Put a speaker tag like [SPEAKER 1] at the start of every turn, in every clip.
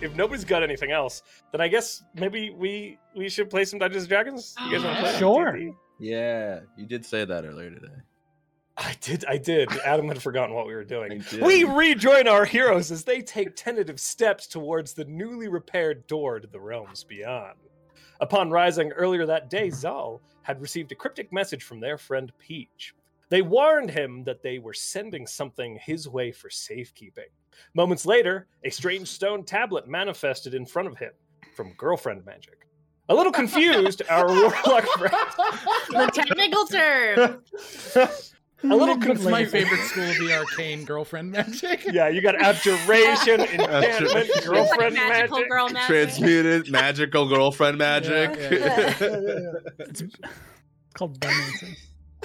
[SPEAKER 1] if nobody's got anything else, then I guess maybe we we should play some Dungeons and Dragons. You guys want to play?
[SPEAKER 2] Sure.
[SPEAKER 1] D&D?
[SPEAKER 3] Yeah, you did say that earlier today.
[SPEAKER 1] I did. I did. Adam had forgotten what we were doing.
[SPEAKER 3] I did.
[SPEAKER 1] We rejoin our heroes as they take tentative steps towards the newly repaired door to the realms beyond. Upon rising earlier that day, Zal had received a cryptic message from their friend Peach. They warned him that they were sending something his way for safekeeping. Moments later, a strange stone tablet manifested in front of him from girlfriend magic. A little confused, our warlock friend.
[SPEAKER 4] the technical term.
[SPEAKER 1] A little
[SPEAKER 2] It's
[SPEAKER 1] confused.
[SPEAKER 5] It's my favorite school of the arcane girlfriend magic.
[SPEAKER 1] Yeah, you got abjuration, enchantment,
[SPEAKER 3] Abjuration.
[SPEAKER 1] girlfriend
[SPEAKER 4] like magical
[SPEAKER 1] magic.
[SPEAKER 4] girl magic.
[SPEAKER 3] Transmuted magical girlfriend magic.
[SPEAKER 5] Yeah,
[SPEAKER 2] It's called Dunmancy.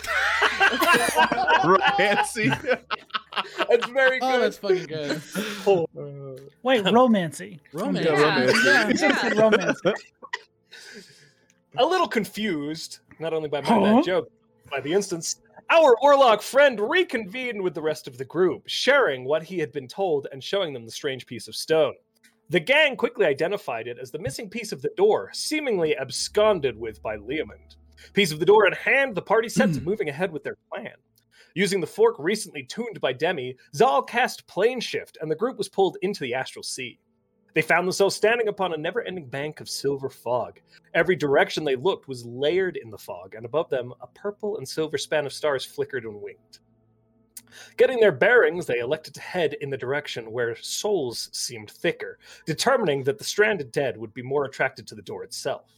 [SPEAKER 3] Romancy.
[SPEAKER 1] That's very
[SPEAKER 5] Oh,
[SPEAKER 1] good.
[SPEAKER 5] that's fucking good.
[SPEAKER 1] Oh.
[SPEAKER 2] Wait, romancy.
[SPEAKER 5] Romance.
[SPEAKER 3] Yeah, romance.
[SPEAKER 5] Yeah.
[SPEAKER 2] You should have said romance.
[SPEAKER 1] A little confused, not only by my bad
[SPEAKER 2] Huh?
[SPEAKER 1] joke, by the instance, our Orlok friend reconvened with the rest of the group, sharing what he had been told and showing them the strange piece of stone. The gang quickly identified it as the missing piece of the door, seemingly absconded with by Leomond. Piece of the door in hand, the party set to moving ahead with their plan. Using the fork recently tuned by Demi, Zal cast plane shift, and the group was pulled into the astral sea. They found themselves standing upon a never-ending bank of silver fog. Every direction they looked was layered in the fog, and above them, a purple and silver span of stars flickered and winked. Getting their bearings, they elected to head in the direction where souls seemed thicker, determining that the stranded dead would be more attracted to the door itself.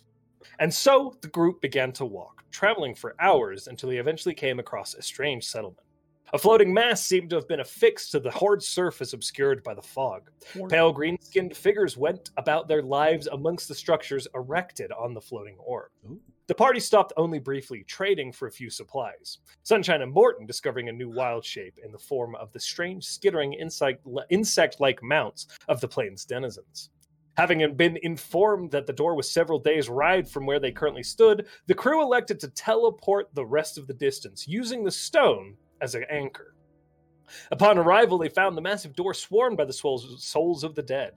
[SPEAKER 1] And so the group began to walk, traveling for hours until they eventually came across a strange settlement. A floating mass seemed to have been affixed to the hard surface obscured by the fog. Pale green skinned figures went about their lives amongst the structures erected on the floating orb.
[SPEAKER 5] Ooh.
[SPEAKER 1] The party stopped only briefly, trading for a few supplies. Sunshine and Morton discovering a new wild shape in the form of the strange, skittering insect like mounts of the plane's denizens. Having been informed that the door was several days' ride from where they currently stood, the crew elected to teleport the rest of the distance, using the stone as an anchor. Upon arrival, they found the massive door swarmed by the souls, souls of the dead.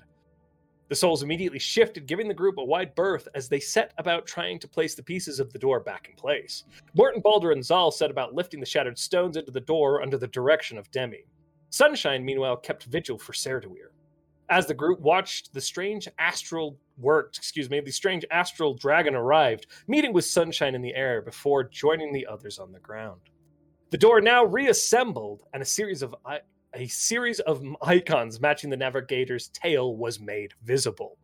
[SPEAKER 1] The souls immediately shifted, giving the group a wide berth as they set about trying to place the pieces of the door back in place. Morton, Balder, and Zal set about lifting the shattered stones into the door under the direction of Demi. Sunshine, meanwhile, kept vigil for Serduir. As the group watched, the strange astral worked, excuse me, the strange astral dragon arrived, meeting with Sunshine in the air before joining the others on the ground. The door now reassembled, and a series of i- a series of m- icons matching the navigator's tail was made visible.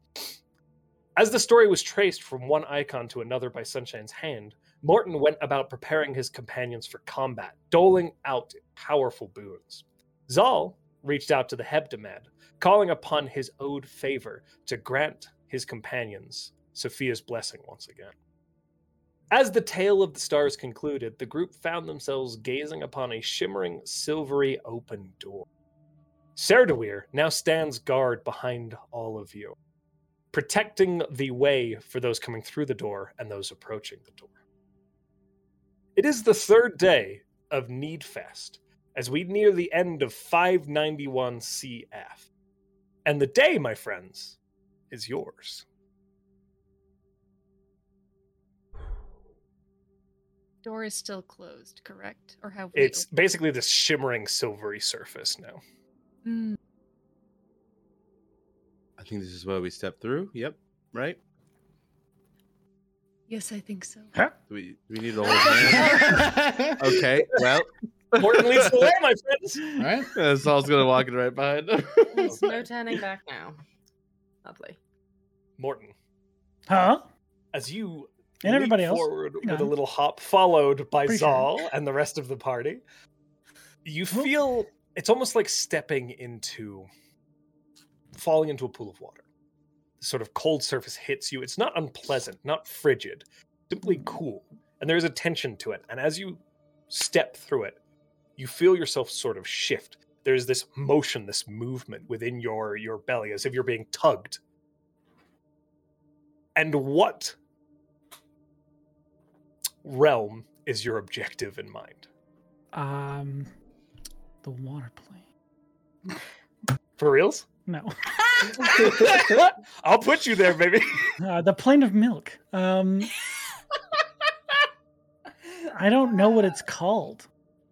[SPEAKER 1] As the story was traced from one icon to another by Sunshine's hand, Morton went about preparing his companions for combat, doling out powerful boons. Zal reached out to the Hebdomad, calling upon his owed favor to grant his companions Sophia's blessing once again. As the tale of the stars concluded, the group found themselves gazing upon a shimmering, silvery open door. Serdawir now stands guard behind all of you, protecting the way for those coming through the door and those approaching the door. It is the third day of Needfest as we near the end of 591 CF. And the day, my friends, is yours.
[SPEAKER 4] Door is still closed, correct? Or have we?
[SPEAKER 1] It's basically this shimmering, silvery surface now.
[SPEAKER 4] opened- Mm,
[SPEAKER 3] I think this is where we step through. Yep. Right?
[SPEAKER 4] yes, I think so.
[SPEAKER 3] Do we, do we need the whole plan? okay. Well,
[SPEAKER 1] Morton leads the way, my friends.
[SPEAKER 5] All right.
[SPEAKER 3] uh, Saul's going to walk it right behind him.
[SPEAKER 6] There's no turning back now. Lovely.
[SPEAKER 1] Morton,
[SPEAKER 2] Huh?
[SPEAKER 1] as you
[SPEAKER 2] And everybody
[SPEAKER 1] leap
[SPEAKER 2] else.
[SPEAKER 1] forward
[SPEAKER 2] Hang
[SPEAKER 1] with a
[SPEAKER 2] on.
[SPEAKER 1] little hop, followed by
[SPEAKER 2] Pretty
[SPEAKER 1] Zal
[SPEAKER 2] sure.
[SPEAKER 1] and the rest of the party, you
[SPEAKER 2] Whoop.
[SPEAKER 1] feel it's almost like stepping into falling into a pool of water. The sort of cold surface hits you. It's not unpleasant, not frigid, simply cool. And there is a tension to it. And as you step through it, you feel yourself sort of shift. There's this motion, this movement within your your belly as if you're being tugged. And what realm is your objective in mind?
[SPEAKER 2] Um, the water plane.
[SPEAKER 1] For reals?
[SPEAKER 2] No.
[SPEAKER 1] I'll put you there, baby.
[SPEAKER 2] Uh, the plane of milk. Um, I don't know what it's called.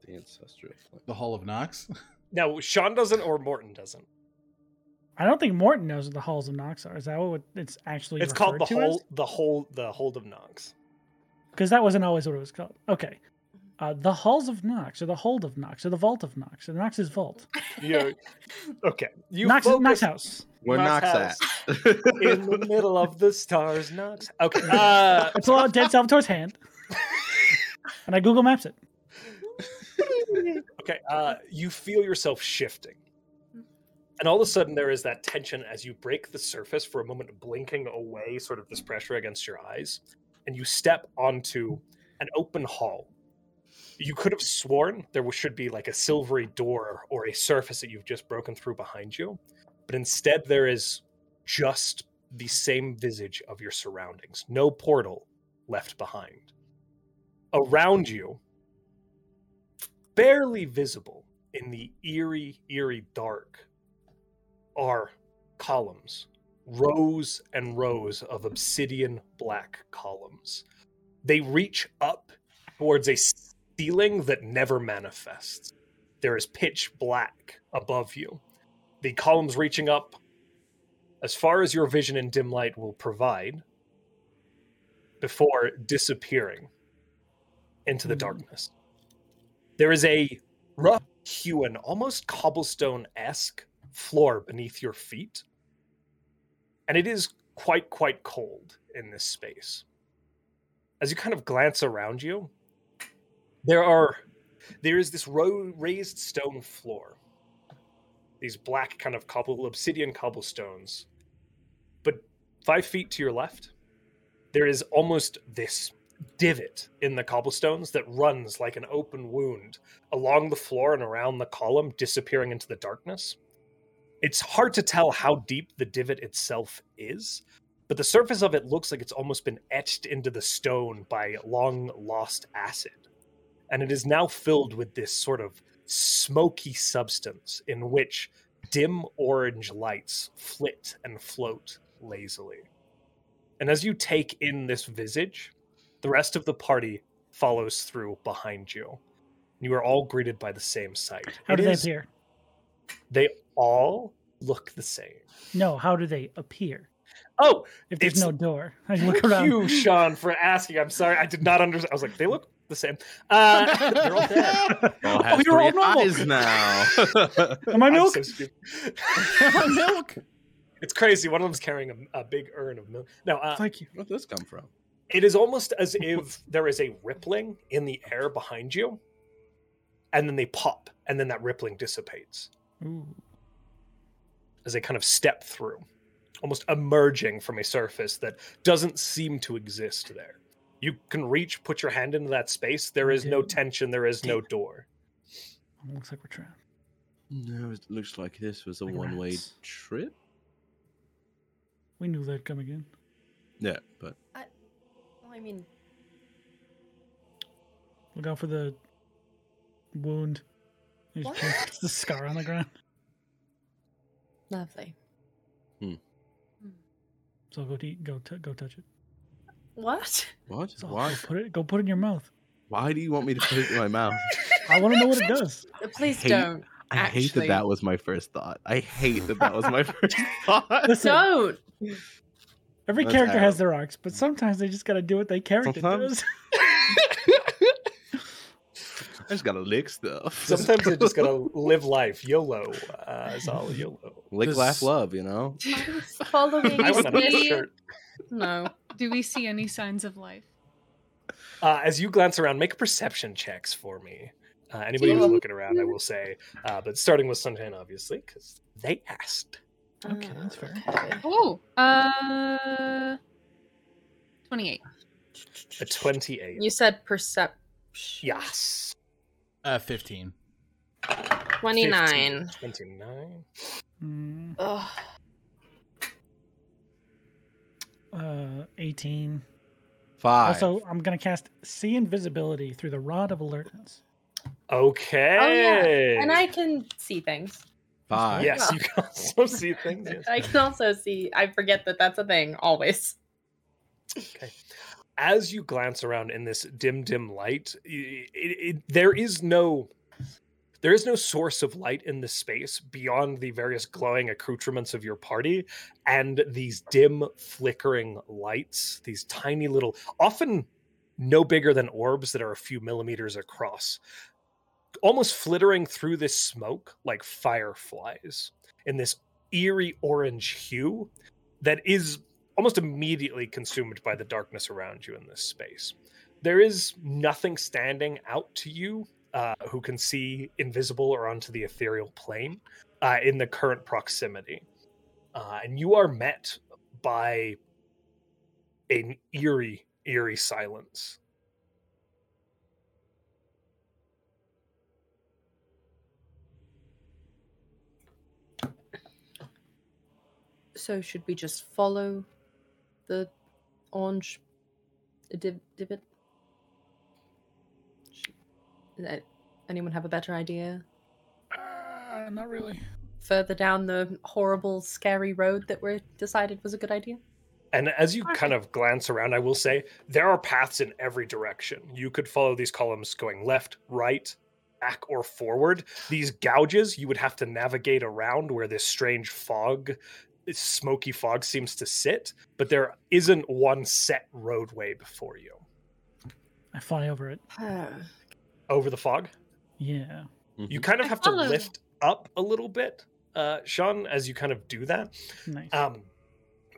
[SPEAKER 3] The ancestral flame.
[SPEAKER 5] The Hall of Knox.
[SPEAKER 1] Now, Sean doesn't or Morton doesn't.
[SPEAKER 2] I don't think Morton knows what the halls of Nox are. Is that what it's actually?
[SPEAKER 1] It's called the
[SPEAKER 2] whole
[SPEAKER 1] whole, the whole, the hold of Knox.
[SPEAKER 2] because that wasn't always what it was called. Okay, uh, the halls of Nox, or the hold of Nox, or the vault of Nox, or Nox's vault.
[SPEAKER 1] You, okay. You
[SPEAKER 2] Nox, Nox
[SPEAKER 1] focus
[SPEAKER 2] House.
[SPEAKER 3] Where
[SPEAKER 1] Knox
[SPEAKER 3] Knox at?
[SPEAKER 1] in the middle of the stars, Knox. Okay. Uh,
[SPEAKER 2] It's all dead Salvatore's hand, and I Google Maps it.
[SPEAKER 1] okay. Uh, you feel yourself shifting. And all of a sudden, there is that tension as you break the surface for a moment, blinking away sort of this pressure against your eyes. And you step onto an open hall. You could have sworn there was- should be like a silvery door or a surface that you've just broken through behind you. But instead, there is just the same visage of your surroundings, no portal left behind. Around you, barely visible in the eerie, eerie dark, are columns, rows and rows of obsidian black columns. They reach up towards a ceiling that never manifests. There is pitch black above you. The columns reaching up as far as your vision and dim light will provide before disappearing into the
[SPEAKER 2] Mhm.
[SPEAKER 1] darkness there is a rough hewn, almost cobblestone esque floor beneath your feet. And it is quite, quite cold in this space. As you kind of glance around you, there are there is this ro- raised stone floor. These black kind of cobble obsidian cobblestones. But five feet to your left, there is almost this divot in the cobblestones that runs like an open wound along the floor and around the column, disappearing into the darkness. It's hard to tell how deep the divot itself is, but the surface of it looks like it's almost been etched into the stone by long lost acid. And it is now filled with this sort of smoky substance in which dim orange lights flit and float lazily. And as you take in this visage, the rest of the party follows through behind you. You are all greeted by the same sight.
[SPEAKER 2] How
[SPEAKER 1] It
[SPEAKER 2] do they
[SPEAKER 1] is-
[SPEAKER 2] appear?
[SPEAKER 1] They all look the same.
[SPEAKER 2] No, how do they appear?
[SPEAKER 1] Oh,
[SPEAKER 2] If there's
[SPEAKER 1] It's-
[SPEAKER 2] no door, I look
[SPEAKER 1] thank
[SPEAKER 2] around.
[SPEAKER 1] you, Sean, for asking. I'm sorry, I did not understand. I was like, they look the same. Uh, they're all dead.
[SPEAKER 3] All has
[SPEAKER 2] you're all
[SPEAKER 3] three
[SPEAKER 2] normal.
[SPEAKER 3] eyes now.
[SPEAKER 2] Am I
[SPEAKER 1] I'm
[SPEAKER 2] milk?
[SPEAKER 1] so stupid.
[SPEAKER 5] Milk.
[SPEAKER 1] it's crazy. One of them's carrying a, a big urn of milk. No, uh,
[SPEAKER 2] Thank you.
[SPEAKER 3] Where'd this come from?
[SPEAKER 1] it is almost as if there is a rippling in the air behind you, and then they pop, and then that rippling dissipates.
[SPEAKER 2] Ooh.
[SPEAKER 1] as they kind of step through, almost emerging from a surface that doesn't seem to exist there. You can reach, put your hand into that space. There is no
[SPEAKER 2] Dude.
[SPEAKER 1] tension, there is no door.
[SPEAKER 2] Looks like we're trapped.
[SPEAKER 3] No, it looks like this was a
[SPEAKER 2] Like
[SPEAKER 3] one way
[SPEAKER 2] rats.
[SPEAKER 3] trip.
[SPEAKER 2] We knew they'd come again.
[SPEAKER 3] Yeah, but
[SPEAKER 6] Well, I mean,
[SPEAKER 2] Look out for the wound. He's
[SPEAKER 6] What?
[SPEAKER 2] just- the scar on the ground.
[SPEAKER 6] lovely.
[SPEAKER 2] So go to, go t- go touch it.
[SPEAKER 6] What?
[SPEAKER 3] what?
[SPEAKER 2] So
[SPEAKER 3] Why?
[SPEAKER 2] Go put it go put it in your mouth.
[SPEAKER 3] Why do you want me to put it in my mouth?
[SPEAKER 2] I want to know what it does.
[SPEAKER 6] Please
[SPEAKER 3] hate-
[SPEAKER 6] don't.
[SPEAKER 3] I hate that
[SPEAKER 6] Actually-
[SPEAKER 3] that was my first thought. I hate that that was my first thought.
[SPEAKER 2] Listen,
[SPEAKER 6] Don't.
[SPEAKER 2] every
[SPEAKER 3] That's
[SPEAKER 2] character has
[SPEAKER 3] Adam.
[SPEAKER 2] their arcs, but sometimes they just got to do what they character
[SPEAKER 3] Sometimes.
[SPEAKER 2] does.
[SPEAKER 3] I just gotta lick stuff.
[SPEAKER 1] Sometimes you just gotta live life. YOLO. Uh, it's all YOLO.
[SPEAKER 3] lick,
[SPEAKER 5] This-
[SPEAKER 3] laugh, love. You know.
[SPEAKER 6] I was following
[SPEAKER 1] I want that on a
[SPEAKER 6] me.
[SPEAKER 1] shirt.
[SPEAKER 6] No.
[SPEAKER 4] Do we see any signs of life?
[SPEAKER 1] Uh, as you glance around, make perception checks for me. Uh, anybody who's looking around, I will say. Uh, but starting with Sunshine, obviously, because they asked.
[SPEAKER 2] Okay, that's fair.
[SPEAKER 6] Uh, Okay.
[SPEAKER 4] Oh, uh, 28.
[SPEAKER 1] A 28.
[SPEAKER 6] You said perception.
[SPEAKER 1] Yes.
[SPEAKER 5] Uh, fifteen.
[SPEAKER 6] 29.
[SPEAKER 1] 15, 29.
[SPEAKER 2] Mm,
[SPEAKER 6] Ugh.
[SPEAKER 2] uh, 18.
[SPEAKER 3] Five.
[SPEAKER 2] Also, I'm gonna cast see invisibility through the rod of alertness.
[SPEAKER 1] Okay.
[SPEAKER 6] And I can see things.
[SPEAKER 3] Five.
[SPEAKER 1] Yes, you can also see things. Yes.
[SPEAKER 6] I can also see. I forget that that's a thing always.
[SPEAKER 1] as you glance around in this dim dim light i- i it, there is no there is no source of light in this space beyond the various glowing accoutrements of your party and these dim flickering lights these tiny little often no bigger than orbs that are a few millimeters across almost flittering through this smoke like fireflies in this eerie orange hue that is almost immediately consumed by the darkness around you in this space. There is nothing standing out to you uh, who can see invisible or onto the ethereal plane uh, in the current proximity. Uh, and you are met by an eerie, eerie silence.
[SPEAKER 6] So should we just follow the orange div- divot? Sh- a- Anyone have a better idea?
[SPEAKER 5] Uh, not really.
[SPEAKER 6] Further down the horrible, scary road that we decided was a good idea.
[SPEAKER 1] And as you kind of glance around, I will say there are paths in every direction. You could follow these columns going left, right, back, or forward. These gouges you would have to navigate around where this strange fog, this smoky fog, seems to sit, but there isn't one set roadway before you.
[SPEAKER 2] I fly over it.
[SPEAKER 1] Over the fog,
[SPEAKER 2] Yeah.
[SPEAKER 3] Mm-hmm.
[SPEAKER 1] you kind of
[SPEAKER 4] I
[SPEAKER 1] have to
[SPEAKER 4] follow.
[SPEAKER 1] lift up a little bit, uh, Sean, as you kind of do that.
[SPEAKER 2] Nice.
[SPEAKER 1] um,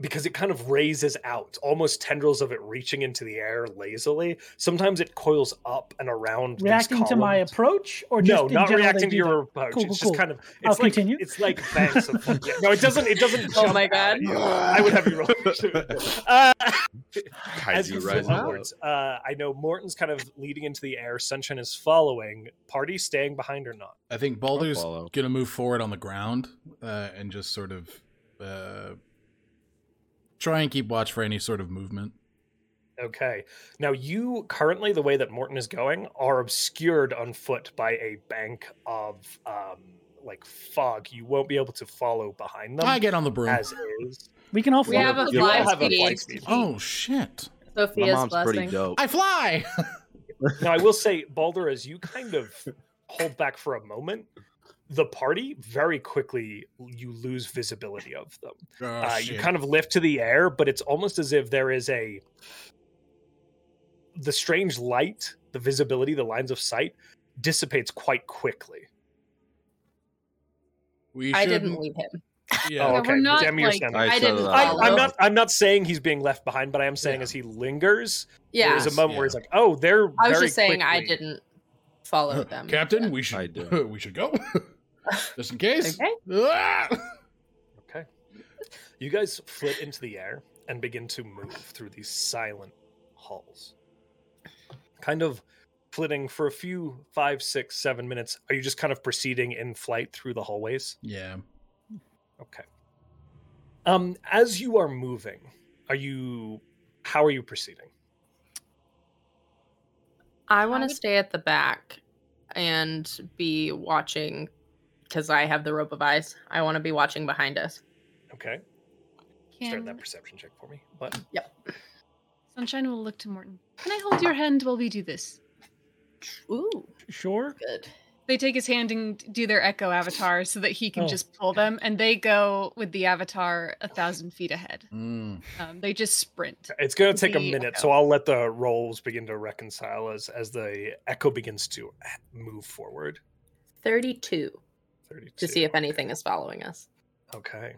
[SPEAKER 1] because it kind of raises out, almost tendrils of it reaching into the air lazily. Sometimes it coils up and around. these
[SPEAKER 2] reacting to my
[SPEAKER 1] columns.
[SPEAKER 2] approach or just
[SPEAKER 1] No,
[SPEAKER 2] in
[SPEAKER 1] not
[SPEAKER 2] general they
[SPEAKER 1] reacting to
[SPEAKER 2] do
[SPEAKER 1] your
[SPEAKER 2] that?
[SPEAKER 1] approach.
[SPEAKER 2] Cool,
[SPEAKER 1] it's
[SPEAKER 2] cool,
[SPEAKER 1] just kind of.
[SPEAKER 2] I'll
[SPEAKER 1] It's like
[SPEAKER 2] continue.
[SPEAKER 1] it's like banks. Of, yeah, no, it doesn't. It doesn't.
[SPEAKER 6] Oh
[SPEAKER 1] jump
[SPEAKER 6] my
[SPEAKER 1] out at
[SPEAKER 6] God.
[SPEAKER 1] you. I would have you roll. uh, as you
[SPEAKER 3] Kaiju
[SPEAKER 1] flip
[SPEAKER 3] rises up.
[SPEAKER 1] upwards, uh, I know Morton's kind of leading into the air. Sunshine is following. Party staying behind or not?
[SPEAKER 5] I think Baldur's
[SPEAKER 3] follow.
[SPEAKER 5] gonna move forward on the ground uh, and just sort of uh, try and keep watch for any sort of movement.
[SPEAKER 1] Okay. Now you currently the way that Morton is going are obscured on foot by a bank of um like fog. You won't be able to follow behind them
[SPEAKER 5] I get on the broom.
[SPEAKER 1] as is.
[SPEAKER 2] we can all
[SPEAKER 6] We
[SPEAKER 2] fly.
[SPEAKER 6] have a
[SPEAKER 1] You all
[SPEAKER 6] fly
[SPEAKER 1] have a fly speed.
[SPEAKER 6] speed.
[SPEAKER 5] oh shit!
[SPEAKER 3] My
[SPEAKER 6] Sophia's
[SPEAKER 3] mom's pretty
[SPEAKER 6] blessing.
[SPEAKER 3] dope.
[SPEAKER 5] I fly.
[SPEAKER 1] Now I will say, Balder, as you kind of hold back for a moment, the party very quickly you lose visibility of them.
[SPEAKER 5] Oh,
[SPEAKER 1] uh, you
[SPEAKER 5] shit.
[SPEAKER 1] kind of lift to the air, but it's almost as if there is a the strange light, the visibility, the lines of sight dissipates quite quickly.
[SPEAKER 5] We
[SPEAKER 6] I
[SPEAKER 5] should-
[SPEAKER 6] didn't leave him.
[SPEAKER 5] Yeah.
[SPEAKER 1] Oh,
[SPEAKER 4] Yeah,
[SPEAKER 1] okay.
[SPEAKER 4] we're not,
[SPEAKER 1] Demi, you're
[SPEAKER 4] like-
[SPEAKER 1] standing.
[SPEAKER 3] I
[SPEAKER 6] I
[SPEAKER 3] said
[SPEAKER 6] didn't
[SPEAKER 3] that.
[SPEAKER 1] I, I'm
[SPEAKER 6] follow.
[SPEAKER 1] not. I'm not saying he's being left behind, but I am saying
[SPEAKER 5] Yeah.
[SPEAKER 1] as he lingers,
[SPEAKER 6] Yeah,
[SPEAKER 1] there's a moment where
[SPEAKER 5] Yeah.
[SPEAKER 1] he's like, "Oh, they're."
[SPEAKER 6] I was
[SPEAKER 1] very
[SPEAKER 6] just saying I
[SPEAKER 1] quickly-
[SPEAKER 6] didn't follow them.
[SPEAKER 5] Captain, we
[SPEAKER 3] I
[SPEAKER 5] should
[SPEAKER 3] do.
[SPEAKER 5] we should go just in case.
[SPEAKER 6] Okay.
[SPEAKER 5] Ah!
[SPEAKER 1] Okay. You guys flit into the air and begin to move through these silent halls. Kind of flitting for a few five, six, seven minutes. Are you just kind of proceeding in flight through the hallways?
[SPEAKER 5] Yeah.
[SPEAKER 1] Okay. Um, as you are moving, are you? How are you proceeding?
[SPEAKER 6] I want to
[SPEAKER 4] would-
[SPEAKER 6] stay at the back and be watching because I have the rope of eyes. I want to be watching behind us.
[SPEAKER 1] Okay. Start that
[SPEAKER 4] Can
[SPEAKER 1] perception check for me. But
[SPEAKER 4] Sunshine will look to Morton. Can I hold your hand while we do this?
[SPEAKER 6] Ooh,
[SPEAKER 2] sure.
[SPEAKER 6] good.
[SPEAKER 4] They take his hand and do their echo avatar so that he can
[SPEAKER 2] Oh.
[SPEAKER 4] just pull them, and they go with the avatar a thousand feet ahead.
[SPEAKER 5] Mm.
[SPEAKER 4] Um, they just sprint.
[SPEAKER 1] It's going to take a
[SPEAKER 4] the
[SPEAKER 1] minute,
[SPEAKER 4] echo.
[SPEAKER 1] so I'll let the rolls begin to reconcile as as the echo begins to h- move forward.
[SPEAKER 6] 32
[SPEAKER 1] 32.
[SPEAKER 6] to see if anything is following us.
[SPEAKER 1] Okay.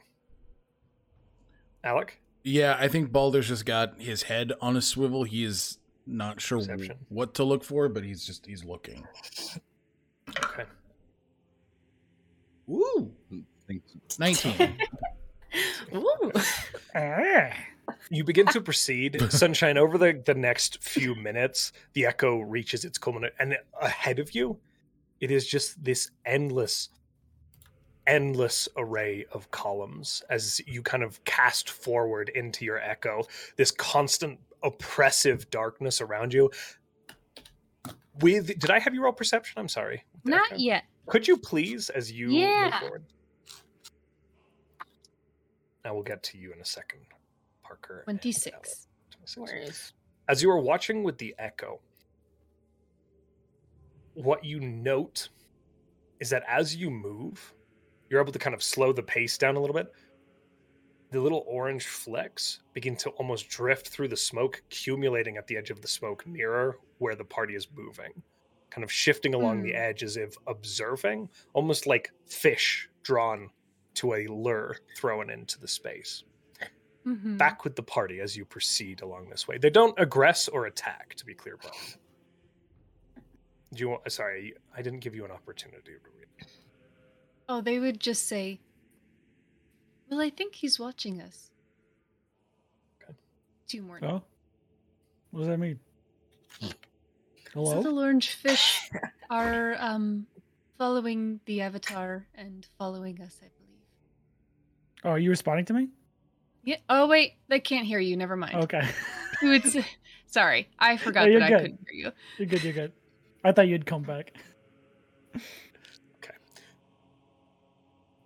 [SPEAKER 1] Alec,
[SPEAKER 5] Yeah, I think Baldur's just got his head on a swivel. He is not sure
[SPEAKER 1] Perception.
[SPEAKER 5] what to look for, but he's just he's looking.
[SPEAKER 1] Okay.
[SPEAKER 5] Woo!
[SPEAKER 3] Thanks.
[SPEAKER 5] Nineteen.
[SPEAKER 6] Ooh.
[SPEAKER 2] Ah.
[SPEAKER 1] you begin to proceed. Sunshine, over the, the next few minutes, the echo reaches its culmination, and ahead of you, it is just this endless, endless array of columns as you kind of cast forward into your echo. This constant oppressive darkness around you. With did I have you roll perception? I'm sorry. with the
[SPEAKER 4] Not
[SPEAKER 1] echo.
[SPEAKER 4] yet.
[SPEAKER 1] Could you please, as you
[SPEAKER 4] Yeah.
[SPEAKER 1] move forward? I will get to you in a second, Parker. and
[SPEAKER 7] 26.
[SPEAKER 1] Ellen. 26
[SPEAKER 4] Where is
[SPEAKER 1] as you are watching with the echo, what you note is that as you move, you're able to kind of slow the pace down a little bit. The little orange flecks begin to almost drift through the smoke, accumulating at the edge of the smoke mirror where the party is moving, kind of shifting along the
[SPEAKER 7] Hmm.
[SPEAKER 1] edge as if observing, almost like fish drawn to a lure thrown into the space
[SPEAKER 4] Mm-hmm.
[SPEAKER 7] Mhm.
[SPEAKER 1] back with the party as you proceed along this way. They don't aggress or attack, to be clear, Brian. Do you want? Sorry, I didn't give you an opportunity to read.
[SPEAKER 7] Oh, they would just say, Well, I think he's watching us.
[SPEAKER 1] Okay.
[SPEAKER 7] Two more.
[SPEAKER 2] Oh, what does that mean?
[SPEAKER 7] So the
[SPEAKER 2] Hello.
[SPEAKER 7] orange fish are um, following the avatar and following us, I believe.
[SPEAKER 2] Oh, are you responding to me?
[SPEAKER 7] Yeah. Oh wait, they can't hear you. Never mind.
[SPEAKER 2] Okay,
[SPEAKER 7] You would say- Sorry, I forgot
[SPEAKER 2] you're
[SPEAKER 7] that I
[SPEAKER 2] good.
[SPEAKER 7] couldn't hear you.
[SPEAKER 2] you're good. You're good. I thought you'd come back.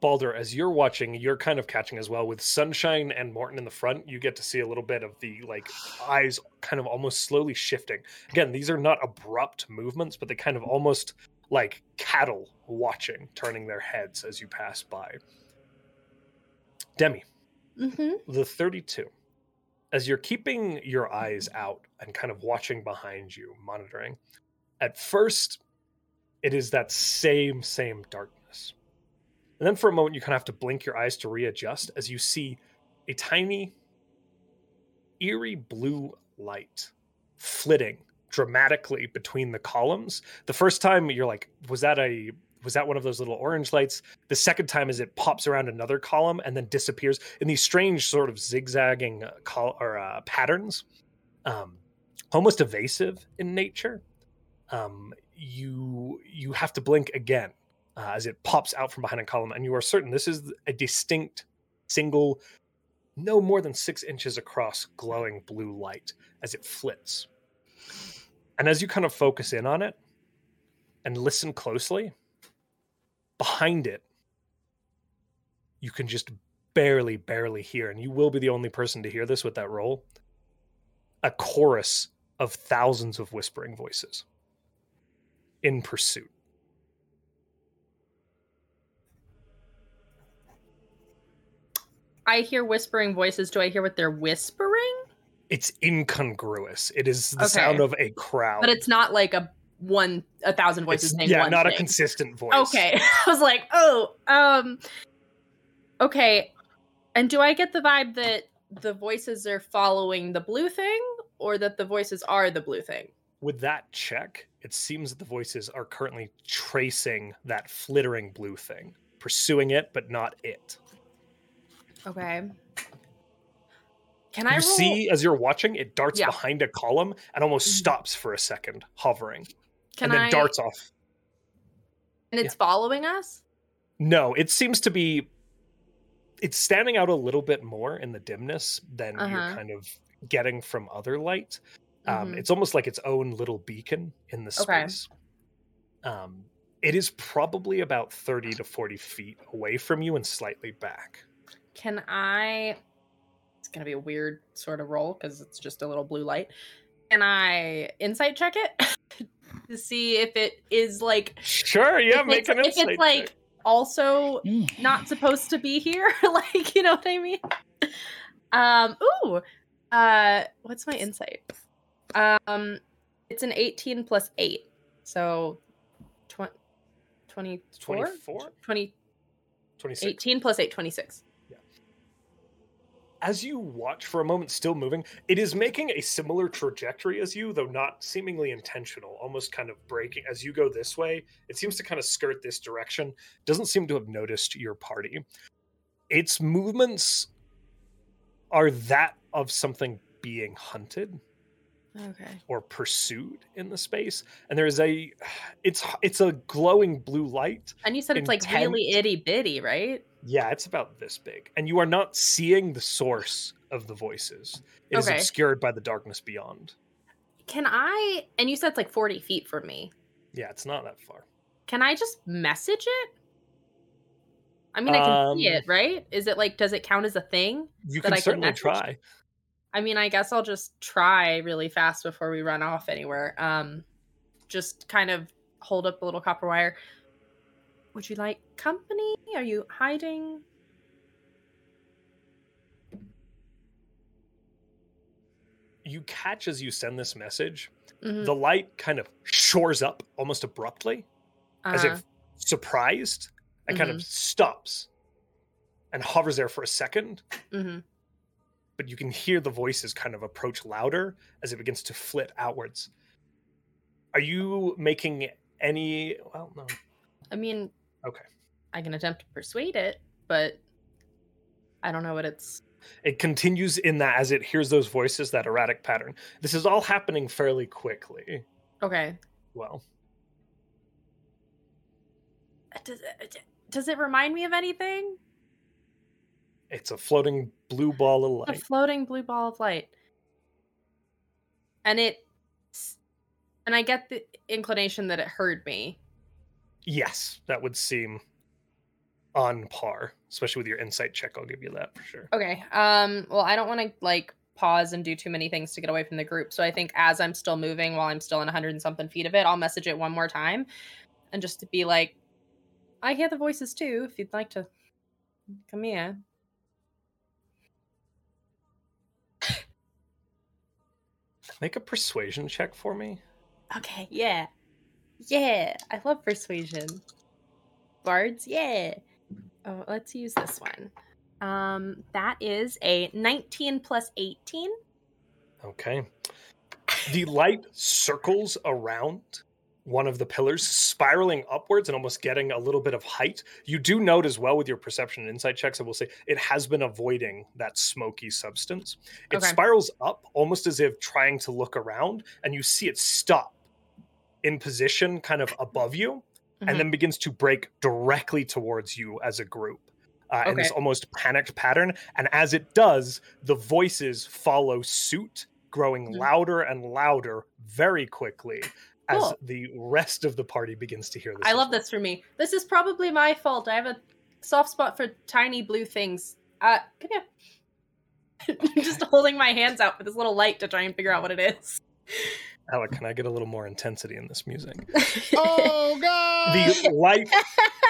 [SPEAKER 1] Balder, as you're watching, you're kind of catching as well with Sunshine and Morton in the front. You get to see a little bit of the like eyes kind of almost slowly shifting. Again, these are not abrupt movements, but they kind of almost like cattle watching, turning their heads as you pass by. Demi.
[SPEAKER 4] Mm-hmm.
[SPEAKER 1] the 32 as you're keeping your eyes out and kind of watching behind you monitoring at first it is that same same darkness and then for a moment you kind of have to blink your eyes to readjust as you see a tiny eerie blue light flitting dramatically between the columns the first time you're like was that a was that one of those little orange lights the second time is it pops around another column and then disappears in these strange sort of zigzagging uh, col- or uh, patterns, um, almost evasive in nature. Um, you you have to blink again uh, as it pops out from behind a column, and you are certain this is a distinct single, no more than six inches across, glowing blue light as it flits. And as you kind of focus in on it and listen closely, behind it you can just barely, barely hear, and you will be the only person to hear this with that roll a chorus of thousands of whispering voices in pursuit.
[SPEAKER 4] I hear whispering voices. Do I hear what they're whispering?
[SPEAKER 1] It's incongruous. It is the
[SPEAKER 4] Okay.
[SPEAKER 1] sound of a crowd.
[SPEAKER 4] But it's not like a one a thousand
[SPEAKER 1] It's-
[SPEAKER 4] voices named
[SPEAKER 1] yeah,
[SPEAKER 4] one
[SPEAKER 1] not a
[SPEAKER 4] thing.
[SPEAKER 1] consistent voice.
[SPEAKER 4] Okay. I was like, oh, um Okay. And do I get the vibe that the voices are following the blue thing or that the voices are the blue thing?
[SPEAKER 1] With that check, it seems that the voices are currently tracing that flittering blue thing, pursuing it, but not it.
[SPEAKER 4] Okay. Can I
[SPEAKER 1] You
[SPEAKER 4] roll?
[SPEAKER 1] see, as you're watching, it darts
[SPEAKER 4] Yeah.
[SPEAKER 1] behind a column and almost
[SPEAKER 4] Mhm.
[SPEAKER 1] stops for a second, hovering,
[SPEAKER 4] can
[SPEAKER 1] and then
[SPEAKER 4] I
[SPEAKER 1] darts off.
[SPEAKER 4] and it's following us?
[SPEAKER 1] No, it seems to be. It's standing out a little bit more in the dimness than you're
[SPEAKER 4] Uh-huh.
[SPEAKER 1] kind of getting from other light. Um,
[SPEAKER 4] Mhm.
[SPEAKER 1] It's almost like its own little beacon in the
[SPEAKER 4] Okay.
[SPEAKER 1] space. Um, it is probably about 30 to 40 feet away from you and slightly back.
[SPEAKER 4] Can I? It's gonna be a weird sort of roll because it's just a little blue light. Can I insight check it to see if it is like
[SPEAKER 1] Sure, yeah,
[SPEAKER 4] if
[SPEAKER 1] make
[SPEAKER 4] it's,
[SPEAKER 1] an
[SPEAKER 4] if
[SPEAKER 1] insight.
[SPEAKER 4] it's like
[SPEAKER 1] check.
[SPEAKER 4] also not supposed to be here? like you know what I mean? Um. Ooh. Uh. What's my insight? Um. It's an eighteen plus eight, so twenty. 24?
[SPEAKER 1] 24?
[SPEAKER 4] 20,
[SPEAKER 1] 26.
[SPEAKER 4] 18 plus 8, 26.
[SPEAKER 1] as you watch for a moment, still moving, it is making a similar trajectory as you, though not seemingly intentional, almost kind of breaking. As you go this way, it seems to kind of skirt this direction, doesn't seem to have noticed your party. Its movements are that of something being hunted
[SPEAKER 4] Okay.
[SPEAKER 1] or pursued in the space and there is a it's it's a glowing blue light
[SPEAKER 4] And you said it's like really itty bitty, right?
[SPEAKER 1] Yeah, it's about this big. And you are not seeing the source of the voices. It is
[SPEAKER 4] Okay.
[SPEAKER 1] obscured by the darkness beyond.
[SPEAKER 4] Can I? And you said it's like forty feet from me.
[SPEAKER 1] Yeah, it's not that far.
[SPEAKER 4] Can I just message it? I mean, I can
[SPEAKER 1] Um,
[SPEAKER 4] see it, right? Is it like, does it count as a thing?
[SPEAKER 1] You
[SPEAKER 4] But
[SPEAKER 1] can
[SPEAKER 4] I can
[SPEAKER 1] certainly
[SPEAKER 4] actually-
[SPEAKER 1] try.
[SPEAKER 4] I mean, I guess I'll just try really fast before we run off anywhere. Um, just kind of hold up a little copper wire. Would you like company? Are you hiding?
[SPEAKER 1] You catch as you send this message,
[SPEAKER 4] Mhm,
[SPEAKER 1] the light kind of shores up almost abruptly, as
[SPEAKER 4] uh-huh. Mm-hmm.
[SPEAKER 1] if surprised, and kind of stops and hovers there for a second.
[SPEAKER 4] Mhm.
[SPEAKER 1] But you can hear the voices kind of approach louder as it begins to flit outwards. Are you making any? Well, no.
[SPEAKER 4] I mean,
[SPEAKER 1] Okay.
[SPEAKER 4] I can attempt to persuade it, but I don't know what it's.
[SPEAKER 1] It continues in that as it hears those voices, that erratic pattern. This is all happening fairly quickly.
[SPEAKER 4] Okay.
[SPEAKER 1] Well,
[SPEAKER 4] Uh, Does it, does it remind me of anything?
[SPEAKER 1] it's a floating blue ball of
[SPEAKER 4] a
[SPEAKER 1] light.
[SPEAKER 4] floating blue ball of light and it s- and i get the inclination that it heard me
[SPEAKER 1] Yes, that would seem on par, especially with your insight check. I'll give you that for sure.
[SPEAKER 4] okay um well i don't want to like pause and do too many things to get away from the group so i think as i'm still moving while i'm still in 100 and something feet of it i'll message it one more time and just to be like i hear the voices too if you'd like to come here
[SPEAKER 1] Make a persuasion check for me.
[SPEAKER 4] okay yeah yeah i love persuasion bards yeah oh let's use this one um that is a 19 plus 18
[SPEAKER 1] Okay. The light circles around one of the pillars, spiraling upwards and almost getting a little bit of height. You do note as well with your perception and insight checks, I will say it has been avoiding that smoky substance. It
[SPEAKER 4] Okay.
[SPEAKER 1] spirals up almost as if trying to look around, and you see it stop in position kind of above you.
[SPEAKER 4] Mm-hmm.
[SPEAKER 1] and then begins to break directly towards you as a group uh, in this
[SPEAKER 4] Okay.
[SPEAKER 1] almost panicked pattern. And as it does, the voices follow suit, growing
[SPEAKER 4] Mhm.
[SPEAKER 1] louder and louder very quickly as
[SPEAKER 4] Cool.
[SPEAKER 1] the rest of the party begins to hear this.
[SPEAKER 4] i
[SPEAKER 1] as
[SPEAKER 4] love
[SPEAKER 1] well.
[SPEAKER 4] this for me this is probably my fault i have a soft spot for tiny blue things uh come here I'm just holding my hands out for this little light to try and figure out what it is
[SPEAKER 1] Alec, can I get a little more intensity in this music?
[SPEAKER 5] Oh god!
[SPEAKER 1] The light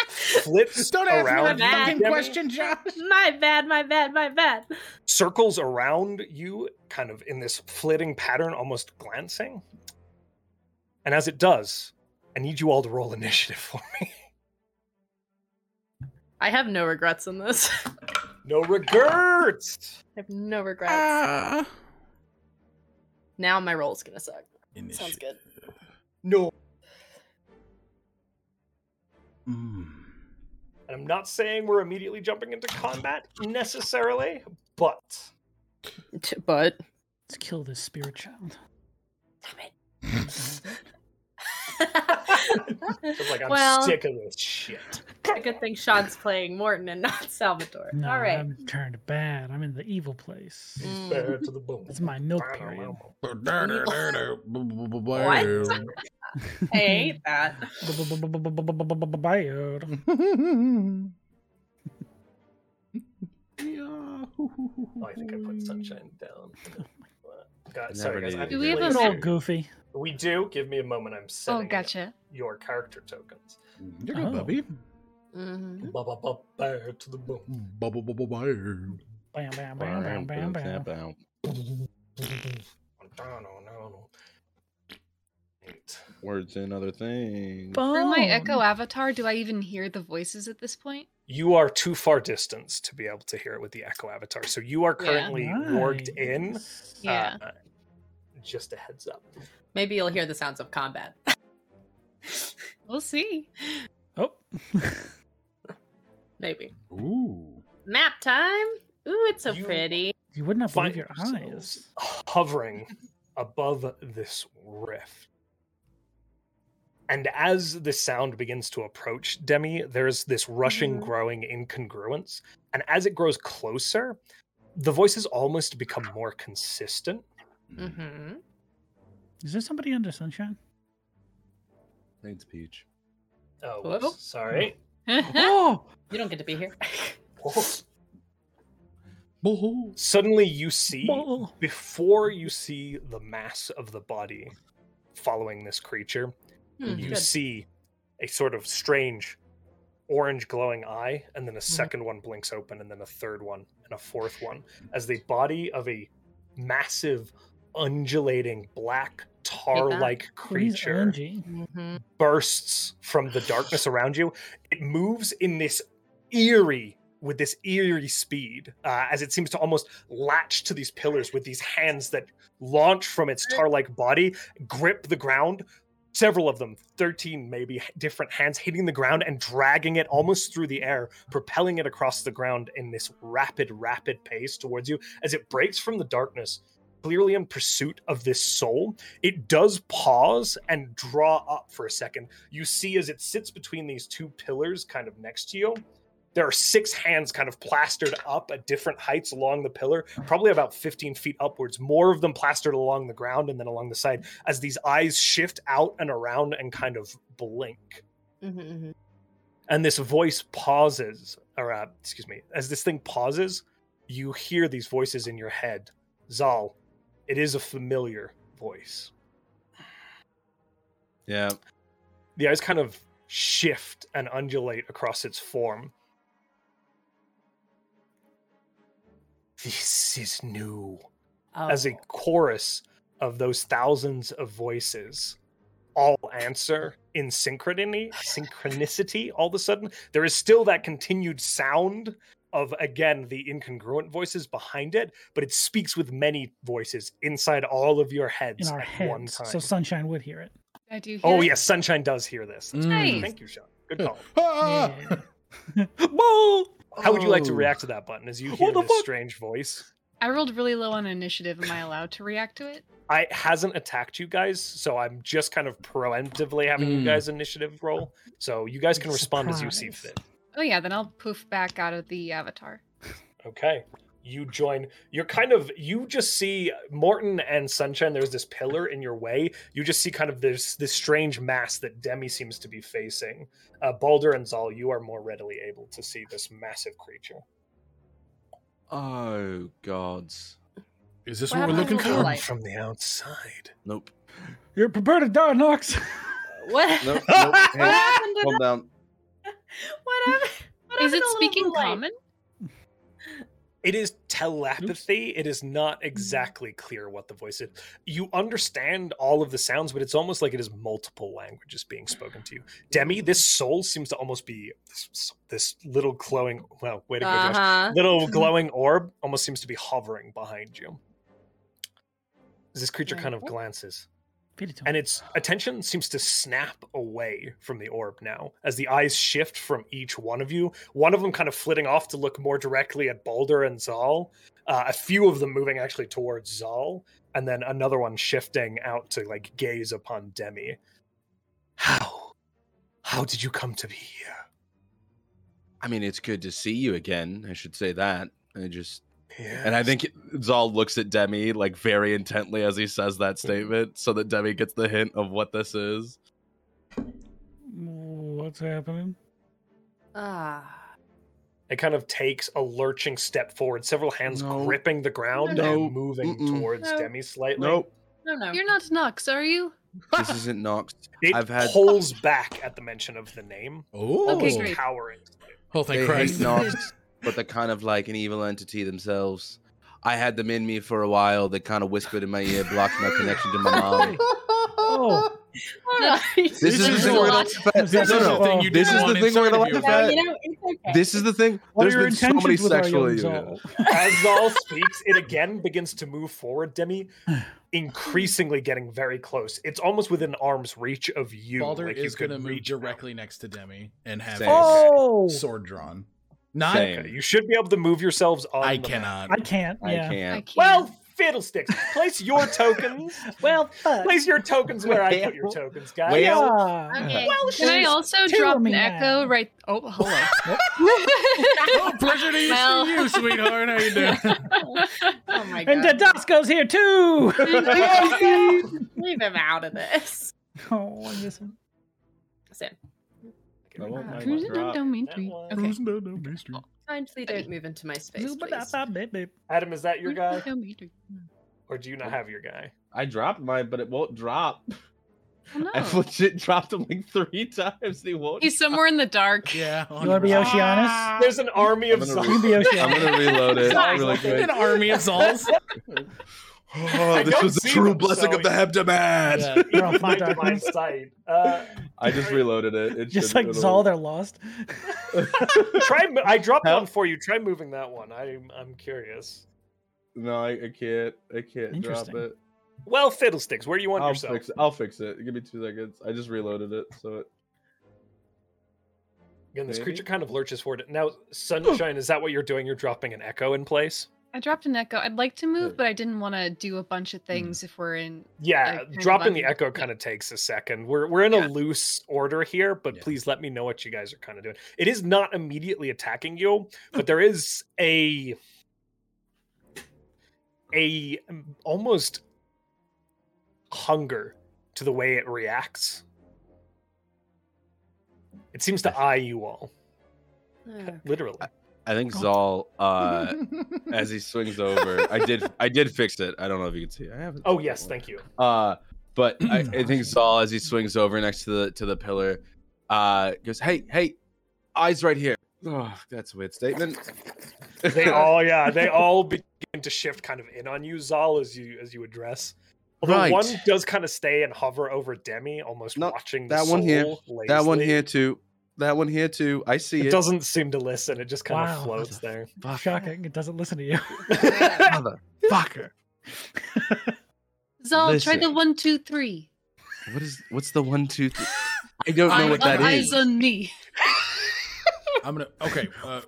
[SPEAKER 1] flips
[SPEAKER 5] Don't ask
[SPEAKER 1] around
[SPEAKER 5] me that fucking
[SPEAKER 1] you, Demi,
[SPEAKER 5] question, Josh.
[SPEAKER 4] my bad my bad my bad
[SPEAKER 1] circles around you kind of in this flitting pattern, almost glancing. And as it does, I need you all to roll initiative for me.
[SPEAKER 4] i have no regrets in this i
[SPEAKER 1] No regrets.
[SPEAKER 4] have no regrets
[SPEAKER 5] Ah.
[SPEAKER 4] now my roll's gonna suck sounds
[SPEAKER 5] Initiative.
[SPEAKER 4] good
[SPEAKER 1] No.
[SPEAKER 5] Mm.
[SPEAKER 1] And I'm not saying we're immediately jumping into combat necessarily, but
[SPEAKER 4] but
[SPEAKER 2] Let's kill this spirit child.
[SPEAKER 1] it's like I'm
[SPEAKER 4] well,
[SPEAKER 1] sick of this shit.
[SPEAKER 4] a good thing Sean's playing Morton and not Salvatore.
[SPEAKER 2] No,
[SPEAKER 4] All right.
[SPEAKER 2] I'm turned bad. I'm in the evil place.
[SPEAKER 4] Mm.
[SPEAKER 1] Fair to the bone.
[SPEAKER 2] It's my milk period.
[SPEAKER 1] Oh,
[SPEAKER 4] I hate that.
[SPEAKER 2] Bayard.
[SPEAKER 1] Oh, I think I put sunshine down. God,
[SPEAKER 3] I
[SPEAKER 1] sorry
[SPEAKER 3] never
[SPEAKER 1] guys. I'm
[SPEAKER 3] needed
[SPEAKER 7] Do we have
[SPEAKER 1] really
[SPEAKER 7] a
[SPEAKER 2] Good old
[SPEAKER 1] sorry.
[SPEAKER 2] Goofy.
[SPEAKER 1] We do. Give me a moment. I'm
[SPEAKER 7] Oh,
[SPEAKER 1] setting up
[SPEAKER 7] gotcha.
[SPEAKER 1] your character tokens.
[SPEAKER 5] You're good,
[SPEAKER 2] Oh.
[SPEAKER 5] Bubby.
[SPEAKER 4] Mhm.
[SPEAKER 1] Ba ba ba fair to the bone.
[SPEAKER 5] Bubble, bubble, bubble.
[SPEAKER 2] Bam, bam, bam, bam, bam, bam.
[SPEAKER 1] Eight.
[SPEAKER 3] Words and other things.
[SPEAKER 7] Through my echo
[SPEAKER 2] Boom.
[SPEAKER 7] avatar, do I even hear the voices at this point?
[SPEAKER 1] You are too far distance to be able to hear it with the Echo Avatar. So you are
[SPEAKER 4] Yeah.
[SPEAKER 1] currently warged in.
[SPEAKER 2] Nice.
[SPEAKER 7] Yeah.
[SPEAKER 1] Uh, just a heads up.
[SPEAKER 4] Maybe you'll hear the sounds of combat.
[SPEAKER 7] We'll see.
[SPEAKER 2] Oh.
[SPEAKER 4] Maybe.
[SPEAKER 5] Ooh.
[SPEAKER 4] Map time. Ooh, it's so
[SPEAKER 1] You-
[SPEAKER 4] pretty.
[SPEAKER 2] you would not
[SPEAKER 1] Find
[SPEAKER 2] believe your
[SPEAKER 1] yourselves
[SPEAKER 2] eyes.
[SPEAKER 1] hovering above this rift. And as the sound begins to approach Demi, there's this rushing,
[SPEAKER 4] Mhm.
[SPEAKER 1] growing incongruence. And as it grows closer, the voices almost become more consistent.
[SPEAKER 4] Mm-hmm.
[SPEAKER 2] Is there somebody under sunshine?
[SPEAKER 3] Thanks, Peach.
[SPEAKER 1] Oh,
[SPEAKER 4] Hello?
[SPEAKER 1] whoops, sorry.
[SPEAKER 2] oh,
[SPEAKER 7] You don't get to be here.
[SPEAKER 2] Hmm.
[SPEAKER 5] Boo-hoo.
[SPEAKER 1] Suddenly, you see
[SPEAKER 2] oh.
[SPEAKER 1] before you see the mass of the body following this creature,
[SPEAKER 7] Hmm,
[SPEAKER 1] you
[SPEAKER 7] good.
[SPEAKER 1] see a sort of strange orange glowing eye, and then a
[SPEAKER 7] Mm-hmm.
[SPEAKER 1] second one blinks open, and then a third one, and a fourth one, as the body of a massive, undulating black tar like
[SPEAKER 2] He's
[SPEAKER 1] creature
[SPEAKER 2] orangey.
[SPEAKER 6] Mhm.
[SPEAKER 1] bursts from the darkness around you. It moves in this eerie, with this eerie speed, uh, as it seems to almost latch to these pillars with these hands that launch from its tar like body, grip the ground. Several of them, 13 maybe, h- different hands hitting the ground and dragging it almost through the air, propelling it across the ground in this rapid, rapid pace towards you as it breaks from the darkness, clearly in pursuit of this soul it does pause and draw up for a second. You see, as it sits between these two pillars, kind of next to you, there are six hands kind of plastered up at different heights along the pillar, probably about 15 feet upwards, more of them plastered along the ground and then along the side, as these eyes shift out and around and kind of blink.
[SPEAKER 4] Mm-hmm,
[SPEAKER 6] Mhm, mhm.
[SPEAKER 1] And this voice pauses, or uh, excuse me, as this thing pauses, you hear these voices in your head. Zal, it is a familiar voice.
[SPEAKER 3] Yeah.
[SPEAKER 1] the eyes kind of shift and undulate across its form. This is new.
[SPEAKER 7] Oh.
[SPEAKER 1] As a chorus of those thousands of voices all answer in synchronicity, synchronicity all of a sudden, there is still that continued sound of again the incongruent voices behind it, but it speaks with many voices inside all of your
[SPEAKER 2] in
[SPEAKER 1] heads
[SPEAKER 2] our
[SPEAKER 1] at one
[SPEAKER 2] heads,
[SPEAKER 1] time.
[SPEAKER 2] so sunshine would hear it.
[SPEAKER 4] I do hear
[SPEAKER 1] Oh
[SPEAKER 4] it.
[SPEAKER 1] yes, Sunshine does hear this. That's
[SPEAKER 5] Mm.
[SPEAKER 1] great.
[SPEAKER 4] Nice.
[SPEAKER 1] Thank you, Sean. Good call.
[SPEAKER 5] Ah!
[SPEAKER 2] Yeah. Boo!
[SPEAKER 1] How would you like to
[SPEAKER 5] Oh.
[SPEAKER 1] react to that button as you
[SPEAKER 2] What
[SPEAKER 1] hear
[SPEAKER 2] the
[SPEAKER 1] this
[SPEAKER 2] fuck?
[SPEAKER 1] strange voice?
[SPEAKER 4] I rolled really low on initiative. Am I allowed to react to it?
[SPEAKER 1] I it hasn't attacked you guys, so I'm just kind of proactively having you
[SPEAKER 5] Mm.
[SPEAKER 1] guys initiative roll. So you guys can
[SPEAKER 2] It's
[SPEAKER 1] respond as you see
[SPEAKER 2] surprise.
[SPEAKER 1] fit.
[SPEAKER 4] Oh yeah, then I'll poof back out of the avatar.
[SPEAKER 1] Okay. You join. You're kind of you just see Morton and Sunshine. There's this pillar in your way. You just see kind of this this strange mass that Demi seems to be facing. Uh, Balder and Zal, you are more readily able to see this massive creature.
[SPEAKER 3] Oh gods.
[SPEAKER 5] Is this
[SPEAKER 6] What
[SPEAKER 5] what, we're
[SPEAKER 6] happened
[SPEAKER 5] looking
[SPEAKER 6] to the
[SPEAKER 5] for?
[SPEAKER 6] light?
[SPEAKER 1] from the outside.
[SPEAKER 3] Nope.
[SPEAKER 2] You're prepared to die, Nox.
[SPEAKER 6] What?
[SPEAKER 3] Nope. nope.
[SPEAKER 6] What
[SPEAKER 3] Hey,
[SPEAKER 6] happened to
[SPEAKER 3] calm down.
[SPEAKER 6] that? What happened? what
[SPEAKER 4] Is it
[SPEAKER 6] happened to all of the
[SPEAKER 4] speaking
[SPEAKER 6] light?
[SPEAKER 4] common?
[SPEAKER 1] It is telepathy. It is not exactly clear what the voice is. You understand all of the sounds, but it's almost like it is multiple languages being spoken to you. Demi, this soul seems to almost be this, this little glowing. Well, way to go, Josh.
[SPEAKER 6] Uh-huh.
[SPEAKER 1] Little glowing orb almost seems to be hovering behind you. As This creature kind of glances.
[SPEAKER 2] Feed it to him.
[SPEAKER 1] and its attention seems to snap away from the orb now as the eyes shift from each one of you one of them kind of flitting off to look more directly at balder and zal uh, a few of them moving actually towards zal and then another one shifting out to like gaze upon demi how how did you come to be here
[SPEAKER 3] I mean, it's good to see you again. I should say that. I just
[SPEAKER 1] yeah
[SPEAKER 3] and I think Zal looks at Demi like very intently as he says that
[SPEAKER 2] Mm-hmm.
[SPEAKER 3] statement, so that Demi gets the hint of what this is.
[SPEAKER 2] What's happening?
[SPEAKER 6] Ah.
[SPEAKER 1] it kind of takes a lurching step forward several hands
[SPEAKER 3] No.
[SPEAKER 1] gripping the ground
[SPEAKER 3] No.
[SPEAKER 1] and moving
[SPEAKER 3] Mm-mm.
[SPEAKER 1] towards
[SPEAKER 6] No.
[SPEAKER 1] demi slightly
[SPEAKER 3] Nope.
[SPEAKER 7] no, no.
[SPEAKER 4] You're not Nox, are you?
[SPEAKER 3] this isn't Nox.
[SPEAKER 1] It
[SPEAKER 3] I've had-
[SPEAKER 1] pulls back at the mention of the name.
[SPEAKER 5] Oh,
[SPEAKER 4] Okay,
[SPEAKER 1] It's
[SPEAKER 4] great.
[SPEAKER 1] cowering.
[SPEAKER 5] oh thank
[SPEAKER 3] they
[SPEAKER 5] Christ.
[SPEAKER 3] hate Nox, but they're kind of like an evil entity themselves. I had them in me for a while. They kind of whispered in my ear, blocked my connection to my mom.
[SPEAKER 2] Oh.
[SPEAKER 6] All right.
[SPEAKER 3] This
[SPEAKER 4] This is
[SPEAKER 3] is the
[SPEAKER 4] a
[SPEAKER 3] thing we're
[SPEAKER 4] lot.
[SPEAKER 3] gonna
[SPEAKER 2] This is
[SPEAKER 3] no,
[SPEAKER 2] the
[SPEAKER 3] no.
[SPEAKER 2] thing you
[SPEAKER 3] This
[SPEAKER 5] didn't
[SPEAKER 3] is the
[SPEAKER 5] want
[SPEAKER 3] thing we're gonna
[SPEAKER 5] inside of
[SPEAKER 3] laugh
[SPEAKER 5] you.
[SPEAKER 6] Now,
[SPEAKER 3] at.
[SPEAKER 6] you know, it's okay.
[SPEAKER 3] This is the thing.
[SPEAKER 2] What are
[SPEAKER 3] There's
[SPEAKER 2] your
[SPEAKER 3] been so
[SPEAKER 2] intentions
[SPEAKER 3] many
[SPEAKER 2] with our
[SPEAKER 3] sexual
[SPEAKER 2] young
[SPEAKER 3] units.
[SPEAKER 2] Zal?
[SPEAKER 1] As Zal speaks, it again begins to move forward, Demi, increasingly getting very close. It's almost within arm's reach of you.
[SPEAKER 5] Balder
[SPEAKER 1] like you
[SPEAKER 5] is
[SPEAKER 1] could
[SPEAKER 5] going to move
[SPEAKER 1] reach out.
[SPEAKER 5] directly next to Demi and have
[SPEAKER 3] Same.
[SPEAKER 5] his
[SPEAKER 2] Oh,
[SPEAKER 5] sword drawn. Not.
[SPEAKER 3] Same.
[SPEAKER 1] Okay, you should be able to move yourselves on
[SPEAKER 5] I
[SPEAKER 1] the map.
[SPEAKER 5] cannot.
[SPEAKER 2] I can't.
[SPEAKER 3] I
[SPEAKER 2] yeah.
[SPEAKER 4] I
[SPEAKER 3] can't.
[SPEAKER 4] can't.
[SPEAKER 1] Well, fiddlesticks. Place your tokens.
[SPEAKER 2] Well, fuck.
[SPEAKER 1] Place your tokens where I put your tokens, guys.
[SPEAKER 3] Wait. Well-
[SPEAKER 2] Yeah.
[SPEAKER 4] Okay.
[SPEAKER 1] Well,
[SPEAKER 4] Can I
[SPEAKER 1] she's
[SPEAKER 4] also
[SPEAKER 2] two
[SPEAKER 4] drop
[SPEAKER 2] of me
[SPEAKER 4] an echo
[SPEAKER 2] now.
[SPEAKER 4] right? Oh, hello.
[SPEAKER 5] Oh, pleasure to
[SPEAKER 4] Well-
[SPEAKER 5] see you, sweetheart. How you doing?
[SPEAKER 7] Oh my god.
[SPEAKER 2] And Dadasco's here too.
[SPEAKER 6] Leave him out of this.
[SPEAKER 2] oh, I miss him.
[SPEAKER 6] Sam.
[SPEAKER 8] I won't mind
[SPEAKER 4] Cruising
[SPEAKER 8] what they're
[SPEAKER 4] down
[SPEAKER 8] up.
[SPEAKER 4] Main
[SPEAKER 1] That
[SPEAKER 4] Street.
[SPEAKER 1] one.
[SPEAKER 4] Okay.
[SPEAKER 6] Kindly don't move into my space, please.
[SPEAKER 1] Adam, is that your guy,
[SPEAKER 4] Cruising down Main Street.
[SPEAKER 1] or do you not have your guy?
[SPEAKER 8] I dropped mine, but it won't drop.
[SPEAKER 6] Oh, no.
[SPEAKER 8] I've legit dropped him like three times. They won't.
[SPEAKER 4] He's somewhere in the dark.
[SPEAKER 5] Yeah.
[SPEAKER 2] You want to be
[SPEAKER 5] 100%.
[SPEAKER 2] Oceanus?
[SPEAKER 1] There's an army of
[SPEAKER 3] Uh, I'm gonna
[SPEAKER 2] You can
[SPEAKER 1] zombies.
[SPEAKER 2] be
[SPEAKER 3] I'm
[SPEAKER 2] Oceanus.
[SPEAKER 3] gonna reload it really
[SPEAKER 5] An
[SPEAKER 3] quick.
[SPEAKER 5] army of Zolls.
[SPEAKER 3] Oh,
[SPEAKER 1] don't see them, so-
[SPEAKER 3] Hamdamad.
[SPEAKER 5] Yeah.
[SPEAKER 2] You're on
[SPEAKER 1] Find
[SPEAKER 2] fire.
[SPEAKER 1] my sight. Uh,
[SPEAKER 8] I just reloaded it. it
[SPEAKER 2] Just like
[SPEAKER 8] shouldn't-
[SPEAKER 2] Zol, they're lost.
[SPEAKER 1] try. mo- I dropped
[SPEAKER 8] Help.
[SPEAKER 1] one for you. Try moving that one. I'm I'm curious.
[SPEAKER 8] No, I, I can't. I can't drop
[SPEAKER 2] Interesting.
[SPEAKER 8] it.
[SPEAKER 1] Well, fiddlesticks. Where do you want
[SPEAKER 8] I'll
[SPEAKER 1] yourself?
[SPEAKER 8] fix it. I'll fix it. Give me two seconds. I just reloaded it, so it,
[SPEAKER 1] Again, this
[SPEAKER 8] Maybe.
[SPEAKER 1] creature kind of lurches forward. Now, sunshine. is that what you're doing? You're dropping an echo in place.
[SPEAKER 4] I dropped an echo. I'd like to
[SPEAKER 8] Yeah.
[SPEAKER 4] move, but I didn't want to do a bunch of things if we're in.
[SPEAKER 1] Yeah,
[SPEAKER 4] kind of
[SPEAKER 1] dropping the
[SPEAKER 4] un-
[SPEAKER 1] echo kind of takes a second. We're we're in
[SPEAKER 6] Yeah.
[SPEAKER 1] a loose order here, but
[SPEAKER 5] Yeah.
[SPEAKER 1] please let me know what you guys are kind of doing. It is not immediately attacking you, but there is a a um, almost hunger to the way it reacts. It seems to eye you all,
[SPEAKER 6] Oh.
[SPEAKER 1] literally.
[SPEAKER 3] I think Zol, uh, as he swings over, I did, I did fix it. I don't know if you can see. I haven't.
[SPEAKER 1] Oh yes, thank you.
[SPEAKER 3] Uh, but I, I think Saul, as he swings over next to the to the pillar, uh, goes, "Hey, hey, eyes right here." Oh, that's a weird statement.
[SPEAKER 1] They all yeah, they all begin to shift kind of in on you, Zal, as you as you address. Although
[SPEAKER 3] Right.
[SPEAKER 1] one does kind of stay and hover over Demi, almost
[SPEAKER 3] No,
[SPEAKER 1] watching the
[SPEAKER 3] that one here,
[SPEAKER 1] soul
[SPEAKER 3] that one
[SPEAKER 1] lazily.
[SPEAKER 3] here too. That one here too. I see
[SPEAKER 1] It,
[SPEAKER 3] it.
[SPEAKER 1] doesn't seem to listen. It just kind
[SPEAKER 2] Wow.
[SPEAKER 1] of floats there.
[SPEAKER 3] Fuck.
[SPEAKER 2] Shocking. It doesn't listen to you.
[SPEAKER 3] Motherfucker.
[SPEAKER 4] Zal, try the
[SPEAKER 3] Listen.
[SPEAKER 4] one, two, three.
[SPEAKER 3] What is? What's the one two? Th- I don't know
[SPEAKER 5] I-
[SPEAKER 3] what
[SPEAKER 5] I-
[SPEAKER 3] that
[SPEAKER 4] All
[SPEAKER 5] I-
[SPEAKER 3] is.
[SPEAKER 4] Eyes on me.
[SPEAKER 5] I'm gonna. Okay. Uh,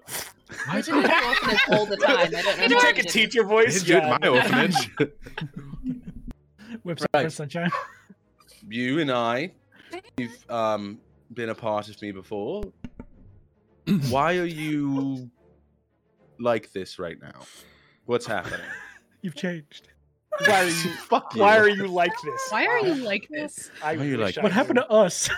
[SPEAKER 7] I didn't have orphanage all the time. I don't know.
[SPEAKER 4] You
[SPEAKER 1] You
[SPEAKER 4] Yeah.
[SPEAKER 7] how
[SPEAKER 1] take
[SPEAKER 7] to
[SPEAKER 1] a
[SPEAKER 7] do
[SPEAKER 1] teacher voice.
[SPEAKER 3] Dude,
[SPEAKER 1] yeah.
[SPEAKER 3] my orphanage.
[SPEAKER 2] Whips
[SPEAKER 3] Right.
[SPEAKER 2] up for sunshine.
[SPEAKER 3] you and I, you've um been a part of me before. Why are you like this right now? What's happening?
[SPEAKER 2] You've changed.
[SPEAKER 1] Why are you?
[SPEAKER 3] Fuck
[SPEAKER 1] Why are you like this?
[SPEAKER 4] Why are you like this?
[SPEAKER 1] I
[SPEAKER 3] Why are you
[SPEAKER 1] wish
[SPEAKER 3] like
[SPEAKER 1] I
[SPEAKER 2] What happened to us?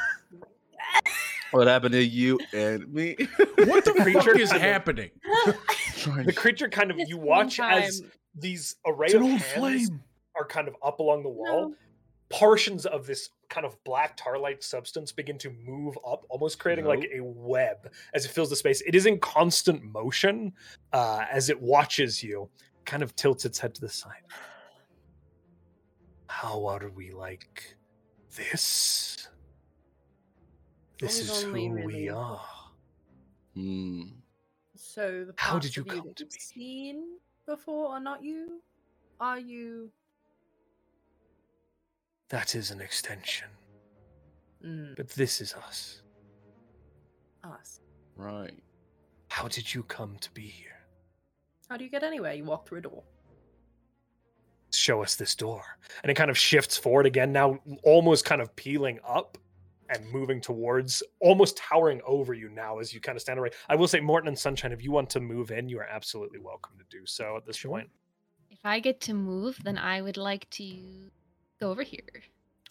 [SPEAKER 3] What happened to you and me?
[SPEAKER 5] what the
[SPEAKER 1] Creature
[SPEAKER 5] fuck is
[SPEAKER 1] kind of-
[SPEAKER 5] happening?
[SPEAKER 1] knew. the creature? Kind of
[SPEAKER 6] This
[SPEAKER 1] you
[SPEAKER 6] one
[SPEAKER 1] watch as
[SPEAKER 6] time-
[SPEAKER 1] these array of hands are kind of up along the wall.
[SPEAKER 6] No.
[SPEAKER 1] Portions of this kind of black tar-like substance begin to move up, almost creating like a web as it fills the space. It is in constant motion uh, as it watches you. Kind of tilts its head to the side. How are we like this? This
[SPEAKER 6] We've
[SPEAKER 1] is
[SPEAKER 6] only
[SPEAKER 1] who
[SPEAKER 6] really-
[SPEAKER 1] we are.
[SPEAKER 3] Hmm.
[SPEAKER 6] So the
[SPEAKER 1] How
[SPEAKER 6] parts
[SPEAKER 1] did you
[SPEAKER 6] of you
[SPEAKER 1] come
[SPEAKER 6] that
[SPEAKER 1] to
[SPEAKER 6] you've
[SPEAKER 1] me?
[SPEAKER 6] seen before are not you? Are you?
[SPEAKER 1] That is an extension,
[SPEAKER 6] Mm,
[SPEAKER 1] but this is us.
[SPEAKER 6] us.
[SPEAKER 3] Right.
[SPEAKER 1] How did you come to be here?
[SPEAKER 6] How do you get anywhere? You walk through a door.
[SPEAKER 1] show us this door. And it kind of shifts forward again, now almost kind of peeling up and moving towards, almost towering over you now as you kind of stand right. I will say, Morton and Sunshine, if you want to move in, you are absolutely welcome to do so at this
[SPEAKER 2] Sure.
[SPEAKER 1] point.
[SPEAKER 4] If I get to move, then I would like to go over here.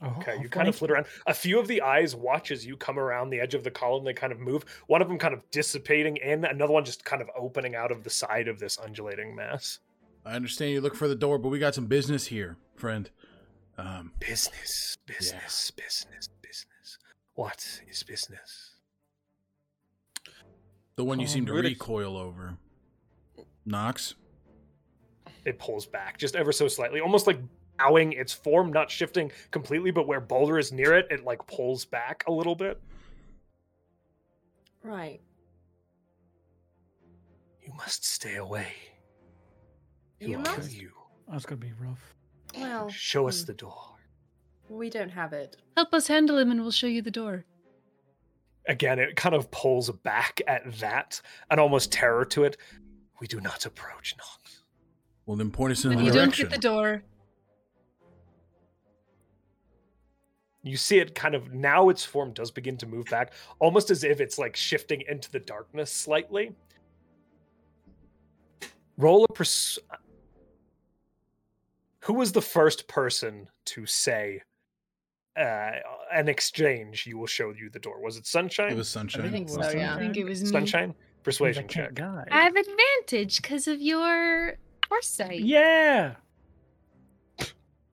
[SPEAKER 2] Oh,
[SPEAKER 1] Okay, you
[SPEAKER 2] oh,
[SPEAKER 1] kind of
[SPEAKER 2] flank.
[SPEAKER 1] flit around. A few of the eyes watch as you come around the edge of the column. They kind of move. One of them kind of dissipating in, another one just kind of opening out of the side of this undulating mass.
[SPEAKER 5] I understand you look for the door, but we got some business here, friend. Um,
[SPEAKER 1] Business, business, business, business. What is business?
[SPEAKER 5] the one you
[SPEAKER 3] Oh,
[SPEAKER 5] seem to
[SPEAKER 3] really?
[SPEAKER 5] recoil over, Knox.
[SPEAKER 1] it pulls back just ever so slightly, almost like bowing its form, not shifting completely, but where Boulder is near it, it like pulls back a little bit.
[SPEAKER 6] Right.
[SPEAKER 1] You must stay away.
[SPEAKER 6] You
[SPEAKER 1] I'll kill
[SPEAKER 6] must.
[SPEAKER 1] you.
[SPEAKER 2] That's Oh, gonna be rough.
[SPEAKER 6] Well,
[SPEAKER 1] Show us
[SPEAKER 6] hmm.
[SPEAKER 1] the door.
[SPEAKER 6] we don't have it.
[SPEAKER 4] Help us handle him, and we'll show you the door.
[SPEAKER 1] Again, it kind of pulls back at that and almost terror to it. We do not approach Nox.
[SPEAKER 5] Well, then point us in
[SPEAKER 4] But
[SPEAKER 5] the
[SPEAKER 4] you don't
[SPEAKER 5] direction.
[SPEAKER 4] get the door.
[SPEAKER 1] You see it kind of now its form does begin to move back, almost as if it's like shifting into the darkness slightly. Roll a pers- Who was the first person to say uh, an exchange, you will show you the door. Was it sunshine?
[SPEAKER 5] It was sunshine.
[SPEAKER 7] think so,
[SPEAKER 5] last time.
[SPEAKER 7] yeah. I think
[SPEAKER 4] it was me.
[SPEAKER 1] sunshine. Persuasion
[SPEAKER 2] He's like,
[SPEAKER 1] check.
[SPEAKER 2] "That
[SPEAKER 4] I
[SPEAKER 2] guy.
[SPEAKER 4] have advantage because of your foresight.
[SPEAKER 2] Yeah.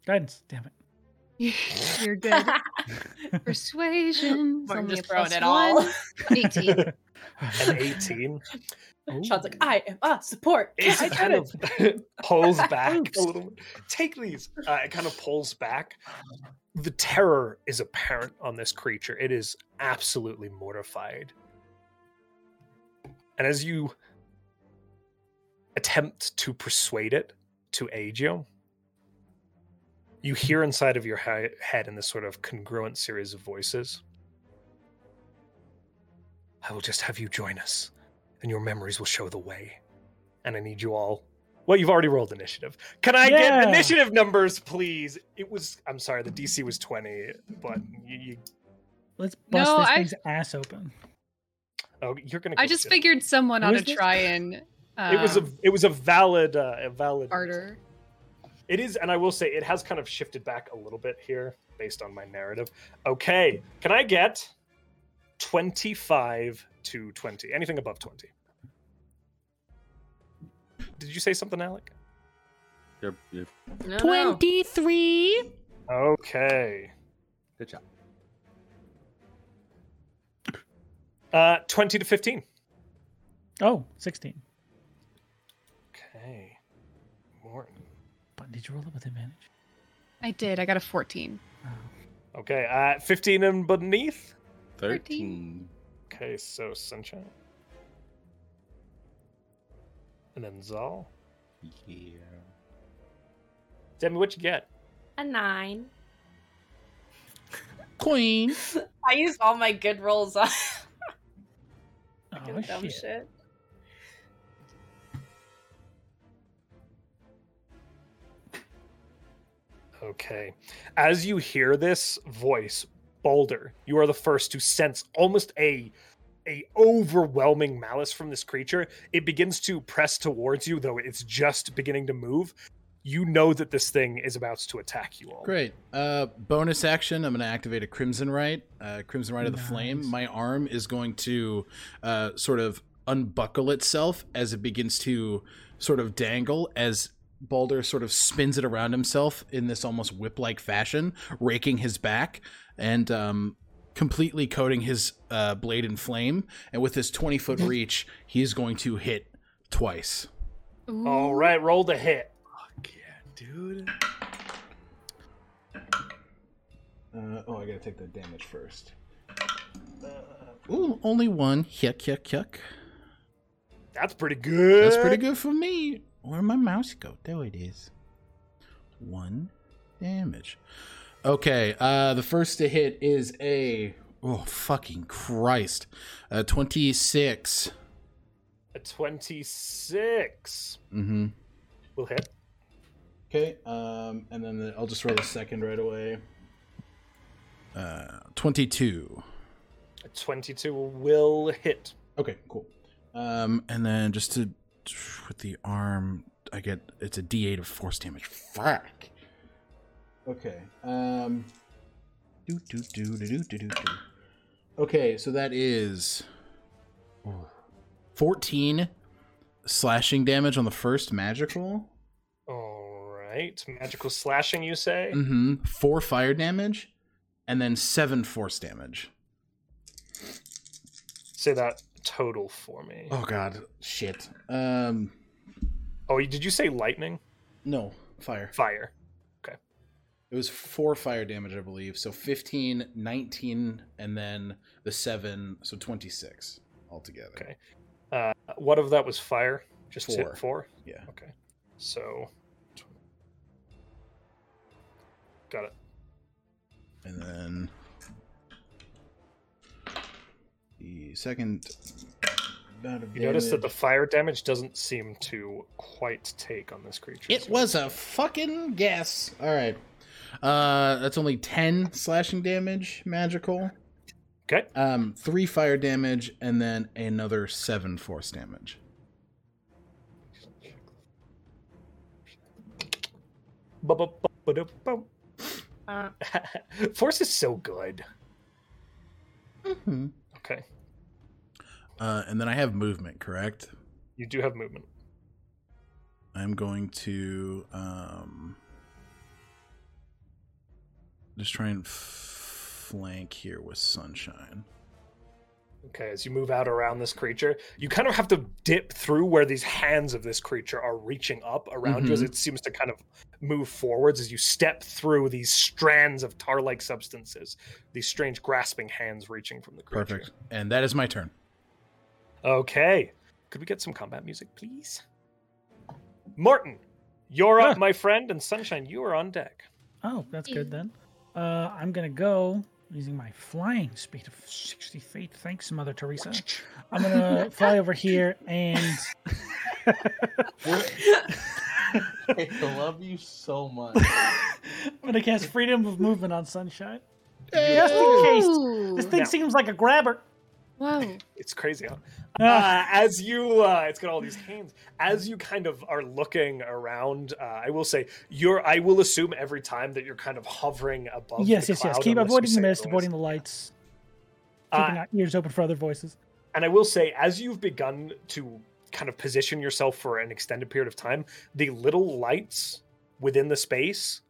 [SPEAKER 2] Guidance. Damn it.
[SPEAKER 4] You're good. Persuasion. it's
[SPEAKER 7] Martin
[SPEAKER 4] only
[SPEAKER 7] just
[SPEAKER 4] a
[SPEAKER 7] throwing
[SPEAKER 4] plus
[SPEAKER 7] it all.
[SPEAKER 4] one. 18.
[SPEAKER 1] An 18
[SPEAKER 6] Sean's like, I am a support.
[SPEAKER 1] is
[SPEAKER 6] I
[SPEAKER 1] kind
[SPEAKER 6] did
[SPEAKER 1] of pulls back a little. bit. Take these. Uh, it kind of pulls back. The terror is apparent on this creature. It is absolutely mortified. And as you attempt to persuade it to aid you, you hear inside of your he- head in this sort of congruent series of voices I will just have you join us, and your memories will show the way. And I need you all. Well, you've already rolled initiative. Can I get
[SPEAKER 2] Yeah.
[SPEAKER 1] initiative numbers, please? It was. I'm sorry, the DC was 20, but you, you
[SPEAKER 2] Let's bust
[SPEAKER 4] No,
[SPEAKER 2] this
[SPEAKER 4] I-
[SPEAKER 2] thing's ass open.
[SPEAKER 1] oh, you're gonna.
[SPEAKER 4] I
[SPEAKER 1] get
[SPEAKER 4] just
[SPEAKER 1] shit.
[SPEAKER 4] figured someone
[SPEAKER 2] Who
[SPEAKER 4] ought
[SPEAKER 2] is
[SPEAKER 4] to
[SPEAKER 2] this?
[SPEAKER 4] try and. Um,
[SPEAKER 1] it was a it was a valid uh, a valid
[SPEAKER 4] barter.
[SPEAKER 1] It is, and I will say it has kind of shifted back a little bit here based on my narrative. Okay, can I get twenty five to twenty? Anything above twenty? Did you say something, Alec?
[SPEAKER 3] You're, you're
[SPEAKER 6] No, no.
[SPEAKER 9] Twenty-three.
[SPEAKER 1] Okay,
[SPEAKER 3] good job.
[SPEAKER 1] uh, twenty to fifteen.
[SPEAKER 2] Oh, 16.
[SPEAKER 1] Okay, Morton.
[SPEAKER 2] But did you roll it with advantage?
[SPEAKER 4] I did. I got a 14.
[SPEAKER 2] Oh.
[SPEAKER 1] Okay, uh, fifteen and beneath.
[SPEAKER 3] Thirteen.
[SPEAKER 1] Okay, so Sunshine, and then Zal.
[SPEAKER 3] Yeah.
[SPEAKER 1] Demi, what you get?
[SPEAKER 6] a nine.
[SPEAKER 9] Queen.
[SPEAKER 6] I used all my good rolls on
[SPEAKER 2] Oh,
[SPEAKER 6] dumb
[SPEAKER 2] shit.
[SPEAKER 6] shit.
[SPEAKER 1] Okay. As you hear this voice, Boulder, you are the first to sense almost a a overwhelming malice from this creature. It begins to press towards you, though it's just beginning to move. You know that this thing is about to attack you all.
[SPEAKER 5] Great. Uh, bonus action. I'm going to activate a Crimson Right. Uh, Crimson Right of the Flame.
[SPEAKER 2] Nice.
[SPEAKER 5] My arm is going to uh, sort of unbuckle itself as it begins to sort of dangle as Balder sort of spins it around himself in this almost whip like fashion, raking his back and um, completely coating his uh, blade in flame. And with his 20 foot reach, he is going to hit twice.
[SPEAKER 1] All right, roll the hit.
[SPEAKER 3] Fuck yeah, dude.
[SPEAKER 5] Uh, oh, I gotta take the damage first. Uh, ooh, only one. Yuck, yuck, yuck.
[SPEAKER 1] That's pretty good.
[SPEAKER 5] That's pretty good for me. Where'd my mouse go? There it is. One damage. Okay, uh, the first to hit is a. Oh, fucking Christ. Uh, 26.
[SPEAKER 1] A 26
[SPEAKER 5] Mm-hmm.
[SPEAKER 1] will hit.
[SPEAKER 5] Okay, um, and then the, I'll just roll a second right away. Uh, 22.
[SPEAKER 1] A 22 will hit.
[SPEAKER 5] Okay, cool. Um, and then just to with the arm, I get it's a D8 of force damage. Fuck. Okay. Um. Do do do do do do do. do. Okay, so that is fourteen slashing damage on the first magical.
[SPEAKER 1] All right. Magical slashing, you say?
[SPEAKER 5] Mm-hmm. Four fire damage, and then seven force damage.
[SPEAKER 1] Say that total for me.
[SPEAKER 5] Oh god, shit. Um,
[SPEAKER 1] Oh, did you say lightning?
[SPEAKER 5] no fire.
[SPEAKER 1] Fire.
[SPEAKER 5] It was four fire damage, I believe. So 15, 19, and then the seven, so 26 altogether.
[SPEAKER 1] Okay. Uh, what of that was fire? Just hit
[SPEAKER 5] Four.
[SPEAKER 1] four?
[SPEAKER 5] Yeah.
[SPEAKER 1] Okay. So. Got it.
[SPEAKER 5] And then the second bout of
[SPEAKER 1] You notice that the
[SPEAKER 5] damage-
[SPEAKER 1] fire damage doesn't seem to quite take on this creature.
[SPEAKER 5] It
[SPEAKER 1] so-
[SPEAKER 5] was a fucking guess. All right. Uh, that's only 10 slashing damage, magical.
[SPEAKER 1] Okay.
[SPEAKER 5] Um, three fire damage, and then another seven force damage.
[SPEAKER 1] Ba-ba-ba-ba-da-bum.
[SPEAKER 6] Uh,
[SPEAKER 1] Force is so good. Mm-hmm. Okay.
[SPEAKER 5] Uh, and then I have movement, correct?
[SPEAKER 1] You do have movement.
[SPEAKER 5] I'm going to um, just try and f- flank here with sunshine.
[SPEAKER 1] Okay, as you move out around this creature, you kind of have to dip through where these hands of this creature are reaching up around you as
[SPEAKER 5] Mhm.
[SPEAKER 1] it seems to kind of move forwards as you step through these strands of tar like substances, these strange grasping hands reaching from the creature.
[SPEAKER 5] Perfect. And that is my turn.
[SPEAKER 1] Okay. Could we get some combat music, please? Martin, you're up,
[SPEAKER 2] Yeah.
[SPEAKER 1] my friend, and Sunshine, you are on deck.
[SPEAKER 2] Oh, that's good
[SPEAKER 4] Mm.
[SPEAKER 2] then. Uh, I'm gonna go using my flying speed of 60 feet. Thanks, Mother Teresa. I'm gonna fly over here and
[SPEAKER 8] I love you so much.
[SPEAKER 2] I'm gonna cast freedom of movement on Sunshine. Just in case this
[SPEAKER 4] Ooh.
[SPEAKER 2] thing
[SPEAKER 1] Yeah.
[SPEAKER 2] seems like a grabber.
[SPEAKER 4] Whoa.
[SPEAKER 1] It's crazy, huh?
[SPEAKER 2] Ah,
[SPEAKER 1] uh, as you uh, it's got all these hands as you kind of are looking around uh, i will say you're i will assume every time that you're kind of hovering above
[SPEAKER 2] yes,
[SPEAKER 1] the
[SPEAKER 2] yes, yes.
[SPEAKER 1] cloud,
[SPEAKER 2] Keep
[SPEAKER 1] unless you
[SPEAKER 2] avoiding the
[SPEAKER 1] say
[SPEAKER 2] mist,
[SPEAKER 1] otherwise.
[SPEAKER 2] avoiding the lights,
[SPEAKER 1] Uh,
[SPEAKER 2] keeping our ears open for other voices.
[SPEAKER 1] and i will say as you've begun to kind of position yourself for an extended period of time the little lights within the space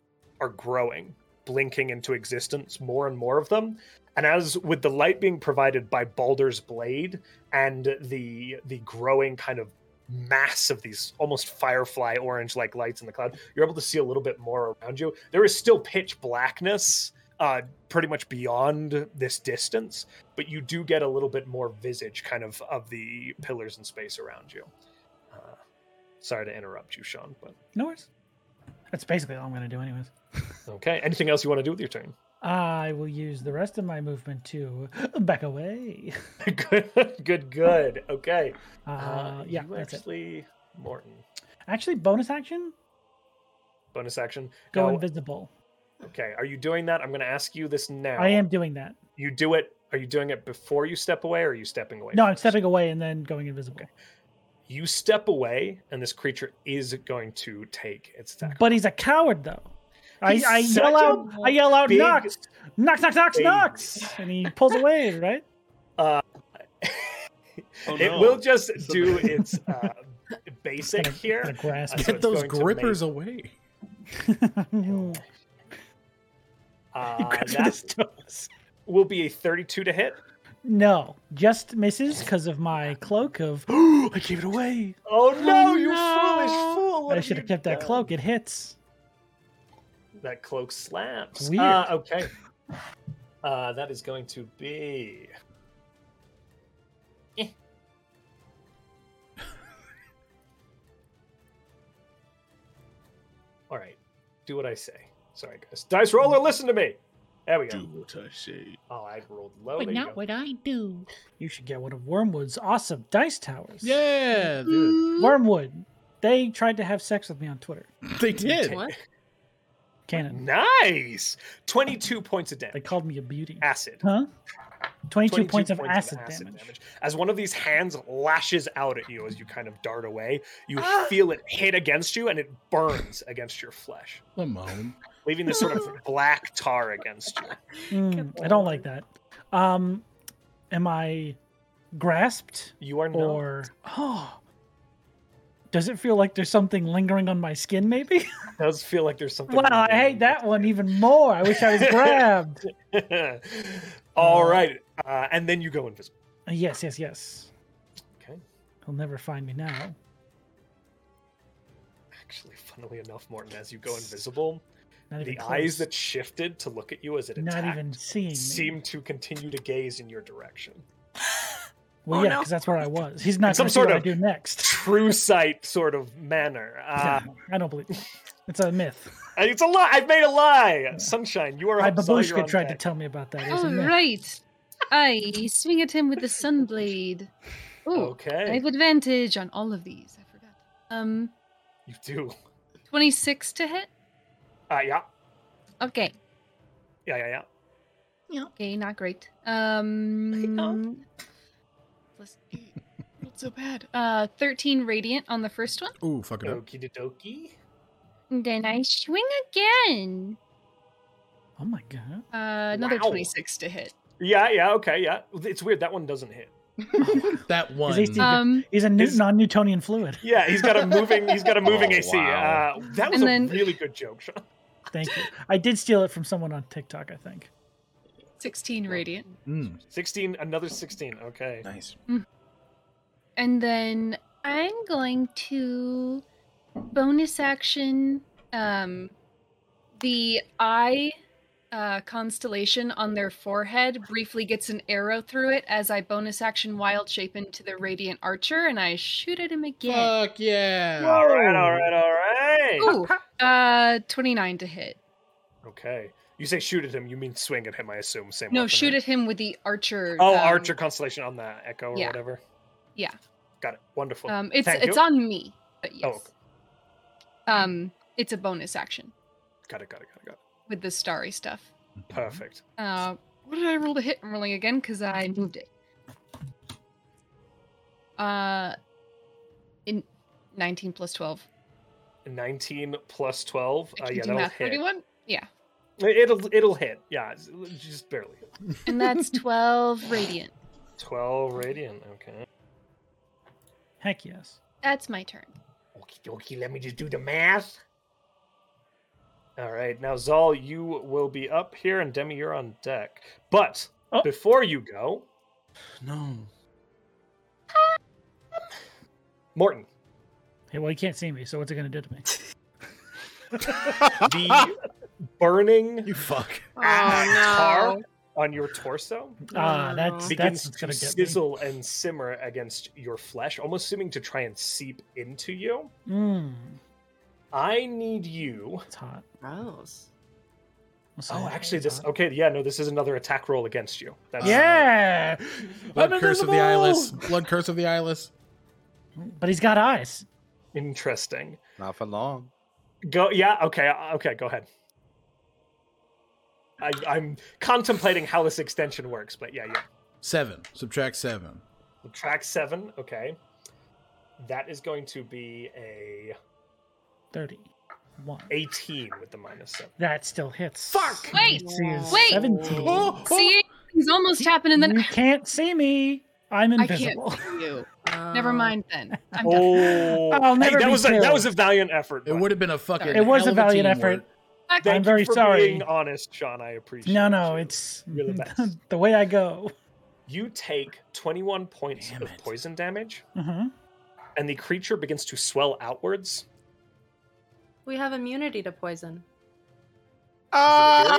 [SPEAKER 1] are growing blinking into existence more and more of them and as with the light being provided by Baldur's blade and the the growing kind of mass of these almost firefly orange like lights in the cloud you're able to see a little bit more around you there is still pitch blackness uh pretty much beyond this distance but you do get a little bit more visage kind of of the pillars and space around you uh, sorry to interrupt you sean but
[SPEAKER 2] No worries. That's basically all I'm gonna do, anyways.
[SPEAKER 1] okay anything else you want to do with your turn
[SPEAKER 2] I will use the rest of my movement to back away.
[SPEAKER 1] good good good okay
[SPEAKER 2] Uh, yeah,
[SPEAKER 1] you
[SPEAKER 2] that's it.
[SPEAKER 1] actually morton
[SPEAKER 2] Actually, bonus action,
[SPEAKER 1] bonus action
[SPEAKER 2] go
[SPEAKER 1] Now,
[SPEAKER 2] invisible.
[SPEAKER 1] okay are you doing that i'm going to ask you this now
[SPEAKER 2] I am doing that.
[SPEAKER 1] you do it are you doing it before you step away or are you stepping away
[SPEAKER 2] No, I'm
[SPEAKER 1] first?
[SPEAKER 2] stepping away and then going invisible.
[SPEAKER 1] you step away and this creature is going to take its attack
[SPEAKER 2] But he's a coward, though. I,
[SPEAKER 1] He's
[SPEAKER 2] I
[SPEAKER 1] such
[SPEAKER 2] yell
[SPEAKER 1] a
[SPEAKER 2] out, I yell out,
[SPEAKER 1] big
[SPEAKER 2] Knox, Knox, Knox, Knox,
[SPEAKER 1] baby."
[SPEAKER 2] Knox, and he pulls away. Right?
[SPEAKER 1] Uh, it will just do its uh, basic
[SPEAKER 2] Gonna-
[SPEAKER 1] here
[SPEAKER 2] Gonna grasp.
[SPEAKER 1] Uh, so
[SPEAKER 5] Get
[SPEAKER 1] it's
[SPEAKER 5] those
[SPEAKER 1] going to
[SPEAKER 5] grippers away.
[SPEAKER 1] uh,
[SPEAKER 2] Grabs with his
[SPEAKER 1] that
[SPEAKER 2] toes.
[SPEAKER 1] will be a 32 to hit
[SPEAKER 2] No, just misses because of my cloak of. I gave it away.
[SPEAKER 1] oh no
[SPEAKER 4] Oh,
[SPEAKER 1] you
[SPEAKER 4] no.
[SPEAKER 1] foolish fool what
[SPEAKER 2] I
[SPEAKER 1] have
[SPEAKER 2] should have
[SPEAKER 1] you
[SPEAKER 2] kept that
[SPEAKER 1] done?
[SPEAKER 2] cloak. It hits.
[SPEAKER 1] that cloak slaps
[SPEAKER 2] Weird.
[SPEAKER 1] Uh, okay uh, that is going to be Eh. all right do what i say sorry guys dice roller listen to me there we go
[SPEAKER 3] what I say.
[SPEAKER 1] oh i rolled low
[SPEAKER 7] But
[SPEAKER 1] There you
[SPEAKER 7] not
[SPEAKER 1] go.
[SPEAKER 7] what I do.
[SPEAKER 2] You should get one of Wormwood's awesome dice towers.
[SPEAKER 5] Yeah, dude.
[SPEAKER 1] Mm-hmm.
[SPEAKER 2] Wormwood. They tried to have sex with me on Twitter.
[SPEAKER 5] They did.
[SPEAKER 6] what?
[SPEAKER 2] Canon.
[SPEAKER 1] Nice. 22 points of
[SPEAKER 2] They
[SPEAKER 1] damage.
[SPEAKER 2] called me a beauty.
[SPEAKER 1] Acid.
[SPEAKER 2] Huh? 22, points, of, acid damage.
[SPEAKER 1] As one of these hands lashes out at you as you kind of dart away, you
[SPEAKER 7] Ah!
[SPEAKER 1] feel it hit against you and it burns against your flesh,
[SPEAKER 5] Lamone.
[SPEAKER 1] leaving this sort of black tar against you.
[SPEAKER 2] Mm, I don't like that. Um, am I grasped
[SPEAKER 1] You are not.
[SPEAKER 2] or oh? Does it feel like there's something lingering on my skin? Maybe.
[SPEAKER 1] It does feel like there's something.
[SPEAKER 2] wow, I
[SPEAKER 1] moving
[SPEAKER 2] hate
[SPEAKER 1] in
[SPEAKER 2] that one even more. I wish I was grabbed.
[SPEAKER 1] there. All
[SPEAKER 2] Uh,
[SPEAKER 1] right. Uh, and then you go invisible.
[SPEAKER 2] Uh, yes, yes, yes.
[SPEAKER 1] Okay.
[SPEAKER 2] He'll never find me now.
[SPEAKER 1] Actually, funnily enough, Morton, as you go invisible,
[SPEAKER 2] Not even
[SPEAKER 1] the eyes
[SPEAKER 2] close.
[SPEAKER 1] that shifted to look at you as it
[SPEAKER 2] not
[SPEAKER 1] attacked
[SPEAKER 2] even seeing me.
[SPEAKER 1] seem to continue to gaze in your direction.
[SPEAKER 2] well,
[SPEAKER 6] Oh,
[SPEAKER 2] yeah,
[SPEAKER 6] no.
[SPEAKER 2] because that's where I was. He's not
[SPEAKER 1] Some
[SPEAKER 2] going to
[SPEAKER 1] sort
[SPEAKER 2] what I
[SPEAKER 1] of-
[SPEAKER 2] do next.
[SPEAKER 1] true sight sort of manner. Uh,
[SPEAKER 2] No, I don't believe. It. It's a myth.
[SPEAKER 1] It's a lie. I've made a lie. Sunshine, you are
[SPEAKER 2] My
[SPEAKER 1] up. Zara, you're
[SPEAKER 2] babushka
[SPEAKER 1] on
[SPEAKER 2] tried to
[SPEAKER 1] deck.
[SPEAKER 2] tell me about
[SPEAKER 7] Oh,
[SPEAKER 2] that. It was a
[SPEAKER 4] All
[SPEAKER 2] myth.
[SPEAKER 4] right. I swing at him with the sun blade. Ooh, I
[SPEAKER 1] Okay,
[SPEAKER 4] have advantage on all of these. I forgot. Um,
[SPEAKER 1] you do.
[SPEAKER 4] 26 to hit.
[SPEAKER 1] Uh, yeah,
[SPEAKER 4] Okay.
[SPEAKER 1] yeah, yeah, yeah.
[SPEAKER 4] Okay, not great. Um, plus eight. not so bad. Uh, 13 radiant on the first one.
[SPEAKER 5] Ooh, fuck it up.
[SPEAKER 1] Okie dokie.
[SPEAKER 4] And then I swing again.
[SPEAKER 2] Oh my god.
[SPEAKER 7] Uh, another
[SPEAKER 1] Wow.
[SPEAKER 7] 26 to hit.
[SPEAKER 1] Yeah, yeah, okay, yeah. It's weird. That one doesn't hit.
[SPEAKER 5] That one.
[SPEAKER 2] Is AC
[SPEAKER 7] Um,
[SPEAKER 2] He's a new,
[SPEAKER 1] Is-
[SPEAKER 2] non-Newtonian fluid.
[SPEAKER 1] Yeah, he's got a moving. He's got a moving
[SPEAKER 3] Oh,
[SPEAKER 1] AC.
[SPEAKER 3] wow.
[SPEAKER 1] Uh, that was
[SPEAKER 7] And
[SPEAKER 1] a
[SPEAKER 7] then-
[SPEAKER 1] really good joke, Sean.
[SPEAKER 2] Thank you. I did steal it from someone on TikTok, I think.
[SPEAKER 7] 16 radiant.
[SPEAKER 5] Mm.
[SPEAKER 1] Sixteen, another sixteen. Okay.
[SPEAKER 5] Nice.
[SPEAKER 7] And then I'm going to bonus action um the eye uh, constellation on their forehead briefly gets an arrow through it as I bonus action wild shape into the radiant archer and I shoot at him again.
[SPEAKER 5] Fuck yeah.
[SPEAKER 1] All right, all right, all right.
[SPEAKER 7] Ooh, uh, 29 to hit.
[SPEAKER 1] Okay. You say shoot at him. You mean swing at him? I assume. Same.
[SPEAKER 7] No,
[SPEAKER 1] weapon,
[SPEAKER 7] shoot
[SPEAKER 1] right?
[SPEAKER 7] at him with the archer.
[SPEAKER 1] Oh,
[SPEAKER 7] um,
[SPEAKER 1] Archer Constellation on that Echo or
[SPEAKER 7] yeah.
[SPEAKER 1] whatever.
[SPEAKER 7] Yeah.
[SPEAKER 1] Got it. Wonderful.
[SPEAKER 7] Um, it's
[SPEAKER 1] Thank
[SPEAKER 7] it's
[SPEAKER 1] you. Oh,
[SPEAKER 7] on me. But yes.
[SPEAKER 1] okay.
[SPEAKER 7] Um, it's a bonus action
[SPEAKER 1] Got it. Got it. Got it. Got it.
[SPEAKER 7] with the starry stuff.
[SPEAKER 5] Mhm.
[SPEAKER 1] Perfect.
[SPEAKER 7] Uh, what did I roll to hit? I'm rolling again because I moved it. Uh, in 19 plus 12.
[SPEAKER 1] Nineteen plus twelve.
[SPEAKER 7] I
[SPEAKER 1] Uh,
[SPEAKER 7] can
[SPEAKER 1] yeah,
[SPEAKER 7] do
[SPEAKER 1] that'll
[SPEAKER 7] math.
[SPEAKER 1] hit.
[SPEAKER 7] 31? Yeah.
[SPEAKER 1] It'll it'll hit. Yeah, it's- just barely.
[SPEAKER 7] And that's 12 radiant.
[SPEAKER 1] Twelve radiant. Okay.
[SPEAKER 2] Heck yes.
[SPEAKER 7] That's my turn.
[SPEAKER 1] Okie dokie, let me just do the math. All right, now Zal, you will be up here, and Demi, you're on deck. But
[SPEAKER 2] Oh.
[SPEAKER 1] before you go,
[SPEAKER 3] No.
[SPEAKER 1] Morton,
[SPEAKER 2] Hey, well, you can't see me, so what's it gonna do to me?
[SPEAKER 1] the burning
[SPEAKER 5] You fuck.
[SPEAKER 6] Oh,
[SPEAKER 4] Oh,
[SPEAKER 1] tar on your torso
[SPEAKER 2] Ah, that's that's
[SPEAKER 1] begins
[SPEAKER 2] what's
[SPEAKER 1] to
[SPEAKER 2] gonna get
[SPEAKER 1] sizzle and simmer against your flesh, almost seeming to try and seep into you.
[SPEAKER 2] me. Mm,
[SPEAKER 1] I need you.
[SPEAKER 2] it's hot.
[SPEAKER 4] Gross.
[SPEAKER 2] I'll say
[SPEAKER 1] Oh,
[SPEAKER 2] it.
[SPEAKER 1] actually,
[SPEAKER 2] It's
[SPEAKER 1] this.
[SPEAKER 2] hot.
[SPEAKER 1] Okay, yeah, no, this is another attack roll against you. That's
[SPEAKER 2] Yeah,
[SPEAKER 5] Blood
[SPEAKER 2] I'm
[SPEAKER 5] curse of the
[SPEAKER 2] invisible!
[SPEAKER 5] eyeless. Blood curse of the eyeless.
[SPEAKER 2] but he's got eyes.
[SPEAKER 1] interesting.
[SPEAKER 3] Not for long.
[SPEAKER 1] Go. Yeah. Okay. uh, Okay. Go ahead. I, I'm contemplating how this extension works, but yeah, yeah.
[SPEAKER 5] Seven. Subtract seven.
[SPEAKER 1] Track seven. Okay. That is going to be a
[SPEAKER 2] Thirty-one.
[SPEAKER 1] 18 with the minus seven.
[SPEAKER 2] That still hits.
[SPEAKER 5] Fuck!
[SPEAKER 7] Wait,
[SPEAKER 2] This is
[SPEAKER 7] wait.
[SPEAKER 2] Seventeen.
[SPEAKER 5] Oh, oh,
[SPEAKER 7] See? Things almost happen and
[SPEAKER 2] you
[SPEAKER 7] then.
[SPEAKER 2] can't see me. I'm
[SPEAKER 7] I can't
[SPEAKER 2] invisible.
[SPEAKER 7] see you.
[SPEAKER 6] Um,
[SPEAKER 7] Never mind then. I'm done.
[SPEAKER 1] Oh,
[SPEAKER 2] I'll
[SPEAKER 1] hey,
[SPEAKER 2] never
[SPEAKER 1] that
[SPEAKER 2] be
[SPEAKER 1] was a, that
[SPEAKER 2] killed.
[SPEAKER 1] was a valiant effort.
[SPEAKER 5] It
[SPEAKER 1] bud.
[SPEAKER 5] would have been a fucking.
[SPEAKER 7] It
[SPEAKER 2] was a
[SPEAKER 5] hell of
[SPEAKER 2] valiant
[SPEAKER 5] teamwork.
[SPEAKER 2] effort.
[SPEAKER 7] Back
[SPEAKER 1] Thank
[SPEAKER 2] I'm
[SPEAKER 1] you
[SPEAKER 2] very
[SPEAKER 1] for
[SPEAKER 2] sorry.
[SPEAKER 1] Being honest, Sean, I appreciate.
[SPEAKER 2] No, no,
[SPEAKER 1] you.
[SPEAKER 2] it's
[SPEAKER 1] You're the best.
[SPEAKER 2] the way I go.
[SPEAKER 1] you take 21 points
[SPEAKER 5] Damn
[SPEAKER 1] of
[SPEAKER 5] it.
[SPEAKER 1] poison damage,
[SPEAKER 2] Uh-huh.
[SPEAKER 1] and the creature begins to swell outwards.
[SPEAKER 6] We have immunity to poison.
[SPEAKER 1] Ah!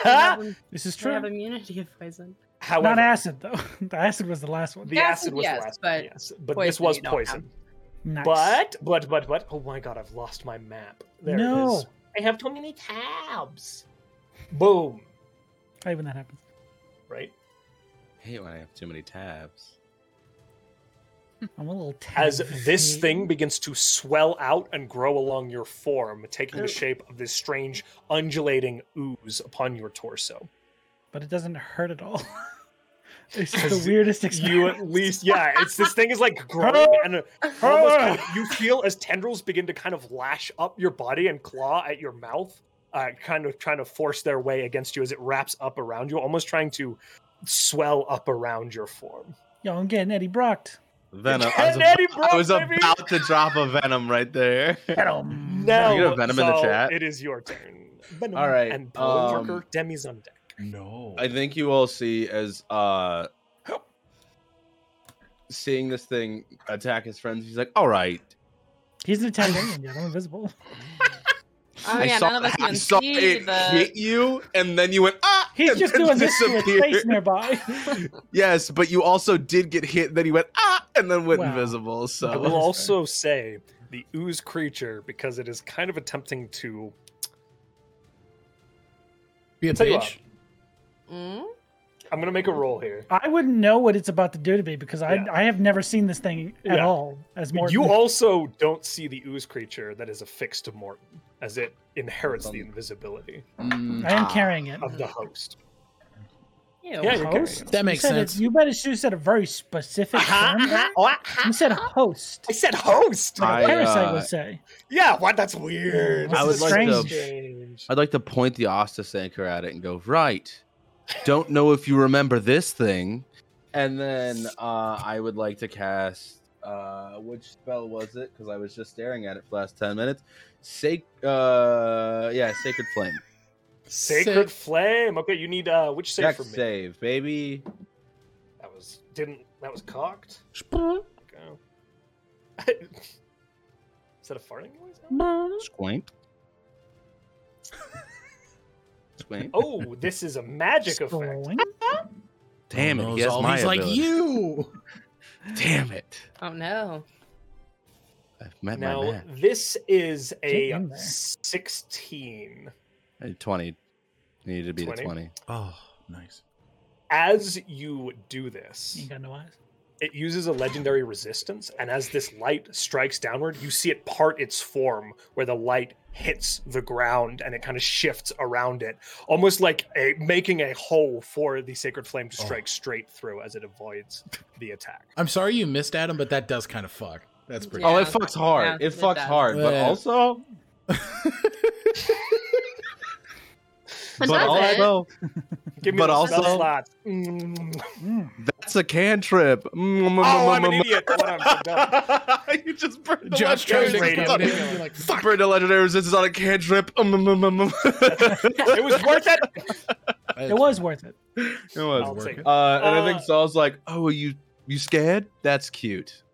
[SPEAKER 1] Huh?
[SPEAKER 2] This is
[SPEAKER 6] We have
[SPEAKER 2] true.
[SPEAKER 6] immunity to poison.
[SPEAKER 1] However,
[SPEAKER 2] Not acid though. the acid was the last one.
[SPEAKER 1] The
[SPEAKER 4] Acid,
[SPEAKER 1] acid was
[SPEAKER 4] yes,
[SPEAKER 1] the last
[SPEAKER 4] but
[SPEAKER 1] one, yes. But this
[SPEAKER 4] poison
[SPEAKER 1] was
[SPEAKER 4] you don't have.
[SPEAKER 1] poison.
[SPEAKER 2] Nice.
[SPEAKER 1] But, but, but, but, oh my god, I've lost my map. There it
[SPEAKER 2] No.
[SPEAKER 1] is. I have too many tabs. Boom.
[SPEAKER 2] Hey, when that happens.
[SPEAKER 1] Right?
[SPEAKER 3] I hate when I have too many tabs.
[SPEAKER 2] I'm a little
[SPEAKER 1] As
[SPEAKER 2] tense.
[SPEAKER 1] this thing begins to swell out and grow along your form, taking the shape of this strange undulating ooze upon your torso.
[SPEAKER 2] but it doesn't hurt at all. it's
[SPEAKER 1] Because
[SPEAKER 2] the weirdest
[SPEAKER 1] You
[SPEAKER 2] experience.
[SPEAKER 1] at least, yeah, it's this thing is like growing and uh, almost kind of- you feel as tendrils begin to kind of lash up your body and claw at your mouth, uh, kind of trying to force their way against you as it wraps up around you, almost trying to swell up around your form.
[SPEAKER 2] Yo, I'm getting Eddie Brocked.
[SPEAKER 3] Venom. I was,
[SPEAKER 1] Ken
[SPEAKER 3] about,
[SPEAKER 1] Eddie Brock,
[SPEAKER 3] I was
[SPEAKER 1] baby!
[SPEAKER 3] about to drop a Venom right there.
[SPEAKER 5] Mm.
[SPEAKER 2] Venom.
[SPEAKER 1] Now,
[SPEAKER 3] You got Venom in the
[SPEAKER 1] Zal,
[SPEAKER 3] chat?
[SPEAKER 1] It is your turn. Venom.
[SPEAKER 3] All right,
[SPEAKER 1] And Paul
[SPEAKER 3] um,
[SPEAKER 1] Parker, Demi's on deck.
[SPEAKER 5] No.
[SPEAKER 3] I think you all see as uh seeing this thing attack his friends, he's like, all right.
[SPEAKER 2] He's an Italian, yeah, I'm invisible.
[SPEAKER 4] Oh,
[SPEAKER 3] I
[SPEAKER 4] yeah,
[SPEAKER 3] saw,
[SPEAKER 4] none of us
[SPEAKER 3] I
[SPEAKER 4] can
[SPEAKER 3] saw
[SPEAKER 4] see
[SPEAKER 3] it
[SPEAKER 4] the.
[SPEAKER 3] hit you, and then you went, ah!
[SPEAKER 2] He's
[SPEAKER 3] and
[SPEAKER 2] just
[SPEAKER 3] then
[SPEAKER 2] doing this to a
[SPEAKER 3] disappeared.
[SPEAKER 2] space nearby.
[SPEAKER 3] yes, but you also did get hit, then he went, ah! And then went
[SPEAKER 2] Wow.
[SPEAKER 3] invisible.
[SPEAKER 1] I
[SPEAKER 3] So
[SPEAKER 1] will
[SPEAKER 2] that's fair.
[SPEAKER 1] also say the ooze creature, because it is kind of attempting to
[SPEAKER 5] Be a
[SPEAKER 1] Tell you
[SPEAKER 5] bitch.
[SPEAKER 4] Mm?
[SPEAKER 1] I'm gonna make a roll here.
[SPEAKER 2] I wouldn't know what it's about to do to me because I
[SPEAKER 1] Yeah.
[SPEAKER 2] I have never seen this thing at
[SPEAKER 1] Yeah.
[SPEAKER 2] all. As more
[SPEAKER 1] You also don't see the ooze creature that is affixed to Morton, as it inherits
[SPEAKER 2] Um,
[SPEAKER 1] the invisibility
[SPEAKER 5] Mm.
[SPEAKER 2] I am carrying it.
[SPEAKER 1] of the host.
[SPEAKER 4] Ew.
[SPEAKER 1] Yeah, you're carrying
[SPEAKER 2] Host?
[SPEAKER 1] it.
[SPEAKER 5] That makes
[SPEAKER 2] you said it-
[SPEAKER 5] sense.
[SPEAKER 2] you better should have said a very specific
[SPEAKER 1] Uh-huh,
[SPEAKER 2] term.
[SPEAKER 1] uh-huh,
[SPEAKER 2] there.
[SPEAKER 1] oh, uh-huh.
[SPEAKER 2] You said host.
[SPEAKER 1] I said host.
[SPEAKER 2] Like a
[SPEAKER 3] I,
[SPEAKER 2] parasite
[SPEAKER 3] uh,
[SPEAKER 2] would say.
[SPEAKER 1] Yeah, what? That's weird. This
[SPEAKER 2] I would
[SPEAKER 1] is
[SPEAKER 2] like to-
[SPEAKER 1] strange.
[SPEAKER 8] please.
[SPEAKER 3] I'd like to point the Ostis anchor at it and go, right. Don't know if you remember this thing. And then uh, I would like to cast, uh, which spell was it? Because I was just staring at it for the last 10 minutes. Sac- uh, yeah, Sacred Flame.
[SPEAKER 1] Sacred flame. Okay, you need uh which save
[SPEAKER 3] Dex
[SPEAKER 1] for me?
[SPEAKER 3] save, baby.
[SPEAKER 1] That was didn't that was cocked. Go. Is that a farting noise?
[SPEAKER 3] Squaint. Squaint.
[SPEAKER 1] Oh, this is a magic effect.
[SPEAKER 2] Scrolling.
[SPEAKER 3] Damn it.
[SPEAKER 5] Knows
[SPEAKER 3] He has
[SPEAKER 5] all-
[SPEAKER 3] my
[SPEAKER 5] He's like
[SPEAKER 3] ability.
[SPEAKER 5] you.
[SPEAKER 3] Damn it.
[SPEAKER 6] Oh no.
[SPEAKER 3] I've met my
[SPEAKER 1] Now
[SPEAKER 3] match.
[SPEAKER 1] this is
[SPEAKER 2] Get
[SPEAKER 1] a
[SPEAKER 2] in there.
[SPEAKER 1] sixteen.
[SPEAKER 3] Uh, 20. Needed to be
[SPEAKER 1] 20?
[SPEAKER 3] the 20.
[SPEAKER 5] Oh, nice.
[SPEAKER 1] As you do this,
[SPEAKER 2] You ain't got no eyes.
[SPEAKER 1] it uses a legendary resistance, and as this light strikes downward, you see it part its form where the light hits the ground and it kind of shifts around it, almost like a, making a hole for the sacred flame to
[SPEAKER 5] Oh.
[SPEAKER 1] strike straight through as it avoids the attack.
[SPEAKER 5] I'm sorry you missed Adam, but that does kind of fuck. That's pretty.
[SPEAKER 3] Oh,
[SPEAKER 6] Yeah.
[SPEAKER 3] it fucks hard.
[SPEAKER 6] Yeah,
[SPEAKER 3] it
[SPEAKER 6] it
[SPEAKER 3] fucks
[SPEAKER 6] does.
[SPEAKER 3] hard, but
[SPEAKER 5] Yeah.
[SPEAKER 3] also,
[SPEAKER 4] But
[SPEAKER 3] but
[SPEAKER 4] does it?
[SPEAKER 3] also,
[SPEAKER 1] Give me
[SPEAKER 3] But
[SPEAKER 1] the
[SPEAKER 3] also-
[SPEAKER 1] spell slots. Mm.
[SPEAKER 2] Mm.
[SPEAKER 3] that's a cantrip. Mm,
[SPEAKER 1] Oh, I'm an
[SPEAKER 3] mm,
[SPEAKER 1] idiot. What am I dumb?
[SPEAKER 3] mm. you just burned the
[SPEAKER 5] Josh tries to
[SPEAKER 3] legendary
[SPEAKER 1] Great
[SPEAKER 5] go
[SPEAKER 1] idea.
[SPEAKER 5] in and be like,
[SPEAKER 3] resistance. Burned the legendary resistance on a cantrip. Mm, mm, mm, mm, mm.
[SPEAKER 1] It was worth it.
[SPEAKER 2] It was worth it.
[SPEAKER 3] It was.
[SPEAKER 1] I'll take
[SPEAKER 5] working.
[SPEAKER 1] it.
[SPEAKER 3] Uh, and I think
[SPEAKER 1] Uh,
[SPEAKER 3] Saul's like, "Oh, are you you scared? That's cute."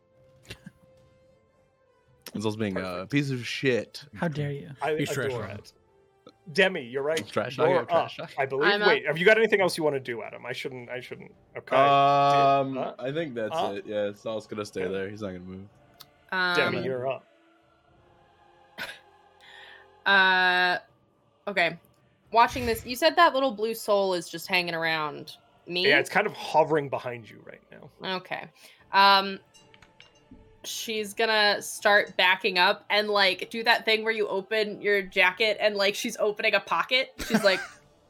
[SPEAKER 3] Saul's being a piece of shit.
[SPEAKER 2] How dare you?
[SPEAKER 1] I
[SPEAKER 5] He's trash
[SPEAKER 1] adore
[SPEAKER 5] on
[SPEAKER 1] it. Demi, you're right.
[SPEAKER 3] Trash.
[SPEAKER 1] You're
[SPEAKER 3] I got
[SPEAKER 1] up,
[SPEAKER 3] trash.
[SPEAKER 1] I believe.
[SPEAKER 4] I'm up.
[SPEAKER 1] Wait, have you got anything else you want to do, Adam? I shouldn't. I shouldn't. Okay.
[SPEAKER 3] Um,
[SPEAKER 1] Huh?
[SPEAKER 3] I think that's
[SPEAKER 1] Huh?
[SPEAKER 3] it. Yeah, Saul's gonna stay there. He's not gonna move.
[SPEAKER 1] Demi,
[SPEAKER 6] Um,
[SPEAKER 1] you're up.
[SPEAKER 6] uh, okay. Watching this, you said that little blue soul is just hanging around me.
[SPEAKER 1] Yeah, it's kind of hovering behind you right now.
[SPEAKER 6] Okay. Um she's gonna start backing up and like do that thing where you open your jacket and like she's opening a pocket. She's like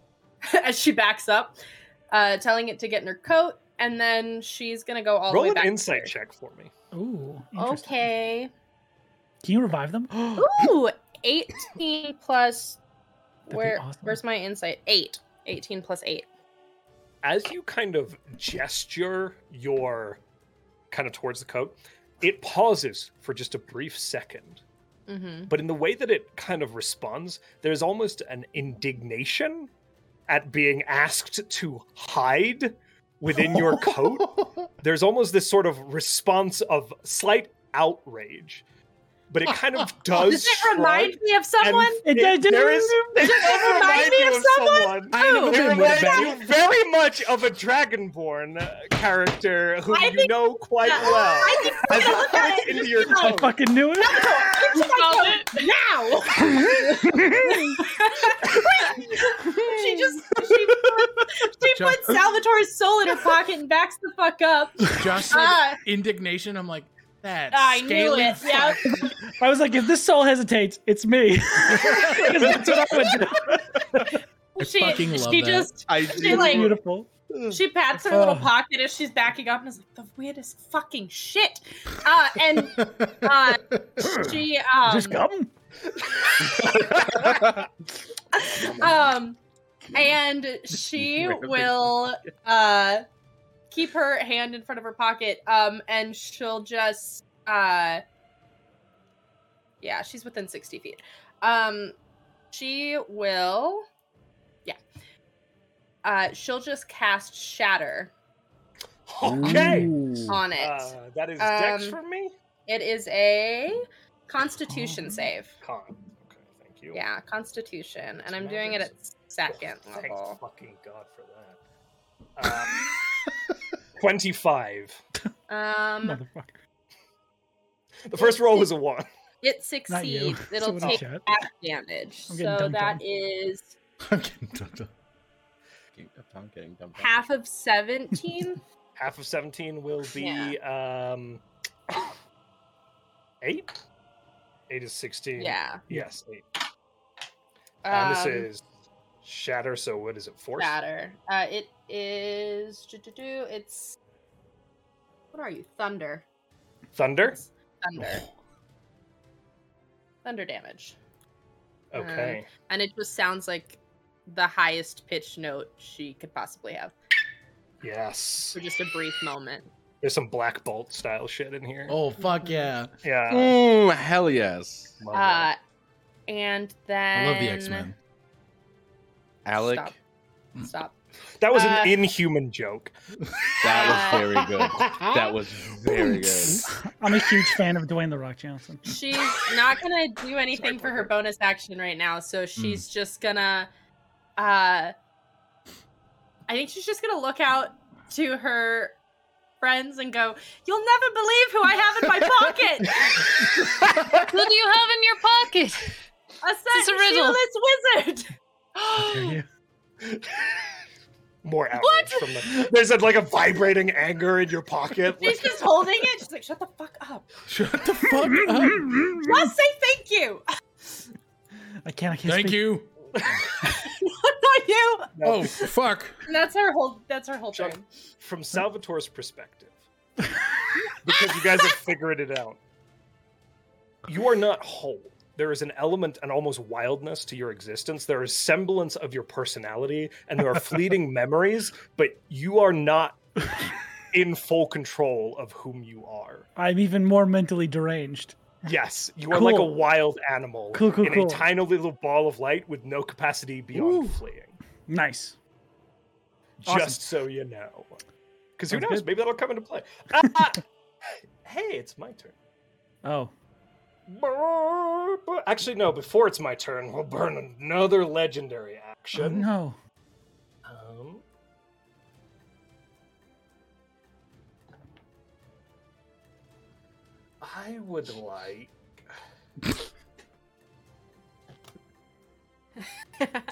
[SPEAKER 6] as she backs up, uh telling it to get in her coat, and then she's gonna go all
[SPEAKER 1] Roll
[SPEAKER 6] the way
[SPEAKER 1] an
[SPEAKER 6] back. to
[SPEAKER 1] insight
[SPEAKER 6] her.
[SPEAKER 1] check for me.
[SPEAKER 2] Ooh. interesting.
[SPEAKER 6] Okay.
[SPEAKER 2] Can you revive them?
[SPEAKER 6] Ooh, 18 plus
[SPEAKER 2] be
[SPEAKER 6] where
[SPEAKER 2] awesome.
[SPEAKER 6] where's my insight? Eight. 18 plus eight.
[SPEAKER 1] As you kind of gesture your kind of towards the coat, it pauses for just a brief second.
[SPEAKER 6] Mm-hmm.
[SPEAKER 1] But in the way that it kind of responds, there's almost an indignation at being asked to hide within your coat. There's almost this sort of response of slight outrage. But it kind of does.
[SPEAKER 6] Does it remind
[SPEAKER 1] shrug
[SPEAKER 6] me of
[SPEAKER 1] and
[SPEAKER 6] someone?
[SPEAKER 2] It did- did-
[SPEAKER 1] there is. It does
[SPEAKER 6] remind me of someone?
[SPEAKER 5] I never
[SPEAKER 6] Oh,
[SPEAKER 1] It
[SPEAKER 5] been
[SPEAKER 1] reminds
[SPEAKER 5] with that.
[SPEAKER 1] you very much of a Dragonborn uh, character who
[SPEAKER 6] I
[SPEAKER 1] you
[SPEAKER 6] think-
[SPEAKER 1] know quite
[SPEAKER 6] Yeah,
[SPEAKER 1] well.
[SPEAKER 6] I think I'm
[SPEAKER 1] As
[SPEAKER 6] gonna
[SPEAKER 1] it
[SPEAKER 6] look at
[SPEAKER 1] clicked
[SPEAKER 6] it and
[SPEAKER 1] into
[SPEAKER 6] just
[SPEAKER 1] your
[SPEAKER 6] be like,
[SPEAKER 2] I
[SPEAKER 1] coat.
[SPEAKER 2] fucking knew it.
[SPEAKER 6] now. she just she, she
[SPEAKER 5] Josh-
[SPEAKER 6] puts Salvatore's soul in her pocket and backs the fuck up.
[SPEAKER 5] Josh said
[SPEAKER 6] Ah,
[SPEAKER 5] indignation. I'm like, that
[SPEAKER 6] I knew
[SPEAKER 5] scaly
[SPEAKER 6] it.
[SPEAKER 5] fuck."
[SPEAKER 6] Yeah.
[SPEAKER 2] I was like, if this soul hesitates, it's me. 'Cause that's what I would do.
[SPEAKER 5] I
[SPEAKER 6] She,
[SPEAKER 5] fucking love
[SPEAKER 6] she
[SPEAKER 5] that.
[SPEAKER 6] just
[SPEAKER 3] I
[SPEAKER 6] She, like-
[SPEAKER 2] Beautiful.
[SPEAKER 6] she pats her little
[SPEAKER 2] Oh.
[SPEAKER 6] pocket as she's backing up and is like the weirdest fucking shit. Uh, and uh, she um
[SPEAKER 2] Just come.
[SPEAKER 6] um and she
[SPEAKER 3] Wait a minute.
[SPEAKER 6] will uh keep her hand in front of her pocket um and she'll just uh yeah she's within 60 feet um she will yeah uh she'll just cast shatter
[SPEAKER 1] Okay.
[SPEAKER 6] on it
[SPEAKER 1] Uh, that is Dex
[SPEAKER 6] Um,
[SPEAKER 1] for me.
[SPEAKER 6] it is a
[SPEAKER 2] Um,
[SPEAKER 6] constitution save
[SPEAKER 1] Con. Okay, thank you.
[SPEAKER 6] yeah constitution
[SPEAKER 1] It's
[SPEAKER 6] and i'm doing it at
[SPEAKER 1] magic.
[SPEAKER 6] second
[SPEAKER 1] Oh, thank
[SPEAKER 6] level
[SPEAKER 1] fucking god for that. Uh, Twenty-five.
[SPEAKER 6] um
[SPEAKER 2] Motherfucker.
[SPEAKER 1] The first roll was a one.
[SPEAKER 6] It
[SPEAKER 2] Not you.
[SPEAKER 6] succeeds.
[SPEAKER 2] So
[SPEAKER 6] It'll
[SPEAKER 2] would I,
[SPEAKER 6] take
[SPEAKER 2] Chet.
[SPEAKER 6] half damage.
[SPEAKER 2] I'm getting
[SPEAKER 6] So
[SPEAKER 2] dunked
[SPEAKER 6] that
[SPEAKER 2] on.
[SPEAKER 6] is
[SPEAKER 5] I'm getting dumped on.
[SPEAKER 3] I'm kidding. I'm kidding.
[SPEAKER 6] half of 17.
[SPEAKER 1] Half of seventeen will be um eight. Eight is sixteen.
[SPEAKER 6] yeah.
[SPEAKER 1] Yes. Eight.
[SPEAKER 2] Uh,
[SPEAKER 6] Um,
[SPEAKER 1] and this is shatter. So what is it? Force.
[SPEAKER 6] shatter. Uh, it is. do, do, do, It's. What are you? Thunder.
[SPEAKER 1] Thunder.
[SPEAKER 6] Thunder. Thunder damage.
[SPEAKER 1] Okay.
[SPEAKER 6] and it just sounds like the highest pitched note she could possibly have
[SPEAKER 1] yes.
[SPEAKER 6] for just a brief moment.
[SPEAKER 1] There's some Black Bolt style shit in here.
[SPEAKER 5] Oh fuck yeah!
[SPEAKER 1] Yeah.
[SPEAKER 3] Mm, hell yes,
[SPEAKER 8] Love that.
[SPEAKER 6] Uh, and then
[SPEAKER 5] I love the X Men.
[SPEAKER 3] Alec.
[SPEAKER 6] Stop. Stop.
[SPEAKER 1] That was
[SPEAKER 6] Uh,
[SPEAKER 1] an inhuman joke.
[SPEAKER 3] That was very good.
[SPEAKER 1] that
[SPEAKER 3] That was very good.
[SPEAKER 2] I'm a huge fan of Dwayne the Rock Johnson.
[SPEAKER 6] She's not gonna do anything for her bonus action right now,
[SPEAKER 1] Hmm.
[SPEAKER 6] so she's just gonna. Uh, I think she's just gonna look out to her friends and go, "You'll never believe who I have in my pocket."
[SPEAKER 4] Who do you have in your pocket?
[SPEAKER 6] A
[SPEAKER 4] It's a riddle.
[SPEAKER 6] sentinel-less
[SPEAKER 2] Dare
[SPEAKER 6] wizard.
[SPEAKER 2] you?
[SPEAKER 1] More outrage from the. There's a, like a vibrating anger in your pocket.
[SPEAKER 6] She's just holding it. She's like, "Shut the fuck up."
[SPEAKER 5] Shut the fuck up!
[SPEAKER 6] Just say thank you.
[SPEAKER 2] I can't. I can't
[SPEAKER 5] Thank
[SPEAKER 2] speak.
[SPEAKER 5] you.
[SPEAKER 6] Not you.
[SPEAKER 1] Now,
[SPEAKER 5] Oh fuck!
[SPEAKER 6] And that's her whole. That's her whole
[SPEAKER 1] Shut-
[SPEAKER 6] turn.
[SPEAKER 1] From Salvatore's perspective, because you guys have figured it out, you are not whole. There is an element, an almost wildness to your existence. There is semblance of your personality, and there are fleeting memories, but you are not in full control of whom you are.
[SPEAKER 2] I'm even more mentally deranged.
[SPEAKER 1] Yes, you are like a
[SPEAKER 2] Cool.
[SPEAKER 1] wild animal
[SPEAKER 2] Cool, cool,
[SPEAKER 1] in
[SPEAKER 2] cool.
[SPEAKER 1] a tiny little ball of light with no capacity beyond
[SPEAKER 2] Ooh.
[SPEAKER 1] fleeing.
[SPEAKER 2] Nice.
[SPEAKER 1] Just
[SPEAKER 2] Awesome.
[SPEAKER 1] so you know. Because who
[SPEAKER 2] Sounds
[SPEAKER 1] knows?
[SPEAKER 2] good.
[SPEAKER 1] Maybe that'll come into play. Ah! hey, it's my turn.
[SPEAKER 2] Oh,
[SPEAKER 1] Actually, no, before it's my turn, we'll burn another legendary
[SPEAKER 2] oh
[SPEAKER 1] action.
[SPEAKER 2] no.
[SPEAKER 1] Um, I would like.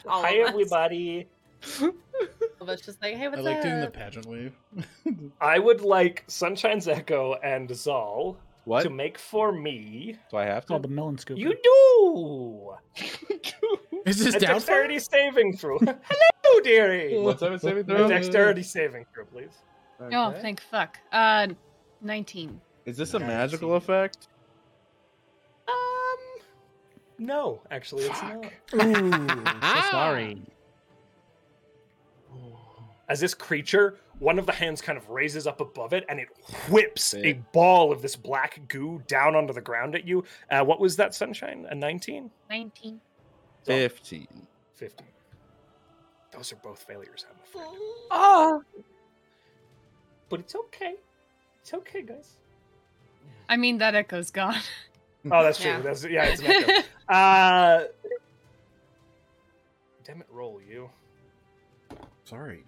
[SPEAKER 6] All of
[SPEAKER 1] Hi,
[SPEAKER 6] us.
[SPEAKER 1] everybody.
[SPEAKER 6] All of us just like, "Hey,
[SPEAKER 5] I
[SPEAKER 6] what's
[SPEAKER 5] like
[SPEAKER 6] up?"
[SPEAKER 5] doing the pageant wave.
[SPEAKER 1] I would like Sunshine's Echo and Zal
[SPEAKER 3] What
[SPEAKER 1] to
[SPEAKER 3] do
[SPEAKER 1] make for me.
[SPEAKER 3] I have to?
[SPEAKER 2] Called the melon scoop.
[SPEAKER 1] You do
[SPEAKER 5] Is this
[SPEAKER 1] a
[SPEAKER 5] downfall?
[SPEAKER 1] dexterity saving throw. Hello, dearie.
[SPEAKER 8] What's that saving
[SPEAKER 1] A
[SPEAKER 8] throw?
[SPEAKER 1] dexterity saving throw, please.
[SPEAKER 4] Oh,
[SPEAKER 3] Okay.
[SPEAKER 4] thank fuck. Uh, 19.
[SPEAKER 3] Is this a
[SPEAKER 5] Nice.
[SPEAKER 3] magical effect?
[SPEAKER 1] Um, no, actually, it's not.
[SPEAKER 2] sorry.
[SPEAKER 1] As this creature, one of the hands kind of raises up above it, and it whips a ball of this black goo down onto the ground at you. Uh, what was that, Sunshine? A nineteen?
[SPEAKER 4] 19.
[SPEAKER 1] So-
[SPEAKER 3] Fifteen.
[SPEAKER 1] 50. Those are both failures, I'm afraid.
[SPEAKER 6] Oh,
[SPEAKER 1] But it's okay. It's okay, guys.
[SPEAKER 4] I mean, that echo's gone.
[SPEAKER 3] Hmm.
[SPEAKER 1] Oh, that's true.
[SPEAKER 6] Yeah.
[SPEAKER 1] That's yeah, it's an echo. Uh Damn it, roll you.
[SPEAKER 5] Sorry.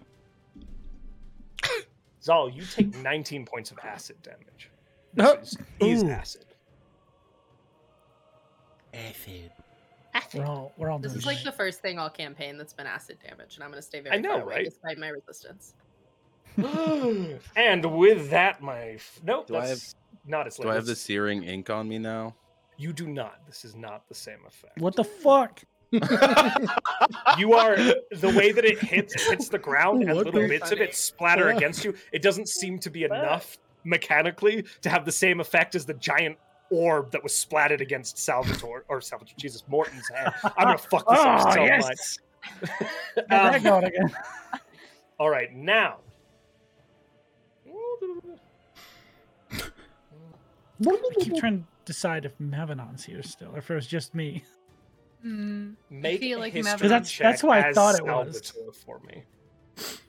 [SPEAKER 1] Zal, you take 19 points of acid damage. This is, is
[SPEAKER 2] Ooh.
[SPEAKER 1] acid.
[SPEAKER 2] We're all we're all
[SPEAKER 6] this
[SPEAKER 2] doing
[SPEAKER 6] is like the first thing all campaign that's been acid damage, and I'm gonna stay very.
[SPEAKER 1] I know,
[SPEAKER 6] far away
[SPEAKER 1] right?
[SPEAKER 6] Despite my resistance.
[SPEAKER 1] and with that, my f- nope,
[SPEAKER 3] Do I have-
[SPEAKER 1] that's not as late.
[SPEAKER 3] Do I have the searing ink on me now?
[SPEAKER 1] You do not. This is not the same effect.
[SPEAKER 2] What the fuck?
[SPEAKER 1] You are the way that it hits it hits the ground and
[SPEAKER 5] What
[SPEAKER 1] little
[SPEAKER 5] the-
[SPEAKER 1] bits of it splatter
[SPEAKER 5] Fuck.
[SPEAKER 1] against you. It doesn't seem to be enough mechanically to have the same effect as the giant orb that was splatted against Salvatore or Salvatore Jesus Morton's head. I'm gonna fuck this up so much.
[SPEAKER 2] Got Ah, that
[SPEAKER 1] Oh, Um,
[SPEAKER 2] going again.
[SPEAKER 1] All right, now.
[SPEAKER 2] I keep trying to decide if Mavenon's here still, or if it was just me.
[SPEAKER 4] Hmm.
[SPEAKER 1] Make a
[SPEAKER 4] feel like
[SPEAKER 1] history
[SPEAKER 4] Maverick-
[SPEAKER 2] That's-
[SPEAKER 1] check
[SPEAKER 2] that's what I
[SPEAKER 1] as
[SPEAKER 2] thought it was.
[SPEAKER 1] Salvatore for me.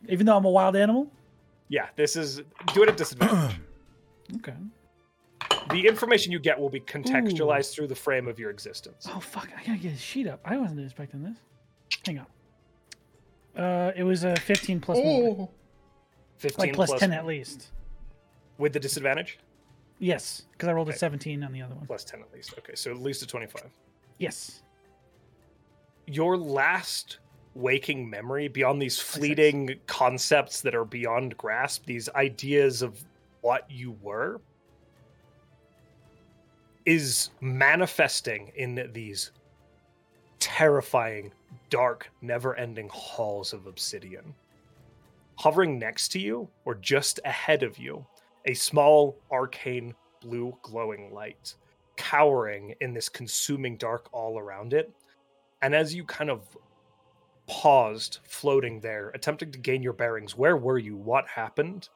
[SPEAKER 2] Even though I'm a wild animal.
[SPEAKER 1] Yeah, this is do it at disadvantage.
[SPEAKER 2] Okay.
[SPEAKER 1] the information you get will be contextualized through the frame of your existence.
[SPEAKER 2] Oh fuck! I gotta get his sheet up. I wasn't expecting this. Hang on. Uh, it was a 15 plus, one,
[SPEAKER 8] Oh.
[SPEAKER 1] Fifteen
[SPEAKER 2] like plus,
[SPEAKER 1] plus
[SPEAKER 2] 10 at least.
[SPEAKER 1] with the disadvantage.
[SPEAKER 2] Yes, because I rolled a
[SPEAKER 1] Okay.
[SPEAKER 2] 17 on the other one.
[SPEAKER 1] Plus ten at least. Okay, so at least a twenty-five.
[SPEAKER 2] Yes.
[SPEAKER 1] Your last waking memory beyond these fleeting concepts that are beyond grasp, these ideas of what you were, is manifesting in these terrifying, dark, never ending halls of obsidian. Hovering next to you, or just ahead of you, a small, arcane, blue glowing light, cowering in this consuming dark all around it. And as you kind of paused, floating there, attempting to gain your bearings, where were you? What happened?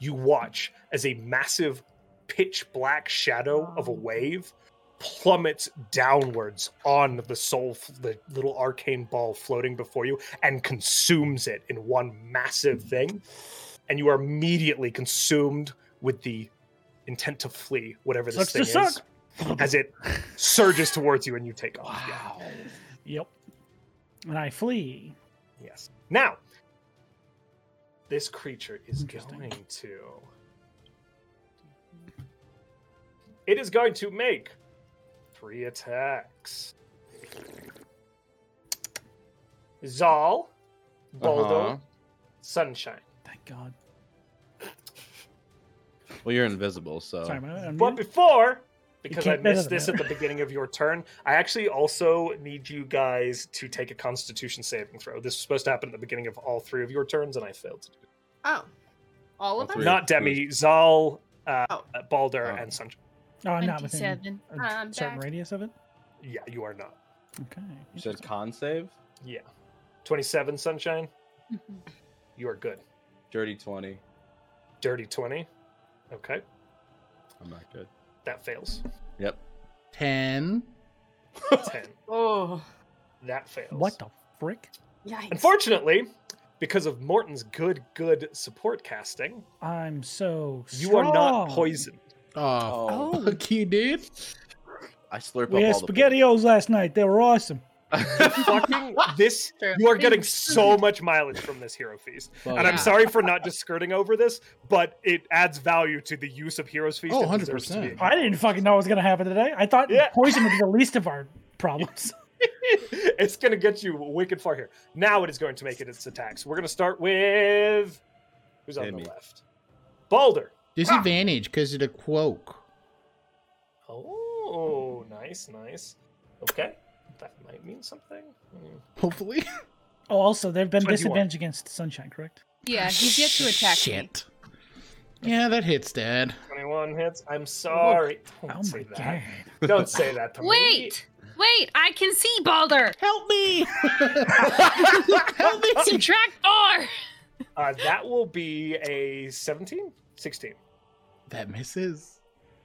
[SPEAKER 1] You watch as a massive, pitch black shadow of a wave plummets downwards on the soul, the little arcane ball floating before you, and consumes it in one massive thing. And you are immediately consumed with the intent to flee, whatever this
[SPEAKER 2] Sucks to
[SPEAKER 1] thing is
[SPEAKER 2] suck.
[SPEAKER 1] as it surges towards you and you take off. Yeah.
[SPEAKER 8] Wow.
[SPEAKER 2] Yep. And I flee.
[SPEAKER 1] Yes. Now, this creature is
[SPEAKER 2] Interesting.
[SPEAKER 1] going to. It is going to make three attacks. Zal, Baldo,
[SPEAKER 3] Uh-huh.
[SPEAKER 1] Sunshine.
[SPEAKER 2] Thank God.
[SPEAKER 3] Well, you're invisible, so
[SPEAKER 2] Sorry, my I'm
[SPEAKER 1] But before, because I
[SPEAKER 2] can't better
[SPEAKER 1] missed
[SPEAKER 2] than
[SPEAKER 1] this
[SPEAKER 2] that.
[SPEAKER 1] at the beginning of your turn, I actually also need you guys to take a Constitution saving throw. This was supposed to happen at the beginning of all three of your turns, and I failed to do. it.
[SPEAKER 7] Oh,
[SPEAKER 3] All
[SPEAKER 7] all of us.
[SPEAKER 3] three.
[SPEAKER 1] Not Demi, Zal, uh,
[SPEAKER 7] Oh.
[SPEAKER 1] Balder,
[SPEAKER 3] Oh.
[SPEAKER 1] and Sunshine.
[SPEAKER 2] no, I'm not within
[SPEAKER 4] 27.
[SPEAKER 2] a
[SPEAKER 7] I'm
[SPEAKER 2] certain
[SPEAKER 7] Um, back.
[SPEAKER 2] radius of it.
[SPEAKER 1] Yeah, you are not.
[SPEAKER 2] Okay.
[SPEAKER 3] you said
[SPEAKER 2] interesting.
[SPEAKER 3] con save,
[SPEAKER 1] Yeah, twenty-seven, Sunshine.
[SPEAKER 4] Mhm.
[SPEAKER 1] You are good.
[SPEAKER 3] dirty twenty.
[SPEAKER 1] Dirty twenty. Okay,
[SPEAKER 3] I'm not good.
[SPEAKER 1] that fails.
[SPEAKER 3] Yep.
[SPEAKER 5] 10.
[SPEAKER 1] Ten.
[SPEAKER 7] Oh,
[SPEAKER 1] That fails.
[SPEAKER 2] What the frick?
[SPEAKER 7] yikes.
[SPEAKER 1] Unfortunately, because of Morton's good, good support casting,
[SPEAKER 2] I'm so
[SPEAKER 1] you are not
[SPEAKER 2] strong.
[SPEAKER 1] poisoned.
[SPEAKER 5] Oh,
[SPEAKER 3] Oh,
[SPEAKER 5] fuck you, dude.
[SPEAKER 3] I slurp
[SPEAKER 2] We had
[SPEAKER 3] up all
[SPEAKER 2] spaghettios last night. They were awesome.
[SPEAKER 3] the.
[SPEAKER 1] fucking this
[SPEAKER 4] True.
[SPEAKER 1] you are getting so much mileage from this hero feast
[SPEAKER 5] Oh,
[SPEAKER 1] and i'm
[SPEAKER 7] Yeah.
[SPEAKER 1] sorry for not just skirting over this but it adds value to the use of heroes feast
[SPEAKER 5] Oh,
[SPEAKER 1] It deserves to
[SPEAKER 5] 100%.
[SPEAKER 1] be.
[SPEAKER 2] I didn't fucking know it was gonna happen today. I thought
[SPEAKER 1] Yeah.
[SPEAKER 2] poison would be the least of our problems.
[SPEAKER 1] it's gonna get you wicked far here now it is going to make it its attacks we're gonna start with who's on
[SPEAKER 3] Hit me.
[SPEAKER 1] the left balder
[SPEAKER 4] Ah.
[SPEAKER 5] Disadvantage because of the quoke.
[SPEAKER 1] oh nice nice okay that might mean something Hmm.
[SPEAKER 5] Hopefully.
[SPEAKER 2] Oh, also they've been
[SPEAKER 1] Twenty-one.
[SPEAKER 2] disadvantaged against sunshine, correct?
[SPEAKER 4] Yeah, he's yet to attack me.
[SPEAKER 5] Shit. Yeah, that hits, Dad.
[SPEAKER 1] 21 hits i'm sorry don't
[SPEAKER 2] Oh my
[SPEAKER 1] say
[SPEAKER 2] god!
[SPEAKER 1] that don't say that to me
[SPEAKER 4] Wait, wait, I can see Balder.
[SPEAKER 5] Help me! Help me!
[SPEAKER 4] Subtract four.
[SPEAKER 1] Uh, that will be a 17, 16.
[SPEAKER 5] That misses.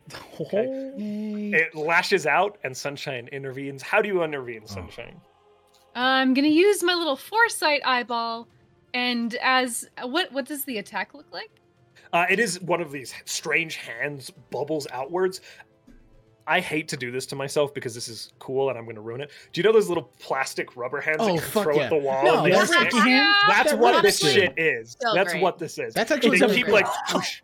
[SPEAKER 1] It lashes out and Sunshine intervenes. How do you intervene,
[SPEAKER 5] Oh.
[SPEAKER 1] Sunshine?
[SPEAKER 4] I'm gonna use my little foresight eyeball, and as what what does the attack look like?
[SPEAKER 1] Uh, it is one of these strange hands bubbles outwards. I hate to do this to myself because this is cool and I'm going to ruin it. Do you know those little plastic rubber hands
[SPEAKER 5] Oh,
[SPEAKER 1] that you
[SPEAKER 5] fuck
[SPEAKER 1] throw
[SPEAKER 5] yeah.
[SPEAKER 1] at the wall?
[SPEAKER 5] No,
[SPEAKER 1] and they
[SPEAKER 5] that's-
[SPEAKER 1] stick?
[SPEAKER 5] Yeah.
[SPEAKER 2] Ah,
[SPEAKER 1] That's
[SPEAKER 5] that
[SPEAKER 1] what
[SPEAKER 5] rubs
[SPEAKER 1] this
[SPEAKER 5] through.
[SPEAKER 1] shit is.
[SPEAKER 7] So
[SPEAKER 1] that's
[SPEAKER 7] great.
[SPEAKER 1] what this is.
[SPEAKER 5] That's
[SPEAKER 1] they
[SPEAKER 5] actually
[SPEAKER 2] so
[SPEAKER 5] something.
[SPEAKER 1] keep like, whoosh,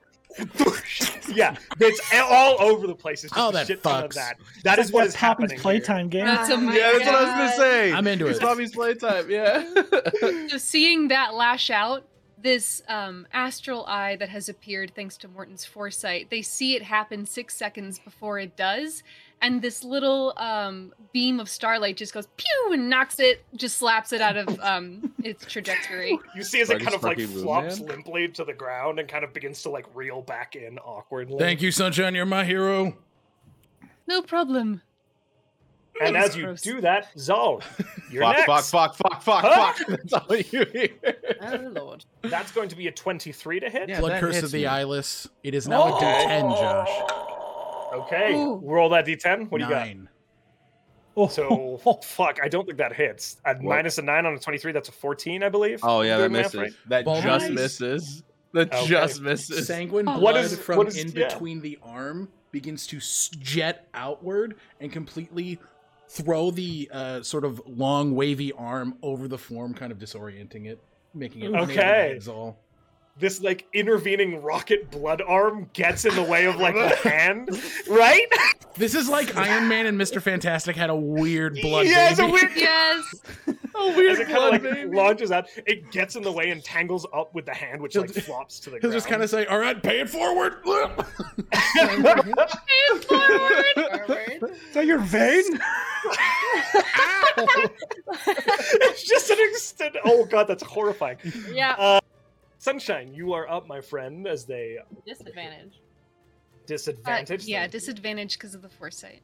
[SPEAKER 1] whoosh. yeah, it's all over the place. It's just
[SPEAKER 5] Oh,
[SPEAKER 1] the
[SPEAKER 5] that
[SPEAKER 1] shit ton of
[SPEAKER 5] fucks.
[SPEAKER 1] that. That is what is happening.
[SPEAKER 2] Poppins
[SPEAKER 1] here.
[SPEAKER 2] playtime game.
[SPEAKER 4] That's
[SPEAKER 7] Yeah,
[SPEAKER 4] amazing.
[SPEAKER 3] yeah, that's what I was gonna
[SPEAKER 7] Oh God.
[SPEAKER 3] say.
[SPEAKER 5] I'm into
[SPEAKER 3] it's
[SPEAKER 5] it.
[SPEAKER 3] Bobby's playtime. Yeah.
[SPEAKER 4] So seeing that lash out, this um, astral eye that has appeared thanks to Morton's foresight, they see it happen six seconds before it does, and this little um, beam of starlight just goes pew and knocks it, just slaps it out of um, its trajectory.
[SPEAKER 1] You see as it
[SPEAKER 3] Bugs
[SPEAKER 1] kind of like
[SPEAKER 3] fucking Moon
[SPEAKER 1] flops
[SPEAKER 3] Man?
[SPEAKER 1] limply to the ground and kind of begins to like reel back in awkwardly.
[SPEAKER 5] Thank you, Sunshine. You're my hero.
[SPEAKER 4] No problem.
[SPEAKER 1] And
[SPEAKER 4] That's
[SPEAKER 1] as you
[SPEAKER 4] gross.
[SPEAKER 1] do that, Zal, you're
[SPEAKER 3] Fuck,
[SPEAKER 1] next.
[SPEAKER 3] fuck, fuck, fuck, fuck,
[SPEAKER 1] Huh?
[SPEAKER 3] fuck. That's all you hear.
[SPEAKER 7] Oh lord.
[SPEAKER 1] That's going to be a 23 to hit.
[SPEAKER 3] Yeah,
[SPEAKER 5] Blood
[SPEAKER 3] that
[SPEAKER 5] Curse
[SPEAKER 3] hits
[SPEAKER 5] of the
[SPEAKER 3] me. Oh.
[SPEAKER 5] Eyeless. It is now a D10, Josh.
[SPEAKER 1] Okay,
[SPEAKER 4] Ooh.
[SPEAKER 1] roll that d10. What do you got?
[SPEAKER 5] Nine.
[SPEAKER 2] Oh,
[SPEAKER 1] So fuck, I don't think that hits. At
[SPEAKER 3] What?
[SPEAKER 1] minus a nine on a 23, that's a 14, I believe.
[SPEAKER 3] Oh yeah, that
[SPEAKER 1] Doing math
[SPEAKER 3] misses.
[SPEAKER 1] right?
[SPEAKER 3] That
[SPEAKER 5] Balls.
[SPEAKER 3] just
[SPEAKER 5] Nice.
[SPEAKER 3] misses. That
[SPEAKER 1] Okay.
[SPEAKER 3] just misses.
[SPEAKER 5] Sanguine
[SPEAKER 4] Oh.
[SPEAKER 5] blood
[SPEAKER 4] What
[SPEAKER 1] is-
[SPEAKER 5] from
[SPEAKER 1] what is-
[SPEAKER 5] in
[SPEAKER 1] yeah.
[SPEAKER 5] between the arm begins to s- jet outward and completely throw the uh, sort of long wavy arm over the form, kind of disorienting it, making it
[SPEAKER 1] Okay.
[SPEAKER 5] unable to dissolve.
[SPEAKER 1] This like intervening rocket blood arm gets in the way of like the hand, right?
[SPEAKER 5] This is like Iron Man and Mister Fantastic had a weird blood.
[SPEAKER 1] yeah, it's a
[SPEAKER 5] baby.
[SPEAKER 1] weird
[SPEAKER 4] Yes.
[SPEAKER 3] Oh,
[SPEAKER 1] as it kind of like launches out, it gets in the way and tangles up with the hand, which like flops to the
[SPEAKER 5] He'll
[SPEAKER 1] ground.
[SPEAKER 5] just kind of say, "All right, pay it forward."
[SPEAKER 4] And forward.
[SPEAKER 2] is that your vein?
[SPEAKER 1] it's just an extended. Oh god, that's horrifying. Uh,
[SPEAKER 7] yeah.
[SPEAKER 1] Sunshine, you are up, my friend. As they
[SPEAKER 7] Disadvantage.
[SPEAKER 4] Uh,
[SPEAKER 1] disadvantage.
[SPEAKER 4] yeah,
[SPEAKER 1] them.
[SPEAKER 4] disadvantage because of the foresight.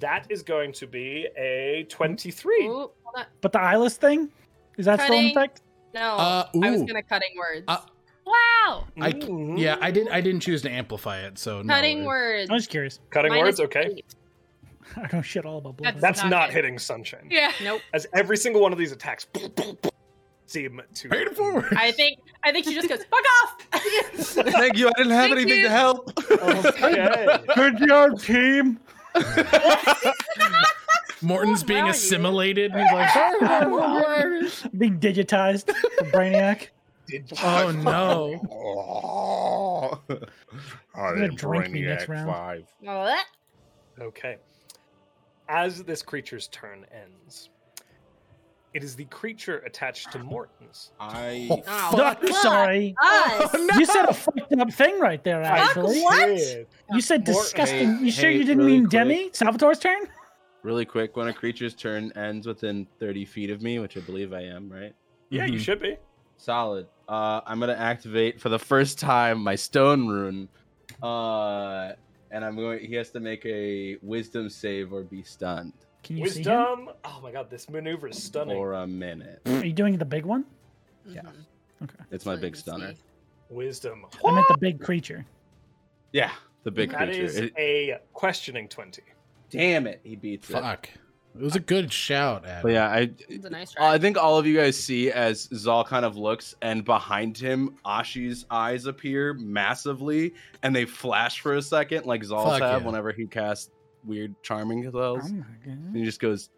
[SPEAKER 1] That is going to be a 23.
[SPEAKER 7] Ooh, hold on.
[SPEAKER 2] But the eyeless thing is that still in
[SPEAKER 7] Cutting.
[SPEAKER 2] effect?
[SPEAKER 7] No,
[SPEAKER 5] Uh,
[SPEAKER 7] I was
[SPEAKER 5] ooh.
[SPEAKER 7] gonna cutting words.
[SPEAKER 5] Uh,
[SPEAKER 7] wow,
[SPEAKER 1] Mm-hmm.
[SPEAKER 5] I c-
[SPEAKER 1] Ooh.
[SPEAKER 5] yeah, I didn't. I didn't choose to amplify it. So no,
[SPEAKER 7] cutting
[SPEAKER 5] it-
[SPEAKER 7] words.
[SPEAKER 2] I'm just curious.
[SPEAKER 1] Cutting
[SPEAKER 7] Minus
[SPEAKER 1] words, okay.
[SPEAKER 7] eight.
[SPEAKER 2] I know shit all about blood.
[SPEAKER 1] That's
[SPEAKER 7] Not
[SPEAKER 1] not,
[SPEAKER 7] good.
[SPEAKER 1] hitting Sunshine.
[SPEAKER 7] Yeah. Nope.
[SPEAKER 1] As every single one of these attacks seem to.
[SPEAKER 5] Pay it forward.
[SPEAKER 7] I think I think she just goes fuck off.
[SPEAKER 3] Thank you. I didn't have
[SPEAKER 7] Thank
[SPEAKER 3] anything
[SPEAKER 7] you.
[SPEAKER 3] to help.
[SPEAKER 1] Okay.
[SPEAKER 2] good job, team.
[SPEAKER 5] Morton's
[SPEAKER 7] What
[SPEAKER 5] being
[SPEAKER 7] value?
[SPEAKER 5] assimilated, and he's like,
[SPEAKER 2] Being digitized, from Brainiac.
[SPEAKER 5] "Oh no!"
[SPEAKER 3] Oh. I
[SPEAKER 2] gonna drink me next round.
[SPEAKER 3] Five.
[SPEAKER 7] Blech.
[SPEAKER 1] Okay. As this creature's turn ends, it is the creature attached to Morton's.
[SPEAKER 3] I
[SPEAKER 7] Oh,
[SPEAKER 2] Fuck,
[SPEAKER 7] fuck
[SPEAKER 2] sorry.
[SPEAKER 1] Oh,
[SPEAKER 7] us.
[SPEAKER 2] You said a fucked up thing right there, actually.
[SPEAKER 1] what?
[SPEAKER 2] You said
[SPEAKER 1] More-
[SPEAKER 2] disgusting.
[SPEAKER 3] Hey,
[SPEAKER 2] you sure
[SPEAKER 3] hey,
[SPEAKER 2] you didn't
[SPEAKER 3] really
[SPEAKER 2] mean
[SPEAKER 3] quick.
[SPEAKER 2] Demi? Salvatore's turn?
[SPEAKER 3] really quick. When a creature's turn ends within 30 feet of me, which I believe I am, right?
[SPEAKER 1] Yeah,
[SPEAKER 3] Mm-hmm.
[SPEAKER 1] you
[SPEAKER 5] Mhm.
[SPEAKER 1] should be.
[SPEAKER 3] Solid. Uh, I'm gonna activate for the first time my stone rune, uh, and I'm going. He has to make a wisdom save or be stunned
[SPEAKER 2] Can you see
[SPEAKER 1] Wisdom. Oh my god, this maneuver is stunning.
[SPEAKER 3] for a minute.
[SPEAKER 2] him? Are you doing the big one?
[SPEAKER 3] Yeah.
[SPEAKER 7] Mhm.
[SPEAKER 2] Okay.
[SPEAKER 3] It's my big
[SPEAKER 7] Please,
[SPEAKER 3] stunner.
[SPEAKER 7] please.
[SPEAKER 1] Wisdom.
[SPEAKER 2] I meant the big creature.
[SPEAKER 3] Yeah, the big
[SPEAKER 1] That
[SPEAKER 3] creature.
[SPEAKER 1] is
[SPEAKER 3] It-
[SPEAKER 1] a questioning 20.
[SPEAKER 3] damn it, he beats it.
[SPEAKER 5] Fuck. It was a good shout, Adam.
[SPEAKER 3] But yeah, I
[SPEAKER 7] It's a nice
[SPEAKER 3] uh, I
[SPEAKER 7] try.
[SPEAKER 3] think all of you guys see as Zal kind of looks, and behind him, Ashi's eyes appear massively, and they flash for a second, like Zal's
[SPEAKER 5] Fuck
[SPEAKER 3] have
[SPEAKER 5] yeah.
[SPEAKER 3] whenever he casts weird charming
[SPEAKER 2] Oh
[SPEAKER 3] spells.
[SPEAKER 2] my
[SPEAKER 3] And
[SPEAKER 2] god.
[SPEAKER 3] he just goes,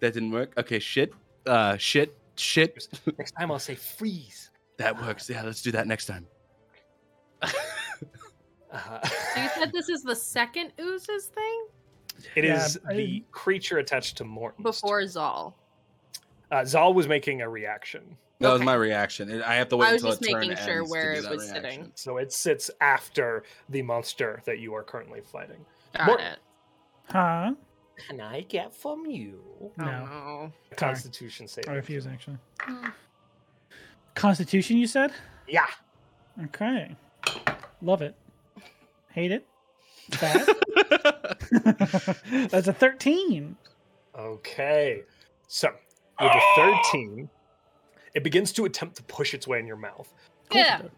[SPEAKER 3] "That didn't work. Okay, shit, uh, shit, shit.
[SPEAKER 1] Next time I'll say freeze.
[SPEAKER 3] That works. Yeah, let's do that next time."
[SPEAKER 1] Uh,
[SPEAKER 7] So you said this is the second oozes thing
[SPEAKER 1] it
[SPEAKER 2] Yeah,
[SPEAKER 1] is
[SPEAKER 2] I-
[SPEAKER 1] the creature attached to Morton's.
[SPEAKER 7] before Zal.
[SPEAKER 1] Uh, Zal was making a reaction.
[SPEAKER 3] That was
[SPEAKER 7] Okay.
[SPEAKER 3] my reaction. It- I have to wait
[SPEAKER 7] I was
[SPEAKER 3] until
[SPEAKER 7] just
[SPEAKER 3] a turn
[SPEAKER 7] making sure
[SPEAKER 3] ends to
[SPEAKER 7] where
[SPEAKER 3] do
[SPEAKER 7] it
[SPEAKER 3] that
[SPEAKER 7] was sitting.
[SPEAKER 3] reaction.
[SPEAKER 1] So it sits after the monster that you are currently fighting.
[SPEAKER 7] Got
[SPEAKER 1] Mort-
[SPEAKER 7] it.
[SPEAKER 2] Huh?
[SPEAKER 1] Can I get from you?
[SPEAKER 7] Oh,
[SPEAKER 2] No.
[SPEAKER 7] no.
[SPEAKER 1] Constitution saving.
[SPEAKER 2] I refuse,
[SPEAKER 1] throw.
[SPEAKER 2] actually.
[SPEAKER 7] Hmm.
[SPEAKER 2] Constitution, you said?
[SPEAKER 1] Yeah.
[SPEAKER 2] Okay. Love it. Hate it. Bad. That's a 13.
[SPEAKER 1] Okay. So with a
[SPEAKER 7] Oh!
[SPEAKER 1] 13, it begins to attempt to push its way in your mouth.
[SPEAKER 2] Of course it
[SPEAKER 7] Yeah.
[SPEAKER 2] does.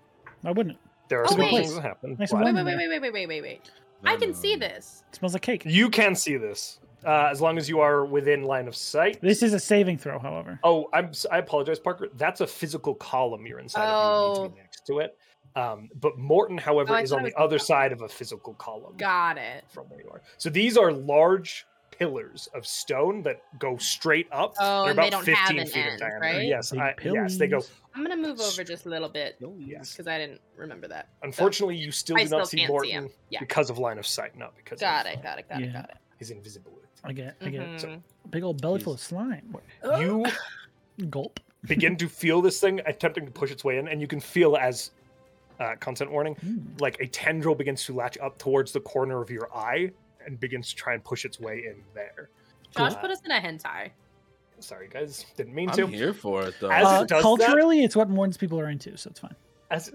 [SPEAKER 2] Why wouldn't it?
[SPEAKER 1] There are
[SPEAKER 7] Oh,
[SPEAKER 1] some
[SPEAKER 7] wait.
[SPEAKER 1] things that happen.
[SPEAKER 2] Nice
[SPEAKER 1] but
[SPEAKER 2] one.
[SPEAKER 7] Wait, wait, wait, wait, wait, wait, wait, wait, wait. I can see this.
[SPEAKER 2] It smells like cake.
[SPEAKER 1] You can see this uh, as long as you are within line of sight.
[SPEAKER 2] This is a saving throw, however.
[SPEAKER 1] Oh, I'm s- I apologize, Parker. That's a physical column you're inside of. You need to be next to it. Um, but Morton, however,
[SPEAKER 7] Oh, I
[SPEAKER 1] is
[SPEAKER 7] thought
[SPEAKER 1] on
[SPEAKER 7] it
[SPEAKER 1] the
[SPEAKER 7] was-
[SPEAKER 1] other side of a physical column
[SPEAKER 7] Got it.
[SPEAKER 1] from where you are. So these are large pillars of stone that go straight up.
[SPEAKER 7] Oh,
[SPEAKER 1] They're
[SPEAKER 7] and they
[SPEAKER 1] about
[SPEAKER 7] don't have
[SPEAKER 1] 15
[SPEAKER 7] an
[SPEAKER 1] feet in
[SPEAKER 7] end,
[SPEAKER 1] diameter.
[SPEAKER 7] right?
[SPEAKER 1] Yes,
[SPEAKER 2] Big
[SPEAKER 1] I, yes, they go.
[SPEAKER 2] pillies.
[SPEAKER 7] I'm gonna move over just a little bit
[SPEAKER 1] Yes.
[SPEAKER 7] because I didn't remember that.
[SPEAKER 1] Unfortunately, you still
[SPEAKER 7] I
[SPEAKER 1] do not
[SPEAKER 7] still
[SPEAKER 1] see
[SPEAKER 7] can't see
[SPEAKER 1] Morton
[SPEAKER 7] him. Yeah.
[SPEAKER 1] because of line of sight, not because
[SPEAKER 7] Got
[SPEAKER 1] of
[SPEAKER 7] it. Got it. Got
[SPEAKER 2] Yeah.
[SPEAKER 7] it. Got it.
[SPEAKER 1] his invisibility.
[SPEAKER 2] I get, I
[SPEAKER 4] Mm-hmm.
[SPEAKER 2] get
[SPEAKER 1] so-
[SPEAKER 7] Mhm.
[SPEAKER 2] a big old belly full of
[SPEAKER 3] Jeez.
[SPEAKER 2] slime.
[SPEAKER 1] You
[SPEAKER 2] Gulp.
[SPEAKER 1] begin to feel this thing attempting to push its way in, and you can feel as uh, content warning,
[SPEAKER 2] Mm.
[SPEAKER 1] like a tendril begins to latch up towards the corner of your eye and begins to try and push its way in there.
[SPEAKER 7] Josh
[SPEAKER 1] Cool.
[SPEAKER 7] put us in a hentai.
[SPEAKER 1] Sorry, guys, didn't mean to.
[SPEAKER 3] I'm here for it though.
[SPEAKER 1] As
[SPEAKER 2] Uh,
[SPEAKER 1] it does that-
[SPEAKER 2] culturally, it's what Morton's people are into, so it's fine.
[SPEAKER 1] As,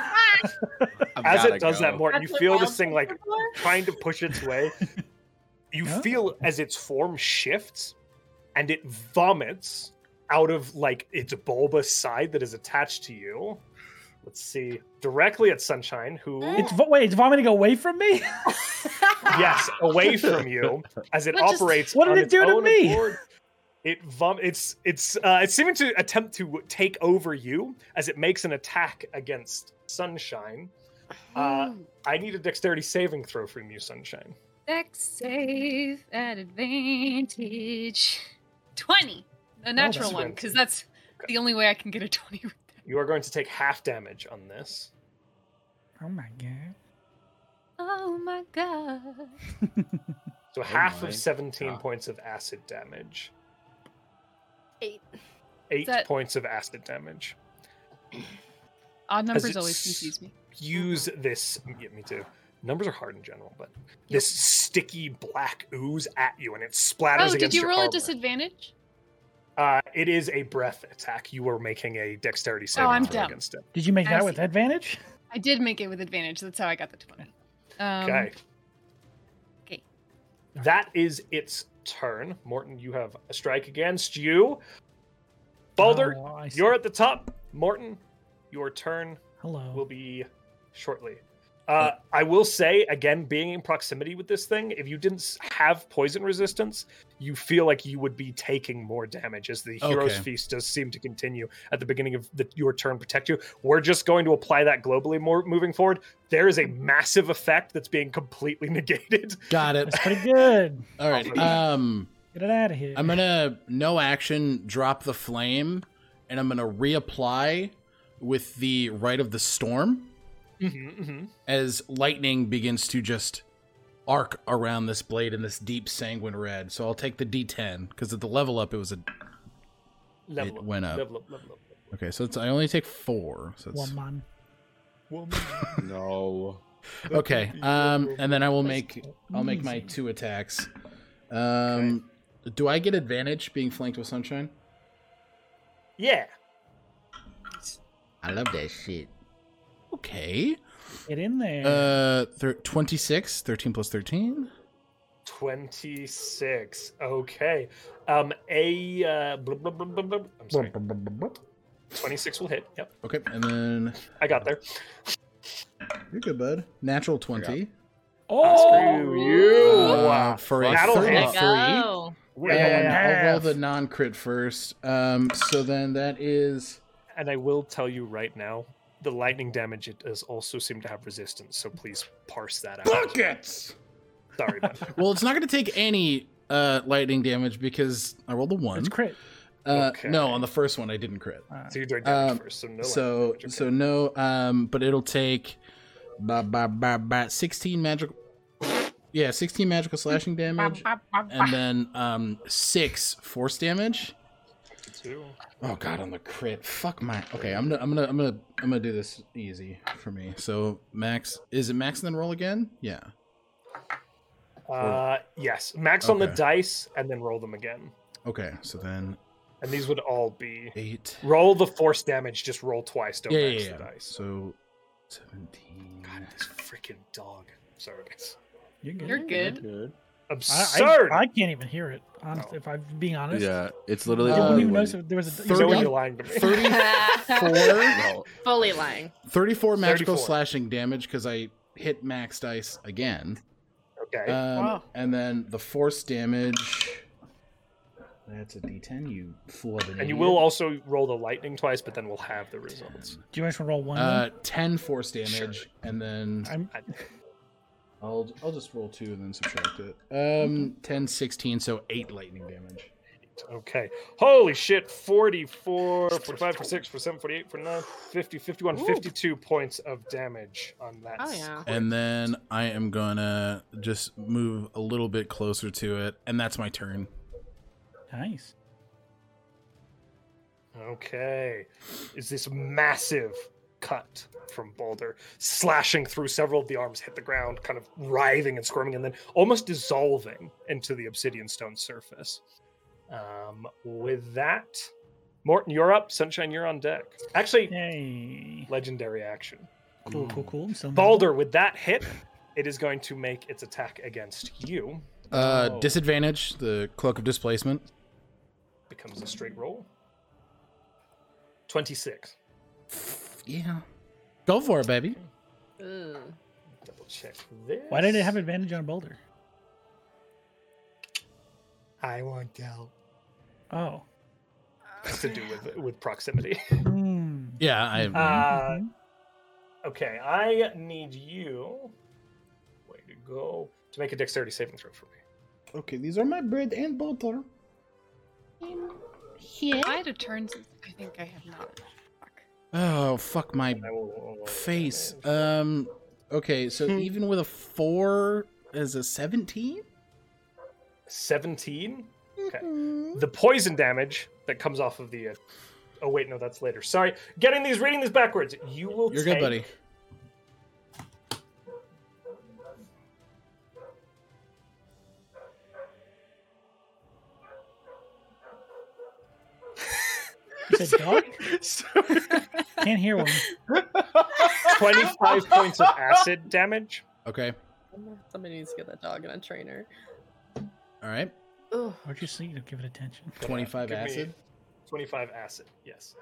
[SPEAKER 3] I've
[SPEAKER 1] as
[SPEAKER 3] gotta
[SPEAKER 1] it does that,
[SPEAKER 3] go.
[SPEAKER 1] Morton, you
[SPEAKER 7] That's what
[SPEAKER 1] feel
[SPEAKER 7] wild
[SPEAKER 1] this thing like
[SPEAKER 7] people are.
[SPEAKER 1] trying to push its way. You
[SPEAKER 2] Huh?
[SPEAKER 1] feel as its form shifts and it vomits out of like its bulbous side that is attached to you. Let's see. Directly at Sunshine, who
[SPEAKER 7] Mm.
[SPEAKER 2] It's vo- wait, it's vomiting away from me.
[SPEAKER 1] yes, away from you as it
[SPEAKER 7] But just-
[SPEAKER 1] operates.
[SPEAKER 2] What did
[SPEAKER 1] on
[SPEAKER 2] it
[SPEAKER 1] its
[SPEAKER 2] do to
[SPEAKER 1] own
[SPEAKER 2] me?
[SPEAKER 1] accord. It vom- it's it's uh, it's seeming to attempt to take over you as it makes an attack against Sunshine.
[SPEAKER 7] Oh.
[SPEAKER 1] Uh, I need a dexterity saving throw from you, Sunshine.
[SPEAKER 4] Dex save at advantage. 20. A
[SPEAKER 1] Oh,
[SPEAKER 4] natural
[SPEAKER 1] that's
[SPEAKER 4] one,
[SPEAKER 1] good.
[SPEAKER 4] because that's the only way I can get a 20 with that.
[SPEAKER 1] You are going to take half damage on this.
[SPEAKER 2] oh my god.
[SPEAKER 4] Oh my god.
[SPEAKER 1] So
[SPEAKER 2] Oh
[SPEAKER 1] half
[SPEAKER 3] my
[SPEAKER 1] of 17
[SPEAKER 3] God.
[SPEAKER 1] points of acid damage.
[SPEAKER 7] Eight.
[SPEAKER 1] Eight
[SPEAKER 4] That-
[SPEAKER 1] points of acid damage.
[SPEAKER 4] Odd numbers
[SPEAKER 1] it
[SPEAKER 4] always
[SPEAKER 1] s-
[SPEAKER 4] confuse me.
[SPEAKER 1] Use
[SPEAKER 4] Mm-hmm.
[SPEAKER 1] this. Yeah, me too. Numbers are hard in general, but this sticky black ooze at you and it splatters
[SPEAKER 4] Oh,
[SPEAKER 1] against
[SPEAKER 4] did you
[SPEAKER 1] your
[SPEAKER 4] roll a
[SPEAKER 1] armor.
[SPEAKER 4] disadvantage?
[SPEAKER 1] Uh, it is a breath attack. You are making a dexterity saving
[SPEAKER 4] Oh, I'm
[SPEAKER 1] throw
[SPEAKER 4] dumb.
[SPEAKER 1] against it.
[SPEAKER 2] Did you make
[SPEAKER 4] I
[SPEAKER 2] that
[SPEAKER 4] see.
[SPEAKER 2] with advantage?
[SPEAKER 4] Um, I did make it with advantage. That's how I got the 20. Um,
[SPEAKER 1] Okay. That is its turn. Morton, you have a strike against you.
[SPEAKER 4] Oh,
[SPEAKER 1] Balder,
[SPEAKER 2] Oh, I see.
[SPEAKER 1] you're at the top. Morton, your turn
[SPEAKER 2] Hello.
[SPEAKER 1] will be shortly. Uh,
[SPEAKER 5] Oh.
[SPEAKER 1] I will say again, being in proximity with this thing, if you didn't s- have poison resistance, you feel like you would be taking more damage as the hero's
[SPEAKER 5] Okay.
[SPEAKER 1] feast does seem to continue at the beginning of the, your turn. Protect you. We're just going to apply that globally more moving forward. There is a massive effect that's being completely negated.
[SPEAKER 5] Got it.
[SPEAKER 2] That's pretty good.
[SPEAKER 5] All right.
[SPEAKER 1] Alfred.
[SPEAKER 5] Um,
[SPEAKER 2] Get it out of here.
[SPEAKER 5] I'm gonna no action, drop the flame, and I'm gonna reapply with the right of the storm Mm-hmm,
[SPEAKER 1] Mhm, mhm.
[SPEAKER 5] as lightning begins to just arc around this blade in this deep sanguine red. So I'll take the D10 because at the level up it was a
[SPEAKER 1] Level
[SPEAKER 5] It
[SPEAKER 1] up,
[SPEAKER 5] went up.
[SPEAKER 1] Level up. Level up.
[SPEAKER 5] okay. So it's I only take four. So it's,
[SPEAKER 2] One man.
[SPEAKER 3] No.
[SPEAKER 5] okay. Um, and then I will make I'll make my
[SPEAKER 2] Easy.
[SPEAKER 1] Mm.
[SPEAKER 5] two attacks. Um, do I get advantage being flanked with sunshine?
[SPEAKER 1] Yeah.
[SPEAKER 5] I love that shit. Okay.
[SPEAKER 2] Get in there.
[SPEAKER 5] Uh, thir- 26, 13 plus 13.
[SPEAKER 1] 26 okay um a uh blah, blah, blah, blah, blah. i'm sorry 26 will hit yep
[SPEAKER 5] Okay, and then
[SPEAKER 1] i got there
[SPEAKER 5] you're good, bud. Natural 20.
[SPEAKER 2] oh,
[SPEAKER 1] Ah, screw you
[SPEAKER 5] Uh, for a
[SPEAKER 1] That'll hit.
[SPEAKER 5] 33.
[SPEAKER 7] Go.
[SPEAKER 1] We're
[SPEAKER 5] And
[SPEAKER 1] going
[SPEAKER 5] I'll roll
[SPEAKER 1] half.
[SPEAKER 5] the non crit first. Um, so then that is.
[SPEAKER 1] and i will tell you right now the lightning damage it does also seem to have resistance so please parse that out
[SPEAKER 5] Buckets!
[SPEAKER 1] sorry about that.
[SPEAKER 5] Well, it's not going to take any uh, lightning damage because I rolled a 1.
[SPEAKER 2] it's crit.
[SPEAKER 5] Uh,
[SPEAKER 1] Okay.
[SPEAKER 5] No, on the first one, I didn't crit.
[SPEAKER 2] All right.
[SPEAKER 1] so you doing damage
[SPEAKER 5] Um,
[SPEAKER 1] first so no
[SPEAKER 5] so
[SPEAKER 1] lightning damage,
[SPEAKER 5] so
[SPEAKER 1] okay.
[SPEAKER 5] no um but it'll take bah, bah, bah, bah, 16 magical yeah 16 magical slashing damage and then um 6 force damage
[SPEAKER 1] Two.
[SPEAKER 5] oh god on the crit fuck my okay i'm gonna i'm gonna i'm gonna i'm gonna do this easy for me so max is it max and then roll again yeah
[SPEAKER 1] uh yes max on the
[SPEAKER 5] Okay.
[SPEAKER 1] dice and then roll them again
[SPEAKER 5] okay so then
[SPEAKER 1] and these would all be
[SPEAKER 5] 8
[SPEAKER 1] roll the force damage just roll twice don't
[SPEAKER 5] yeah, yeah,
[SPEAKER 1] max
[SPEAKER 5] yeah.
[SPEAKER 1] the dice
[SPEAKER 5] so 17
[SPEAKER 1] God, this freaking dog. Sorry, guys.
[SPEAKER 2] You're good.
[SPEAKER 7] You're good.
[SPEAKER 3] Good.
[SPEAKER 1] Absurd.
[SPEAKER 2] I, I, I can't even hear it. Honest,
[SPEAKER 1] Oh.
[SPEAKER 2] if I'm being honest,
[SPEAKER 3] Yeah, it's
[SPEAKER 2] I
[SPEAKER 3] literally
[SPEAKER 5] Uh,
[SPEAKER 2] wouldn't
[SPEAKER 3] only
[SPEAKER 2] even
[SPEAKER 3] when-
[SPEAKER 2] notice if there was a.
[SPEAKER 1] You know when
[SPEAKER 5] Thirty?
[SPEAKER 1] you're lying to me.
[SPEAKER 5] 34
[SPEAKER 3] No.
[SPEAKER 7] Fully lying.
[SPEAKER 5] 34 magical
[SPEAKER 1] 34.
[SPEAKER 5] slashing damage because I hit max dice again.
[SPEAKER 1] Okay.
[SPEAKER 5] Um,
[SPEAKER 2] Wow.
[SPEAKER 5] And then the force damage. That's a d10, you fool of an
[SPEAKER 1] and you
[SPEAKER 5] idiot.
[SPEAKER 1] will also roll the lightning twice, but then we'll have the results.
[SPEAKER 2] Do you guys want to roll one?
[SPEAKER 5] Uh, 10 force damage, and then
[SPEAKER 2] then? I'm,
[SPEAKER 5] I'll, I'll just roll two and then subtract it. Um, 10, 16, so 8 lightning damage.
[SPEAKER 1] Okay. Holy shit. 44, 45, 46, 47, 48, 49, 50, 51, 52 points of damage on that.
[SPEAKER 7] Oh, yeah.
[SPEAKER 1] squid.
[SPEAKER 5] And then I am gonna just move a little bit closer to it, and that's my turn.
[SPEAKER 2] nice.
[SPEAKER 1] Okay. Is this massive cut from Boulder, slashing through several of the arms, hit the ground, kind of writhing and squirming, and then almost dissolving into the obsidian stone surface. Um, with that, Morton, you're up. Sunshine, you're on deck. Actually,
[SPEAKER 2] Yay.
[SPEAKER 1] legendary action.
[SPEAKER 2] Cool, cool, cool. I'm still in the
[SPEAKER 1] Balder, with that hit, it is going to make its attack against you.
[SPEAKER 5] Uh,
[SPEAKER 2] Oh.
[SPEAKER 5] disadvantage, the cloak of displacement.
[SPEAKER 1] Becomes a straight roll. 26.
[SPEAKER 5] Yeah. Go for it, baby.
[SPEAKER 7] Ooh.
[SPEAKER 1] Double check this.
[SPEAKER 2] Why did it have advantage on Boulder?
[SPEAKER 1] I want help.
[SPEAKER 2] Oh.
[SPEAKER 1] has to do with with proximity.
[SPEAKER 2] Hmm.
[SPEAKER 5] Yeah, I
[SPEAKER 1] Uh,
[SPEAKER 2] Mhm.
[SPEAKER 1] okay, I need you. Way to go to make a dexterity saving throw for me.
[SPEAKER 5] Okay, these are my bread and butter.
[SPEAKER 4] Yeah.
[SPEAKER 7] I had a turn since I think I have not. Fuck.
[SPEAKER 5] Oh fuck my
[SPEAKER 1] I will-
[SPEAKER 5] face. Um okay, so even with a 4 is a 17? uh,
[SPEAKER 1] Seventeen. Okay.
[SPEAKER 5] Mm-hmm.
[SPEAKER 1] The poison damage that comes off of the. Uh, oh wait, no, that's later. Sorry, getting these, reading these backwards. You will.
[SPEAKER 5] You're good,
[SPEAKER 1] take-
[SPEAKER 5] buddy.
[SPEAKER 2] You said dog? Can't hear one.
[SPEAKER 1] Twenty-five points of acid damage.
[SPEAKER 5] Okay.
[SPEAKER 7] Somebody needs to get that dog and a trainer.
[SPEAKER 5] All right.
[SPEAKER 6] Ooh.
[SPEAKER 2] What'd you see to give it attention?
[SPEAKER 1] But, uh,
[SPEAKER 5] 25
[SPEAKER 1] give me
[SPEAKER 5] acid.
[SPEAKER 1] 25 acid, yes.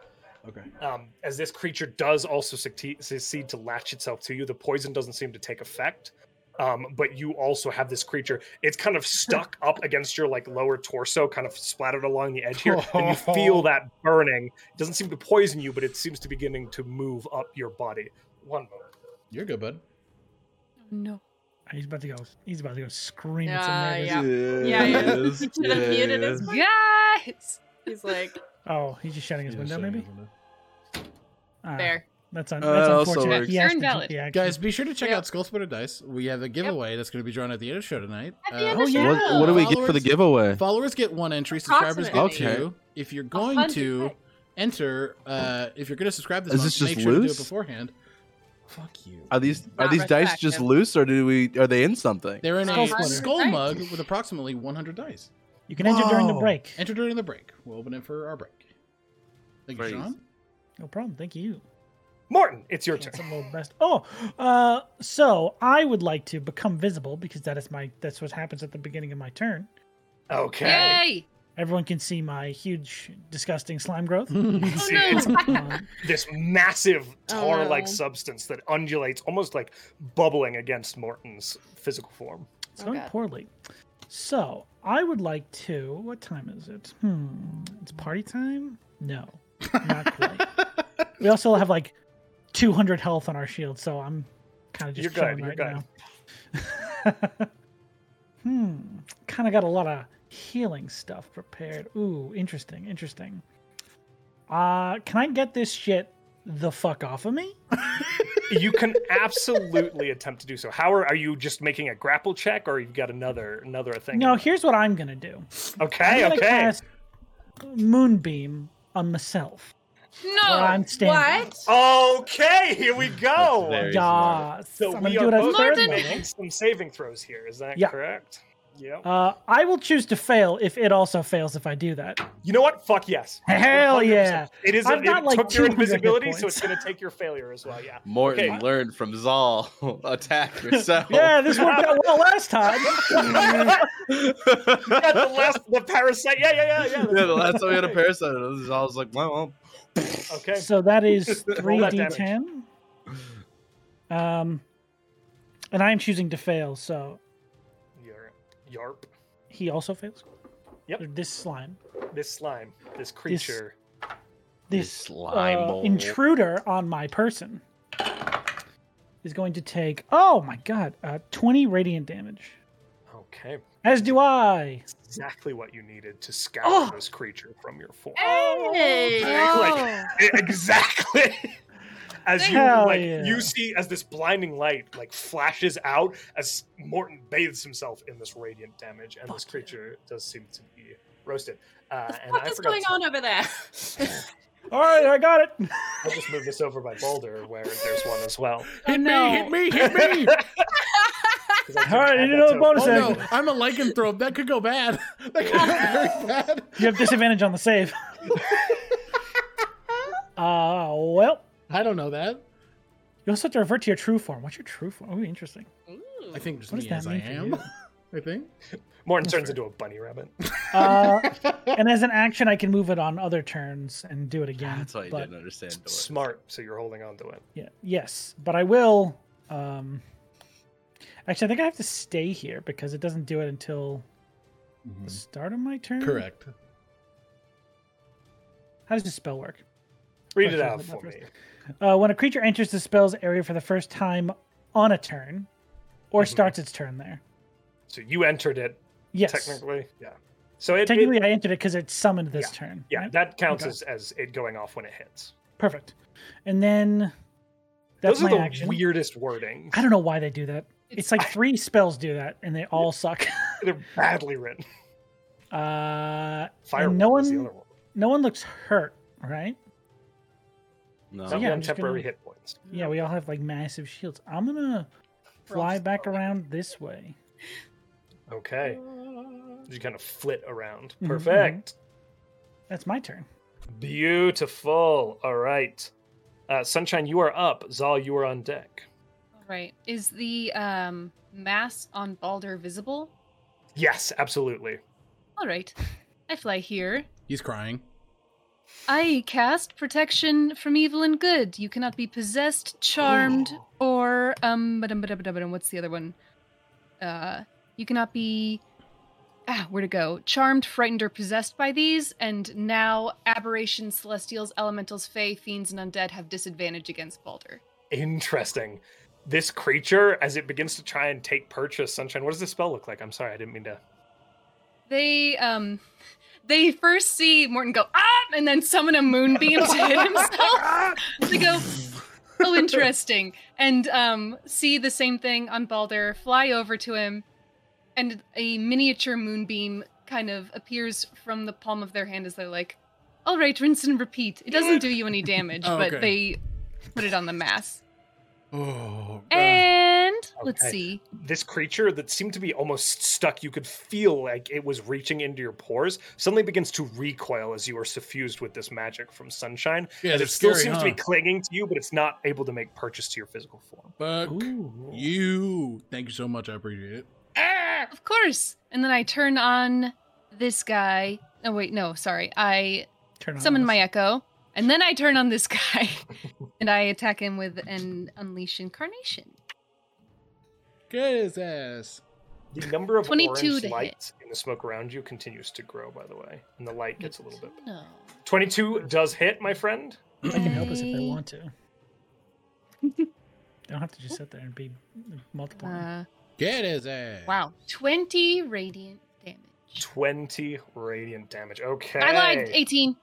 [SPEAKER 5] Okay.
[SPEAKER 1] Um, as this creature does also succeed, succeed to latch itself to you, the poison doesn't seem to take effect. Um, but you also have this creature. It's kind of stuck up against your like lower torso, kind of splattered along the edge here, and you feel that burning. It doesn't seem to poison you, but it seems to be beginning to move up your body. One moment.
[SPEAKER 5] You're good, bud.
[SPEAKER 7] No.
[SPEAKER 2] Ah, He's about to go. He's about to go scream at
[SPEAKER 7] Ah,
[SPEAKER 2] some
[SPEAKER 7] yeah.
[SPEAKER 2] neighbors.
[SPEAKER 6] Yeah, yeah.
[SPEAKER 3] Yes,
[SPEAKER 6] You should have muted us.
[SPEAKER 3] yes.
[SPEAKER 7] Guys!
[SPEAKER 6] He's like,
[SPEAKER 2] Oh, he's just shutting his
[SPEAKER 5] Yeah,
[SPEAKER 2] window,
[SPEAKER 5] so-
[SPEAKER 2] maybe. Ah,
[SPEAKER 7] There.
[SPEAKER 2] That's, un-
[SPEAKER 3] Uh,
[SPEAKER 2] that's
[SPEAKER 3] that also
[SPEAKER 2] unfortunate.
[SPEAKER 3] works.
[SPEAKER 2] He has
[SPEAKER 7] Turn
[SPEAKER 2] to keep
[SPEAKER 7] valid.
[SPEAKER 2] the action.
[SPEAKER 5] Guys, be sure to check
[SPEAKER 7] Yeah.
[SPEAKER 5] out Skull Splitter Dice. We have a giveaway that's going to be drawn at the end of the show tonight. Uh,
[SPEAKER 7] At the end
[SPEAKER 1] Oh,
[SPEAKER 6] of
[SPEAKER 3] What,
[SPEAKER 6] the show. Yeah.
[SPEAKER 3] what do we get for the
[SPEAKER 5] Followers-
[SPEAKER 3] giveaway?
[SPEAKER 5] Followers get one entry, subscribers get
[SPEAKER 3] Approximately.
[SPEAKER 5] two. If you're going
[SPEAKER 6] hundred
[SPEAKER 5] to
[SPEAKER 6] percent.
[SPEAKER 5] enter, uh, if you're going to subscribe this
[SPEAKER 3] Is
[SPEAKER 5] month,
[SPEAKER 3] this just
[SPEAKER 5] make sure to do
[SPEAKER 3] loose?
[SPEAKER 5] it beforehand. Fuck you.
[SPEAKER 3] Are these are
[SPEAKER 7] Not
[SPEAKER 3] these dice
[SPEAKER 7] retroactive.
[SPEAKER 3] just loose, or do we are they in something?
[SPEAKER 5] They're in
[SPEAKER 6] Skull
[SPEAKER 5] a
[SPEAKER 6] splitter.
[SPEAKER 5] skull
[SPEAKER 6] Dice.
[SPEAKER 5] mug with approximately 100 dice.
[SPEAKER 2] you can enter during the
[SPEAKER 3] Whoa.
[SPEAKER 2] break.
[SPEAKER 5] Enter during the break. We'll open it for our break. Thank you,
[SPEAKER 3] Praise.
[SPEAKER 5] Sean.
[SPEAKER 2] No problem. Thank you.
[SPEAKER 1] Morton, it's your turn.
[SPEAKER 2] That's a little best. Oh, uh, so I would like to become visible because that is my. That's what happens at the beginning of my turn.
[SPEAKER 1] Okay.
[SPEAKER 7] Yay!
[SPEAKER 2] Everyone can see my huge, disgusting slime growth.
[SPEAKER 1] You see
[SPEAKER 7] no.
[SPEAKER 4] Oh,
[SPEAKER 1] it's
[SPEAKER 2] Um,
[SPEAKER 1] this massive
[SPEAKER 7] Oh,
[SPEAKER 1] tar-like
[SPEAKER 7] no.
[SPEAKER 1] substance that undulates, almost like bubbling against Morton's physical form.
[SPEAKER 2] It's
[SPEAKER 7] Oh,
[SPEAKER 2] going
[SPEAKER 7] God.
[SPEAKER 2] poorly. So I would like to. What time is it? Hmm. It's party time. No, not quite. we also have like 200 health on our shield, so I'm kind of just
[SPEAKER 1] You're good,
[SPEAKER 2] chilling
[SPEAKER 1] you're
[SPEAKER 2] right now. hmm. Kind of got a lot of healing stuff prepared. Ooh, interesting, interesting. Uh, can I get this shit the fuck off of me?
[SPEAKER 1] You can absolutely attempt to do so. How are, are you just making a grapple check, or you've got another another thing?
[SPEAKER 2] No, here's what I'm gonna do. I'm
[SPEAKER 1] Okay,
[SPEAKER 2] gonna
[SPEAKER 1] okay.
[SPEAKER 2] cast Moonbeam on myself.
[SPEAKER 7] No!
[SPEAKER 2] where I'm standing.
[SPEAKER 6] what?
[SPEAKER 1] Okay, here we
[SPEAKER 3] That's
[SPEAKER 1] go.
[SPEAKER 3] very smart.
[SPEAKER 2] Yas.
[SPEAKER 1] So
[SPEAKER 2] I'm
[SPEAKER 1] we
[SPEAKER 2] gonna
[SPEAKER 1] are
[SPEAKER 2] do it at
[SPEAKER 1] both
[SPEAKER 2] third
[SPEAKER 7] Martin!
[SPEAKER 2] level.
[SPEAKER 1] making some saving throws here. Is that
[SPEAKER 2] Yeah.
[SPEAKER 1] correct? Yep.
[SPEAKER 2] Uh, I will choose to fail if it also fails if I do that.
[SPEAKER 1] You know what? Fuck yes.
[SPEAKER 2] Hell
[SPEAKER 1] 100%.
[SPEAKER 2] yeah.
[SPEAKER 1] It is.
[SPEAKER 2] I've
[SPEAKER 1] it
[SPEAKER 2] got, like,
[SPEAKER 1] took your
[SPEAKER 2] 200 hit
[SPEAKER 1] invisibility, so
[SPEAKER 2] points.
[SPEAKER 1] it's going to take your failure as well. Yeah.
[SPEAKER 3] Morton
[SPEAKER 1] Okay.
[SPEAKER 3] learned from Zal. Attack
[SPEAKER 1] Oh.
[SPEAKER 3] yourself.
[SPEAKER 2] Yeah, this worked out well last time.
[SPEAKER 1] yeah, the last the parasite. Yeah, yeah, yeah, yeah.
[SPEAKER 3] yeah, the last time we had a parasite, it was- I was like, well, well.
[SPEAKER 1] Okay.
[SPEAKER 2] so that is
[SPEAKER 1] Roll that
[SPEAKER 2] 3d10. Um, and I am choosing to fail, so
[SPEAKER 1] Yarp. Yarp.
[SPEAKER 2] he also fails.
[SPEAKER 1] Yep.
[SPEAKER 2] Or This slime,
[SPEAKER 1] This slime. This creature.
[SPEAKER 2] this,
[SPEAKER 3] slime
[SPEAKER 2] uh,
[SPEAKER 3] mold.
[SPEAKER 2] intruder on my person is going to take, oh my god, uh, 20 radiant damage.
[SPEAKER 1] Okay.
[SPEAKER 2] As do I.
[SPEAKER 1] Exactly what you needed to scour
[SPEAKER 6] Oh.
[SPEAKER 1] this creature from your form.
[SPEAKER 6] Hey!
[SPEAKER 1] Like, e, exactly. As you
[SPEAKER 2] Hell
[SPEAKER 1] like,
[SPEAKER 2] yeah.
[SPEAKER 1] you see as this blinding light like flashes out as Morton bathes himself in this radiant damage, and this
[SPEAKER 2] Fuck yeah.
[SPEAKER 1] creature does seem to be roasted. Uh,
[SPEAKER 6] What
[SPEAKER 1] and
[SPEAKER 6] the fuck
[SPEAKER 1] I
[SPEAKER 6] is
[SPEAKER 1] forgot
[SPEAKER 6] going
[SPEAKER 1] something.
[SPEAKER 6] on over there?
[SPEAKER 2] All right, I got it.
[SPEAKER 1] I'll just move this over by Boulder, where there's one as well.
[SPEAKER 7] Oh, no.
[SPEAKER 5] me, hit me.
[SPEAKER 1] 'Cause I can
[SPEAKER 2] All right,
[SPEAKER 1] add
[SPEAKER 2] you
[SPEAKER 1] that
[SPEAKER 2] know,
[SPEAKER 1] to it.
[SPEAKER 2] bonus
[SPEAKER 5] oh,
[SPEAKER 1] Oh, no.
[SPEAKER 5] no. I'm a lycanthrope. That could go bad. That could go very bad.
[SPEAKER 2] You have disadvantage on the save. Uh, well,
[SPEAKER 5] I don't know that.
[SPEAKER 2] you also have to revert to your true form. What's your true form? Oh, interesting.
[SPEAKER 5] I think just
[SPEAKER 2] What
[SPEAKER 5] me
[SPEAKER 2] does that
[SPEAKER 5] as I
[SPEAKER 2] mean for
[SPEAKER 5] am. I think.
[SPEAKER 1] Morton
[SPEAKER 2] That's
[SPEAKER 1] turns
[SPEAKER 2] fair.
[SPEAKER 1] into a bunny rabbit.
[SPEAKER 2] Uh, and as an action, I can move it on other turns and do it again.
[SPEAKER 3] That's why you
[SPEAKER 2] but,
[SPEAKER 3] didn't understand. Dora.
[SPEAKER 1] Smart, so you're holding on to it.
[SPEAKER 2] Yeah, yes, but I will. Um, actually, I think I have to stay here because it doesn't do it until the start of my turn.
[SPEAKER 5] Correct.
[SPEAKER 2] How does this spell work?
[SPEAKER 1] Read
[SPEAKER 2] Oh,
[SPEAKER 1] it
[SPEAKER 2] sure,
[SPEAKER 1] out
[SPEAKER 2] but
[SPEAKER 1] for
[SPEAKER 2] not
[SPEAKER 1] me.
[SPEAKER 2] first. Uh, when a creature enters the spell's area for the first time on a turn, or
[SPEAKER 1] Mhm.
[SPEAKER 2] starts its turn there.
[SPEAKER 1] So you entered it
[SPEAKER 2] Yes.
[SPEAKER 1] technically. Yeah. So it,
[SPEAKER 2] Technically,
[SPEAKER 1] it-
[SPEAKER 2] I entered it because it summoned this turn.
[SPEAKER 1] yeah,
[SPEAKER 2] right?
[SPEAKER 1] that counts
[SPEAKER 2] Okay.
[SPEAKER 1] as, as it going off when it hits.
[SPEAKER 2] perfect. And then that's
[SPEAKER 1] Those are
[SPEAKER 2] my
[SPEAKER 1] the
[SPEAKER 2] action.
[SPEAKER 1] weirdest wordings.
[SPEAKER 2] I don't know why they do that. It's, like three spells do that, and they all suck.
[SPEAKER 1] They're badly written.
[SPEAKER 2] Uh,
[SPEAKER 1] Firewall
[SPEAKER 2] no
[SPEAKER 1] is the
[SPEAKER 2] one-
[SPEAKER 1] other one.
[SPEAKER 2] no one looks hurt, right?
[SPEAKER 3] No.
[SPEAKER 1] Not
[SPEAKER 2] Oh. yeah,
[SPEAKER 1] one
[SPEAKER 2] I'm just
[SPEAKER 1] temporary
[SPEAKER 2] gonna-
[SPEAKER 1] hit points.
[SPEAKER 2] Yeah, we all have like massive shields. I'm gonna fly back around this way.
[SPEAKER 1] Okay. You kind of flit around.
[SPEAKER 2] Mhm, mhm.
[SPEAKER 1] Perfect.
[SPEAKER 2] That's my turn. mm-hmm.
[SPEAKER 1] Beautiful. All right. Uh, Sunshine, you are up. Zal, you are on deck.
[SPEAKER 7] All right. Is the um, mass on Balder visible?
[SPEAKER 1] Yes, absolutely.
[SPEAKER 7] All right. I fly here.
[SPEAKER 5] He's crying.
[SPEAKER 7] I cast protection from evil and good. You cannot be possessed, charmed,
[SPEAKER 5] Oh.
[SPEAKER 7] or um. Badum, badum, badum, badum, what's the other one? Uh, you cannot be. Ah, where to go? Charmed, frightened, or possessed by these, and now aberrations, celestials, elementals, fae, fiends, and undead have disadvantage against Balder.
[SPEAKER 1] Interesting. This creature, as it begins to try and take purchase, Sunshine, what does this spell look like? I'm sorry, I didn't mean to.
[SPEAKER 7] They um, they first see Morton go ah, and then summon a moonbeam to hit himself. they go, oh, interesting, and um, see the same thing on Balder, fly over to him, and a miniature moonbeam kind of appears from the palm of their hand as they're like, all right, rinse and repeat. It doesn't do you any damage,
[SPEAKER 5] Oh,
[SPEAKER 7] but
[SPEAKER 5] okay.
[SPEAKER 7] they put it on the mass.
[SPEAKER 5] Oh,
[SPEAKER 7] And let's
[SPEAKER 1] Okay.
[SPEAKER 7] see.
[SPEAKER 1] This creature that seemed to be almost stuck, you could feel like it was reaching into your pores, suddenly begins to recoil as you are suffused with this magic from sunshine.
[SPEAKER 5] yeah,
[SPEAKER 1] as
[SPEAKER 5] they're
[SPEAKER 1] it still
[SPEAKER 5] scary,
[SPEAKER 1] seems
[SPEAKER 5] huh?
[SPEAKER 1] to be clinging to you, but it's not able to make purchase to your physical form.
[SPEAKER 5] Fuck
[SPEAKER 2] Ooh.
[SPEAKER 5] you. Thank you so much. I appreciate it.
[SPEAKER 7] Of course. And then I turn on this guy. Oh wait, no, sorry. I
[SPEAKER 2] Turn on
[SPEAKER 7] summon
[SPEAKER 2] this.
[SPEAKER 7] my echo, and then I turn on this guy, and I attack him with an unleash incarnation.
[SPEAKER 5] Get his ass.
[SPEAKER 1] The number of
[SPEAKER 7] 22
[SPEAKER 1] orange
[SPEAKER 7] to hit.
[SPEAKER 1] lights in the smoke around you continues to grow, by the way, and the light gets a little bit.
[SPEAKER 7] No.
[SPEAKER 1] 22 does hit, my friend.
[SPEAKER 2] They can help us if they
[SPEAKER 7] I-
[SPEAKER 2] want to. They don't have to just sit there and be multiplying.
[SPEAKER 7] Uh,
[SPEAKER 5] Get his ass.
[SPEAKER 7] wow, twenty radiant damage.
[SPEAKER 1] 20 radiant damage. Okay.
[SPEAKER 7] I lied. Eighteen.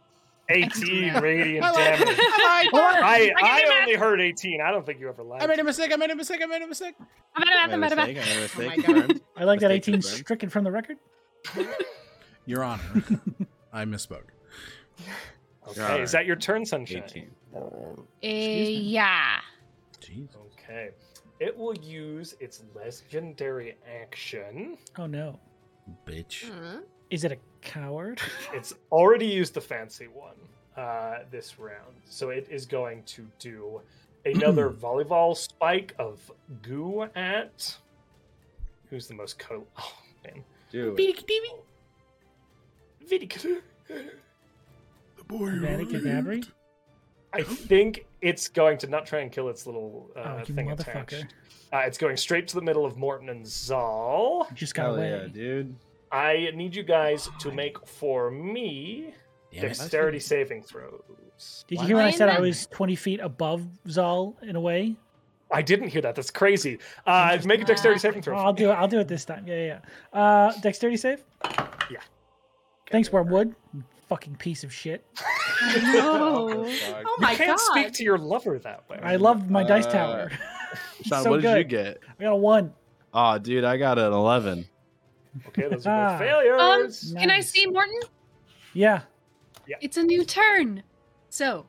[SPEAKER 7] can do
[SPEAKER 1] 18
[SPEAKER 7] that.
[SPEAKER 1] radiant
[SPEAKER 5] I lied.
[SPEAKER 1] damage.
[SPEAKER 5] I lied.
[SPEAKER 1] I,
[SPEAKER 7] I can do
[SPEAKER 1] I
[SPEAKER 7] math.
[SPEAKER 1] only heard 18. I don't think you ever lied.
[SPEAKER 5] I made a mistake. I made a mistake. I made a mistake.
[SPEAKER 7] I'm gonna- I'm gonna- I'm gonna-
[SPEAKER 3] mistake.
[SPEAKER 7] Oh my
[SPEAKER 3] friend.
[SPEAKER 2] I like that
[SPEAKER 3] Mistake
[SPEAKER 2] 18
[SPEAKER 3] confirmed.
[SPEAKER 2] stricken from the record.
[SPEAKER 5] Your Honor, I misspoke.
[SPEAKER 1] Okay,
[SPEAKER 3] Alright.
[SPEAKER 1] is that your turn, Sunshine?
[SPEAKER 3] 18.
[SPEAKER 7] Eh, yeah.
[SPEAKER 5] Jeez.
[SPEAKER 1] Okay. It will use its legendary action.
[SPEAKER 2] Oh no.
[SPEAKER 5] Bitch.
[SPEAKER 7] Mm-hmm.
[SPEAKER 2] Is it a coward?
[SPEAKER 1] It's already used the fancy one uh, this round. So it is going to do another volleyball spike of goo at. Who's the most co. Oh, man.
[SPEAKER 3] Do it.
[SPEAKER 1] Vidic-
[SPEAKER 5] The boy
[SPEAKER 2] Vaticadabri?
[SPEAKER 1] I think it's going to not try and kill its little uh,
[SPEAKER 2] oh, you
[SPEAKER 1] thing
[SPEAKER 2] motherfucker.
[SPEAKER 1] attached. Uh, it's going straight to the middle of Morton and Zal.
[SPEAKER 2] You just got
[SPEAKER 3] Hell
[SPEAKER 2] away.
[SPEAKER 3] yeah, dude.
[SPEAKER 1] I need you guys to make for me dexterity saving throws.
[SPEAKER 2] Did you
[SPEAKER 3] Why
[SPEAKER 2] hear when I
[SPEAKER 7] am I
[SPEAKER 2] said
[SPEAKER 7] in
[SPEAKER 2] I
[SPEAKER 7] that?
[SPEAKER 2] was 20 feet above Zal in a way?
[SPEAKER 1] I didn't hear that. That's crazy. Uh, make a dexterity saving
[SPEAKER 2] Oh,
[SPEAKER 1] throw.
[SPEAKER 2] I'll do it. I'll do it this time. Yeah, yeah. yeah. Uh, dexterity save. Thanks, Wormwood. you Fucking piece of shit.
[SPEAKER 4] No. Oh
[SPEAKER 1] You
[SPEAKER 4] my
[SPEAKER 1] can't
[SPEAKER 4] god.
[SPEAKER 1] speak to your lover that way.
[SPEAKER 2] I loved my dice
[SPEAKER 3] Uh,
[SPEAKER 2] tower. He's
[SPEAKER 3] Sean,
[SPEAKER 2] so
[SPEAKER 3] what did you
[SPEAKER 2] good.
[SPEAKER 3] get?
[SPEAKER 2] I got a one.
[SPEAKER 3] Oh, dude, I got an 11.
[SPEAKER 1] Okay, those are
[SPEAKER 2] Ah.
[SPEAKER 1] both failures.
[SPEAKER 2] Um,
[SPEAKER 7] Can I
[SPEAKER 2] Nice.
[SPEAKER 7] see Morton?
[SPEAKER 2] Yeah,
[SPEAKER 7] It's a new turn. So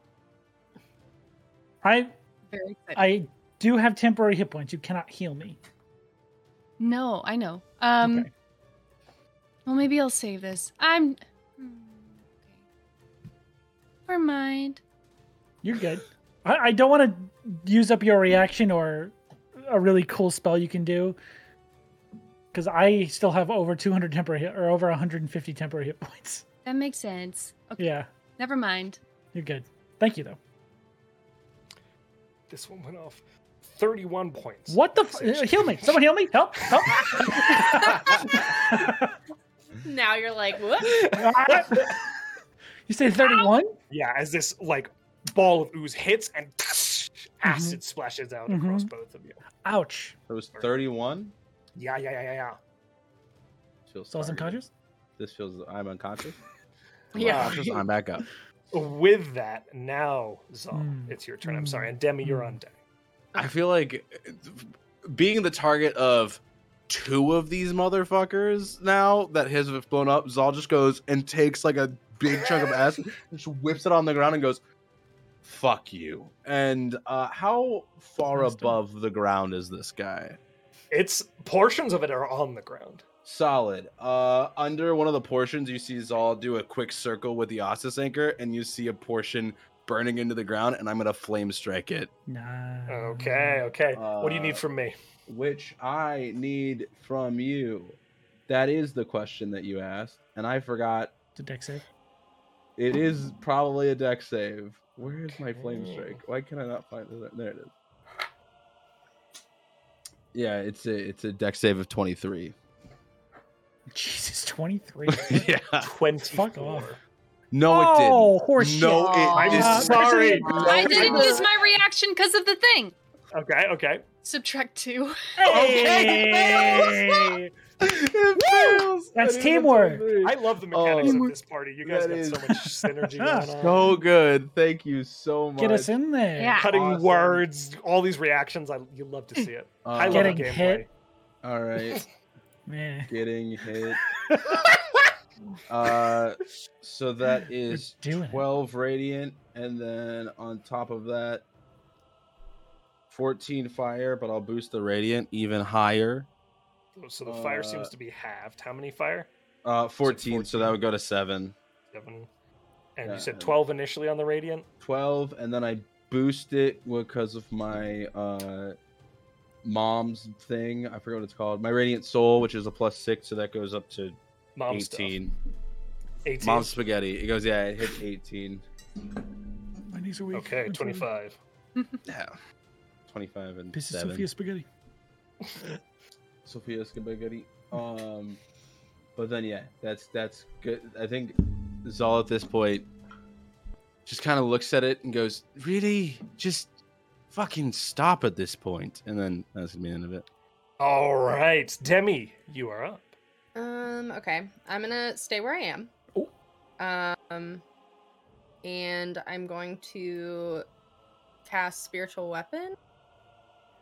[SPEAKER 2] I
[SPEAKER 7] very excited.
[SPEAKER 2] I do have temporary hit points. You cannot heal me.
[SPEAKER 7] no, I know. Um.
[SPEAKER 2] Okay.
[SPEAKER 7] Well, maybe I'll save this. I'm. Hmm, okay. Never mind.
[SPEAKER 2] You're good. I, I don't want to use up your reaction or a really cool spell you can do because I still have over 200 temporary hit, or over 150 temporary hit points.
[SPEAKER 7] That makes sense. Okay,
[SPEAKER 2] Yeah,
[SPEAKER 7] never mind.
[SPEAKER 2] you're good. Thank you though.
[SPEAKER 1] This one went off 31 points.
[SPEAKER 2] What the? F- uh, heal me! Someone heal me! Help! Help!
[SPEAKER 4] Now you're like, what?
[SPEAKER 2] you say 31?
[SPEAKER 1] Yeah, as this like ball of ooze hits and acid splashes out across both of you.
[SPEAKER 2] Ouch!
[SPEAKER 3] It was 31.
[SPEAKER 1] Yeah, yeah, yeah, yeah, yeah.
[SPEAKER 3] Feels
[SPEAKER 2] Saul's
[SPEAKER 3] targeted.
[SPEAKER 2] unconscious.
[SPEAKER 3] This feels. I'm unconscious. I'm
[SPEAKER 4] Yeah.
[SPEAKER 3] unconscious, I'm back up.
[SPEAKER 1] Uh, With that, now Zal,
[SPEAKER 2] Mm.
[SPEAKER 1] it's your turn. I'm
[SPEAKER 2] Mm.
[SPEAKER 1] sorry, and Demi, you're
[SPEAKER 2] Mm.
[SPEAKER 1] on deck.
[SPEAKER 3] I feel like uh, being the target of two of these motherfuckers now that his have blown up, Zal just goes and takes like a big chunk of acid, just whips it on the ground and goes, "Fuck you!" And uh, how far
[SPEAKER 2] Understood.
[SPEAKER 3] above the ground is this guy?
[SPEAKER 1] It's portions of it are on the ground.
[SPEAKER 3] Solid. Uh, under one of the portions, you see Zal do a quick circle with the Ossus anchor, and you see a portion burning into the ground, and I'm gonna flame strike it.
[SPEAKER 2] Nah.
[SPEAKER 1] Okay, okay. what do you
[SPEAKER 3] Mm-hmm. Uh,
[SPEAKER 1] need from me?
[SPEAKER 3] which I need from you That is the question that you asked, and I forgot.
[SPEAKER 2] It's a deck save.
[SPEAKER 3] It is probably a deck save. Where is my flame
[SPEAKER 1] Okay.
[SPEAKER 3] strike? Why can I not find it? There it is. Yeah, it's a it's a deck save of twenty three.
[SPEAKER 2] Jesus, 23.
[SPEAKER 3] yeah.
[SPEAKER 1] Twenty.
[SPEAKER 2] Fuck off.
[SPEAKER 3] No, it didn't.
[SPEAKER 2] oh, horseshit.
[SPEAKER 3] No, it
[SPEAKER 1] I'm
[SPEAKER 3] didn't.
[SPEAKER 2] Uh,
[SPEAKER 1] sorry.
[SPEAKER 7] I didn't use my reaction because of the thing.
[SPEAKER 1] Okay, okay.
[SPEAKER 7] Subtract two.
[SPEAKER 3] Okay,
[SPEAKER 2] Hey!
[SPEAKER 3] It fails.
[SPEAKER 2] That's
[SPEAKER 3] I didn't have
[SPEAKER 2] teamwork.
[SPEAKER 3] 23.
[SPEAKER 1] I love the mechanics
[SPEAKER 3] Oh,
[SPEAKER 1] of this party. You guys
[SPEAKER 3] that
[SPEAKER 1] got
[SPEAKER 3] is-
[SPEAKER 1] so much synergy going on.
[SPEAKER 3] So good. Thank you so much.
[SPEAKER 2] Get us in there.
[SPEAKER 7] Yeah.
[SPEAKER 1] Cutting
[SPEAKER 3] Awesome.
[SPEAKER 1] words, all these reactions. I you love to see it.
[SPEAKER 3] Uh,
[SPEAKER 1] I love
[SPEAKER 2] Getting
[SPEAKER 1] gameplay.
[SPEAKER 2] hit.
[SPEAKER 3] All right.
[SPEAKER 2] Man.
[SPEAKER 3] Getting hit. uh, so that is
[SPEAKER 2] doing it.
[SPEAKER 3] 12 radiant, and then on top of that, 14 fire, but I'll boost the radiant even higher.
[SPEAKER 1] So the fire
[SPEAKER 3] Uh,
[SPEAKER 1] seems to be halved. How many fire?
[SPEAKER 3] Uh, 14, so that would go to 7.
[SPEAKER 1] Seven. And you
[SPEAKER 3] Yeah.
[SPEAKER 1] said twelve initially on the radiant.
[SPEAKER 3] 12, and then I boost it because of my uh, mom's thing. I forgot what it's called. My radiant soul, which is a plus 6, so that goes up to
[SPEAKER 1] Mom
[SPEAKER 3] 18.
[SPEAKER 1] stuff. Eighteen.
[SPEAKER 3] Mom spaghetti. It goes, yeah, it hits 18.
[SPEAKER 2] My knees are weak.
[SPEAKER 1] okay,
[SPEAKER 2] I'm sorry.
[SPEAKER 1] twenty-five.
[SPEAKER 3] Yeah. 25 and
[SPEAKER 2] This is
[SPEAKER 3] 7.
[SPEAKER 2] Sophia Spaghetti.
[SPEAKER 3] Sophia Spaghetti. Um, but then yeah, that's that's good. I think Zal at this point just kind of looks at it and goes, "Really? Just fucking stop at this point." And then that's gonna be the end of it.
[SPEAKER 1] All right, Demi, you are up.
[SPEAKER 6] Um. Okay. I'm gonna stay where I am.
[SPEAKER 1] Ooh.
[SPEAKER 6] Um. And I'm going to cast spiritual weapon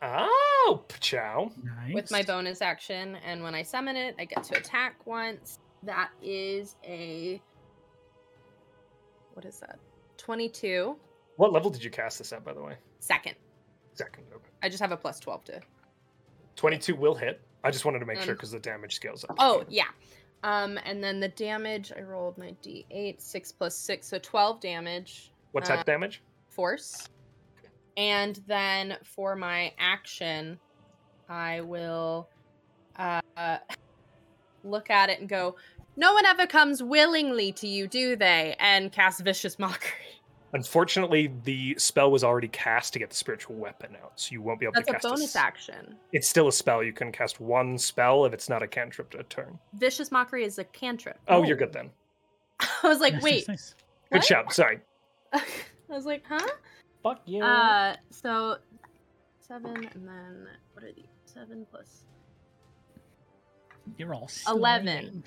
[SPEAKER 1] Oh, chow.
[SPEAKER 2] Nice.
[SPEAKER 6] with my bonus action, and when I summon it, I get to attack once. That is a. What is that? Twenty-two
[SPEAKER 1] What level did you cast this at, by the way?
[SPEAKER 6] second.
[SPEAKER 1] Second. Okay.
[SPEAKER 6] I just have a plus twelve to.
[SPEAKER 1] Twenty-two will hit. I just wanted to make sure
[SPEAKER 6] Um,
[SPEAKER 1] because the damage scales up.
[SPEAKER 6] Oh yeah. Um. And then the damage. I rolled my d8, six plus six, so twelve damage.
[SPEAKER 1] What type of damage?
[SPEAKER 6] force. And then for my action, I will uh, look at it and go, No one ever comes willingly to you, do they? And cast Vicious Mockery.
[SPEAKER 1] Unfortunately, the spell was already cast to get the spiritual weapon out, so you won't be able
[SPEAKER 6] That's
[SPEAKER 1] to
[SPEAKER 6] a
[SPEAKER 1] cast.
[SPEAKER 6] bonus
[SPEAKER 1] s-
[SPEAKER 6] action.
[SPEAKER 1] It's still a spell. You can cast one spell if it's not a cantrip a turn.
[SPEAKER 6] Vicious Mockery is a cantrip.
[SPEAKER 1] Oh, you're good then.
[SPEAKER 6] I was like,
[SPEAKER 2] Nice, nice,
[SPEAKER 6] Wait.
[SPEAKER 2] nice.
[SPEAKER 1] Good
[SPEAKER 6] what?"
[SPEAKER 1] job. Sorry.
[SPEAKER 6] I was like, Huh?
[SPEAKER 2] Fuck you.
[SPEAKER 6] Uh, so seven, and then what are these? Seven plus
[SPEAKER 2] you're all
[SPEAKER 6] 11.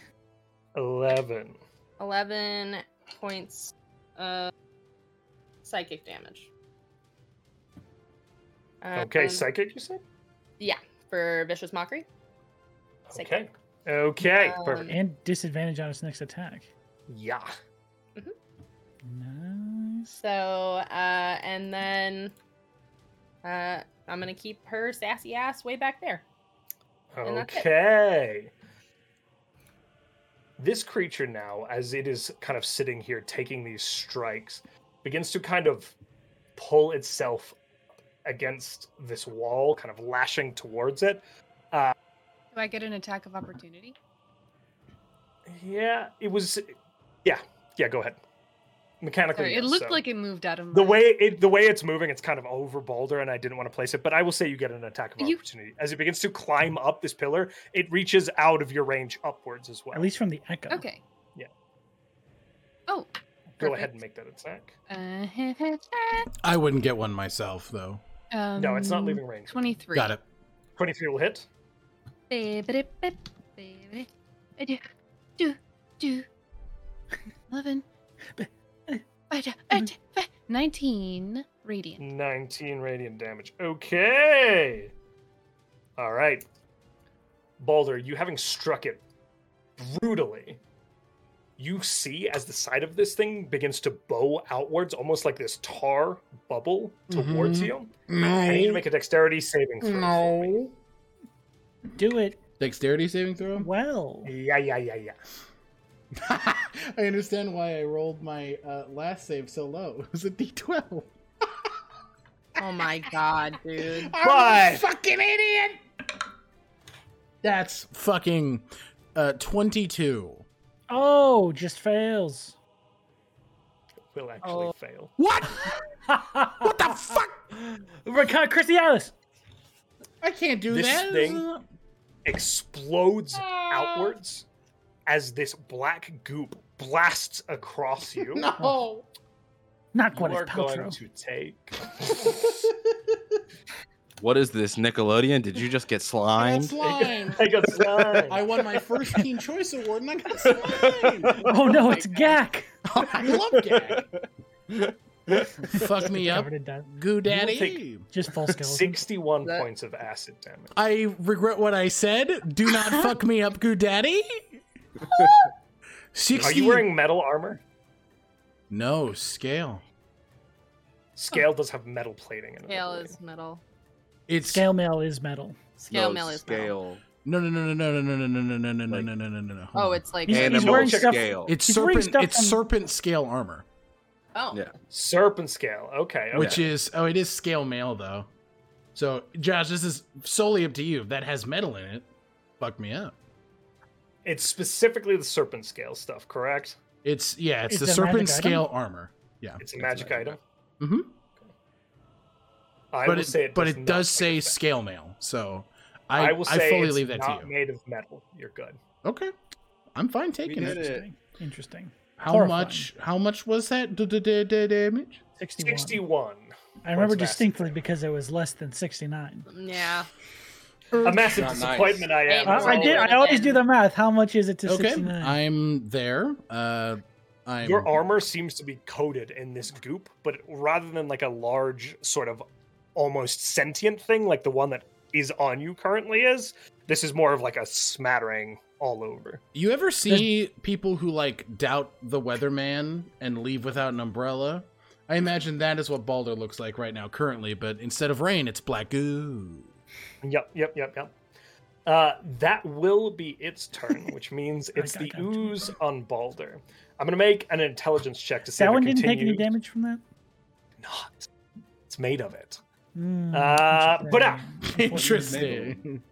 [SPEAKER 2] slay.
[SPEAKER 1] Eleven.
[SPEAKER 6] 11 points of psychic damage.
[SPEAKER 1] Okay,
[SPEAKER 6] Um,
[SPEAKER 1] psychic. You said.
[SPEAKER 6] yeah, for vicious mockery.
[SPEAKER 1] Okay.
[SPEAKER 6] Psychic.
[SPEAKER 1] Okay. perfect.
[SPEAKER 6] Um,
[SPEAKER 2] And disadvantage on its next attack.
[SPEAKER 1] Yeah.
[SPEAKER 2] Nice.
[SPEAKER 6] So, uh, and then uh, I'm gonna keep her sassy ass way back there. and that's it.
[SPEAKER 1] Okay. This creature now, as it is kind of sitting here taking these strikes, begins to kind of pull itself against this wall, kind of lashing towards it.
[SPEAKER 7] Do I get an attack of opportunity?
[SPEAKER 1] Yeah, it was. Yeah, yeah. Go ahead. Mechanically,
[SPEAKER 7] Sorry,
[SPEAKER 1] yes,
[SPEAKER 7] it looked
[SPEAKER 1] so-
[SPEAKER 7] like it moved out of
[SPEAKER 1] the
[SPEAKER 7] my-
[SPEAKER 1] way it the way it's moving. It's kind of over Boulder, and I didn't want to place it, but I will say you get an attack of
[SPEAKER 7] You-
[SPEAKER 1] opportunity as it begins to climb up this pillar. It reaches out of your range upwards as well.
[SPEAKER 2] At least from the echo.
[SPEAKER 7] Okay.
[SPEAKER 1] Yeah.
[SPEAKER 7] Oh.
[SPEAKER 1] go ahead
[SPEAKER 7] perfect.
[SPEAKER 1] and make that attack.
[SPEAKER 7] Uh,
[SPEAKER 5] I wouldn't get one myself though.
[SPEAKER 7] um,
[SPEAKER 1] No, it's not leaving range.
[SPEAKER 7] 23.
[SPEAKER 5] Got it.
[SPEAKER 1] 23 will hit.
[SPEAKER 7] Do, do. 11. Five, eight, five, 19 radiant.
[SPEAKER 1] 19 radiant damage. Okay. All right. Balder, you having struck it brutally, you see as the side of this thing begins to bow outwards, almost like this tar bubble towards
[SPEAKER 5] Mhm.
[SPEAKER 1] you. I need to make a dexterity saving throw. for me.
[SPEAKER 2] Do it
[SPEAKER 5] Dexterity saving throw.
[SPEAKER 2] well.
[SPEAKER 1] Yeah, yeah, yeah, yeah.
[SPEAKER 5] I understand why I rolled my uh, last save so low. It was a D12.
[SPEAKER 6] Oh my god, dude.
[SPEAKER 5] I'm
[SPEAKER 1] Why?
[SPEAKER 5] fucking idiot. That's fucking Uh, 22.
[SPEAKER 2] Oh, just fails.
[SPEAKER 1] Will actually
[SPEAKER 7] Oh.
[SPEAKER 1] fail.
[SPEAKER 5] What? what the fuck?
[SPEAKER 2] Rica- Christy Alice.
[SPEAKER 5] I can't do
[SPEAKER 1] This
[SPEAKER 5] that.
[SPEAKER 1] thing? Explodes outwards as this black goop blasts across you.
[SPEAKER 8] No.
[SPEAKER 2] Not
[SPEAKER 1] You are
[SPEAKER 2] Gwyneth
[SPEAKER 1] going
[SPEAKER 2] Paltrow.
[SPEAKER 1] to take
[SPEAKER 3] What is this, Nickelodeon? Did you just get slimed?
[SPEAKER 5] That's slime.
[SPEAKER 1] take a slime.
[SPEAKER 5] I won my first Teen Choice Award and I got slime.
[SPEAKER 2] Oh no, it's Gak.
[SPEAKER 5] I love gag. Fuck me up,
[SPEAKER 2] Covered in dust.
[SPEAKER 5] goo
[SPEAKER 1] take-
[SPEAKER 5] daddy.
[SPEAKER 2] Just full skeleton.
[SPEAKER 1] 61
[SPEAKER 8] That-
[SPEAKER 1] points of acid damage.
[SPEAKER 5] I regret what I said. Do not fuck me up, goo daddy. 60.
[SPEAKER 1] Are you wearing metal armor?
[SPEAKER 5] No, scale.
[SPEAKER 1] Scale does have metal plating in it. I
[SPEAKER 4] Scale
[SPEAKER 1] believe.
[SPEAKER 4] is metal.
[SPEAKER 5] It's
[SPEAKER 2] Scale mail is metal.
[SPEAKER 4] Scale
[SPEAKER 3] No,
[SPEAKER 4] mail is metal.
[SPEAKER 3] scale.
[SPEAKER 5] No, no, no, no, no, no, no, no, no, no, no, no,
[SPEAKER 3] Like-
[SPEAKER 5] no, no, no, no, no. Hold
[SPEAKER 4] Oh,
[SPEAKER 5] on.
[SPEAKER 4] it's like
[SPEAKER 2] He's- he's
[SPEAKER 3] Animal
[SPEAKER 2] wearing stuff-
[SPEAKER 3] scale.
[SPEAKER 5] it's
[SPEAKER 2] he's wearing
[SPEAKER 5] serpent.
[SPEAKER 2] stuff
[SPEAKER 5] It's
[SPEAKER 2] on-
[SPEAKER 5] serpent scale armor,
[SPEAKER 4] oh
[SPEAKER 3] Yeah.
[SPEAKER 1] Serpent scale. Okay. okay.
[SPEAKER 5] which is oh, it is scale mail though. So, Josh, this is solely up to you. If that has metal in it, fuck me up.
[SPEAKER 1] It's specifically the serpent scale stuff, correct?
[SPEAKER 5] It's yeah, it's
[SPEAKER 2] Is
[SPEAKER 5] the
[SPEAKER 2] it a magic
[SPEAKER 5] serpent
[SPEAKER 2] item?
[SPEAKER 5] scale armor. Yeah,
[SPEAKER 1] It's a magic item.
[SPEAKER 5] Mhm.
[SPEAKER 1] I
[SPEAKER 5] but
[SPEAKER 1] will
[SPEAKER 5] it,
[SPEAKER 1] say it
[SPEAKER 5] but
[SPEAKER 1] does
[SPEAKER 5] it
[SPEAKER 1] not
[SPEAKER 5] does
[SPEAKER 1] take
[SPEAKER 5] say
[SPEAKER 1] effect.
[SPEAKER 5] scale mail. So, I
[SPEAKER 1] I will say
[SPEAKER 5] fully
[SPEAKER 1] it's
[SPEAKER 5] leave that
[SPEAKER 1] not
[SPEAKER 5] to you.
[SPEAKER 1] made of metal. You're good.
[SPEAKER 5] Okay, I'm fine taking
[SPEAKER 8] did
[SPEAKER 5] it.
[SPEAKER 8] it.
[SPEAKER 2] Interesting. Interesting.
[SPEAKER 5] How
[SPEAKER 2] Horrifying.
[SPEAKER 5] much? How much was that d- d- d- d- damage?
[SPEAKER 2] 61.
[SPEAKER 1] 61.
[SPEAKER 2] I
[SPEAKER 1] Points of
[SPEAKER 2] remember
[SPEAKER 1] acid
[SPEAKER 2] distinctly
[SPEAKER 1] damage.
[SPEAKER 2] because it was less than 69.
[SPEAKER 4] yeah.
[SPEAKER 1] A massive
[SPEAKER 8] Not nice.
[SPEAKER 1] disappointment I am.
[SPEAKER 2] I, I
[SPEAKER 4] roll
[SPEAKER 2] did.
[SPEAKER 4] it
[SPEAKER 2] I always
[SPEAKER 4] again.
[SPEAKER 2] do the math. How much is it to
[SPEAKER 5] Okay,
[SPEAKER 2] 69?
[SPEAKER 5] I'm there. Uh, I'm
[SPEAKER 1] Your armor seems to be coated in this goop, but rather than like a large sort of almost sentient thing like the one that is on you currently is, this is more of like a smattering all over.
[SPEAKER 5] You ever see people who like doubt the weatherman and leave without an umbrella? I imagine that is what Balder looks like right now, currently, but instead of rain, it's black goo.
[SPEAKER 1] Yep, yep, yep, yep. Uh, that will be its turn, which means it's
[SPEAKER 2] got
[SPEAKER 1] the
[SPEAKER 2] that.
[SPEAKER 1] ooze on Balder. I'm gonna make an intelligence check to see
[SPEAKER 2] that
[SPEAKER 1] if
[SPEAKER 2] one
[SPEAKER 1] it
[SPEAKER 2] didn't take any
[SPEAKER 1] continues.
[SPEAKER 2] damage from that?
[SPEAKER 1] Not. It's made of it.
[SPEAKER 2] Mm,
[SPEAKER 1] Uh, but, uh,
[SPEAKER 2] interesting.
[SPEAKER 5] Interesting.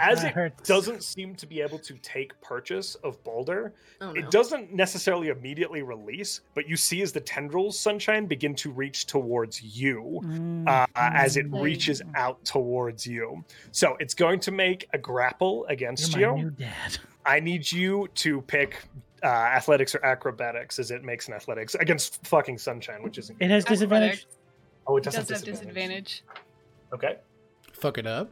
[SPEAKER 1] As
[SPEAKER 2] That
[SPEAKER 1] it
[SPEAKER 2] hurts.
[SPEAKER 1] doesn't seem to be able to take purchase of Balder,
[SPEAKER 4] Oh no.
[SPEAKER 1] It doesn't necessarily immediately release, but you see as the tendrils, Sunshine, begin to reach towards you
[SPEAKER 2] Mm,
[SPEAKER 1] uh, as it
[SPEAKER 2] mm.
[SPEAKER 1] reaches out towards you. So it's going to make a grapple against
[SPEAKER 2] You're my
[SPEAKER 1] you.
[SPEAKER 2] new dad.
[SPEAKER 1] I need you to pick uh, athletics or acrobatics as it makes an athletics against fucking Sunshine, which isn't.
[SPEAKER 2] It has disadvantage.
[SPEAKER 1] Oh, it
[SPEAKER 4] It
[SPEAKER 1] does,
[SPEAKER 4] does
[SPEAKER 1] have,
[SPEAKER 4] have disadvantage.
[SPEAKER 1] Okay.
[SPEAKER 5] Fuck it up.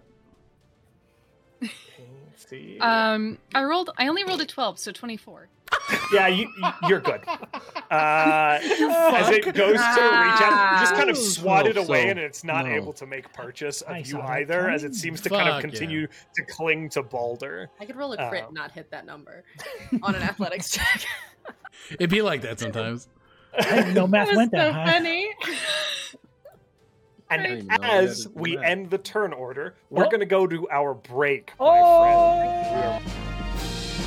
[SPEAKER 1] Let's see.
[SPEAKER 7] Uh,
[SPEAKER 4] Um, I rolled. I only rolled a twelve, so twenty-four.
[SPEAKER 1] yeah, you, you- you're good. Uh, as it
[SPEAKER 5] Fuck.
[SPEAKER 1] goes to reach out, you're just kind of
[SPEAKER 5] Ah.
[SPEAKER 1] swatted
[SPEAKER 5] No,
[SPEAKER 1] away,
[SPEAKER 5] so,
[SPEAKER 1] and it's not
[SPEAKER 5] no.
[SPEAKER 1] able to make purchase of
[SPEAKER 2] I
[SPEAKER 1] you
[SPEAKER 2] saw that
[SPEAKER 1] either, as it
[SPEAKER 2] coming.
[SPEAKER 1] seems to kind of
[SPEAKER 5] Fuck yeah.
[SPEAKER 1] continue to cling to Balder.
[SPEAKER 6] I could roll a crit,
[SPEAKER 1] Um,
[SPEAKER 6] and not hit that number on an athletics check.
[SPEAKER 5] It'd be like that sometimes.
[SPEAKER 2] I didn't know math
[SPEAKER 4] That's
[SPEAKER 2] went
[SPEAKER 4] so
[SPEAKER 2] that high.
[SPEAKER 4] funny.
[SPEAKER 3] I didn't
[SPEAKER 1] and
[SPEAKER 3] even know you
[SPEAKER 1] as
[SPEAKER 3] had to do
[SPEAKER 1] we
[SPEAKER 3] that.
[SPEAKER 1] end the turn order, we're
[SPEAKER 2] Oh.
[SPEAKER 1] going to go to our break, my friend.
[SPEAKER 2] Oh!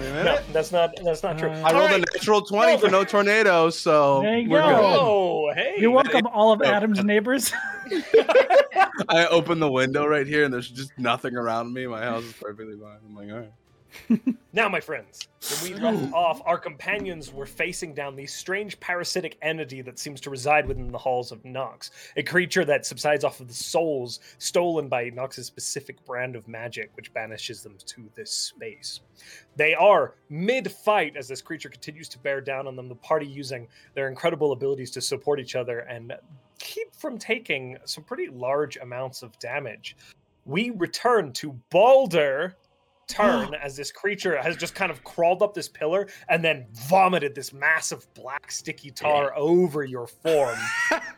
[SPEAKER 1] No, that's not that's not true.
[SPEAKER 2] Uh,
[SPEAKER 3] I rolled
[SPEAKER 1] Alright.
[SPEAKER 3] a natural 20 for no tornado, so
[SPEAKER 2] There you
[SPEAKER 3] we're
[SPEAKER 2] go.
[SPEAKER 3] good.
[SPEAKER 1] Oh, hey.
[SPEAKER 2] You're
[SPEAKER 1] that-
[SPEAKER 2] welcome, all of
[SPEAKER 3] Oh.
[SPEAKER 2] Adam's neighbors.
[SPEAKER 3] I open the window right here and there's just nothing around me. My house is perfectly fine. I'm like, all right.
[SPEAKER 1] Now, my friends, when we left off, our companions were facing down the strange parasitic entity that seems to reside within the halls of Nox, a creature that subsides off of the souls stolen by Nox's specific brand of magic, which banishes them to this space. They are mid fight as this creature continues to bear down on them, the party using their incredible abilities to support each other and keep from taking some pretty large amounts of damage. We return to Balder turn as this creature has just kind of crawled up this pillar and then vomited this massive black sticky tar over your form.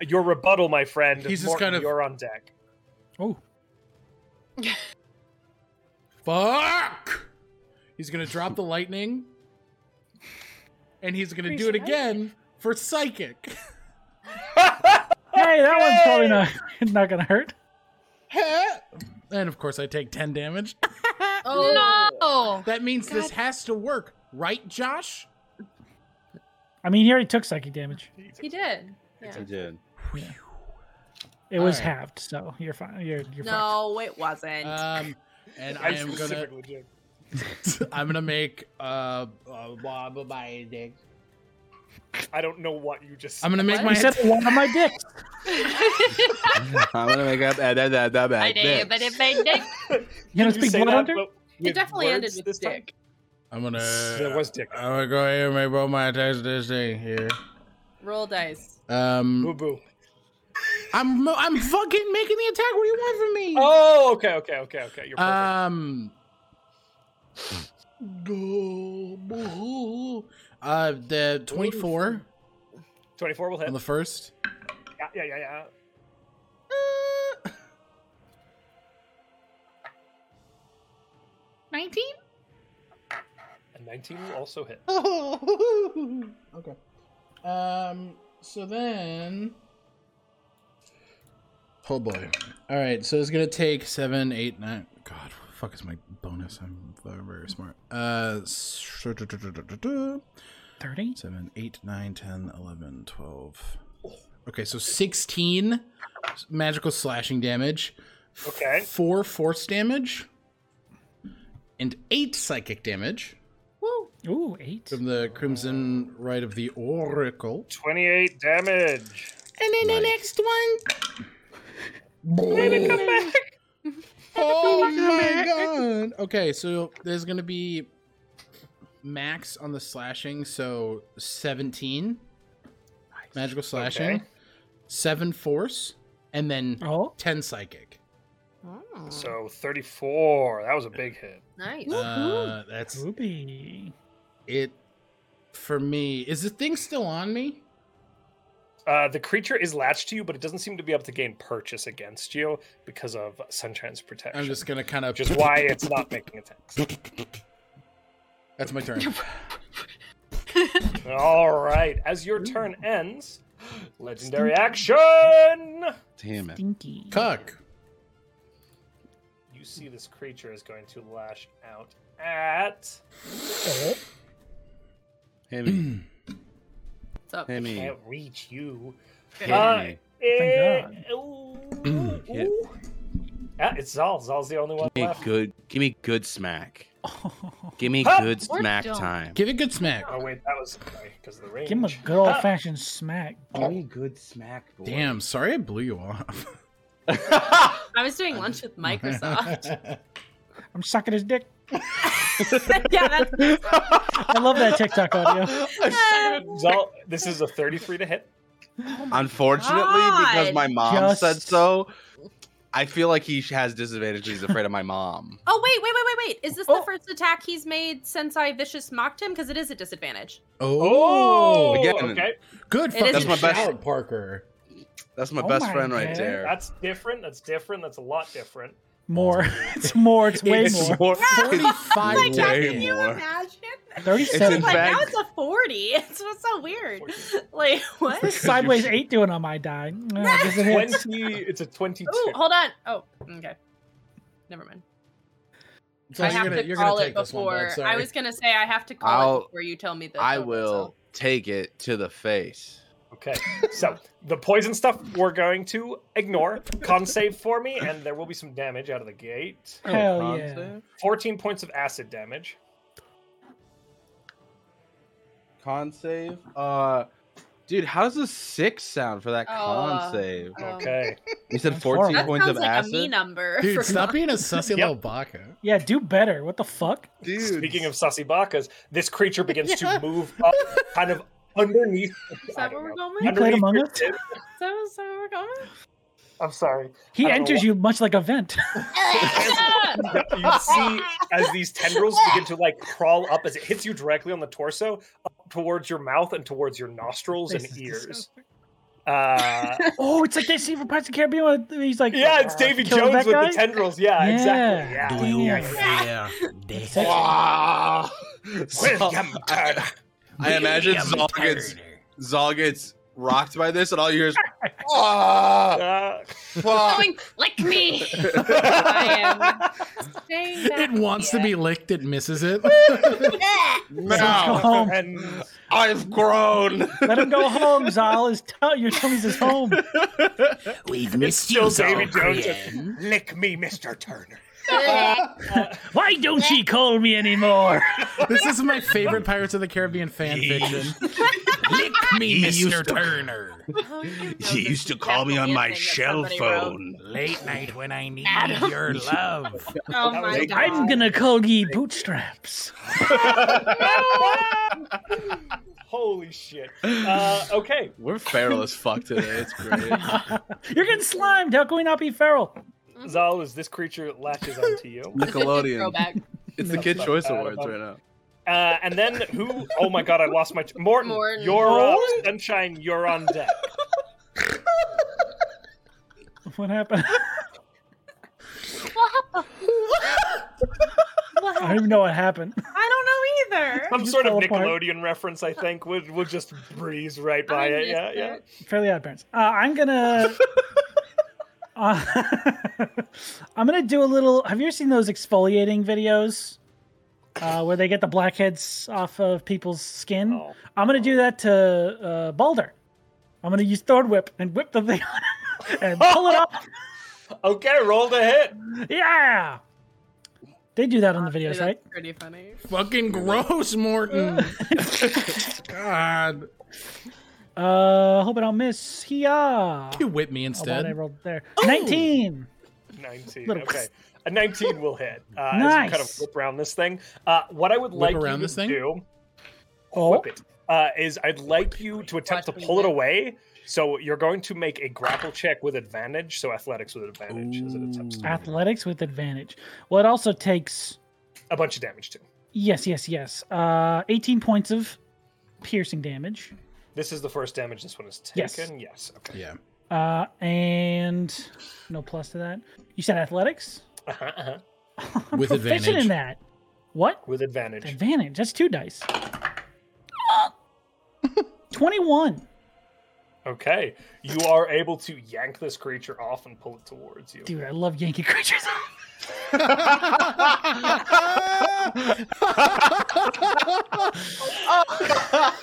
[SPEAKER 1] your rebuttal, my friend.
[SPEAKER 5] He's just
[SPEAKER 1] Morton,
[SPEAKER 5] kind of-
[SPEAKER 1] you're on deck.
[SPEAKER 2] oh,
[SPEAKER 5] Fuck! He's gonna drop the lightning, and he's gonna do it again for psychic.
[SPEAKER 2] hey, that one's probably not not gonna hurt.
[SPEAKER 5] and of course, I take ten damage.
[SPEAKER 4] Oh no!
[SPEAKER 5] That means this has to work, right, Josh?
[SPEAKER 2] I mean, he already took psychic damage.
[SPEAKER 6] he did.
[SPEAKER 3] I did.
[SPEAKER 2] Yeah. It was
[SPEAKER 5] Alright.
[SPEAKER 2] halved, so you're fine. You're you're fine.
[SPEAKER 6] No, it wasn't.
[SPEAKER 5] Um, and I am gonna
[SPEAKER 1] specifically did.
[SPEAKER 5] I'm gonna make uh, uh blah, blah, blah, dick.
[SPEAKER 1] I don't know what you just
[SPEAKER 5] I'm gonna make
[SPEAKER 6] What?
[SPEAKER 5] my
[SPEAKER 2] You said one of my dicks.
[SPEAKER 3] I'm gonna make up that that that that
[SPEAKER 7] I
[SPEAKER 3] back.
[SPEAKER 7] did, but it made dick.
[SPEAKER 2] You know,
[SPEAKER 1] Did
[SPEAKER 2] speak
[SPEAKER 1] say
[SPEAKER 2] blood
[SPEAKER 1] that,
[SPEAKER 2] under.
[SPEAKER 1] but
[SPEAKER 6] it
[SPEAKER 1] with
[SPEAKER 6] definitely ended
[SPEAKER 1] words
[SPEAKER 6] with
[SPEAKER 1] this time?
[SPEAKER 6] dick.
[SPEAKER 5] I'm gonna
[SPEAKER 1] There was dick.
[SPEAKER 5] I'm gonna go ahead and make both my attacks this thing here.
[SPEAKER 6] Roll dice.
[SPEAKER 1] Boo
[SPEAKER 5] Um,
[SPEAKER 1] boo.
[SPEAKER 5] I'm mo- I'm fucking making the attack. What do you want from me?
[SPEAKER 1] Oh, okay, okay, okay, okay. You're perfect.
[SPEAKER 5] Um. Go. Uh, the 24
[SPEAKER 1] Twenty-four will hit.
[SPEAKER 5] on the first.
[SPEAKER 1] Yeah, yeah, yeah, yeah.
[SPEAKER 6] Uh,
[SPEAKER 7] Nineteen.
[SPEAKER 1] And nineteen will also hit.
[SPEAKER 5] okay. Um. So then. Oh boy. All right. So it's gonna take seven, eight, nine. God, what the fuck is my bonus? I'm very smart. Uh. s-
[SPEAKER 2] Thirty.
[SPEAKER 5] Seven, eight, nine, ten, eleven, twelve. Okay, so sixteen magical slashing damage. f-
[SPEAKER 1] Okay.
[SPEAKER 5] Four force damage. And eight psychic damage
[SPEAKER 2] Ooh, eight.
[SPEAKER 5] from the Crimson Rite of the Oracle.
[SPEAKER 1] Twenty-eight damage.
[SPEAKER 5] And then the next one. Oh my god. Okay, so there's gonna be max on the slashing, so 17 magical slashing,
[SPEAKER 1] Okay.
[SPEAKER 5] 7 force, and then
[SPEAKER 2] Oh,
[SPEAKER 5] 10 psychic.
[SPEAKER 6] Oh.
[SPEAKER 1] So thirty-four. That was a big hit.
[SPEAKER 6] nice.
[SPEAKER 5] Uh, that's
[SPEAKER 2] Ruby.
[SPEAKER 5] it for me. Is the thing still on me?
[SPEAKER 1] Uh, the creature is latched to you, but it doesn't seem to be able to gain purchase against you because of Sunshine's protection.
[SPEAKER 5] I'm just gonna kind of
[SPEAKER 1] which is why it's not making attacks.
[SPEAKER 5] That's my turn.
[SPEAKER 1] All right. As your turn ends, legendary action.
[SPEAKER 3] Damn it.
[SPEAKER 2] Stinky.
[SPEAKER 5] Cuck.
[SPEAKER 1] You see this creature is going to lash out at
[SPEAKER 3] Hit me.
[SPEAKER 6] What's up?
[SPEAKER 3] Hit me.
[SPEAKER 1] can't reach you.
[SPEAKER 3] Hit
[SPEAKER 1] Uh,
[SPEAKER 3] me.
[SPEAKER 1] Eh,
[SPEAKER 2] God.
[SPEAKER 1] ooh,
[SPEAKER 3] Hit.
[SPEAKER 1] ooh. Yeah, it's Zal. Zal's the only one
[SPEAKER 3] Give me
[SPEAKER 1] left.
[SPEAKER 3] good. Give me good smack.
[SPEAKER 2] Oh,
[SPEAKER 3] Give me
[SPEAKER 1] Huh?
[SPEAKER 3] good
[SPEAKER 7] Or
[SPEAKER 3] smack
[SPEAKER 7] don't.
[SPEAKER 3] time.
[SPEAKER 5] Give it good smack.
[SPEAKER 1] Oh wait, that was because of the range.
[SPEAKER 2] give him a good old fashioned smack.
[SPEAKER 3] Give me good smack, boy.
[SPEAKER 5] Damn, sorry I blew you off.
[SPEAKER 6] I was doing lunch with Microsoft.
[SPEAKER 2] I'm sucking his dick.
[SPEAKER 6] yeah, that's
[SPEAKER 2] I love that TikTok audio.
[SPEAKER 1] Zal, this is a 33 to hit.
[SPEAKER 3] Unfortunately, because my
[SPEAKER 6] God.
[SPEAKER 3] mom
[SPEAKER 2] Just-
[SPEAKER 3] said so, I feel like he has disadvantage. 'cause He's afraid of my mom.
[SPEAKER 6] Oh wait, wait, wait, wait, wait! Is this
[SPEAKER 1] Oh.
[SPEAKER 6] the first attack he's made since I vicious mocked him? Because it is a disadvantage.
[SPEAKER 5] Oh,
[SPEAKER 3] Again.
[SPEAKER 1] okay.
[SPEAKER 5] good
[SPEAKER 6] It is
[SPEAKER 5] fucking
[SPEAKER 6] That's my
[SPEAKER 3] best-
[SPEAKER 5] shout, Parker.
[SPEAKER 3] That's my
[SPEAKER 2] Oh
[SPEAKER 3] best
[SPEAKER 2] my
[SPEAKER 3] friend right
[SPEAKER 2] God.
[SPEAKER 3] there.
[SPEAKER 1] That's different. That's different. That's a lot different.
[SPEAKER 2] More. It's more. It's way
[SPEAKER 3] It's
[SPEAKER 2] more.
[SPEAKER 3] more-
[SPEAKER 5] Forty-five
[SPEAKER 3] it's
[SPEAKER 5] God,
[SPEAKER 3] way
[SPEAKER 5] can
[SPEAKER 3] more.
[SPEAKER 2] Thirty-seven.
[SPEAKER 3] It's in
[SPEAKER 6] Like now
[SPEAKER 3] fact-
[SPEAKER 6] it's a forty. It's just so weird. Like
[SPEAKER 2] What's
[SPEAKER 6] what?
[SPEAKER 2] this sideways eight doing on my die? Uh, I guess it hits.
[SPEAKER 1] 20. It's a 22.
[SPEAKER 6] Oh, hold on. Oh, okay. Never mind.
[SPEAKER 5] So
[SPEAKER 6] I have
[SPEAKER 5] gonna-
[SPEAKER 6] to
[SPEAKER 5] gonna
[SPEAKER 6] call it
[SPEAKER 5] take this one,
[SPEAKER 6] before.
[SPEAKER 5] bud, sorry.
[SPEAKER 6] I was gonna say I have to call
[SPEAKER 3] I'll-
[SPEAKER 6] it before you tell me the.
[SPEAKER 3] I
[SPEAKER 6] total,
[SPEAKER 3] will take it to the face.
[SPEAKER 1] Okay. So the poison stuff we're going to ignore. Con save for me, and there will be some damage out of the gate.
[SPEAKER 2] Oh, Hell yeah.
[SPEAKER 1] 14 points of acid damage.
[SPEAKER 3] Con save. Uh, dude, how does a six sound for that con
[SPEAKER 6] Oh,
[SPEAKER 3] save?
[SPEAKER 6] so- Oh.
[SPEAKER 1] Okay.
[SPEAKER 3] You said
[SPEAKER 2] That's
[SPEAKER 3] fourteen
[SPEAKER 6] That
[SPEAKER 2] horrible.
[SPEAKER 3] points
[SPEAKER 6] sounds
[SPEAKER 3] of
[SPEAKER 6] like a me
[SPEAKER 3] acid,
[SPEAKER 6] number. for
[SPEAKER 5] Dude, stop
[SPEAKER 6] mine.
[SPEAKER 5] being a sussy
[SPEAKER 1] Yep.
[SPEAKER 5] little baka.
[SPEAKER 2] Yeah, do better. What the fuck?
[SPEAKER 3] dude.
[SPEAKER 1] Speaking of sussy bakas, this creature begins to move up, kind of underneath.
[SPEAKER 6] Is
[SPEAKER 1] I
[SPEAKER 6] that
[SPEAKER 1] don't
[SPEAKER 6] what we're
[SPEAKER 1] know.
[SPEAKER 6] going
[SPEAKER 2] You
[SPEAKER 6] with?
[SPEAKER 2] played
[SPEAKER 1] Underneath
[SPEAKER 2] Among
[SPEAKER 1] your
[SPEAKER 2] Us?
[SPEAKER 1] tip.
[SPEAKER 6] Is that is that what we're going with?
[SPEAKER 1] I'm sorry.
[SPEAKER 2] He
[SPEAKER 1] I don't know
[SPEAKER 2] enters
[SPEAKER 1] why.
[SPEAKER 2] you much like a vent.
[SPEAKER 1] you see as these tendrils begin to like crawl up as it hits you directly on the torso, up towards your mouth and towards your nostrils and
[SPEAKER 2] This is
[SPEAKER 1] ears.
[SPEAKER 2] disgusting.
[SPEAKER 1] Uh,
[SPEAKER 2] Oh, it's like that scene from Pirates of the Caribbean. where He's like,
[SPEAKER 1] yeah, it's Davy
[SPEAKER 2] kills
[SPEAKER 1] Jones with
[SPEAKER 2] that guy?
[SPEAKER 1] the tendrils. Yeah, exactly.
[SPEAKER 2] Yeah.
[SPEAKER 1] Yeah.
[SPEAKER 2] Do you Sexy.
[SPEAKER 3] Wow. Zal-
[SPEAKER 1] William Turner.
[SPEAKER 3] I imagine Zal gets, Zal gets rocked by this, and all you hear is, ah,
[SPEAKER 1] Ah.
[SPEAKER 3] fuck.
[SPEAKER 7] Going, lick me.
[SPEAKER 4] I
[SPEAKER 7] Saying that
[SPEAKER 5] It wants to be licked. It misses it.
[SPEAKER 2] Go
[SPEAKER 3] now
[SPEAKER 2] home.
[SPEAKER 1] and
[SPEAKER 3] I've grown.
[SPEAKER 2] Let him go home, Zal. His tum- your tummy's his home.
[SPEAKER 5] We've
[SPEAKER 1] it's still Davy Jones. Lick me, Mr. Turner.
[SPEAKER 2] Why don't she call me anymore?
[SPEAKER 5] This is my favorite Pirates of the Caribbean fan fiction. Lick me, Mr. Turner.
[SPEAKER 4] She used to call me on my shell phone.
[SPEAKER 5] Late night when I need your love.
[SPEAKER 4] Oh my god.
[SPEAKER 2] I'm gonna call ye bootstraps.
[SPEAKER 1] Holy shit. Uh, okay.
[SPEAKER 3] We're feral as fuck today. It's great.
[SPEAKER 2] You're getting slimed. How can we not be feral?
[SPEAKER 1] Zal, as this creature latches onto you.
[SPEAKER 3] Nickelodeon.
[SPEAKER 4] Throwback.
[SPEAKER 3] It's the Kid
[SPEAKER 1] not
[SPEAKER 3] Choice
[SPEAKER 1] bad.
[SPEAKER 3] Awards right now.
[SPEAKER 1] Uh, and then who? Oh my god, I lost my. T- Morton,
[SPEAKER 4] Morton.
[SPEAKER 1] you're up. Sunshine, you're on deck.
[SPEAKER 2] What happened?
[SPEAKER 6] What?
[SPEAKER 2] I don't even know what happened.
[SPEAKER 6] I don't know either.
[SPEAKER 1] Some
[SPEAKER 2] just
[SPEAKER 1] sort of
[SPEAKER 2] fell apart.
[SPEAKER 1] Nickelodeon reference, I think. We'll, we'll just breeze right by it. Yeah, yeah.
[SPEAKER 2] Fairly Odd Parents. Uh, I'm gonna. Uh, I'm gonna do a little. Have you ever seen those exfoliating videos, uh, where they get the blackheads off of people's skin?
[SPEAKER 1] Oh.
[SPEAKER 2] I'm gonna do that to uh, Balder. I'm gonna use Thorn Whip and whip the thing on him and pull it off.
[SPEAKER 1] Okay, roll to hit.
[SPEAKER 2] Yeah. They do that on the videos,
[SPEAKER 6] That's
[SPEAKER 2] right?
[SPEAKER 6] Pretty funny.
[SPEAKER 5] Fucking gross, Morton. God.
[SPEAKER 2] Uh, hope I don't miss. Hia. Oh,
[SPEAKER 5] You whip me
[SPEAKER 2] I
[SPEAKER 5] instead.
[SPEAKER 2] rolled there.
[SPEAKER 1] Oh!
[SPEAKER 2] Nineteen.
[SPEAKER 1] 19.
[SPEAKER 2] Little
[SPEAKER 1] Okay. A 19 will hit. Uh, As you kind of
[SPEAKER 2] Nice.
[SPEAKER 1] whip around this thing. Uh, what I would
[SPEAKER 5] Whip
[SPEAKER 1] like
[SPEAKER 5] around
[SPEAKER 1] you
[SPEAKER 5] this
[SPEAKER 1] to
[SPEAKER 5] thing?
[SPEAKER 1] do
[SPEAKER 2] Oh,
[SPEAKER 1] whip it, uh, is I'd like you to attempt to pull it away. So you're going to make a grapple check with advantage. So athletics with advantage as it attempts to.
[SPEAKER 2] athletics with advantage. Well, it also takes.
[SPEAKER 1] A bunch of damage too.
[SPEAKER 2] Yes, yes, yes. Uh, 18 points of piercing damage.
[SPEAKER 1] This is the first damage this one has
[SPEAKER 2] Yes.
[SPEAKER 1] taken. Yes. Okay.
[SPEAKER 5] Yeah.
[SPEAKER 2] Uh, and no plus to that. You said athletics?
[SPEAKER 1] Uh-huh, uh-huh.
[SPEAKER 2] I'm
[SPEAKER 5] With
[SPEAKER 2] proficient
[SPEAKER 5] advantage.
[SPEAKER 2] in that. What?
[SPEAKER 1] With advantage.
[SPEAKER 2] Advantage. That's two dice. 21.
[SPEAKER 1] Okay. You are able to yank this creature off and pull it towards you.
[SPEAKER 2] Dude, I love Yankee creatures.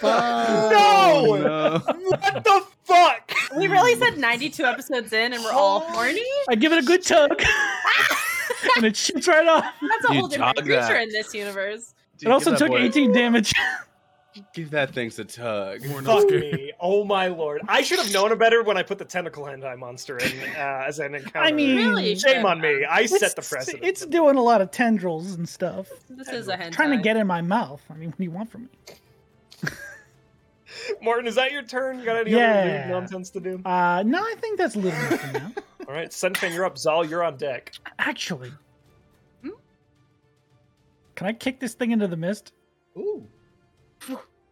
[SPEAKER 1] No! What the fuck?
[SPEAKER 6] We really said 92 episodes in and we're all horny?
[SPEAKER 2] I give it a good tug. and it shoots right off.
[SPEAKER 6] That's a
[SPEAKER 3] You
[SPEAKER 6] whole different
[SPEAKER 3] dog
[SPEAKER 6] creature
[SPEAKER 3] that.
[SPEAKER 6] in this universe.
[SPEAKER 3] Dude,
[SPEAKER 2] It also
[SPEAKER 3] give that
[SPEAKER 2] took
[SPEAKER 3] boy-
[SPEAKER 2] 18 damage.
[SPEAKER 3] Give that thing a tug.
[SPEAKER 1] Fuck me. Oh my lord. I should have known better when I put the tentacle hentai monster in uh, as an encounter.
[SPEAKER 2] I mean,
[SPEAKER 6] Really?
[SPEAKER 1] shame on me. I set the
[SPEAKER 2] It's-
[SPEAKER 1] precedent.
[SPEAKER 2] It's doing a lot of tendrils and stuff.
[SPEAKER 6] This is a hentai.
[SPEAKER 2] Trying to get in my mouth. I mean, what do you want from me?
[SPEAKER 1] Morton, is that your turn? You got any other
[SPEAKER 2] Yeah.
[SPEAKER 1] weird nonsense to do?
[SPEAKER 2] Uh, no, I think that's little enough for now.
[SPEAKER 1] All right, Sunshine, you're up. Zal, you're on deck.
[SPEAKER 2] Actually,
[SPEAKER 7] Hmm?
[SPEAKER 2] can I kick this thing into the mist?
[SPEAKER 1] Ooh.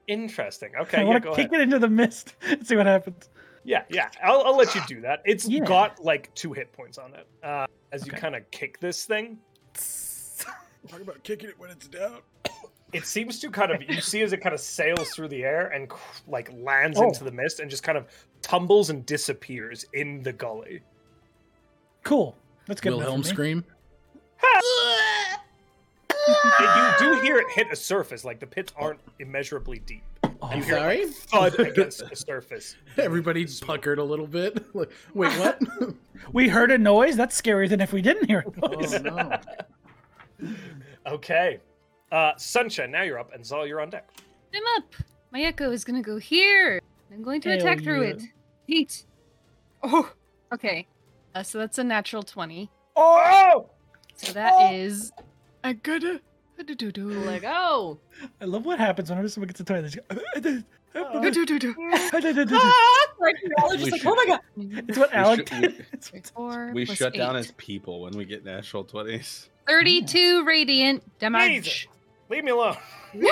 [SPEAKER 1] Interesting.
[SPEAKER 2] I
[SPEAKER 1] Okay, yeah,
[SPEAKER 2] want
[SPEAKER 1] go
[SPEAKER 2] to
[SPEAKER 1] ahead.
[SPEAKER 2] kick it into the mist and see what happens.
[SPEAKER 1] Yeah, yeah. I'll, I'll let you do that. It's
[SPEAKER 2] Yeah.
[SPEAKER 1] got like two hit points on it. Uh, as you
[SPEAKER 2] Okay.
[SPEAKER 1] kind of kick this thing,
[SPEAKER 5] Talk about kicking it when it's down.
[SPEAKER 1] it seems to kind of you see as it kind of sails through the air and cr- like lands
[SPEAKER 2] Oh.
[SPEAKER 1] into the mist and just kind of tumbles and disappears in the gully.
[SPEAKER 2] Cool. That's good.
[SPEAKER 5] Wilhelm
[SPEAKER 2] scream.
[SPEAKER 5] scream.
[SPEAKER 1] And you do hear it hit a surface, like the pits aren't immeasurably deep.
[SPEAKER 2] Oh,
[SPEAKER 1] you hear it, like, thud against the surface.
[SPEAKER 5] Everybody puckered a little bit. Like, wait, what?
[SPEAKER 2] we heard a noise. That's scarier than if we didn't hear a
[SPEAKER 5] oh
[SPEAKER 2] noise.
[SPEAKER 5] no.
[SPEAKER 1] Okay. Uh, Sunshine, now you're up, and Zal, you're on deck.
[SPEAKER 7] I'm up. My echo is gonna go here. I'm going to
[SPEAKER 2] Hell
[SPEAKER 7] attack through
[SPEAKER 2] yeah.
[SPEAKER 7] it. Heat. Oh, okay. Uh, so that's a natural 20.
[SPEAKER 1] Oh!
[SPEAKER 7] So that is. I gotta. Like,
[SPEAKER 4] go.
[SPEAKER 6] oh,
[SPEAKER 2] I love what happens whenever someone gets a toy. They just go,
[SPEAKER 6] Like, we're all just
[SPEAKER 3] We
[SPEAKER 6] like,
[SPEAKER 3] should-
[SPEAKER 6] oh my god.
[SPEAKER 2] It's what Alec
[SPEAKER 3] should- we-
[SPEAKER 2] did. It's what-
[SPEAKER 7] Four
[SPEAKER 3] We
[SPEAKER 7] plus
[SPEAKER 3] shut down
[SPEAKER 7] eight.
[SPEAKER 3] as people when we get natural 20s.
[SPEAKER 7] 32 radiant
[SPEAKER 1] Jesus.
[SPEAKER 7] damage.
[SPEAKER 1] Leave me alone.
[SPEAKER 7] no!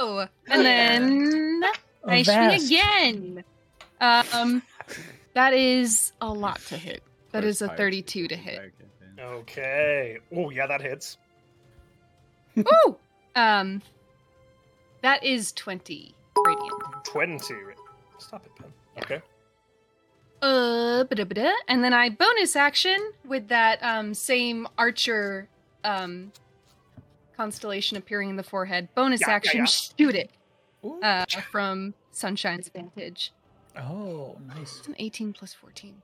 [SPEAKER 1] Oh,
[SPEAKER 7] And then.
[SPEAKER 2] a
[SPEAKER 7] Nice
[SPEAKER 2] vast-
[SPEAKER 7] again. Um, that is a lot to hit. That
[SPEAKER 3] First
[SPEAKER 7] is a
[SPEAKER 3] pirate
[SPEAKER 7] 32 to
[SPEAKER 3] sequel
[SPEAKER 7] hit.
[SPEAKER 3] back in.
[SPEAKER 1] Okay. Oh, yeah, that hits.
[SPEAKER 7] Ooh! Um, that is 20 radiant.
[SPEAKER 1] 20. Stop it, Pen. Okay.
[SPEAKER 4] Uh, ba-da-ba-da. and then I bonus action with that um, same archer um, constellation appearing in the forehead. Bonus
[SPEAKER 1] Yeah, yeah,
[SPEAKER 4] action,
[SPEAKER 1] yeah.
[SPEAKER 4] shoot it
[SPEAKER 2] Ooh.
[SPEAKER 4] uh, from Sunshine's vantage.
[SPEAKER 2] oh, nice.
[SPEAKER 4] It's an 18 plus 14.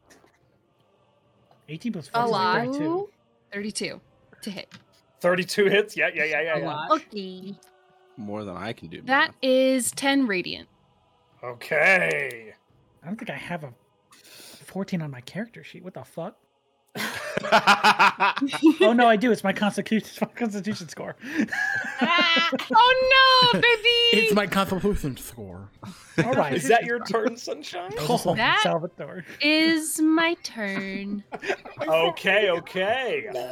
[SPEAKER 2] 18 plus 4 is like 32.
[SPEAKER 4] Allow 32 to hit.
[SPEAKER 1] 32 hits. Yeah, yeah, yeah, yeah. yeah.
[SPEAKER 4] Okay.
[SPEAKER 3] More than I can do.
[SPEAKER 4] That
[SPEAKER 3] man.
[SPEAKER 4] is 10 radiant.
[SPEAKER 1] Okay.
[SPEAKER 2] I don't think I have a 14 on my character sheet. What the fuck? oh no, I do. It's my constitution. It's my constitution score.
[SPEAKER 4] oh no, baby!
[SPEAKER 5] It's my constitution score.
[SPEAKER 2] All right.
[SPEAKER 1] Is that your turn, Sunshine?
[SPEAKER 2] Oh,
[SPEAKER 4] That-
[SPEAKER 2] Salvatore.
[SPEAKER 4] is my turn.
[SPEAKER 1] Okay, okay.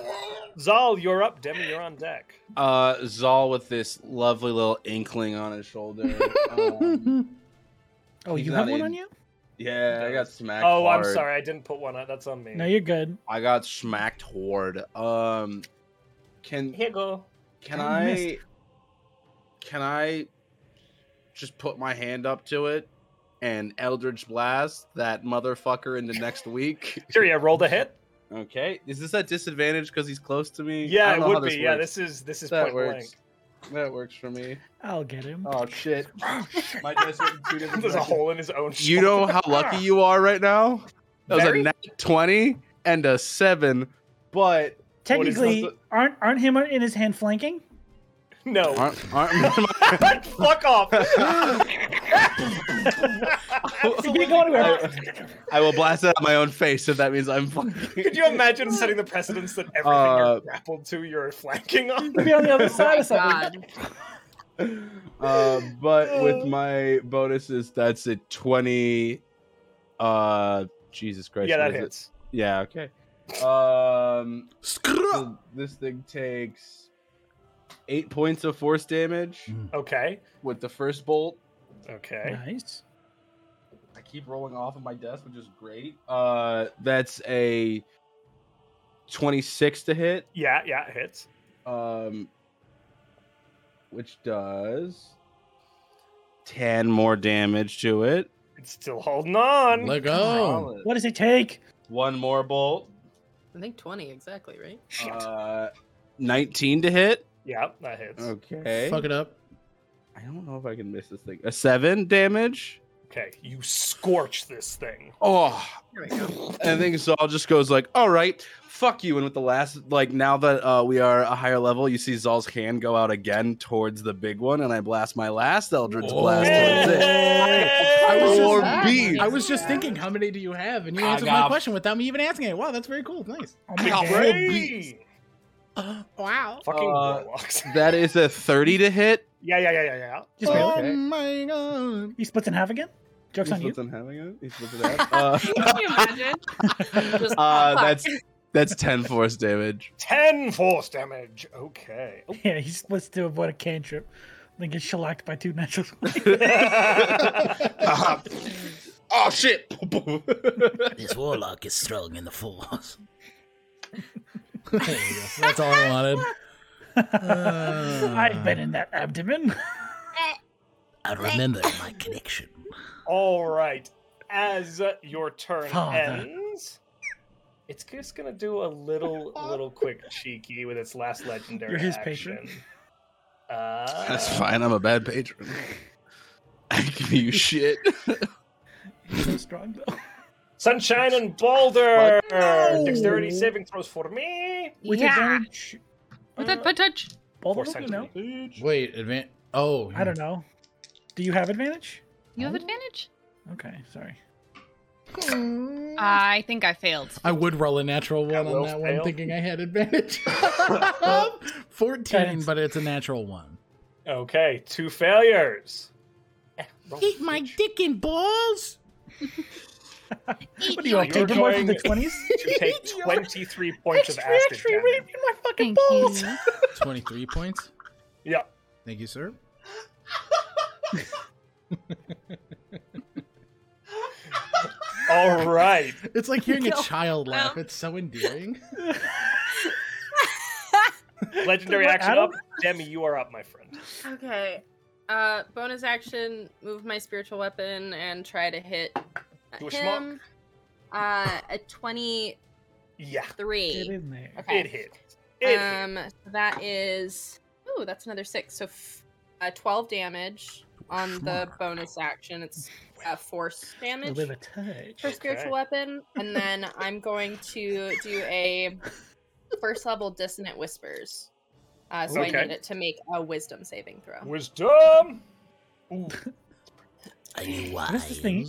[SPEAKER 1] Zal, you're up. Demi, you're on deck.
[SPEAKER 3] uh, Zal with this lovely little inkling on his shoulder. um,
[SPEAKER 2] Oh,
[SPEAKER 3] He's
[SPEAKER 2] you have
[SPEAKER 3] not
[SPEAKER 2] one
[SPEAKER 3] in.
[SPEAKER 2] on you?
[SPEAKER 3] yeah, I got smacked.
[SPEAKER 1] Oh, I'm
[SPEAKER 3] hard.
[SPEAKER 1] sorry. I didn't put one on. That's on me.
[SPEAKER 2] No, you're good.
[SPEAKER 3] I got smacked hard. Um, can
[SPEAKER 1] Here go.
[SPEAKER 3] Can
[SPEAKER 2] I missed.
[SPEAKER 3] I can I just put my hand up to it and Eldritch Blast that motherfucker into next week?
[SPEAKER 1] Sure, yeah, roll the hit.
[SPEAKER 3] Okay. Is this at disadvantage because he's close to me? I
[SPEAKER 1] Yeah,
[SPEAKER 3] don't
[SPEAKER 1] it
[SPEAKER 3] know how
[SPEAKER 1] would be. Yeah,
[SPEAKER 3] works.
[SPEAKER 1] this is this is
[SPEAKER 3] That
[SPEAKER 1] point
[SPEAKER 3] works. that works for me.
[SPEAKER 2] I'll get him.
[SPEAKER 3] Oh shit. my dice went in
[SPEAKER 1] blank.
[SPEAKER 3] two different
[SPEAKER 1] There's a
[SPEAKER 3] directions.
[SPEAKER 1] hole in his own.
[SPEAKER 3] You know
[SPEAKER 1] shoulder.
[SPEAKER 3] how lucky you are right now? That was
[SPEAKER 1] Very-
[SPEAKER 3] a nat twenty and a seven, but
[SPEAKER 2] Technically,
[SPEAKER 3] What is-
[SPEAKER 2] aren't aren't him in his hand flanking?
[SPEAKER 1] No.
[SPEAKER 3] aren't, aren't
[SPEAKER 1] Fuck off.
[SPEAKER 2] He can't go anywhere.
[SPEAKER 3] I will blast that at my own face if that means I'm fucking
[SPEAKER 1] Could you imagine setting the precedence that everything
[SPEAKER 3] Uh,
[SPEAKER 1] you're grappled to, you're flanking on?
[SPEAKER 2] He'll be on the other side of something.
[SPEAKER 7] God.
[SPEAKER 3] uh, but with my bonuses, that's a twenty. Uh, Jesus Christ!
[SPEAKER 1] yeah,
[SPEAKER 3] what
[SPEAKER 1] that
[SPEAKER 3] is it?
[SPEAKER 1] hits.
[SPEAKER 3] Yeah, okay. Um,
[SPEAKER 5] Screw.
[SPEAKER 3] so this thing takes eight points of force damage
[SPEAKER 1] Okay.
[SPEAKER 3] with the first bolt.
[SPEAKER 1] Okay.
[SPEAKER 2] Nice.
[SPEAKER 3] I keep rolling off of my desk, which is great. Uh, that's a twenty-six to hit.
[SPEAKER 1] Yeah, yeah, it hits.
[SPEAKER 3] Um, which does ten more damage to it.
[SPEAKER 1] It's still holding on.
[SPEAKER 5] Let go.
[SPEAKER 2] What does it take?
[SPEAKER 3] One more bolt.
[SPEAKER 6] I think 20 exactly, right?
[SPEAKER 1] Shit.
[SPEAKER 3] Uh, 19 to hit.
[SPEAKER 1] yeah, that hits.
[SPEAKER 3] Oh. Okay.
[SPEAKER 5] Fuck it up.
[SPEAKER 3] I don't know if I can miss this thing. A seven damage.
[SPEAKER 1] Okay, you scorch this thing.
[SPEAKER 3] Oh,
[SPEAKER 6] There we go.
[SPEAKER 3] and I think Zal just goes like, "All right, fuck you." And with the last, like, now that uh, we are a higher level, you see Zal's hand go out again towards the big one, and I blast my last Eldritch
[SPEAKER 5] Whoa.
[SPEAKER 3] blast towards it.
[SPEAKER 5] I was
[SPEAKER 3] Four
[SPEAKER 5] just-
[SPEAKER 3] beats.
[SPEAKER 5] I was just thinking, how many do you have? And you
[SPEAKER 3] I
[SPEAKER 5] answered
[SPEAKER 3] got-
[SPEAKER 5] my question without me even asking it. Wow, that's very cool. Nice.
[SPEAKER 2] Oh my
[SPEAKER 3] Ow.
[SPEAKER 2] god.
[SPEAKER 1] Hey!
[SPEAKER 6] wow.
[SPEAKER 1] Fucking
[SPEAKER 3] Uh,
[SPEAKER 1] warlocks.
[SPEAKER 3] That is a 30 to hit.
[SPEAKER 1] Yeah, yeah, yeah, yeah, yeah.
[SPEAKER 2] Just barely.
[SPEAKER 3] Okay.
[SPEAKER 5] Oh my god.
[SPEAKER 2] He splits in half again? Joke's
[SPEAKER 3] He's
[SPEAKER 2] on you.
[SPEAKER 3] flipping having it. He's flipping out. Uh,
[SPEAKER 6] Can you imagine? Just-
[SPEAKER 3] uh, that's that's 10 force damage.
[SPEAKER 1] Ten force damage. Okay. Oh.
[SPEAKER 2] Yeah, he splits to avoid a cantrip. Then gets shellacked by two natural.
[SPEAKER 3] Oh shit!
[SPEAKER 5] This warlock is strong in the force. That's all I wanted.
[SPEAKER 2] I've been in that abdomen.
[SPEAKER 5] I remember my connection.
[SPEAKER 1] All right. As your turn
[SPEAKER 2] Father.
[SPEAKER 1] ends, it's just gonna do a little, little quick cheeky with its last legendary
[SPEAKER 2] You're his
[SPEAKER 1] action.
[SPEAKER 2] patron.
[SPEAKER 1] Uh,
[SPEAKER 3] That's fine. I'm a bad patron. I give you shit.
[SPEAKER 2] He's so strong though.
[SPEAKER 1] Sunshine and Boulder.
[SPEAKER 3] Fuck no.
[SPEAKER 1] Dexterity saving throws for me.
[SPEAKER 2] With
[SPEAKER 7] yeah.
[SPEAKER 2] advantage.
[SPEAKER 7] With Oh, that butt touch.
[SPEAKER 2] Both
[SPEAKER 1] For
[SPEAKER 2] of them, you know?
[SPEAKER 5] Wait, advan Oh,
[SPEAKER 2] I don't know. Do you have advantage?
[SPEAKER 7] You have advantage?
[SPEAKER 2] Okay, sorry.
[SPEAKER 7] I think I failed.
[SPEAKER 5] I would roll a natural one on
[SPEAKER 1] will
[SPEAKER 5] that
[SPEAKER 1] fail.
[SPEAKER 5] one, thinking I had advantage. Fourteen,
[SPEAKER 2] Guidance.
[SPEAKER 5] but it's a natural one.
[SPEAKER 1] Okay, two failures. Eh, roll
[SPEAKER 5] Eat my
[SPEAKER 1] damage.
[SPEAKER 5] dick and balls.
[SPEAKER 2] What do you want?
[SPEAKER 1] You're
[SPEAKER 2] Take him away from the
[SPEAKER 1] going-
[SPEAKER 2] 20s?
[SPEAKER 1] to take 23 points of acid
[SPEAKER 2] Actually,
[SPEAKER 1] damage.
[SPEAKER 2] raped in my fucking
[SPEAKER 7] Thank
[SPEAKER 2] balls.
[SPEAKER 7] you.
[SPEAKER 5] Twenty-three points.
[SPEAKER 1] Yeah.
[SPEAKER 5] Thank you, sir.
[SPEAKER 1] All right.
[SPEAKER 5] It's like hearing
[SPEAKER 6] No.
[SPEAKER 5] a child laugh. It's so endearing.
[SPEAKER 1] Legendary
[SPEAKER 2] What,
[SPEAKER 1] action
[SPEAKER 2] Adam?
[SPEAKER 1] up. Demi, you are up, my friend.
[SPEAKER 6] Okay. Uh, bonus action, move my spiritual weapon and try to hit
[SPEAKER 1] Do a
[SPEAKER 6] him. Uh, a twenty-three.
[SPEAKER 1] Yeah,
[SPEAKER 2] Get in there.
[SPEAKER 6] Okay.
[SPEAKER 1] it hit. It hit.
[SPEAKER 6] um, so that is ooh, that's another six. So f- uh, twelve damage on the
[SPEAKER 5] Schmuck.
[SPEAKER 6] bonus action. It's uh, force damage
[SPEAKER 2] With a touch.
[SPEAKER 6] for spiritual weapon, and then I'm going to do a first level dissonant whispers. Uh, so I
[SPEAKER 1] Okay.
[SPEAKER 6] need it to make a wisdom saving throw.
[SPEAKER 1] Wisdom. Ooh,
[SPEAKER 5] I knew
[SPEAKER 2] What is this thing?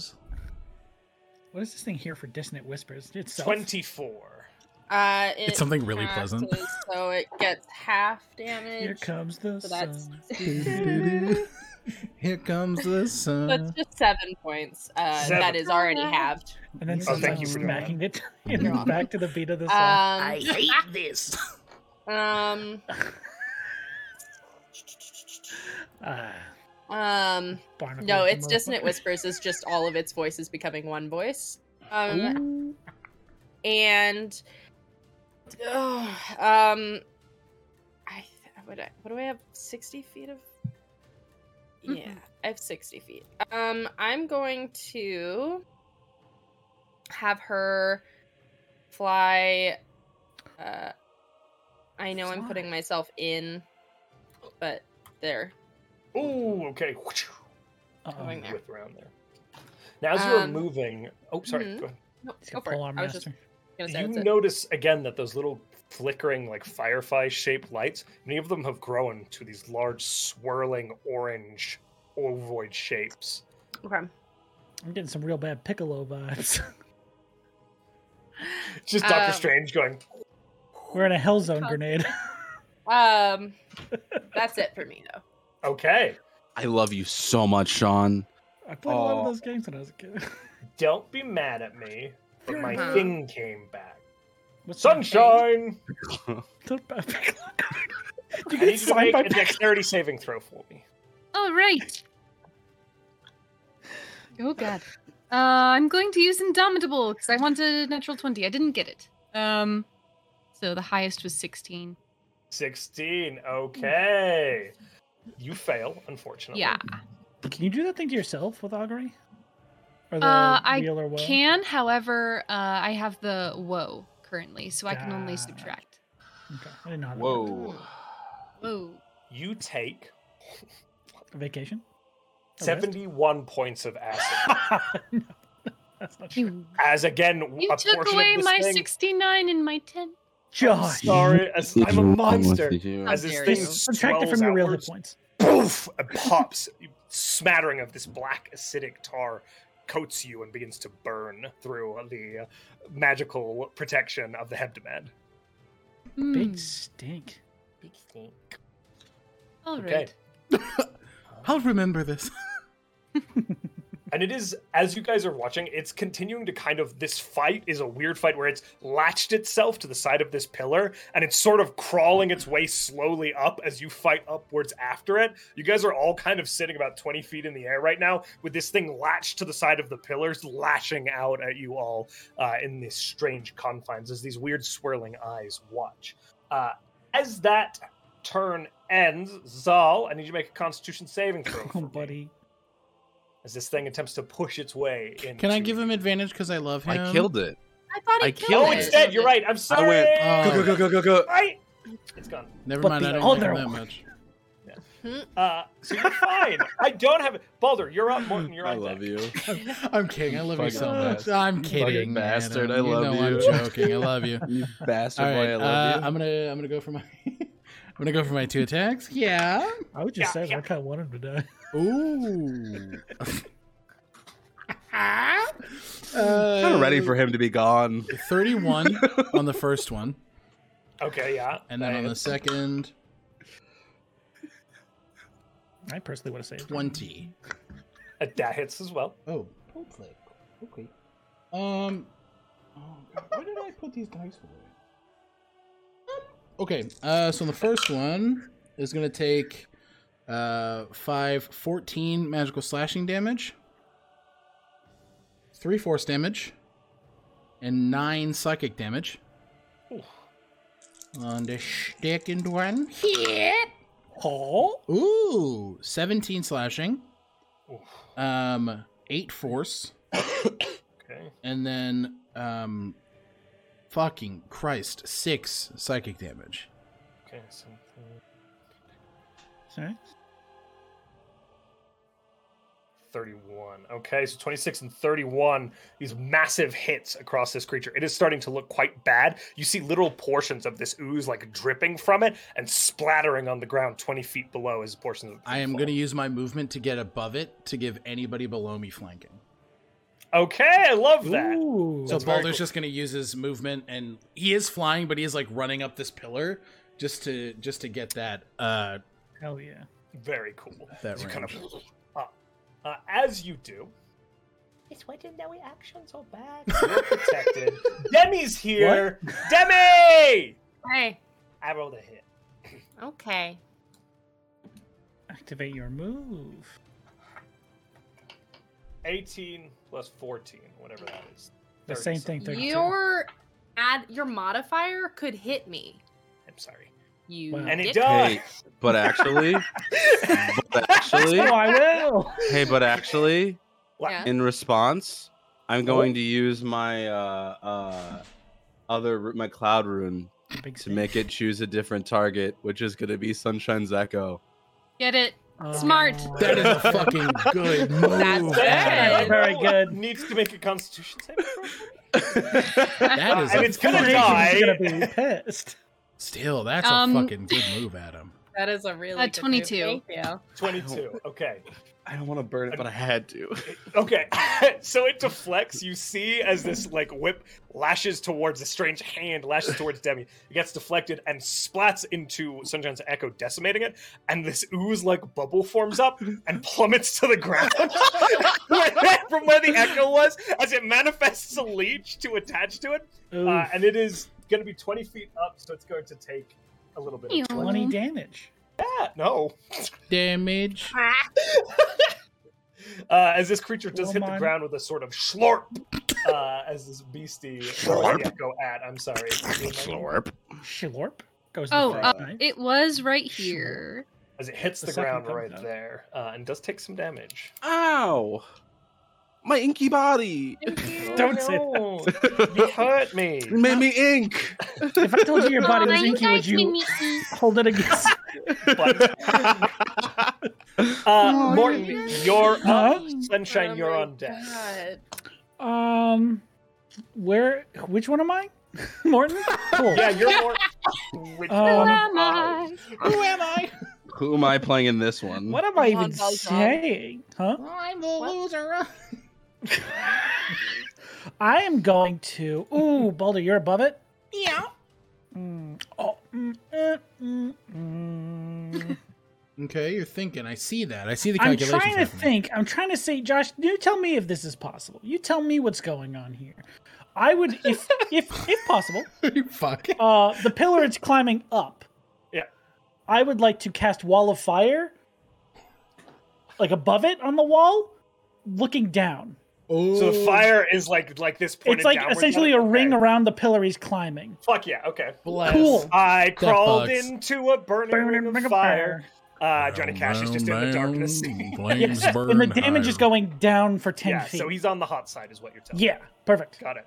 [SPEAKER 2] What is this thing here for dissonant whispers? It's
[SPEAKER 1] twenty-four.
[SPEAKER 6] Uh, it
[SPEAKER 5] It's something really
[SPEAKER 6] passes,
[SPEAKER 5] pleasant.
[SPEAKER 6] so it gets half damage.
[SPEAKER 2] Here comes the
[SPEAKER 6] So that's-
[SPEAKER 2] sun.
[SPEAKER 5] Here comes the
[SPEAKER 6] That's
[SPEAKER 5] sun.
[SPEAKER 6] just seven points. Uh,
[SPEAKER 1] Seven.
[SPEAKER 6] That is already halved.
[SPEAKER 2] And then
[SPEAKER 1] Oh,
[SPEAKER 2] sometimes
[SPEAKER 1] thank you for that.
[SPEAKER 2] smacking it in
[SPEAKER 6] You're
[SPEAKER 2] the
[SPEAKER 6] welcome.
[SPEAKER 2] back to the beat of the
[SPEAKER 6] Um,
[SPEAKER 2] song.
[SPEAKER 5] hate this.
[SPEAKER 6] Um,
[SPEAKER 2] Ah,
[SPEAKER 6] um,
[SPEAKER 2] barnacle
[SPEAKER 6] no, it's
[SPEAKER 2] motherfucker.
[SPEAKER 6] dissonant whispers is just all of its voices becoming one voice. Um, and ugh, um, I would I, what do I have? Sixty feet of. Yeah, I have sixty feet. Um, I'm going to have her fly. Uh, I know I'm putting myself in, but there.
[SPEAKER 1] Ooh, okay.
[SPEAKER 2] Uh-oh.
[SPEAKER 6] Going there.
[SPEAKER 1] Whip around there. Now, as you're
[SPEAKER 6] Um,
[SPEAKER 1] moving, oh, sorry.
[SPEAKER 6] mhm.
[SPEAKER 1] Go ahead.
[SPEAKER 6] No,
[SPEAKER 2] It's
[SPEAKER 6] go
[SPEAKER 2] got
[SPEAKER 6] for it.
[SPEAKER 2] polearm
[SPEAKER 6] I was just
[SPEAKER 2] master.
[SPEAKER 6] gonna say
[SPEAKER 1] You
[SPEAKER 6] that's it.
[SPEAKER 1] notice again that those little flickering, like firefly-shaped lights, many of them have grown to these large, swirling orange ovoid shapes.
[SPEAKER 6] Okay.
[SPEAKER 2] I'm getting some real bad piccolo vibes.
[SPEAKER 1] It's just Doctor
[SPEAKER 6] Um,
[SPEAKER 1] Strange going.
[SPEAKER 2] We're in a hell zone
[SPEAKER 6] Cosmic.
[SPEAKER 2] grenade.
[SPEAKER 6] Um, that's it for me though.
[SPEAKER 1] Okay,
[SPEAKER 3] I love you so much, Sean.
[SPEAKER 2] I played a lot of
[SPEAKER 3] Oh.
[SPEAKER 2] those games when I was a kid.
[SPEAKER 1] don't be mad at me, but my
[SPEAKER 6] Uh-huh.
[SPEAKER 1] thing came back.
[SPEAKER 2] What's that?
[SPEAKER 1] Sunshine.
[SPEAKER 2] The bad piccolo grenade. You
[SPEAKER 1] I
[SPEAKER 2] get
[SPEAKER 1] need you to
[SPEAKER 2] side
[SPEAKER 1] make
[SPEAKER 2] by
[SPEAKER 1] a dexterity saving throw for me.
[SPEAKER 7] All right. Oh god. Uh, I'm going to use Indomitable because I wanted a natural 20. I didn't get it. Um, so the highest was 16.
[SPEAKER 1] 16. Okay. You fail, unfortunately.
[SPEAKER 7] Yeah.
[SPEAKER 2] Can you do that thing to yourself with augury? Or the
[SPEAKER 7] Uh, I
[SPEAKER 2] wheel or woe?
[SPEAKER 7] Can, however, uh, I have the woe currently, so I can only
[SPEAKER 2] Gotcha.
[SPEAKER 7] subtract.
[SPEAKER 2] Okay, I didn't know. How that worked.
[SPEAKER 3] Whoa.
[SPEAKER 7] Whoa.
[SPEAKER 1] You take
[SPEAKER 2] Vacation. A rest?
[SPEAKER 1] 71 points of acid.
[SPEAKER 2] no, that's not true.
[SPEAKER 7] You,
[SPEAKER 1] As again,
[SPEAKER 7] you
[SPEAKER 1] a
[SPEAKER 7] took
[SPEAKER 1] portion
[SPEAKER 7] away
[SPEAKER 1] of this
[SPEAKER 7] my
[SPEAKER 1] thing,
[SPEAKER 7] 69 and my 10.
[SPEAKER 2] Josh,
[SPEAKER 1] Sorry, as, I'm a monster.
[SPEAKER 7] How
[SPEAKER 1] As this
[SPEAKER 7] dare
[SPEAKER 1] thing
[SPEAKER 7] you.
[SPEAKER 2] subtract it from
[SPEAKER 1] swells
[SPEAKER 2] your real hit
[SPEAKER 1] outwards,
[SPEAKER 2] points.
[SPEAKER 1] poof, it pops. smattering of this black acidic tar coats you and begins to burn through the magical protection of the hebdomad.
[SPEAKER 7] Hmm.
[SPEAKER 2] Big stink.
[SPEAKER 1] Big stink.
[SPEAKER 7] All right.
[SPEAKER 1] Okay.
[SPEAKER 5] I'll remember this.
[SPEAKER 1] And it is, as you guys are watching, it's continuing to kind of. This fight is a weird fight where it's latched itself to the side of this pillar and it's sort of crawling its way slowly up as you fight upwards after it. You guys are all kind of sitting about 20 feet in the air right now with this thing latched to the side of the pillars, lashing out at you all uh, in these strange confines as these weird swirling eyes watch. Uh, as that turn ends, Zal, I need you to make a constitution saving throw. for
[SPEAKER 2] Oh,
[SPEAKER 1] me
[SPEAKER 2] buddy.
[SPEAKER 1] as this thing attempts to push its way in.
[SPEAKER 5] Can I give him advantage because I love him?
[SPEAKER 3] I killed it.
[SPEAKER 6] I thought
[SPEAKER 3] I
[SPEAKER 6] he
[SPEAKER 3] killed
[SPEAKER 6] killed
[SPEAKER 1] Oh,
[SPEAKER 3] it.
[SPEAKER 6] it.
[SPEAKER 1] it's dead. You're right. I'm
[SPEAKER 3] I
[SPEAKER 1] sorry.
[SPEAKER 3] went,
[SPEAKER 5] Oh.
[SPEAKER 3] Go, go, go, go, go, go.
[SPEAKER 1] Right. It's gone.
[SPEAKER 5] Never
[SPEAKER 2] But
[SPEAKER 5] mind. I
[SPEAKER 2] the
[SPEAKER 5] don't like
[SPEAKER 2] other
[SPEAKER 5] him that
[SPEAKER 2] one.
[SPEAKER 5] much.
[SPEAKER 1] Uh, so you're fine. I don't have it. Balder, you're up. Morton, you're
[SPEAKER 3] I
[SPEAKER 1] on
[SPEAKER 3] love
[SPEAKER 1] deck.
[SPEAKER 3] you.
[SPEAKER 5] I'm kidding. I love you
[SPEAKER 3] Fucking
[SPEAKER 5] so much.
[SPEAKER 3] bastard.
[SPEAKER 5] I'm
[SPEAKER 3] You
[SPEAKER 5] kidding,
[SPEAKER 3] fucking bastard.
[SPEAKER 5] Adam.
[SPEAKER 3] I love
[SPEAKER 5] know
[SPEAKER 3] you.
[SPEAKER 5] I'm joking. I love you.
[SPEAKER 3] You bastard
[SPEAKER 5] All right.
[SPEAKER 3] boy, I
[SPEAKER 5] uh,
[SPEAKER 3] love you.
[SPEAKER 5] I'm gonna. I'm gonna go for my. I'm gonna go for my two attacks. Yeah.
[SPEAKER 2] I would just
[SPEAKER 1] Yeah,
[SPEAKER 2] say
[SPEAKER 1] yeah.
[SPEAKER 2] I kind of want him to die.
[SPEAKER 5] Ooh.
[SPEAKER 3] I'm
[SPEAKER 5] uh,
[SPEAKER 3] ready for him to be gone.
[SPEAKER 5] 31 on the first one,
[SPEAKER 1] Okay, yeah.
[SPEAKER 5] and then on the second,
[SPEAKER 2] I personally would have saved him.
[SPEAKER 5] 20.
[SPEAKER 1] Uh, that hits as well.
[SPEAKER 5] Oh, okay. Okay. Um, oh, God, where did I put these dice for? Okay, uh, so the first one is going to take uh, 5, 14 magical slashing damage, 3 force damage, and 9 psychic damage.
[SPEAKER 1] Oof.
[SPEAKER 5] On the second one, hit!
[SPEAKER 2] Oh,
[SPEAKER 5] Ooh, 17 slashing,
[SPEAKER 1] Oof,
[SPEAKER 5] um, 8 force,
[SPEAKER 1] okay.
[SPEAKER 5] and then um fucking Christ, 6 psychic damage.
[SPEAKER 1] Okay. uh, Something.
[SPEAKER 2] sorry.
[SPEAKER 1] 31. Okay, so 26 and 31, these massive hits across this creature. It is starting to look quite bad. You see little portions of this ooze like dripping from it and splattering on the ground 20 feet below as portions of the
[SPEAKER 5] I am
[SPEAKER 1] fall.
[SPEAKER 5] going to use my movement to get above it to give anybody below me flanking.
[SPEAKER 1] Okay, I love that.
[SPEAKER 2] Ooh.
[SPEAKER 5] So
[SPEAKER 1] That's very
[SPEAKER 5] Balder's
[SPEAKER 1] cool.
[SPEAKER 5] just going to use his movement, and he is flying, but he is like running up this pillar just to just to get that uh
[SPEAKER 2] Hell yeah.
[SPEAKER 1] Very cool.
[SPEAKER 5] That
[SPEAKER 1] you kind of
[SPEAKER 5] range.
[SPEAKER 1] up. Uh, as you do,
[SPEAKER 9] It's why didn't know we action so bad.
[SPEAKER 1] you're protected. Demi's here. Demi!
[SPEAKER 6] Hey.
[SPEAKER 1] I rolled a hit.
[SPEAKER 6] Okay.
[SPEAKER 2] Activate your move.
[SPEAKER 1] 18 plus 14, whatever that is.
[SPEAKER 2] The
[SPEAKER 1] 30
[SPEAKER 2] same
[SPEAKER 1] something.
[SPEAKER 2] thing. 32.
[SPEAKER 6] Your add your modifier could hit me.
[SPEAKER 1] I'm sorry.
[SPEAKER 6] You
[SPEAKER 2] Wow.
[SPEAKER 1] And it
[SPEAKER 6] dick.
[SPEAKER 1] does.
[SPEAKER 3] Hey, but actually, but actually,
[SPEAKER 2] Oh, I will.
[SPEAKER 3] hey, but actually,
[SPEAKER 6] Yeah.
[SPEAKER 3] in response, I'm going to use my uh, uh, other ru- my cloud rune
[SPEAKER 2] Big
[SPEAKER 3] to make it choose a different target, which is going to be Sunshine's Echo.
[SPEAKER 7] Get it?
[SPEAKER 2] Oh.
[SPEAKER 7] Smart.
[SPEAKER 5] That is a fucking good move.
[SPEAKER 6] That's
[SPEAKER 5] Adam.
[SPEAKER 1] Hey,
[SPEAKER 2] Very
[SPEAKER 1] no,
[SPEAKER 2] good.
[SPEAKER 1] Needs to make a constitution saving throw.
[SPEAKER 5] That is
[SPEAKER 1] And
[SPEAKER 5] a
[SPEAKER 1] it's gonna
[SPEAKER 5] fucking-
[SPEAKER 1] die.
[SPEAKER 2] He's gonna be pissed.
[SPEAKER 5] Still, that's a
[SPEAKER 7] Um,
[SPEAKER 5] fucking good move, Adam.
[SPEAKER 6] That is a really
[SPEAKER 7] Uh,
[SPEAKER 6] good move.
[SPEAKER 7] 22.
[SPEAKER 6] Thank you.
[SPEAKER 1] 22. Okay.
[SPEAKER 3] I don't want to burn it, but I had to.
[SPEAKER 1] Okay. so it deflects. You see as this like whip lashes towards a strange hand, lashes towards Demi. It gets deflected and splats into Sunshine's echo, decimating it. And this ooze like bubble forms up and plummets to the ground from where the echo was as it manifests a leech to attach to it. Uh,
[SPEAKER 2] Oof.
[SPEAKER 1] and it is going to be 20 feet up, so it's going to take a little bit.
[SPEAKER 7] Ew.
[SPEAKER 1] Of
[SPEAKER 2] Twenty damage.
[SPEAKER 1] that. No.
[SPEAKER 5] Damage.
[SPEAKER 1] Uh, as this creature does
[SPEAKER 2] Well,
[SPEAKER 1] hit the
[SPEAKER 2] mine-
[SPEAKER 1] ground with a sort of slurp, uh, as this beastie throws the echo at. I'm sorry.
[SPEAKER 2] Shilorp goes.
[SPEAKER 7] Oh,
[SPEAKER 2] the
[SPEAKER 7] uh,
[SPEAKER 2] first knife.
[SPEAKER 7] it was right
[SPEAKER 2] Sure.
[SPEAKER 7] here.
[SPEAKER 1] As it hits
[SPEAKER 2] The
[SPEAKER 1] the,
[SPEAKER 2] second
[SPEAKER 1] ground
[SPEAKER 2] comes
[SPEAKER 1] right
[SPEAKER 2] out.
[SPEAKER 1] there, uh, and does take some damage.
[SPEAKER 3] Ow! My inky body.
[SPEAKER 2] Don't say that.
[SPEAKER 6] Oh
[SPEAKER 1] say that. You hurt me.
[SPEAKER 3] It made me ink.
[SPEAKER 2] If I told you your body was
[SPEAKER 7] Aw,
[SPEAKER 2] inky, would
[SPEAKER 7] guys made
[SPEAKER 2] you
[SPEAKER 7] me eat.
[SPEAKER 2] hold it against?
[SPEAKER 1] But, uh, Morton, you're up.
[SPEAKER 2] Oh, Huh?
[SPEAKER 1] Sunshine,
[SPEAKER 6] Oh
[SPEAKER 1] you're
[SPEAKER 6] my
[SPEAKER 1] on deck.
[SPEAKER 6] God.
[SPEAKER 2] Um, where? Which one am I? Morton. Cool.
[SPEAKER 1] Yeah, you're more. Which
[SPEAKER 2] Um,
[SPEAKER 7] Who
[SPEAKER 1] one
[SPEAKER 7] am I?
[SPEAKER 5] Who am I?
[SPEAKER 3] Who am I playing in this one?
[SPEAKER 2] What am I
[SPEAKER 6] Come on,
[SPEAKER 2] even
[SPEAKER 6] Belzon.
[SPEAKER 2] saying? Huh?
[SPEAKER 5] I'm the
[SPEAKER 6] What?
[SPEAKER 5] loser.
[SPEAKER 2] I am going to. Ooh, Balder, you're above it.
[SPEAKER 6] Yeah.
[SPEAKER 2] Mm, oh, mm, eh, mm, mm.
[SPEAKER 5] Okay, you're thinking. I see that. I see the
[SPEAKER 2] I'm
[SPEAKER 5] calculations.
[SPEAKER 2] trying to
[SPEAKER 5] happening.
[SPEAKER 2] think. I'm trying to say, Josh, you tell me if this is possible. You tell me what's going on here. I would, if if if possible,
[SPEAKER 5] you fuck.
[SPEAKER 2] uh, the pillar is climbing up.
[SPEAKER 1] Yeah.
[SPEAKER 2] I would like to cast Wall of Fire, like above it on the wall, looking down.
[SPEAKER 5] Oh,
[SPEAKER 1] So the fire is like like this pointed
[SPEAKER 2] it's like
[SPEAKER 1] downwards at
[SPEAKER 2] essentially
[SPEAKER 1] it?
[SPEAKER 2] a ring
[SPEAKER 1] Okay.
[SPEAKER 2] around the pillar he's climbing.
[SPEAKER 1] Fuck yeah, okay.
[SPEAKER 5] bless.
[SPEAKER 2] Cool.
[SPEAKER 1] I crawled
[SPEAKER 5] bugs.
[SPEAKER 1] into a burning ring of fire. Uh, Johnny Cash is just in the darkness.
[SPEAKER 5] Flames
[SPEAKER 2] Yeah,
[SPEAKER 5] burn
[SPEAKER 2] and the damage is
[SPEAKER 5] higher.
[SPEAKER 2] going down for ten
[SPEAKER 1] yeah,
[SPEAKER 2] feet.
[SPEAKER 1] so he's on the hot side, is what you're telling. me.
[SPEAKER 2] yeah, perfect.
[SPEAKER 1] got it.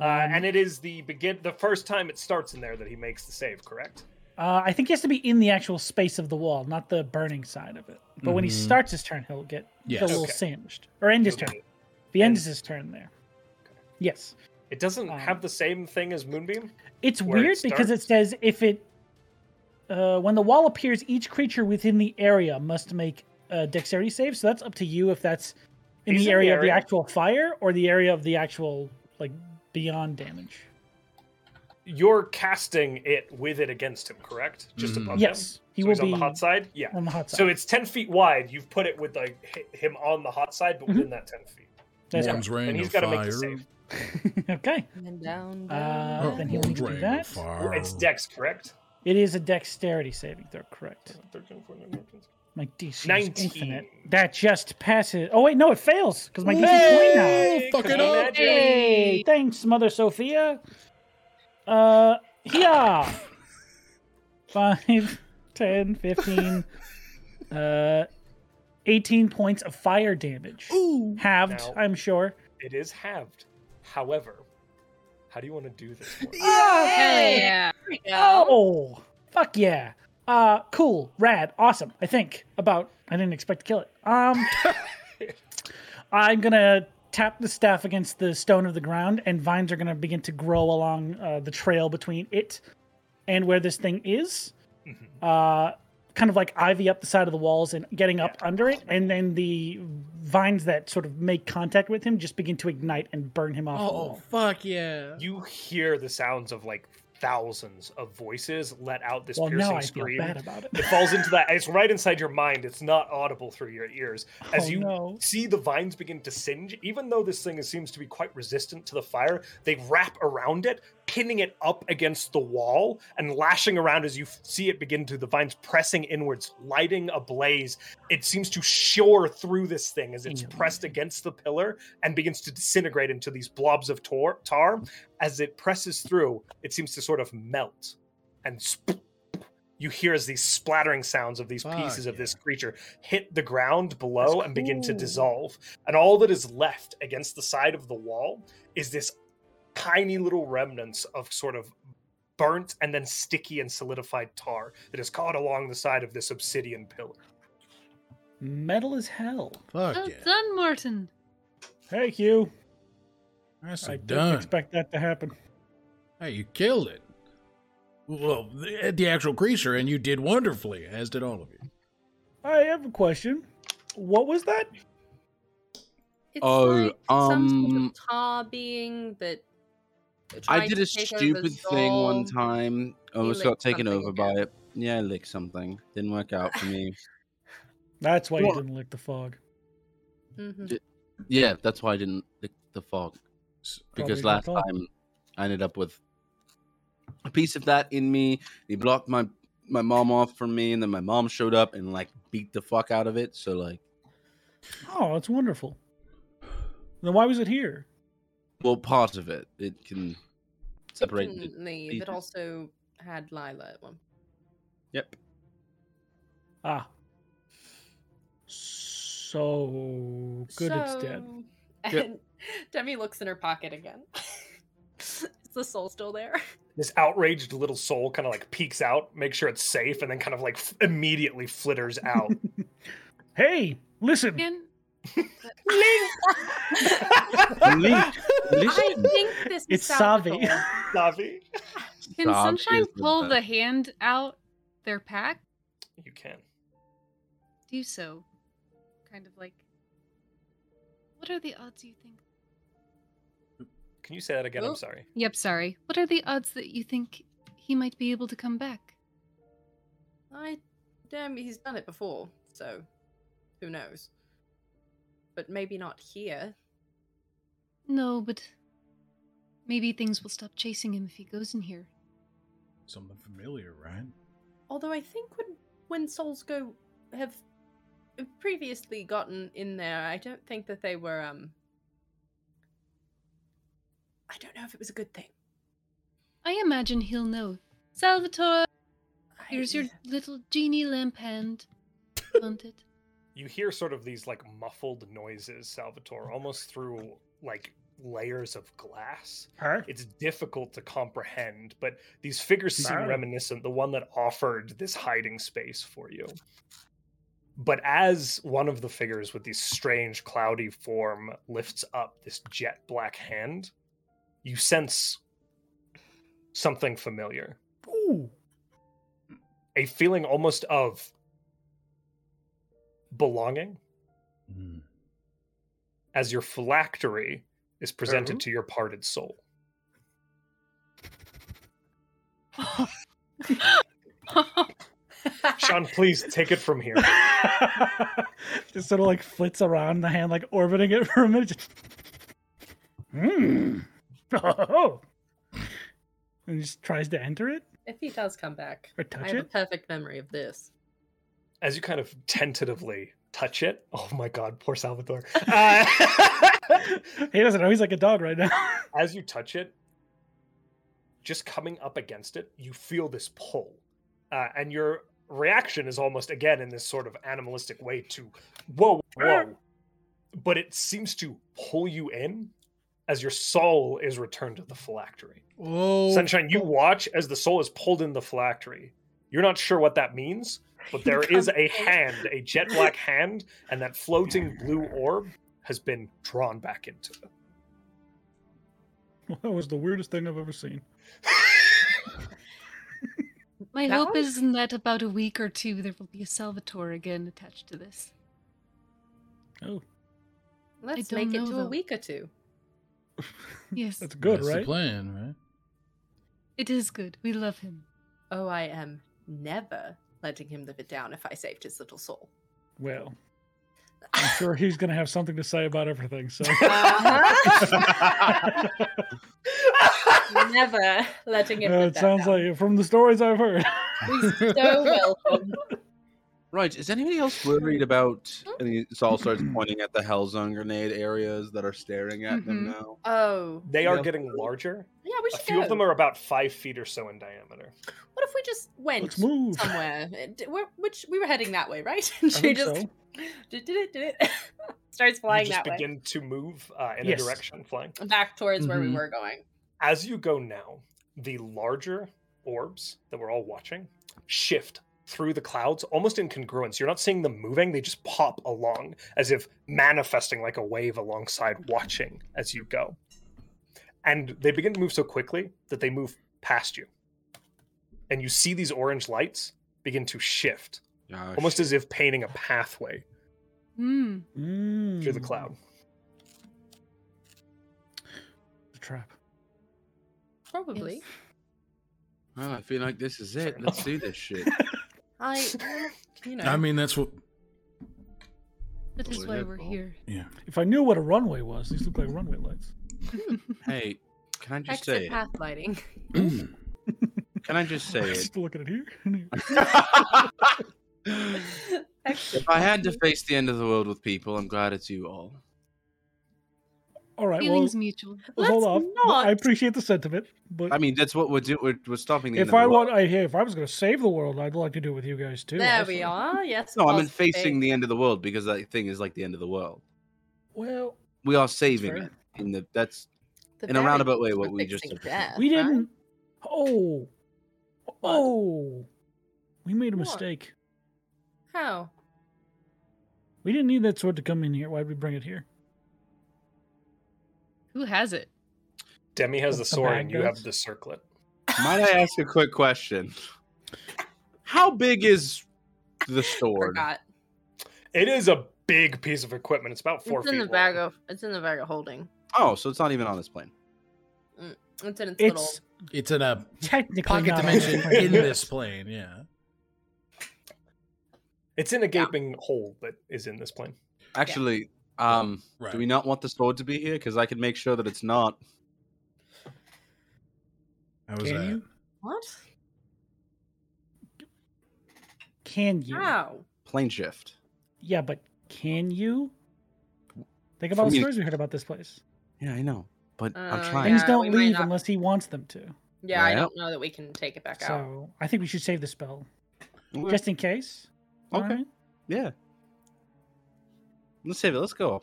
[SPEAKER 1] Uh, and it is the begin the first time it starts in there that he makes the save, correct?
[SPEAKER 2] Uh, I think he has to be in the actual space of the wall, not the burning side of it. But when he
[SPEAKER 5] Mhm.
[SPEAKER 2] starts his turn, he'll get
[SPEAKER 5] Yes.
[SPEAKER 2] a little
[SPEAKER 1] Okay.
[SPEAKER 2] sandwiched, or end his
[SPEAKER 1] Okay.
[SPEAKER 2] turn. The end
[SPEAKER 1] And-
[SPEAKER 2] is his turn there. Yes,
[SPEAKER 1] It doesn't
[SPEAKER 2] Um,
[SPEAKER 1] have the same thing as Moonbeam.
[SPEAKER 2] it's
[SPEAKER 1] Where it
[SPEAKER 2] weird because it
[SPEAKER 1] starts?
[SPEAKER 2] says if it uh, when the wall appears, each creature within the area must make a dexterity save. So that's up to you if that's in
[SPEAKER 1] He's
[SPEAKER 2] the area, of the actual fire or the area of the actual like beyond damage.
[SPEAKER 1] You're casting it with it against him, correct? Just
[SPEAKER 5] Mhm.
[SPEAKER 1] above him.
[SPEAKER 2] Yes, he
[SPEAKER 1] So
[SPEAKER 2] will
[SPEAKER 1] he's
[SPEAKER 2] be
[SPEAKER 1] on the hot side. Yeah.
[SPEAKER 2] on the hot side.
[SPEAKER 1] So it's ten feet wide. You've put it with like hi- him on the hot side, but
[SPEAKER 2] Mhm.
[SPEAKER 1] within that ten feet,
[SPEAKER 2] That's
[SPEAKER 5] Morn's ring
[SPEAKER 1] and he's
[SPEAKER 5] of
[SPEAKER 1] got to
[SPEAKER 5] fire.
[SPEAKER 1] make the save.
[SPEAKER 2] correct. okay.
[SPEAKER 6] And down,
[SPEAKER 2] Uh,
[SPEAKER 5] Oh,
[SPEAKER 6] down.
[SPEAKER 2] then he will
[SPEAKER 5] Morn's
[SPEAKER 2] do
[SPEAKER 5] ring of
[SPEAKER 2] that.
[SPEAKER 5] fire.
[SPEAKER 1] It's Dex, correct?
[SPEAKER 2] It is a dexterity saving throw, correct?
[SPEAKER 1] 13, 14, 15.
[SPEAKER 2] My DC is
[SPEAKER 1] 19.
[SPEAKER 2] infinite. That just passes. Oh wait, no, it fails because my DC is 29.
[SPEAKER 5] Hey, fuck it up.
[SPEAKER 2] Hey, thanks, Mother Sophia. Uh, yeah. Five, 10, 15, uh, 18 points of fire damage.
[SPEAKER 5] Ooh.
[SPEAKER 2] Halved,
[SPEAKER 1] Now-
[SPEAKER 2] I'm sure.
[SPEAKER 1] It is halved. However, how do you want to do this? Morgan?
[SPEAKER 7] Hell yeah.
[SPEAKER 2] Oh, fuck yeah. Uh, cool, rad, awesome. I think about. I didn't expect to kill it. Um, I'm gonna tap the staff against the stone of the ground, and vines are gonna begin to grow along uh, the trail between it and where this thing is.
[SPEAKER 1] Mhm.
[SPEAKER 2] Uh, kind of like ivy up the side of the walls and getting up under it, and then the vines that sort of make contact with him just begin to ignite and burn him off. the
[SPEAKER 5] Oh
[SPEAKER 2] wall.
[SPEAKER 5] fuck yeah!
[SPEAKER 1] You hear the sounds of like thousands of voices let out this
[SPEAKER 2] well,
[SPEAKER 1] piercing
[SPEAKER 2] now I feel
[SPEAKER 1] scream.
[SPEAKER 2] bad about it.
[SPEAKER 1] It falls into that. It's right inside your mind. It's not audible through your ears. As
[SPEAKER 2] oh,
[SPEAKER 1] you
[SPEAKER 2] no.
[SPEAKER 1] see the vines begin to singe, even though this thing is- seems to be quite resistant to the fire, they wrap around it, pinning it up against the wall and lashing around as you f- see it begin to the vines pressing inwards, lighting a blaze. It seems to shore through this thing as it's
[SPEAKER 2] Damn.
[SPEAKER 1] pressed against the pillar and begins to disintegrate into these blobs of tor- tar. As it presses through, it seems to sort of melt and sp- you hear as these splattering sounds of these
[SPEAKER 5] Fuck
[SPEAKER 1] pieces of
[SPEAKER 5] yeah.
[SPEAKER 1] this creature hit the ground below
[SPEAKER 2] That's
[SPEAKER 1] and begin to
[SPEAKER 2] cool.
[SPEAKER 1] dissolve. And all that is left against the side of the wall is this tiny little remnants of sort of burnt and then sticky and solidified tar that is caught along the side of this obsidian pillar.
[SPEAKER 2] Metal as hell.
[SPEAKER 5] Fuck
[SPEAKER 7] Well
[SPEAKER 5] yeah!
[SPEAKER 7] done, Morton.
[SPEAKER 2] Thank you.
[SPEAKER 5] That's
[SPEAKER 2] I didn't
[SPEAKER 5] done.
[SPEAKER 2] expect that to happen.
[SPEAKER 5] Hey, you killed it. Well, the, the actual creature, and you did wonderfully, as did all of you.
[SPEAKER 2] I have a question. What was that?
[SPEAKER 6] It's
[SPEAKER 3] Oh,
[SPEAKER 6] like some sort
[SPEAKER 3] um,
[SPEAKER 6] of tar being that.
[SPEAKER 3] I
[SPEAKER 6] tried
[SPEAKER 3] did
[SPEAKER 6] to
[SPEAKER 3] a
[SPEAKER 6] take over
[SPEAKER 3] stupid thing one
[SPEAKER 6] Zol.
[SPEAKER 3] time. I
[SPEAKER 6] You
[SPEAKER 3] almost got
[SPEAKER 6] licked
[SPEAKER 3] taken
[SPEAKER 6] something
[SPEAKER 3] over by it. Yeah, I licked something. Didn't work out for me.
[SPEAKER 2] That's why you
[SPEAKER 3] What?
[SPEAKER 2] didn't lick the fog.
[SPEAKER 6] Mhm.
[SPEAKER 3] yeah, that's why I didn't lick the fog.
[SPEAKER 5] S-
[SPEAKER 3] Because
[SPEAKER 2] good
[SPEAKER 3] last
[SPEAKER 2] call.
[SPEAKER 3] time I ended up with a piece of that in me. He blocked my my mom off from me, and then my mom showed up and like beat the fuck out of it. So like,
[SPEAKER 2] Oh, that's wonderful. Then why was it here?
[SPEAKER 3] well, part of it it can separate. the-
[SPEAKER 6] Didn't leave.
[SPEAKER 3] pieces.
[SPEAKER 6] It also had Lila at one.
[SPEAKER 3] Yep.
[SPEAKER 2] Ah. So good it's dead.
[SPEAKER 6] So-
[SPEAKER 3] Yep.
[SPEAKER 6] And Demi looks in her pocket again. Is the soul still there?
[SPEAKER 1] This outraged little soul kind of like peeks out, makes sure it's safe, and then kind of like f- immediately flitters out.
[SPEAKER 2] Hey, listen.
[SPEAKER 7] Again,
[SPEAKER 3] Link,
[SPEAKER 7] I
[SPEAKER 3] listen,
[SPEAKER 7] think this
[SPEAKER 2] it's
[SPEAKER 7] is
[SPEAKER 2] Savi.
[SPEAKER 7] salvageable.
[SPEAKER 1] Lavi,
[SPEAKER 7] Can
[SPEAKER 3] Savi
[SPEAKER 7] Sunshine
[SPEAKER 3] is the
[SPEAKER 7] pull the
[SPEAKER 3] best.
[SPEAKER 7] hand out their pack?
[SPEAKER 1] you can.
[SPEAKER 7] Do so. Kind of like. What are the odds you think?
[SPEAKER 1] Can you say that again? I'm
[SPEAKER 6] Well-
[SPEAKER 1] sorry.
[SPEAKER 7] Yep, sorry. What are the odds that you think he might be able to come back?
[SPEAKER 6] I damn, he's done it before, so who knows? But maybe not here.
[SPEAKER 7] No, but maybe things will stop chasing him if he goes in here.
[SPEAKER 5] Something familiar, right?
[SPEAKER 6] Although I think when when souls go have previously gotten in there, I don't think that they were um. I don't know if it was a good thing.
[SPEAKER 7] I imagine he'll know. Salvatore,
[SPEAKER 6] I-
[SPEAKER 7] here's your little genie lamp hand. Want it?
[SPEAKER 1] you hear sort of these like muffled noises, Salvatore, almost through like layers of glass.
[SPEAKER 2] Huh?
[SPEAKER 1] It's difficult to comprehend, but these figures seem
[SPEAKER 2] Sorry.
[SPEAKER 1] reminiscent, the one that offered this hiding space for you. But as one of the figures with these strange cloudy form lifts up this jet black hand, you sense something familiar.
[SPEAKER 2] Ooh.
[SPEAKER 1] A feeling almost of belonging.
[SPEAKER 5] Mm.
[SPEAKER 1] as your phylactery is presented to your parted soul. Sean, please take it from here.
[SPEAKER 2] Just sort of like flits around the hand, like orbiting it for a minute. just- Hmm. Oh. And just tries to enter it
[SPEAKER 6] If he does come back,
[SPEAKER 2] or
[SPEAKER 6] I
[SPEAKER 2] touch
[SPEAKER 6] have a
[SPEAKER 2] it.
[SPEAKER 6] perfect memory of this.
[SPEAKER 1] As you kind of tentatively touch it, oh my god, poor Salvador. Uh,
[SPEAKER 2] He doesn't know. He's like a dog right now.
[SPEAKER 1] as you touch it, just coming up against it, you feel this pull, uh, and your reaction is almost again in this sort of animalistic way to whoa whoa but it seems to pull you in as your soul is returned to the phylactery
[SPEAKER 5] Oh,
[SPEAKER 1] sunshine you watch as the soul is pulled in the phylactery you're not sure what that means but there is a hand a jet black hand and that floating blue orb has been drawn back into it
[SPEAKER 2] that was the weirdest thing I've ever seen.
[SPEAKER 7] My
[SPEAKER 6] That
[SPEAKER 7] hope
[SPEAKER 6] one?
[SPEAKER 7] is in that about a week or two there will be a Salvatore again attached to this.
[SPEAKER 2] Oh,
[SPEAKER 6] Let's
[SPEAKER 7] don't
[SPEAKER 6] make it
[SPEAKER 7] know,
[SPEAKER 6] to a
[SPEAKER 7] though.
[SPEAKER 6] week or two.
[SPEAKER 7] Yes,
[SPEAKER 2] that's good,
[SPEAKER 5] that's the
[SPEAKER 2] right?
[SPEAKER 5] plan, right?
[SPEAKER 7] it is good. We love him.
[SPEAKER 6] Oh, I am never letting him live it down if I saved his little soul.
[SPEAKER 2] Well, I'm sure he's going to have something to say about everything. So, Uh,
[SPEAKER 6] Uh-huh. never letting him
[SPEAKER 2] Uh,
[SPEAKER 6] live
[SPEAKER 2] it
[SPEAKER 6] that
[SPEAKER 2] sounds
[SPEAKER 6] down.
[SPEAKER 2] like from the stories I've heard.
[SPEAKER 6] He's so welcome.
[SPEAKER 3] Right. Is anybody else worried about? And he Saul starts pointing at the Hell Zone grenade areas that are staring at them
[SPEAKER 7] Mhm.
[SPEAKER 3] now.
[SPEAKER 6] Oh.
[SPEAKER 1] they are
[SPEAKER 3] Yep.
[SPEAKER 1] getting larger
[SPEAKER 6] Yeah, we
[SPEAKER 1] a
[SPEAKER 6] should
[SPEAKER 1] few
[SPEAKER 6] go.
[SPEAKER 1] of them are about five feet or so in diameter
[SPEAKER 6] What if we just went
[SPEAKER 2] Let's move.
[SPEAKER 6] somewhere? Uh, d- we're- which we were heading that way, right? And
[SPEAKER 2] I
[SPEAKER 6] she
[SPEAKER 2] think
[SPEAKER 6] just
[SPEAKER 2] so.
[SPEAKER 6] did it, did it, starts flying
[SPEAKER 1] you just
[SPEAKER 6] that
[SPEAKER 1] begin to move uh, in
[SPEAKER 2] Yes.
[SPEAKER 1] a direction flying
[SPEAKER 6] way back towards where we
[SPEAKER 2] Mm-hmm.
[SPEAKER 5] Mhm.
[SPEAKER 6] were going.
[SPEAKER 1] as you go now, the larger orbs that we're all watching shift through the clouds almost in congruence. You're not seeing them moving, they just pop along as if manifesting like a wave alongside watching as you go. And they begin to move so quickly that they move past you. And you see these orange lights begin to shift,
[SPEAKER 3] Gosh.
[SPEAKER 1] almost as if painting a pathway
[SPEAKER 7] Mm.
[SPEAKER 1] through
[SPEAKER 6] Hmm.
[SPEAKER 1] the
[SPEAKER 2] Mm,
[SPEAKER 1] cloud.
[SPEAKER 2] it's a trap.
[SPEAKER 6] Probably.
[SPEAKER 7] Yes.
[SPEAKER 3] Well, I feel like this is it. Let's do this shit.
[SPEAKER 6] I, you know,
[SPEAKER 5] I mean, that's what.
[SPEAKER 7] That is why we're here.
[SPEAKER 5] Yeah.
[SPEAKER 2] If I knew what a runway was, these look like runway lights.
[SPEAKER 3] Hey, can I just say
[SPEAKER 6] exit
[SPEAKER 3] it?
[SPEAKER 6] path lighting.
[SPEAKER 2] Mm.
[SPEAKER 3] Can I just say it?
[SPEAKER 2] Just looking at here. and here.
[SPEAKER 6] Exit
[SPEAKER 3] If I had to
[SPEAKER 6] path
[SPEAKER 3] face the end of the world with people, I'm glad it's you all.
[SPEAKER 2] All right, well,
[SPEAKER 7] Feelings mutual.
[SPEAKER 6] Let's
[SPEAKER 2] hold off. But I
[SPEAKER 6] not.
[SPEAKER 2] appreciate the sentiment, but
[SPEAKER 3] I mean, that's what we're doing. We're, we're stopping the end
[SPEAKER 2] if
[SPEAKER 3] of the
[SPEAKER 2] I
[SPEAKER 3] world.
[SPEAKER 2] want, I, hey, if I was going to save the world, I'd like to do it with you guys too.
[SPEAKER 6] lighting. There we
[SPEAKER 2] also.
[SPEAKER 6] are. Yes.
[SPEAKER 3] No, I mean
[SPEAKER 6] positive.
[SPEAKER 3] facing the end of the world because that thing is like the end of the world.
[SPEAKER 2] Well,
[SPEAKER 3] We are saving
[SPEAKER 2] fair.
[SPEAKER 3] it. In the that's
[SPEAKER 6] The
[SPEAKER 3] in a
[SPEAKER 6] very
[SPEAKER 3] roundabout way
[SPEAKER 6] thing
[SPEAKER 3] what
[SPEAKER 6] we're
[SPEAKER 3] we just
[SPEAKER 6] fixing
[SPEAKER 3] did.
[SPEAKER 6] death,
[SPEAKER 2] we
[SPEAKER 6] right?
[SPEAKER 2] didn't. Oh, oh, we made a
[SPEAKER 6] What?
[SPEAKER 2] mistake.
[SPEAKER 6] How?
[SPEAKER 2] We didn't need that sword to come in here. Why'd we bring it here?
[SPEAKER 7] Who has it?
[SPEAKER 1] Demi has the
[SPEAKER 2] The
[SPEAKER 1] sword
[SPEAKER 2] bag
[SPEAKER 1] and you have
[SPEAKER 2] goes.
[SPEAKER 1] the circlet.
[SPEAKER 3] Might I ask a quick question? How big is the sword?
[SPEAKER 6] Forgot.
[SPEAKER 1] It is a big piece of equipment. It's about four
[SPEAKER 6] It's
[SPEAKER 1] feet.
[SPEAKER 6] in the bag
[SPEAKER 1] long.
[SPEAKER 6] of. It's in the bag of holding.
[SPEAKER 3] Oh, so it's not even on this plane.
[SPEAKER 6] It's in its, little.
[SPEAKER 2] It's
[SPEAKER 5] It's in a
[SPEAKER 2] technically
[SPEAKER 5] pocket
[SPEAKER 2] not on
[SPEAKER 5] dimension
[SPEAKER 2] this plane.
[SPEAKER 5] in this plane. Yeah.
[SPEAKER 1] It's in a gaping hole that is in this plane.
[SPEAKER 3] Actually,
[SPEAKER 2] Oh,
[SPEAKER 3] um,
[SPEAKER 5] Right.
[SPEAKER 3] do we not want the sword to be here? Because I can make sure that it's not.
[SPEAKER 5] How was
[SPEAKER 2] Can
[SPEAKER 5] that?
[SPEAKER 2] you?
[SPEAKER 6] What?
[SPEAKER 2] Can you?
[SPEAKER 6] How?
[SPEAKER 3] Plane shift.
[SPEAKER 2] Yeah, but can you? Think
[SPEAKER 3] For
[SPEAKER 2] about the
[SPEAKER 3] me-
[SPEAKER 2] stories we heard about this place.
[SPEAKER 3] Yeah, I know, but I'm
[SPEAKER 6] Uh,
[SPEAKER 3] trying.
[SPEAKER 2] Things
[SPEAKER 6] Yeah, we
[SPEAKER 2] don't
[SPEAKER 6] might
[SPEAKER 2] leave
[SPEAKER 6] not-
[SPEAKER 2] unless he wants them to.
[SPEAKER 6] Yeah, I
[SPEAKER 3] Well.
[SPEAKER 6] don't know that we can take it back out.
[SPEAKER 2] So I think we should save the spell
[SPEAKER 3] Okay,
[SPEAKER 2] just in case.
[SPEAKER 3] Okay.
[SPEAKER 2] Alright?
[SPEAKER 3] Yeah. Let's save it. Let's go.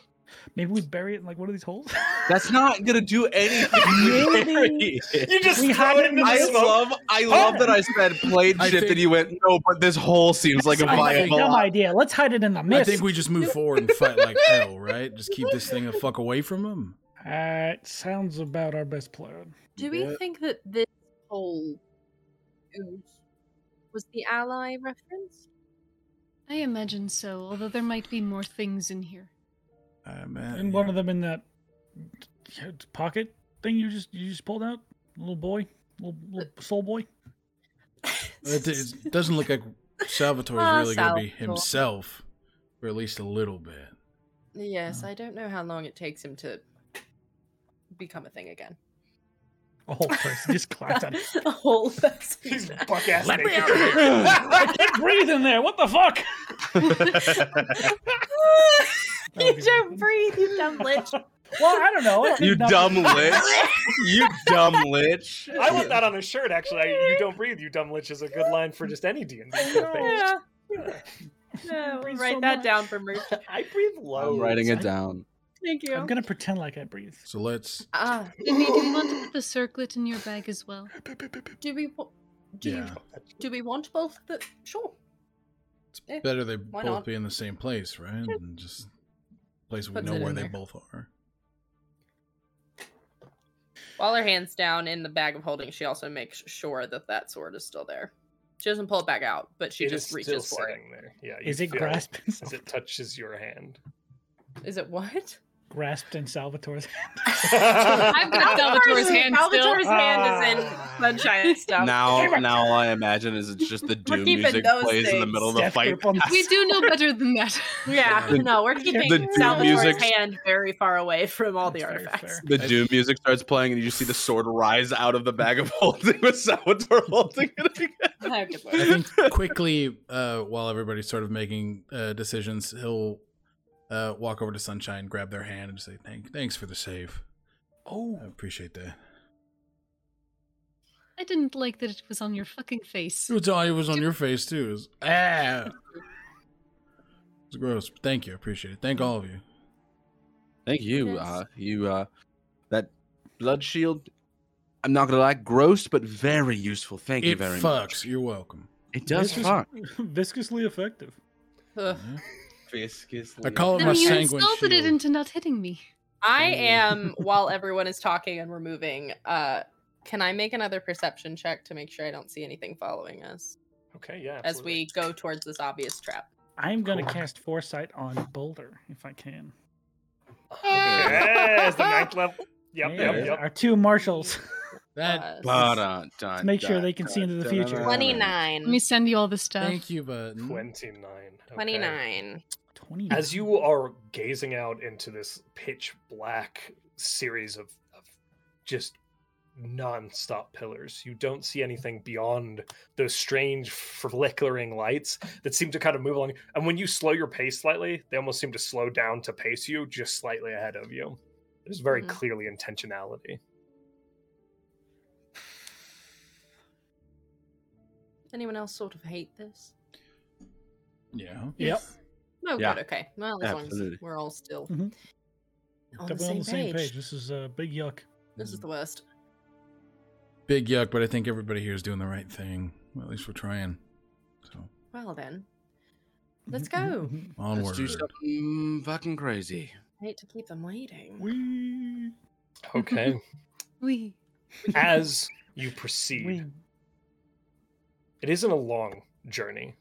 [SPEAKER 2] Maybe we bury it in like one of these holes.
[SPEAKER 3] That's not gonna do anything. we
[SPEAKER 2] Maybe.
[SPEAKER 3] carry it.
[SPEAKER 1] You just
[SPEAKER 2] We
[SPEAKER 1] throw
[SPEAKER 2] had
[SPEAKER 1] it
[SPEAKER 2] it
[SPEAKER 1] into the
[SPEAKER 3] I
[SPEAKER 2] Just-
[SPEAKER 1] smoke.
[SPEAKER 3] love, I love that I said plane
[SPEAKER 5] I
[SPEAKER 3] shift,
[SPEAKER 5] think-
[SPEAKER 3] and you went no, but this whole seems like a
[SPEAKER 5] I think-
[SPEAKER 3] viable.
[SPEAKER 2] dumb
[SPEAKER 3] op-
[SPEAKER 2] idea. Let's hide it in the
[SPEAKER 5] I
[SPEAKER 2] mist.
[SPEAKER 5] think we just move forward and fight like hell, right? Just keep this thing the fuck away from him.
[SPEAKER 2] Alright, sounds about our best plan.
[SPEAKER 6] Do we
[SPEAKER 5] Yeah.
[SPEAKER 6] think that this whole is- was the ally reference?
[SPEAKER 7] I imagine so, although there might be more things in here.
[SPEAKER 5] Uh, man,
[SPEAKER 2] And one of them in that pocket thing you just you just pulled out, little boy, little, little soul boy.
[SPEAKER 5] It, it doesn't look like Salvatore's
[SPEAKER 6] Ah,
[SPEAKER 5] really going to be
[SPEAKER 6] Salvatore.
[SPEAKER 5] himself, or at least a little bit.
[SPEAKER 6] Yes,
[SPEAKER 2] Oh.
[SPEAKER 6] I don't know how long it takes him to become a thing again.
[SPEAKER 2] A whole person just clapped on. it.
[SPEAKER 6] a whole person.
[SPEAKER 1] He's buck ass
[SPEAKER 5] Let me
[SPEAKER 1] naked.
[SPEAKER 2] I can't breathe in there. What the fuck?
[SPEAKER 6] you don't breathe, you dumb lich.
[SPEAKER 2] Well, I don't know. It
[SPEAKER 3] You
[SPEAKER 2] could not be-
[SPEAKER 3] dumb lich. You dumb lich.
[SPEAKER 1] I want that on a shirt. Actually, I, you don't breathe, you dumb lich is a good line for just any D and D thing.
[SPEAKER 6] Yeah.
[SPEAKER 2] I
[SPEAKER 6] Yeah, we'll
[SPEAKER 2] breathe
[SPEAKER 6] write
[SPEAKER 2] so
[SPEAKER 6] that
[SPEAKER 2] much.
[SPEAKER 6] down for merch.
[SPEAKER 1] I breathe low.
[SPEAKER 3] I'm writing it down.
[SPEAKER 6] Thank you.
[SPEAKER 2] I'm gonna pretend like I breathe.
[SPEAKER 5] So let's.
[SPEAKER 6] Ah,
[SPEAKER 7] Jimmy, do you want to put the circlet in your bag as well?
[SPEAKER 6] do we wa- do you-
[SPEAKER 5] Yeah.
[SPEAKER 6] do we want both? The, sure. Yeah.
[SPEAKER 5] Better they
[SPEAKER 6] Why
[SPEAKER 5] both
[SPEAKER 6] not?
[SPEAKER 5] be in the same place, right? And just place we
[SPEAKER 6] Puts
[SPEAKER 5] know
[SPEAKER 6] it
[SPEAKER 5] where
[SPEAKER 6] in
[SPEAKER 5] they
[SPEAKER 6] there.
[SPEAKER 5] both are.
[SPEAKER 6] While her hands down in the bag of holding, she also makes sure that that sword is still there. She doesn't pull it back out, but she
[SPEAKER 1] It is
[SPEAKER 6] just
[SPEAKER 1] still
[SPEAKER 6] reaches for it.
[SPEAKER 1] sitting there. Yeah. you
[SPEAKER 2] Is it
[SPEAKER 1] feel
[SPEAKER 2] grasped?
[SPEAKER 1] As it touches your hand.
[SPEAKER 6] Is it what?
[SPEAKER 2] Grasped in Salvatore's hand.
[SPEAKER 7] I've got Salvatore's hand still.
[SPEAKER 6] Salvatore's hand is in
[SPEAKER 2] Ah.
[SPEAKER 6] sunshine stuff.
[SPEAKER 3] Now, now all I imagine is it's just the doom
[SPEAKER 6] keeping
[SPEAKER 3] music
[SPEAKER 6] those
[SPEAKER 3] plays in the
[SPEAKER 6] things.
[SPEAKER 3] middle of the
[SPEAKER 2] Death
[SPEAKER 3] fight.
[SPEAKER 2] grip on the-
[SPEAKER 7] We do know better than that.
[SPEAKER 6] Yeah,
[SPEAKER 5] The-
[SPEAKER 6] no, we're
[SPEAKER 2] the
[SPEAKER 6] keeping
[SPEAKER 3] doom
[SPEAKER 6] Salvatore's
[SPEAKER 3] music-
[SPEAKER 6] hand very far away from all the
[SPEAKER 2] That's very
[SPEAKER 6] artifacts.
[SPEAKER 2] fair.
[SPEAKER 3] The doom music starts playing, and you see the sword rise out of the bag of holding with Salvatore holding it again.
[SPEAKER 6] Oh, good lord.
[SPEAKER 5] I think quickly, uh, while everybody's sort of making uh, decisions, he'll uh, walk over to Sunshine, grab their hand, and say, Thank- "Thanks for the save.
[SPEAKER 2] Oh,
[SPEAKER 5] I appreciate that."
[SPEAKER 7] I didn't like that it was on your fucking face.
[SPEAKER 5] It was, on- it was on your face too. It was, ah, it's gross. Thank you, I appreciate it. Thank all of you.
[SPEAKER 3] Thank you.
[SPEAKER 6] Yes.
[SPEAKER 3] Uh, you uh, that blood shield. I'm not gonna lie, gross but very useful. Thank you
[SPEAKER 5] it
[SPEAKER 3] very
[SPEAKER 5] fucks.
[SPEAKER 3] much.
[SPEAKER 5] You're welcome.
[SPEAKER 3] It does
[SPEAKER 2] This is-
[SPEAKER 3] fuck.
[SPEAKER 2] viscously effective.
[SPEAKER 6] Ugh.
[SPEAKER 5] Yeah.
[SPEAKER 3] Viscously.
[SPEAKER 5] I call it
[SPEAKER 7] Then
[SPEAKER 5] my
[SPEAKER 7] you
[SPEAKER 5] sanguine
[SPEAKER 7] insulted
[SPEAKER 5] shield.
[SPEAKER 7] it into not hitting me.
[SPEAKER 6] I
[SPEAKER 5] Mm.
[SPEAKER 6] am Um, while everyone is talking and removing. Uh, can I make another perception check to make sure I don't see anything following us
[SPEAKER 1] okay. Yeah.
[SPEAKER 6] as
[SPEAKER 1] absolutely.
[SPEAKER 6] we go towards this obvious trap?
[SPEAKER 2] I'm gonna cast foresight on Boulder if I can.
[SPEAKER 1] Yes, the ninth level. Yep.
[SPEAKER 2] Yeah,
[SPEAKER 1] Yep. Yep.
[SPEAKER 2] Our two marshals.
[SPEAKER 5] That
[SPEAKER 6] Uh,
[SPEAKER 3] Ba-da, da,
[SPEAKER 2] make sure
[SPEAKER 3] da,
[SPEAKER 2] they can
[SPEAKER 3] da,
[SPEAKER 2] see into the
[SPEAKER 3] da,
[SPEAKER 2] future.
[SPEAKER 3] da, da, da.
[SPEAKER 6] twenty
[SPEAKER 7] Let me
[SPEAKER 6] nine.
[SPEAKER 7] send you all the stuff.
[SPEAKER 5] Thank you, button.
[SPEAKER 1] Twenty-nine. okay.
[SPEAKER 6] Twenty nine.
[SPEAKER 2] Twenty.
[SPEAKER 1] As you are gazing out into this pitch black series of, of just non-stop pillars, you don't see anything beyond those strange flickering lights that seem to kind of move along. And when you slow your pace slightly, they almost seem to slow down to pace you just slightly ahead of you. There's very
[SPEAKER 6] Mhm.
[SPEAKER 1] clearly intentionality.
[SPEAKER 6] Anyone else sort of hate this?
[SPEAKER 5] Yeah.
[SPEAKER 2] Yep.
[SPEAKER 6] No,
[SPEAKER 3] Yeah.
[SPEAKER 6] good. Okay. Well, as long as
[SPEAKER 3] Absolutely.
[SPEAKER 6] we're all still
[SPEAKER 2] Mhm.
[SPEAKER 6] Mm-hmm. on, the
[SPEAKER 2] Definitely
[SPEAKER 6] same page.
[SPEAKER 2] This is a uh, big yuck.
[SPEAKER 6] This is the worst.
[SPEAKER 5] Big yuck, but I think everybody here is doing the right thing. Well, at least we're trying. So
[SPEAKER 6] Well then, Let's
[SPEAKER 2] Mhm,
[SPEAKER 6] go.
[SPEAKER 2] mhm,
[SPEAKER 5] onward.
[SPEAKER 3] Let's do something fucking crazy.
[SPEAKER 6] I hate to keep them waiting.
[SPEAKER 2] mhm. Wee,
[SPEAKER 1] Okay.
[SPEAKER 7] We.
[SPEAKER 1] As you proceed,
[SPEAKER 2] wee.
[SPEAKER 1] It isn't a long journey.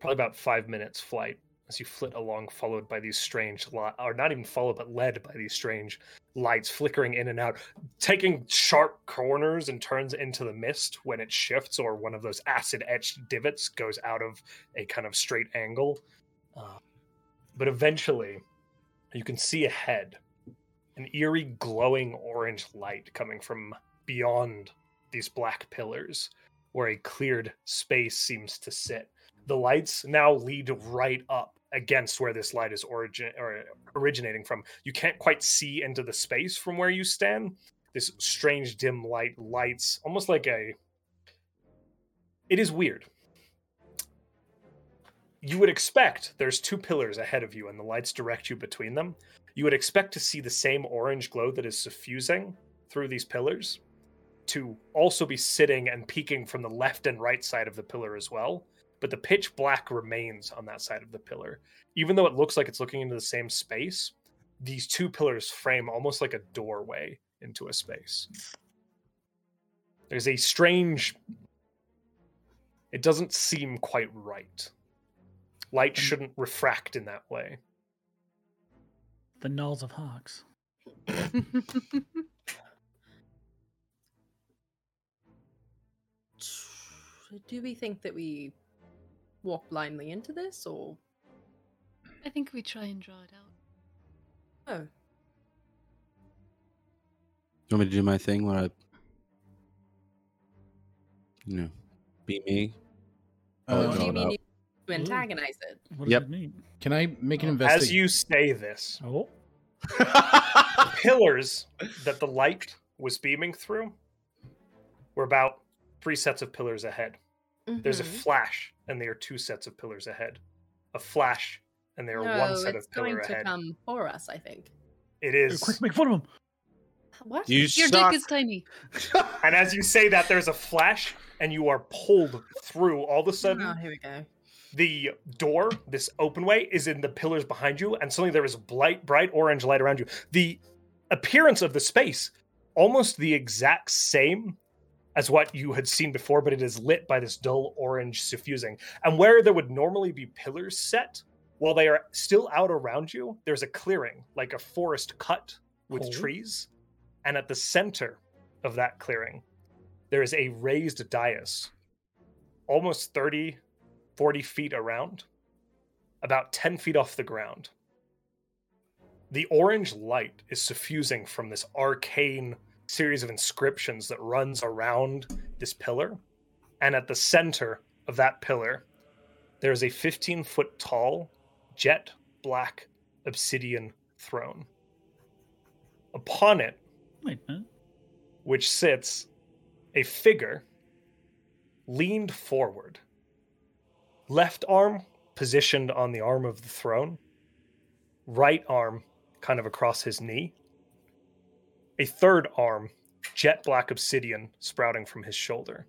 [SPEAKER 1] Probably about five minutes flight as you flit along, followed by these strange, li- or not even followed, but led by these strange lights flickering in and out, taking sharp corners and turns into the mist when it shifts, or one of those acid etched divots goes out of a kind of straight angle. Uh, but eventually, you can see ahead an eerie glowing orange light coming from beyond these black pillars where a cleared space seems to sit. The lights now lead right up against where this light is origin or originating from. You can't quite see into the space from where you stand. This strange dim light lights almost like a it is weird. You would expect there's two pillars ahead of you and the lights direct you between them. You would expect to see the same orange glow that is suffusing through these pillars to also be sitting and peeking from the left and right side of the pillar as well. But the pitch black remains on that side of the pillar. Even though it looks like it's looking into the same space, these two pillars frame almost like a doorway into a space. There's a strange. It doesn't seem quite right. Light shouldn't refract in that way.
[SPEAKER 2] The Nulls of Hawks.
[SPEAKER 6] Do we think that we walk blindly into this, or
[SPEAKER 7] I think we try and draw it out.
[SPEAKER 6] oh,
[SPEAKER 3] You want me to do my thing where I, you know, be me?
[SPEAKER 5] Uh,
[SPEAKER 3] What
[SPEAKER 6] do you
[SPEAKER 3] Oh, no,
[SPEAKER 6] mean
[SPEAKER 3] no.
[SPEAKER 6] you to
[SPEAKER 2] Ooh.
[SPEAKER 6] antagonize it?
[SPEAKER 2] What does
[SPEAKER 3] Yep.
[SPEAKER 2] it mean?
[SPEAKER 5] Can I make an
[SPEAKER 1] As
[SPEAKER 5] investigation?
[SPEAKER 1] you say this,
[SPEAKER 2] Oh,
[SPEAKER 1] pillars that the light was beaming through were about three sets of pillars ahead. There's a
[SPEAKER 6] Mhm.
[SPEAKER 1] flash, and they are two sets of pillars ahead. A flash, and they are one set
[SPEAKER 6] it's
[SPEAKER 1] of pillar
[SPEAKER 6] going to
[SPEAKER 1] ahead.
[SPEAKER 6] come for us, I think.
[SPEAKER 1] It
[SPEAKER 2] Quick,
[SPEAKER 1] is.
[SPEAKER 2] make fun of him.
[SPEAKER 6] What?
[SPEAKER 10] You
[SPEAKER 7] Your
[SPEAKER 10] suck.
[SPEAKER 7] dick is tiny.
[SPEAKER 1] And as you say that, there's a flash, and you are pulled through. All of a sudden,
[SPEAKER 6] Oh, here we go.
[SPEAKER 1] the door, this open way, is in the pillars behind you, and suddenly there is bright, bright orange light around you. The appearance of the space almost the exact same as what you had seen before, but it is lit by this dull orange suffusing. And where there would normally be pillars set, while they are still out around you, there's a clearing, like a forest cut with
[SPEAKER 2] Cool.
[SPEAKER 1] trees. And at the center of that clearing, there is a raised dais, almost 30, 40 feet around, about 10 feet off the ground. The orange light is suffusing from this arcane series of inscriptions that runs around this pillar. And at the center of that pillar, there is a 15 foot tall, jet black obsidian throne. Upon it,
[SPEAKER 2] Wait a minute.
[SPEAKER 1] which sits a figure leaned forward, left arm positioned on the arm of the throne, right arm kind of across his knee, a third arm, jet black obsidian sprouting from his shoulder.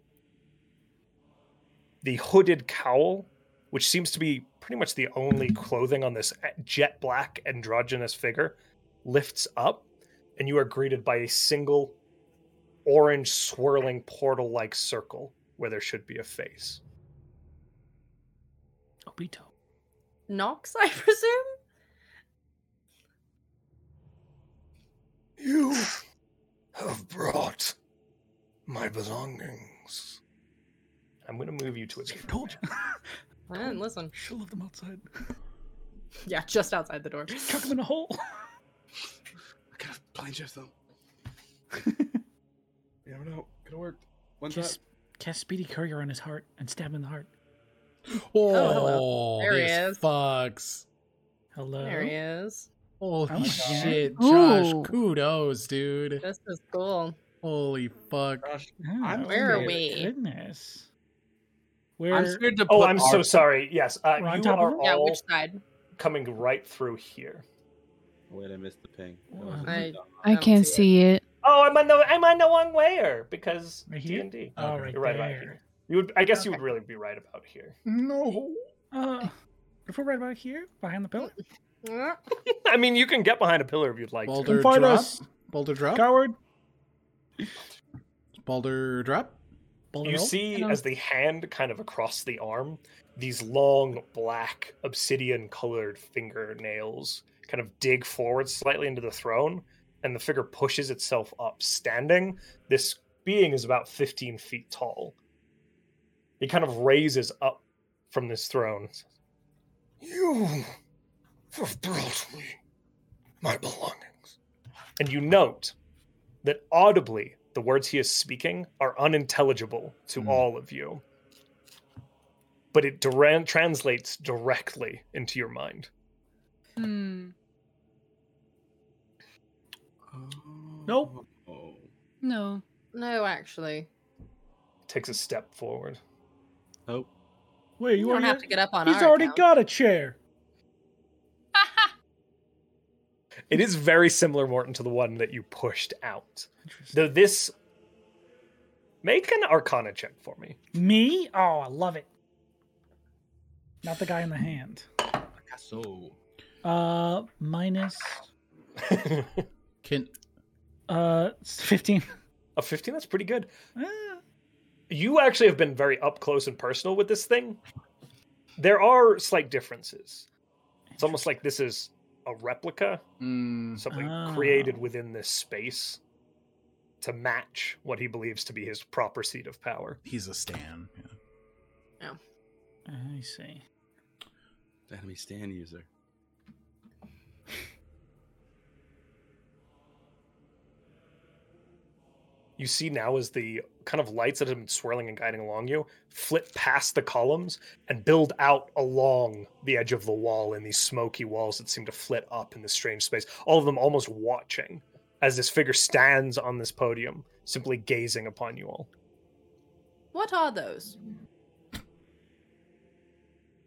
[SPEAKER 1] The hooded cowl, which seems to be pretty much the only clothing on this jet black androgynous figure, lifts up, and you are greeted by a single orange swirling portal like circle where there should be a face.
[SPEAKER 2] Obito.
[SPEAKER 6] Knox, I presume?
[SPEAKER 1] You have brought my belongings. I'm going to move you to a different
[SPEAKER 2] Told you.
[SPEAKER 6] I didn't listen.
[SPEAKER 2] She'll leave them outside.
[SPEAKER 6] Yeah, just outside the door.
[SPEAKER 2] Chuck them in a hole.
[SPEAKER 3] I could have blind chef them. you never know. Could have worked. One
[SPEAKER 2] Cast, cast Speedy Courier on his heart and stab him in the heart.
[SPEAKER 5] Oh,
[SPEAKER 6] There he
[SPEAKER 5] this
[SPEAKER 6] is.
[SPEAKER 5] Fucks.
[SPEAKER 2] Hello.
[SPEAKER 6] There he is.
[SPEAKER 5] Holy
[SPEAKER 2] Oh my God.
[SPEAKER 5] shit, Josh!
[SPEAKER 7] Ooh.
[SPEAKER 5] Kudos, dude.
[SPEAKER 6] This is cool.
[SPEAKER 5] Holy fuck.
[SPEAKER 2] Oh,
[SPEAKER 8] I'm
[SPEAKER 6] Where are
[SPEAKER 8] scared.
[SPEAKER 6] we?
[SPEAKER 2] Goodness. Where?
[SPEAKER 3] I'm scared to put
[SPEAKER 1] Oh, I'm so
[SPEAKER 3] our-
[SPEAKER 1] sorry. Yes, uh,
[SPEAKER 2] We're on
[SPEAKER 1] you
[SPEAKER 2] top of
[SPEAKER 1] are
[SPEAKER 2] him?
[SPEAKER 1] all
[SPEAKER 6] Yeah, which side?
[SPEAKER 1] coming right through here.
[SPEAKER 3] Wait, I missed the ping. That
[SPEAKER 2] Wow.
[SPEAKER 3] was-
[SPEAKER 6] I-
[SPEAKER 7] I, can't see it.
[SPEAKER 1] Oh, I'm on the I'm on the wrong way here because
[SPEAKER 2] Right
[SPEAKER 1] D
[SPEAKER 2] here?
[SPEAKER 1] and D.
[SPEAKER 2] Oh,
[SPEAKER 5] Okay.
[SPEAKER 2] right
[SPEAKER 1] You're right about
[SPEAKER 2] there.
[SPEAKER 1] here. You would, I guess, you would really be right about here.
[SPEAKER 3] No.
[SPEAKER 2] Uh, if we're right about here, behind the pillar.
[SPEAKER 6] Yeah.
[SPEAKER 1] I mean, you can get behind a pillar if you'd like. to.
[SPEAKER 5] Boulder
[SPEAKER 2] find
[SPEAKER 5] drop.
[SPEAKER 2] us.
[SPEAKER 5] Boulder drop.
[SPEAKER 2] Oh, Coward.
[SPEAKER 5] Boulder drop.
[SPEAKER 2] Boulder
[SPEAKER 1] You
[SPEAKER 2] roll.
[SPEAKER 1] see, as the hand kind of across the arm, these long black obsidian colored fingernails kind of dig forward slightly into the throne, and the figure pushes itself up, standing. This being is about 15 feet tall. He kind of raises up from this throne. You have brought me my belongings. And you note that audibly the words he is speaking are unintelligible to
[SPEAKER 3] Hmm.
[SPEAKER 1] all of you, but it duran- translates directly into your mind.
[SPEAKER 7] Hmm.
[SPEAKER 2] Nope.
[SPEAKER 3] Oh.
[SPEAKER 7] No.
[SPEAKER 6] No, actually.
[SPEAKER 1] Takes a step forward.
[SPEAKER 3] Nope.
[SPEAKER 2] Wait,
[SPEAKER 6] You,
[SPEAKER 2] you
[SPEAKER 6] don't
[SPEAKER 2] already?
[SPEAKER 6] have to get up on
[SPEAKER 2] he's
[SPEAKER 6] our
[SPEAKER 2] already
[SPEAKER 6] account.
[SPEAKER 2] got a chair.
[SPEAKER 1] It is very similar, Morton, to the one that you pushed out.
[SPEAKER 2] Interesting.
[SPEAKER 1] Though this. Make an arcana check for me.
[SPEAKER 2] Me? Oh, I love it. Not the guy in the hand.
[SPEAKER 3] So.
[SPEAKER 2] Uh, minus
[SPEAKER 5] Can
[SPEAKER 2] uh fifteen.
[SPEAKER 1] a 15, that's pretty good.
[SPEAKER 2] Ah,
[SPEAKER 1] You actually have been very up close and personal with this thing. There are slight differences. It's almost like this is a replica
[SPEAKER 3] Mm,
[SPEAKER 1] something
[SPEAKER 2] Ah.
[SPEAKER 1] created within this space to match what he believes to be his proper seat of power.
[SPEAKER 5] he's a stan. Yeah.
[SPEAKER 2] I see.
[SPEAKER 3] enemy stand user.
[SPEAKER 1] You you see now is the kind of lights that have been swirling and guiding along you flip past the columns and build out along the edge of the wall in these smoky walls that seem to flit up in this strange space. All of them almost watching as this figure stands on this podium, simply gazing upon you all.
[SPEAKER 6] What are those?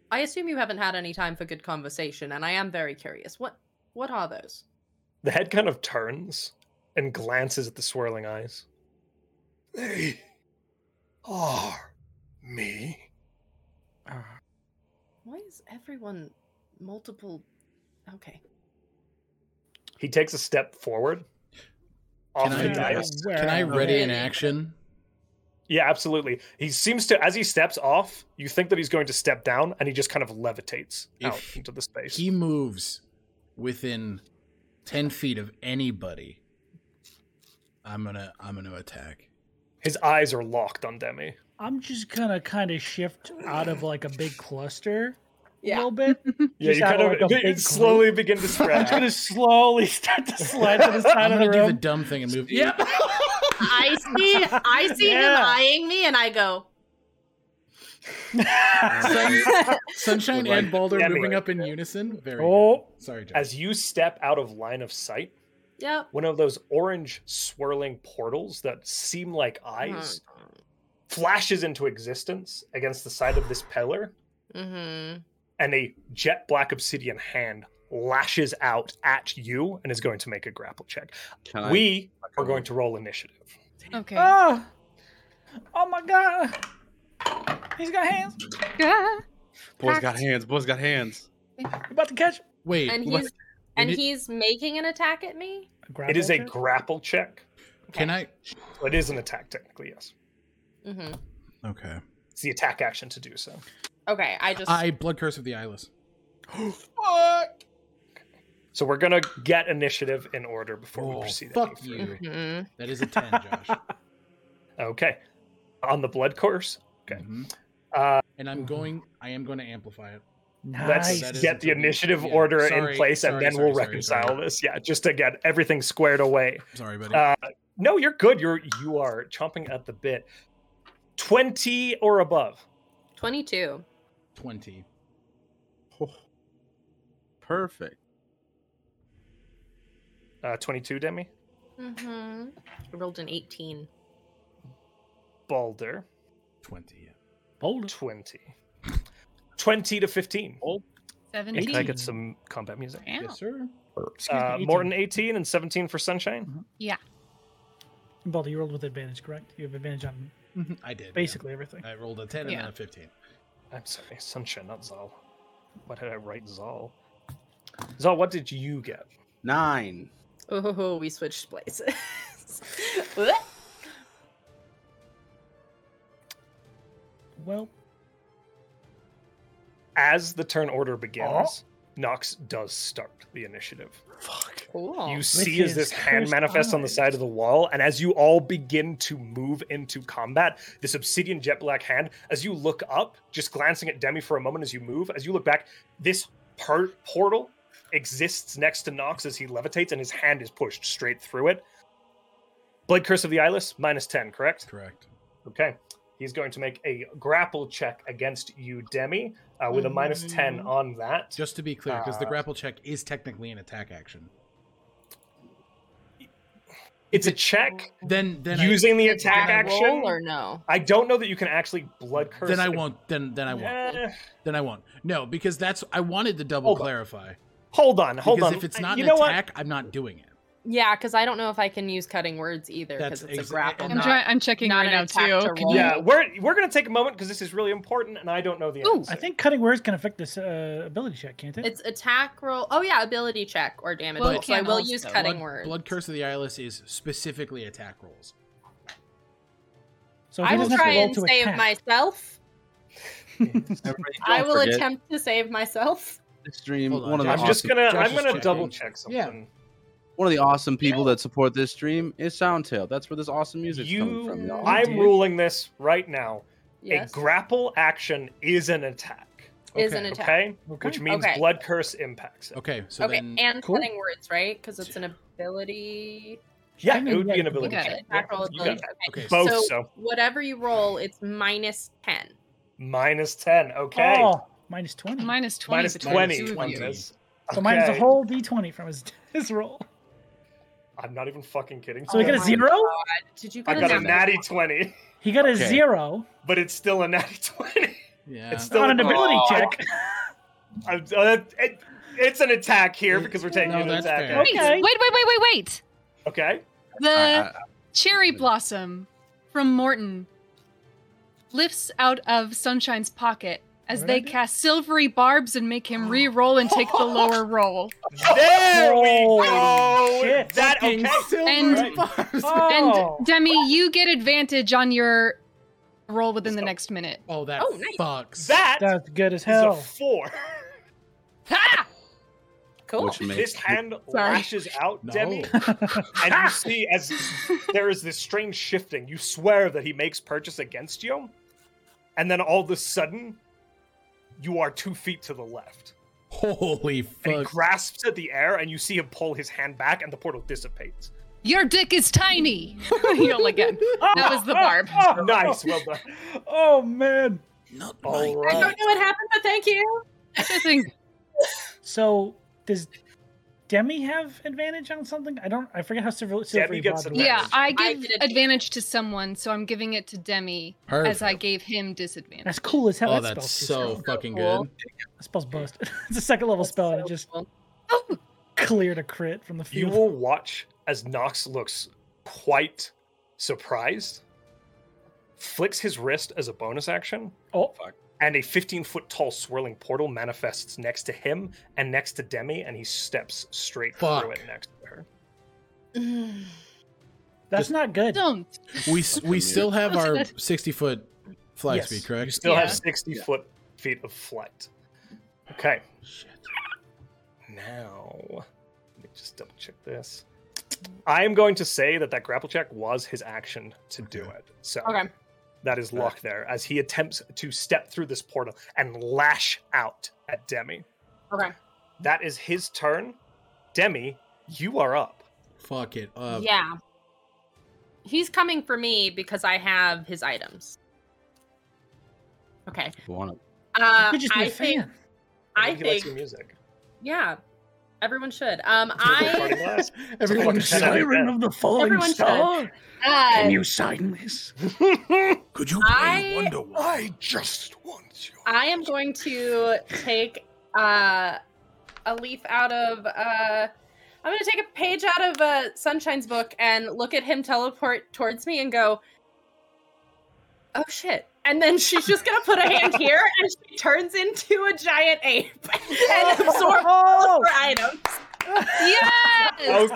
[SPEAKER 6] I assume you haven't had any time for good conversation, and I am very curious. What what are those?
[SPEAKER 1] The head kind of turns and glances at the swirling eyes.
[SPEAKER 10] They are me.
[SPEAKER 6] Why is everyone multiple? Okay.
[SPEAKER 1] He takes a step forward. Off
[SPEAKER 5] Can
[SPEAKER 1] the
[SPEAKER 5] I,
[SPEAKER 1] dais.
[SPEAKER 5] can I ready an
[SPEAKER 6] Okay.
[SPEAKER 5] action?
[SPEAKER 1] Yeah, absolutely. He seems to, as he steps off, you think that he's going to step down, and he just kind of levitates out
[SPEAKER 5] If
[SPEAKER 1] into the space.
[SPEAKER 5] He moves within ten feet of anybody. I'm gonna I'm gonna attack.
[SPEAKER 1] His eyes are locked on Demi.
[SPEAKER 2] I'm just gonna kind of shift out of like a big cluster a
[SPEAKER 6] Yeah.
[SPEAKER 2] little bit.
[SPEAKER 1] Yeah,
[SPEAKER 2] Just
[SPEAKER 1] you
[SPEAKER 2] out
[SPEAKER 1] kind
[SPEAKER 2] of,
[SPEAKER 1] of
[SPEAKER 2] like, a
[SPEAKER 1] you
[SPEAKER 2] big
[SPEAKER 1] slowly begin to
[SPEAKER 2] I'm
[SPEAKER 1] spread.
[SPEAKER 2] just gonna slowly start to slide to the
[SPEAKER 5] I'm
[SPEAKER 2] side of
[SPEAKER 5] gonna
[SPEAKER 2] the
[SPEAKER 5] do the
[SPEAKER 2] room.
[SPEAKER 5] dumb thing and move.
[SPEAKER 2] Yep.
[SPEAKER 6] I see I see
[SPEAKER 2] Yeah.
[SPEAKER 6] him eyeing me and I go,
[SPEAKER 5] Sun- Sunshine
[SPEAKER 3] Like-
[SPEAKER 5] and Balder
[SPEAKER 1] Yeah,
[SPEAKER 5] moving
[SPEAKER 1] anyway.
[SPEAKER 5] up in unison. Very.
[SPEAKER 2] oh,
[SPEAKER 5] good. Sorry, John.
[SPEAKER 1] As you step out of line of sight,
[SPEAKER 6] Yep.
[SPEAKER 1] one of those orange swirling portals that seem like
[SPEAKER 2] Hmm.
[SPEAKER 1] eyes flashes into existence against the side of this pillar,
[SPEAKER 6] Mm-hmm.
[SPEAKER 1] and a jet black obsidian hand lashes out at you and is going to make a grapple check.
[SPEAKER 3] Can
[SPEAKER 5] Uh,
[SPEAKER 3] I-
[SPEAKER 1] we are going to roll initiative.
[SPEAKER 7] Okay.
[SPEAKER 5] Ah!
[SPEAKER 2] oh, oh my god, he's got hands.
[SPEAKER 7] Yeah.
[SPEAKER 3] Boys got
[SPEAKER 7] Packed.
[SPEAKER 3] hands. Boys got hands.
[SPEAKER 2] You're about to catch.
[SPEAKER 5] Wait.
[SPEAKER 6] And
[SPEAKER 5] what-
[SPEAKER 6] he's and
[SPEAKER 5] it-
[SPEAKER 6] he's making an attack at me?
[SPEAKER 2] Grab
[SPEAKER 1] It is a
[SPEAKER 2] that.
[SPEAKER 1] grapple check.
[SPEAKER 5] Can I?
[SPEAKER 1] It is an attack, technically, yes.
[SPEAKER 6] Mm-hmm.
[SPEAKER 5] Okay.
[SPEAKER 1] It's the attack action to do so.
[SPEAKER 6] Okay, I just
[SPEAKER 5] I blood curse of the eyeless.
[SPEAKER 1] So we're gonna get initiative in order before we proceed. any
[SPEAKER 5] Oh, fuck
[SPEAKER 1] further.
[SPEAKER 5] you.
[SPEAKER 6] Mhm.
[SPEAKER 5] That is a ten, Josh.
[SPEAKER 1] Okay. On the blood course, Okay.
[SPEAKER 5] Mhm.
[SPEAKER 1] uh,
[SPEAKER 2] Mm-hmm.
[SPEAKER 5] And I'm going. I am going to amplify it.
[SPEAKER 1] let's
[SPEAKER 2] Nice.
[SPEAKER 5] That is
[SPEAKER 1] get the
[SPEAKER 5] a-
[SPEAKER 1] initiative
[SPEAKER 5] yeah,
[SPEAKER 1] order
[SPEAKER 5] sorry,
[SPEAKER 1] in place, and
[SPEAKER 5] sorry,
[SPEAKER 1] then
[SPEAKER 5] sorry,
[SPEAKER 1] we'll
[SPEAKER 5] sorry,
[SPEAKER 1] reconcile
[SPEAKER 5] sorry.
[SPEAKER 1] this. Yeah, just to get everything squared away.
[SPEAKER 5] Sorry, buddy.
[SPEAKER 1] Uh, no, you're good. You're you are chomping at the bit. Twenty or above.
[SPEAKER 6] 22.
[SPEAKER 5] Twenty.
[SPEAKER 3] Perfect.
[SPEAKER 1] Uh, Twenty-two, Demi
[SPEAKER 6] Mm-hmm. I rolled an 18.
[SPEAKER 1] Balder.
[SPEAKER 5] Twenty. Yeah.
[SPEAKER 2] Boulder.
[SPEAKER 1] Twenty. Twenty to fifteen.
[SPEAKER 7] Seventeen.
[SPEAKER 1] Hey, can I get some combat music?
[SPEAKER 7] Wow.
[SPEAKER 5] Yes, sir.
[SPEAKER 2] Excuse me,
[SPEAKER 1] Uh,
[SPEAKER 2] 18.
[SPEAKER 1] Morton eighteen and seventeen for Sunshine.
[SPEAKER 2] Baldur, you rolled with advantage, correct? You have advantage on
[SPEAKER 5] Mhm, I did. yeah.
[SPEAKER 2] basically everything.
[SPEAKER 5] I rolled a ten
[SPEAKER 7] Yeah.
[SPEAKER 5] and then a fifteen.
[SPEAKER 1] I'm sorry, Sunshine, not Zal. Why did I write Zal? Zal, what did you get?
[SPEAKER 3] Nine.
[SPEAKER 6] Oh, we switched places.
[SPEAKER 2] Well,
[SPEAKER 1] As the turn order begins, Nox does start the initiative.
[SPEAKER 6] cool.
[SPEAKER 1] You see as
[SPEAKER 2] his
[SPEAKER 1] this hand
[SPEAKER 2] cursed
[SPEAKER 1] manifests on the
[SPEAKER 2] eyes.
[SPEAKER 1] side of the wall, and as you all begin to move into combat, this obsidian jet black hand, as you look up, just glancing at Demi for a moment as you move, as you look back, this per- portal exists next to Nox as he levitates, and his hand is pushed straight through it. Blood Curse of the Eyeless, minus 10, correct?
[SPEAKER 5] Correct.
[SPEAKER 1] Okay. He's going to make a grapple check against you, Demi, uh, with a minus 10
[SPEAKER 6] Mhm.
[SPEAKER 1] on that.
[SPEAKER 5] Just to be clear, because the
[SPEAKER 1] Uh,
[SPEAKER 5] grapple check is technically an attack action.
[SPEAKER 1] it's a check
[SPEAKER 5] Then, then I,
[SPEAKER 1] using the
[SPEAKER 6] Can
[SPEAKER 1] attack
[SPEAKER 6] I
[SPEAKER 1] action.
[SPEAKER 6] Roll or no?
[SPEAKER 1] I don't know that you can actually blood curse.
[SPEAKER 5] then I
[SPEAKER 1] a-
[SPEAKER 5] won't. Then, then I won't.
[SPEAKER 1] Eh,
[SPEAKER 5] Then I won't. No, because that's I wanted to double
[SPEAKER 1] Hold on.
[SPEAKER 5] clarify.
[SPEAKER 1] hold on, hold
[SPEAKER 5] because
[SPEAKER 1] on.
[SPEAKER 5] if it's
[SPEAKER 1] I-
[SPEAKER 5] not
[SPEAKER 1] you
[SPEAKER 5] an
[SPEAKER 1] know
[SPEAKER 5] attack, I'm not doing it.
[SPEAKER 6] Yeah, because I don't know if I can use cutting words either because
[SPEAKER 5] That's
[SPEAKER 6] it's
[SPEAKER 5] exa-
[SPEAKER 6] a grapple.
[SPEAKER 7] I'm
[SPEAKER 5] Not-
[SPEAKER 7] trying. I'm checking
[SPEAKER 6] not
[SPEAKER 7] right
[SPEAKER 6] an
[SPEAKER 7] now
[SPEAKER 6] attack to
[SPEAKER 7] too.
[SPEAKER 1] what?
[SPEAKER 7] Can
[SPEAKER 6] roll.
[SPEAKER 7] you-
[SPEAKER 1] Yeah, we're we're gonna take a moment because this is really important, and I don't know the
[SPEAKER 7] Ooh,
[SPEAKER 1] answer.
[SPEAKER 2] I think cutting words can affect this uh, ability check, can't it?
[SPEAKER 6] It's attack roll. Oh yeah, ability check or damage
[SPEAKER 7] Well,
[SPEAKER 6] roll.
[SPEAKER 7] it
[SPEAKER 6] So I
[SPEAKER 7] can
[SPEAKER 6] will
[SPEAKER 7] also-
[SPEAKER 6] use cutting
[SPEAKER 5] blood,
[SPEAKER 6] words.
[SPEAKER 5] Blood Curse of the Eyeless is specifically attack rolls.
[SPEAKER 2] so he
[SPEAKER 6] I will
[SPEAKER 2] doesn't have to
[SPEAKER 6] try
[SPEAKER 2] roll
[SPEAKER 6] and
[SPEAKER 2] to
[SPEAKER 6] save
[SPEAKER 2] attack.
[SPEAKER 6] myself.
[SPEAKER 3] Everybody,
[SPEAKER 6] I
[SPEAKER 3] don't
[SPEAKER 6] will
[SPEAKER 3] forget
[SPEAKER 6] attempt to save myself.
[SPEAKER 3] to stream.
[SPEAKER 5] Hold on,
[SPEAKER 3] one of the
[SPEAKER 1] I'm
[SPEAKER 3] awesome,
[SPEAKER 1] just gonna
[SPEAKER 5] Josh
[SPEAKER 1] I'm
[SPEAKER 5] is
[SPEAKER 1] gonna
[SPEAKER 5] checking.
[SPEAKER 1] double check
[SPEAKER 5] Yeah.
[SPEAKER 1] something.
[SPEAKER 3] one of the awesome people that support this stream is Soundtail. That's where this awesome music's coming
[SPEAKER 1] You,
[SPEAKER 2] Oh,
[SPEAKER 3] from. y'all.
[SPEAKER 1] I'm ruling this right now.
[SPEAKER 6] Yes,
[SPEAKER 1] A grapple action is an attack.
[SPEAKER 6] is an attack.
[SPEAKER 1] Okay,
[SPEAKER 2] Okay.
[SPEAKER 1] which means
[SPEAKER 6] Okay.
[SPEAKER 1] blood curse impacts it.
[SPEAKER 5] Okay, so
[SPEAKER 6] Okay,
[SPEAKER 5] then
[SPEAKER 6] and
[SPEAKER 2] Cool.
[SPEAKER 6] cutting words, right? Because it's an ability.
[SPEAKER 1] Yeah,
[SPEAKER 2] I mean,
[SPEAKER 1] it would
[SPEAKER 2] yeah,
[SPEAKER 1] be an
[SPEAKER 2] you
[SPEAKER 1] ability
[SPEAKER 2] got
[SPEAKER 1] check.
[SPEAKER 2] it.
[SPEAKER 1] Yeah,
[SPEAKER 6] Back roll
[SPEAKER 1] you got
[SPEAKER 6] ability
[SPEAKER 1] it.
[SPEAKER 6] check.
[SPEAKER 5] Okay,
[SPEAKER 1] Both,
[SPEAKER 6] so,
[SPEAKER 1] so.
[SPEAKER 6] whatever you roll, it's minus ten.
[SPEAKER 1] Minus 10. Okay.
[SPEAKER 2] Oh, minus 20.
[SPEAKER 7] Minus 20.
[SPEAKER 1] minus
[SPEAKER 7] between
[SPEAKER 1] 20.
[SPEAKER 7] the two of you.
[SPEAKER 1] Yes.
[SPEAKER 2] So minus a
[SPEAKER 1] Okay.
[SPEAKER 2] whole d20 from his, his roll.
[SPEAKER 1] I'm not even fucking kidding.
[SPEAKER 2] So we
[SPEAKER 1] Oh
[SPEAKER 2] got a
[SPEAKER 1] my-
[SPEAKER 2] zero?
[SPEAKER 6] Did you
[SPEAKER 1] I
[SPEAKER 6] get
[SPEAKER 1] got a
[SPEAKER 6] number?
[SPEAKER 1] natty 20,
[SPEAKER 2] He got a
[SPEAKER 5] Okay.
[SPEAKER 2] zero
[SPEAKER 1] but it's still a natty 20.
[SPEAKER 5] Yeah.
[SPEAKER 1] It's still
[SPEAKER 2] on an
[SPEAKER 1] a-
[SPEAKER 2] ability
[SPEAKER 8] Oh.
[SPEAKER 2] check.
[SPEAKER 1] I'm- uh, it- it's an attack here because we're taking
[SPEAKER 5] No,
[SPEAKER 1] an
[SPEAKER 5] that's
[SPEAKER 1] attack.
[SPEAKER 5] fair.
[SPEAKER 1] out.
[SPEAKER 7] Wait,
[SPEAKER 2] Okay.
[SPEAKER 7] wait, wait, wait, wait, wait.
[SPEAKER 1] Okay.
[SPEAKER 7] The
[SPEAKER 5] Uh-uh.
[SPEAKER 3] I-
[SPEAKER 7] cherry blossom from Morton lifts out of Sunshine's pocket as
[SPEAKER 2] What did I
[SPEAKER 7] they
[SPEAKER 2] do?
[SPEAKER 7] cast silvery barbs and make him re-roll and take the lower roll.
[SPEAKER 1] There
[SPEAKER 2] Oh,
[SPEAKER 1] we go.
[SPEAKER 2] shit.
[SPEAKER 1] That
[SPEAKER 5] Fucking
[SPEAKER 1] okay.
[SPEAKER 5] silver
[SPEAKER 7] And-
[SPEAKER 5] bars.
[SPEAKER 2] Oh.
[SPEAKER 7] And Demi, you get advantage on your roll within the next minute.
[SPEAKER 5] Oh, that
[SPEAKER 6] Oh, nice.
[SPEAKER 5] fucks.
[SPEAKER 1] That is
[SPEAKER 2] That's good as
[SPEAKER 1] a
[SPEAKER 2] hell.
[SPEAKER 1] four.
[SPEAKER 7] Ha!
[SPEAKER 6] Cool.
[SPEAKER 3] Which makes
[SPEAKER 1] This hand
[SPEAKER 6] Sorry.
[SPEAKER 1] lashes out,
[SPEAKER 5] No.
[SPEAKER 1] Demi, and you see as there is this strange shifting. You swear that he makes purchase against you, and then all of a sudden, you are two feet to the left.
[SPEAKER 5] Holy fuck.
[SPEAKER 1] And he grasps at the air, and you see him pull his hand back, and the portal dissipates.
[SPEAKER 7] Your dick is tiny. You'll again. That was the barb.
[SPEAKER 1] nice, well done.
[SPEAKER 2] Oh, man.
[SPEAKER 5] Not
[SPEAKER 1] All
[SPEAKER 5] mine.
[SPEAKER 6] I don't know
[SPEAKER 1] right.
[SPEAKER 6] what happened, but thank you.
[SPEAKER 7] I think
[SPEAKER 2] So does Demi have advantage on something? I don't. I forget how silver. silvery
[SPEAKER 1] gets
[SPEAKER 2] blood
[SPEAKER 1] advantage.
[SPEAKER 2] works.
[SPEAKER 7] Yeah, I
[SPEAKER 6] I
[SPEAKER 7] give
[SPEAKER 6] did it.
[SPEAKER 7] advantage to someone, so I'm giving it to Demi as I gave him disadvantage.
[SPEAKER 2] That's cool as hell.
[SPEAKER 5] Oh,
[SPEAKER 2] that
[SPEAKER 5] that's
[SPEAKER 2] spell's too
[SPEAKER 5] so
[SPEAKER 2] strong.
[SPEAKER 5] fucking
[SPEAKER 6] Cool.
[SPEAKER 5] good.
[SPEAKER 2] That spell's busted. it's a second level spell. and it just
[SPEAKER 7] Oh,
[SPEAKER 2] cleared a crit from the
[SPEAKER 1] You
[SPEAKER 2] field.
[SPEAKER 1] will watch as Nox looks quite surprised, flicks his wrist as a bonus action,
[SPEAKER 2] oh,
[SPEAKER 1] and a 15 foot tall swirling portal manifests next to him and next to Demi, and he steps straight through
[SPEAKER 5] Fuck.
[SPEAKER 1] it next to her.
[SPEAKER 2] that's
[SPEAKER 5] Just-
[SPEAKER 2] not good.
[SPEAKER 7] don't.
[SPEAKER 5] We s- we
[SPEAKER 3] weird.
[SPEAKER 5] still have
[SPEAKER 7] That's
[SPEAKER 5] our
[SPEAKER 7] good.
[SPEAKER 5] sixty foot fly
[SPEAKER 2] Yes.
[SPEAKER 5] speed,
[SPEAKER 1] You
[SPEAKER 5] correct?
[SPEAKER 1] still have
[SPEAKER 7] Yeah.
[SPEAKER 1] 60
[SPEAKER 3] Yeah.
[SPEAKER 1] foot feet of flight. Okay. Now, let me just double check this. I am going to say that that grapple check was his action to do
[SPEAKER 5] Okay.
[SPEAKER 1] it. So
[SPEAKER 6] Okay.
[SPEAKER 1] that is luck there as he attempts to step through this portal and lash out at Demi.
[SPEAKER 6] Okay.
[SPEAKER 1] That is his turn. Demi, you are up.
[SPEAKER 5] Fuck it up.
[SPEAKER 6] yeah. He's coming for me because I have his items. Okay.
[SPEAKER 3] wanna-
[SPEAKER 2] You
[SPEAKER 6] Uh,
[SPEAKER 2] could just be a
[SPEAKER 6] I think.
[SPEAKER 2] fan.
[SPEAKER 6] I
[SPEAKER 1] think he likes
[SPEAKER 6] think.
[SPEAKER 1] your music.
[SPEAKER 6] Yeah. Everyone should. Um.
[SPEAKER 1] Party
[SPEAKER 6] I.
[SPEAKER 1] glass.
[SPEAKER 5] Everyone,
[SPEAKER 1] Fucking
[SPEAKER 5] should-
[SPEAKER 1] shut up.
[SPEAKER 2] Siren of the falling
[SPEAKER 6] Everyone should.
[SPEAKER 2] star.
[SPEAKER 6] Uh,
[SPEAKER 2] you sign this?
[SPEAKER 10] Could you
[SPEAKER 6] I-
[SPEAKER 10] Wonder Woman? I just want you.
[SPEAKER 6] I am going to take uh, a leaf out of. Uh, I'm going to take a page out of uh, Sunshine's book and look at him teleport towards me and go, "Oh shit!" And then she's just going to put a hand here and she turns into a giant ape and
[SPEAKER 2] Oh,
[SPEAKER 6] absorbs all of her items.
[SPEAKER 7] Yes!
[SPEAKER 1] Okay.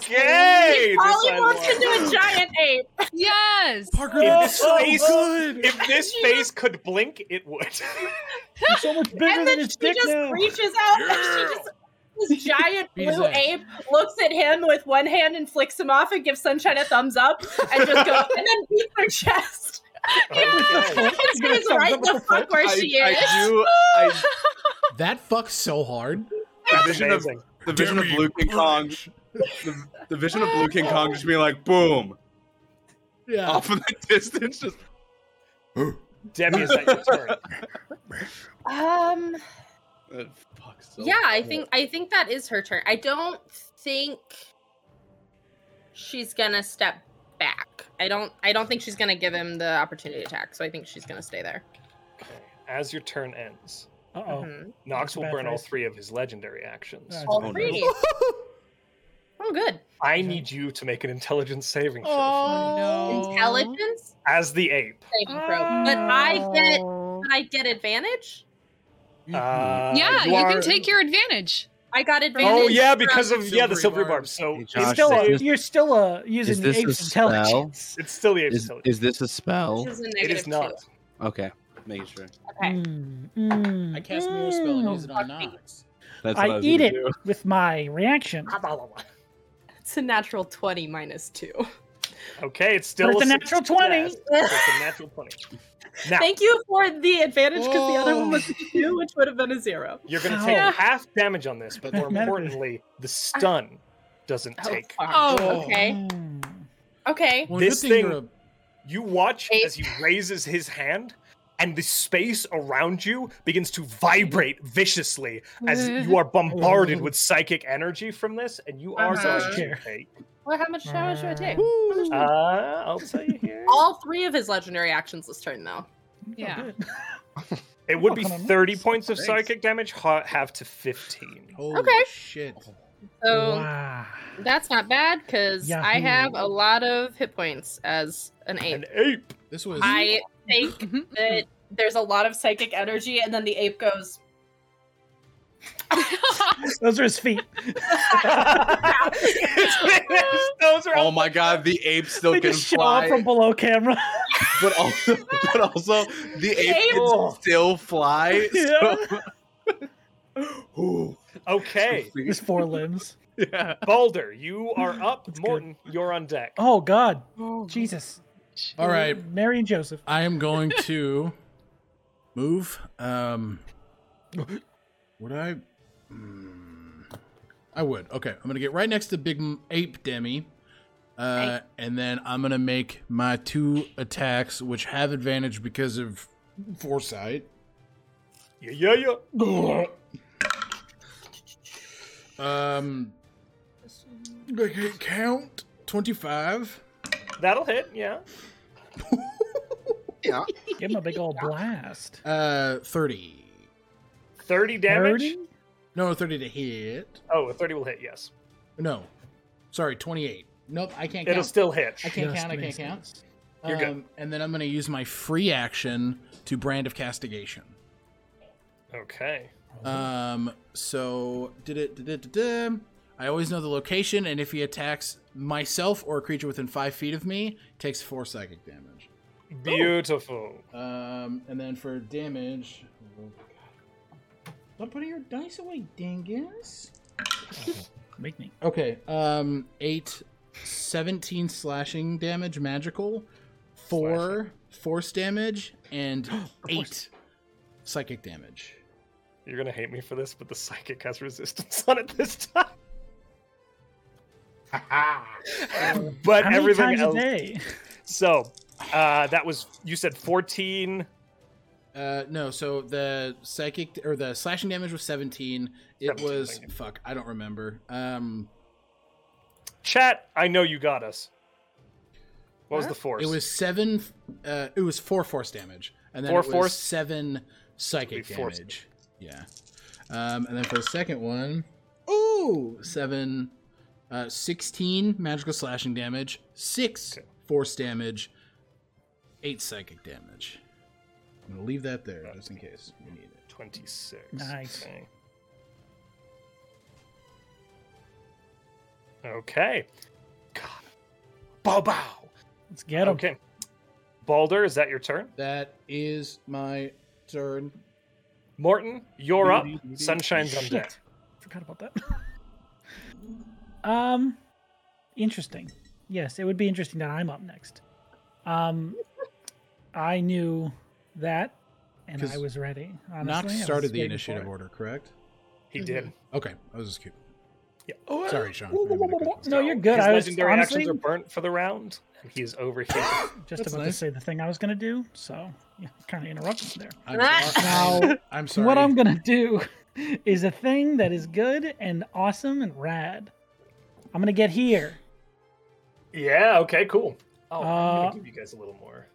[SPEAKER 6] She
[SPEAKER 1] this I
[SPEAKER 6] polymorphs
[SPEAKER 1] love.
[SPEAKER 6] into a giant ape.
[SPEAKER 7] Yes!
[SPEAKER 5] Parker,
[SPEAKER 1] If
[SPEAKER 5] that's
[SPEAKER 1] this
[SPEAKER 5] so
[SPEAKER 1] face-
[SPEAKER 5] good.
[SPEAKER 1] If this face could blink, it would.
[SPEAKER 2] It's so much bigger
[SPEAKER 6] and
[SPEAKER 2] than
[SPEAKER 6] then
[SPEAKER 2] his
[SPEAKER 6] she
[SPEAKER 2] dick
[SPEAKER 6] just
[SPEAKER 2] now.
[SPEAKER 6] reaches out and she just this giant
[SPEAKER 5] Beat his
[SPEAKER 6] blue
[SPEAKER 5] ass.
[SPEAKER 6] ape looks at him with one hand and flicks him off and gives Sunshine a thumbs up and just goes and then beats her chest.
[SPEAKER 1] Okay.
[SPEAKER 6] And stays right the fuck where she
[SPEAKER 3] I,
[SPEAKER 6] is.
[SPEAKER 3] I do. I,
[SPEAKER 5] That fucks so hard.
[SPEAKER 3] the
[SPEAKER 1] That's
[SPEAKER 3] vision of
[SPEAKER 1] amazing.
[SPEAKER 3] the vision of
[SPEAKER 5] Demi
[SPEAKER 3] Blue King Kong. The, the vision of Blue King Kong just being like boom
[SPEAKER 5] Yeah.
[SPEAKER 3] off in the distance. Just
[SPEAKER 1] Demi, is that your turn?
[SPEAKER 6] Um
[SPEAKER 3] uh, fuck, so
[SPEAKER 6] yeah, I
[SPEAKER 3] cool.
[SPEAKER 6] think I think that is her turn. I don't think she's gonna step back. I don't I don't think she's gonna give him the opportunity attack, so I think she's gonna stay there.
[SPEAKER 1] Okay. As your turn ends,
[SPEAKER 2] Uh oh.
[SPEAKER 6] Mhm.
[SPEAKER 1] Nox
[SPEAKER 2] a
[SPEAKER 1] will
[SPEAKER 2] bad
[SPEAKER 1] burn all
[SPEAKER 2] face.
[SPEAKER 1] three of his legendary actions.
[SPEAKER 2] Yeah,
[SPEAKER 6] All
[SPEAKER 3] Oh, no.
[SPEAKER 6] three. Oh good.
[SPEAKER 1] I need you to make an intelligence saving throw
[SPEAKER 7] Oh,
[SPEAKER 6] Intelligence?
[SPEAKER 1] as the ape.
[SPEAKER 6] saving throw. But I get
[SPEAKER 3] Oh.
[SPEAKER 6] but I get advantage.
[SPEAKER 2] Mm-hmm.
[SPEAKER 1] Uh,
[SPEAKER 7] yeah, you,
[SPEAKER 1] are-
[SPEAKER 7] can take your advantage.
[SPEAKER 6] I got advantage.
[SPEAKER 1] Oh yeah,
[SPEAKER 6] from-
[SPEAKER 1] because of yeah the
[SPEAKER 5] Silvery
[SPEAKER 1] silvery
[SPEAKER 5] barb.
[SPEAKER 1] barb. So
[SPEAKER 3] Hey,
[SPEAKER 1] it's
[SPEAKER 3] Josh,
[SPEAKER 2] Still,
[SPEAKER 1] still,
[SPEAKER 2] a,
[SPEAKER 3] is this-
[SPEAKER 2] you're still uh, using
[SPEAKER 3] is this
[SPEAKER 2] the
[SPEAKER 3] a
[SPEAKER 2] ape's
[SPEAKER 3] spell?
[SPEAKER 2] intelligence.
[SPEAKER 1] it's still the ape's
[SPEAKER 3] Is,
[SPEAKER 1] intelligence.
[SPEAKER 3] is this a spell?
[SPEAKER 6] This is a
[SPEAKER 1] It
[SPEAKER 6] negative
[SPEAKER 1] is not.
[SPEAKER 6] two.
[SPEAKER 3] Okay, making sure.
[SPEAKER 6] Okay.
[SPEAKER 2] Mm, mm,
[SPEAKER 8] I cast mirror spell and
[SPEAKER 2] mm.
[SPEAKER 8] use it on Nox.
[SPEAKER 3] That's
[SPEAKER 2] I
[SPEAKER 3] what I was
[SPEAKER 2] eat
[SPEAKER 3] gonna
[SPEAKER 2] it
[SPEAKER 3] do.
[SPEAKER 2] mm. with my reaction.
[SPEAKER 6] It's a natural twenty minus two.
[SPEAKER 1] Okay, it's still
[SPEAKER 2] But it's a
[SPEAKER 1] success.
[SPEAKER 2] natural 20.
[SPEAKER 1] It's a natural twenty. Now
[SPEAKER 6] Thank you for the advantage because the other one was
[SPEAKER 5] Oh.
[SPEAKER 6] a two, which would have been a zero.
[SPEAKER 1] you're going to
[SPEAKER 2] How?
[SPEAKER 1] take half damage on this, but more
[SPEAKER 2] Mathematically.
[SPEAKER 1] importantly, the stun doesn't take.
[SPEAKER 6] fuck.
[SPEAKER 7] Oh,
[SPEAKER 6] okay.
[SPEAKER 2] Mm.
[SPEAKER 6] Okay.
[SPEAKER 5] Well,
[SPEAKER 1] this
[SPEAKER 5] good thing
[SPEAKER 1] thing,
[SPEAKER 5] you're a-
[SPEAKER 1] you watch
[SPEAKER 6] Eight.
[SPEAKER 1] as he raises his hand, and the space around you begins to vibrate viciously as you are bombarded with psychic energy from this, and you are
[SPEAKER 6] Uh-huh.
[SPEAKER 1] going to
[SPEAKER 2] Sure.
[SPEAKER 1] take.
[SPEAKER 6] Well, how much how much should I take?
[SPEAKER 1] Uh, I'll tell you here.
[SPEAKER 6] All three of his legendary actions this turn, though.
[SPEAKER 7] Yeah.
[SPEAKER 2] Oh, good.
[SPEAKER 1] It would be
[SPEAKER 2] Fucking amazing.
[SPEAKER 1] 30 points of
[SPEAKER 5] Thanks.
[SPEAKER 1] psychic damage, ha- half to 15.
[SPEAKER 5] Holy
[SPEAKER 6] Okay.
[SPEAKER 5] shit.
[SPEAKER 6] So
[SPEAKER 2] wow.
[SPEAKER 6] that's not bad because I
[SPEAKER 2] Yahoo.
[SPEAKER 6] have a lot of hit points as an
[SPEAKER 1] An
[SPEAKER 6] ape.
[SPEAKER 1] ape!
[SPEAKER 5] This was
[SPEAKER 6] I think that there's a lot of psychic energy, and then the ape goes,
[SPEAKER 2] Those are his feet.
[SPEAKER 1] Those are all
[SPEAKER 3] Oh my god, the ape still
[SPEAKER 2] they
[SPEAKER 3] can
[SPEAKER 2] just show up
[SPEAKER 3] fly,
[SPEAKER 2] from below camera.
[SPEAKER 3] but also, but also the ape can
[SPEAKER 1] Ape.
[SPEAKER 3] still fly.
[SPEAKER 2] yeah.
[SPEAKER 3] Ooh.
[SPEAKER 1] Okay,
[SPEAKER 2] His four limbs.
[SPEAKER 3] Yeah.
[SPEAKER 1] Balder, you are up.
[SPEAKER 2] good.
[SPEAKER 1] Morton, you're on deck.
[SPEAKER 2] Oh God, Jesus.
[SPEAKER 5] All right.
[SPEAKER 2] Mary and Joseph.
[SPEAKER 5] I am going to move. Um, would I? Hmm. I would. Okay, I'm gonna get right next to Big M- Ape Demi, uh, and then I'm gonna make my two attacks, which have advantage because of foresight.
[SPEAKER 1] Yeah, yeah, yeah.
[SPEAKER 5] Um, make it count twenty-five.
[SPEAKER 1] That'll hit, yeah.
[SPEAKER 10] Yeah.
[SPEAKER 2] Give him a big old blast.
[SPEAKER 5] Uh, thirty.
[SPEAKER 1] 30 damage?
[SPEAKER 2] Thirty?
[SPEAKER 5] No, thirty to hit.
[SPEAKER 1] Oh, a 30 will hit, yes.
[SPEAKER 5] No, sorry, twenty-eight. Nope, I can't.
[SPEAKER 1] It'll
[SPEAKER 5] count.
[SPEAKER 1] still hit.
[SPEAKER 5] I can't
[SPEAKER 2] Just
[SPEAKER 5] count. I can't
[SPEAKER 2] missed it.
[SPEAKER 5] count. Um,
[SPEAKER 1] You're good.
[SPEAKER 5] And then I'm going to use my free action to Brand of Castigation.
[SPEAKER 1] Okay.
[SPEAKER 5] Um, so did it? Did it? Did I always know the location, and if he attacks myself or a creature within five feet of me, it takes four psychic damage.
[SPEAKER 1] Beautiful.
[SPEAKER 5] Um, and then for damage, oh I'm putting your dice away, dingus.
[SPEAKER 2] Make me.
[SPEAKER 5] Okay. Um, eight, 17 slashing damage, magical, four force damage, and eight psychic damage.
[SPEAKER 1] You're gonna hate me for this, but the psychic has resistance on it this time. but
[SPEAKER 2] How many
[SPEAKER 1] everything
[SPEAKER 2] times
[SPEAKER 1] else.
[SPEAKER 2] a day?
[SPEAKER 1] So uh, that was you said 14.
[SPEAKER 5] Uh, no, so the psychic or the slashing damage was 17. It
[SPEAKER 1] 17,
[SPEAKER 5] was
[SPEAKER 1] thank you.
[SPEAKER 5] fuck, I don't remember. Um,
[SPEAKER 1] Chat, I know you got us. What was
[SPEAKER 6] Huh?
[SPEAKER 1] the force?
[SPEAKER 5] it was seven. Uh, it was four force damage, and then
[SPEAKER 1] Four
[SPEAKER 5] it was
[SPEAKER 1] force?
[SPEAKER 5] seven psychic
[SPEAKER 1] Three force.
[SPEAKER 5] damage. Yeah, um, and then for the second one, ooh, seven, uh, sixteen magical slashing damage, six
[SPEAKER 1] Okay.
[SPEAKER 5] force damage, eight psychic damage. I'm gonna leave that there just in case we need it.
[SPEAKER 1] 26.
[SPEAKER 2] Nice.
[SPEAKER 1] Okay. Okay. God. Bow bow.
[SPEAKER 2] Let's get him.
[SPEAKER 1] Okay. Balder, is that your turn?
[SPEAKER 5] That is my turn.
[SPEAKER 1] Morton, you're up. Sunshine's on deck.
[SPEAKER 2] Shit. Forgot about that. um, interesting. Yes, it would be interesting that I'm up next. Um, I knew that, and
[SPEAKER 5] 'Cause
[SPEAKER 2] I was ready. Honestly, I
[SPEAKER 5] Knock
[SPEAKER 2] was
[SPEAKER 5] started the
[SPEAKER 2] waiting for
[SPEAKER 5] initiative
[SPEAKER 2] it.
[SPEAKER 5] order, correct?
[SPEAKER 1] He did.
[SPEAKER 5] Okay, I was just cute.
[SPEAKER 1] Yeah. Oh,
[SPEAKER 5] Sorry, Sean.
[SPEAKER 1] whoa, whoa, whoa, whoa, whoa.
[SPEAKER 2] No, you're good.
[SPEAKER 1] His
[SPEAKER 2] I was
[SPEAKER 1] legendary actions
[SPEAKER 2] honestly- Ah.
[SPEAKER 1] are burnt for the round, and he's over here.
[SPEAKER 2] Just
[SPEAKER 5] That's
[SPEAKER 2] about to
[SPEAKER 5] nice.
[SPEAKER 2] say the thing I was going to do, so yeah, kind of interrupted there.
[SPEAKER 5] I'm sorry.
[SPEAKER 2] Now,
[SPEAKER 5] I'm sorry.
[SPEAKER 2] What I'm gonna do is a thing that is good and awesome and rad. I'm gonna get here.
[SPEAKER 1] yeah. Okay. Cool. Oh, I'm
[SPEAKER 2] Uh,
[SPEAKER 1] gonna give you guys a little more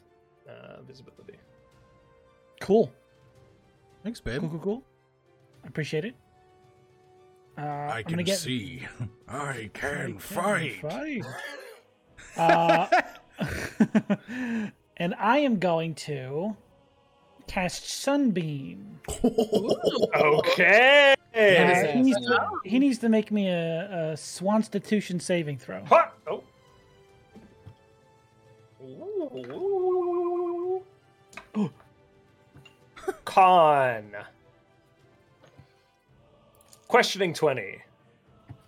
[SPEAKER 1] uh, visibility.
[SPEAKER 2] Cool.
[SPEAKER 5] Thanks, babe.
[SPEAKER 2] Cool, cool, cool. I appreciate it. Uh, I am gonna get
[SPEAKER 5] see. I
[SPEAKER 2] I can fight. Uh, and I am going to cast Sunbeam.
[SPEAKER 1] Okay.
[SPEAKER 5] Yeah.
[SPEAKER 2] Uh, he, needs to, he needs to make me a, a Swanstitution saving throw.
[SPEAKER 1] Ha! Oh. Ooh. Con. Questioning twenty.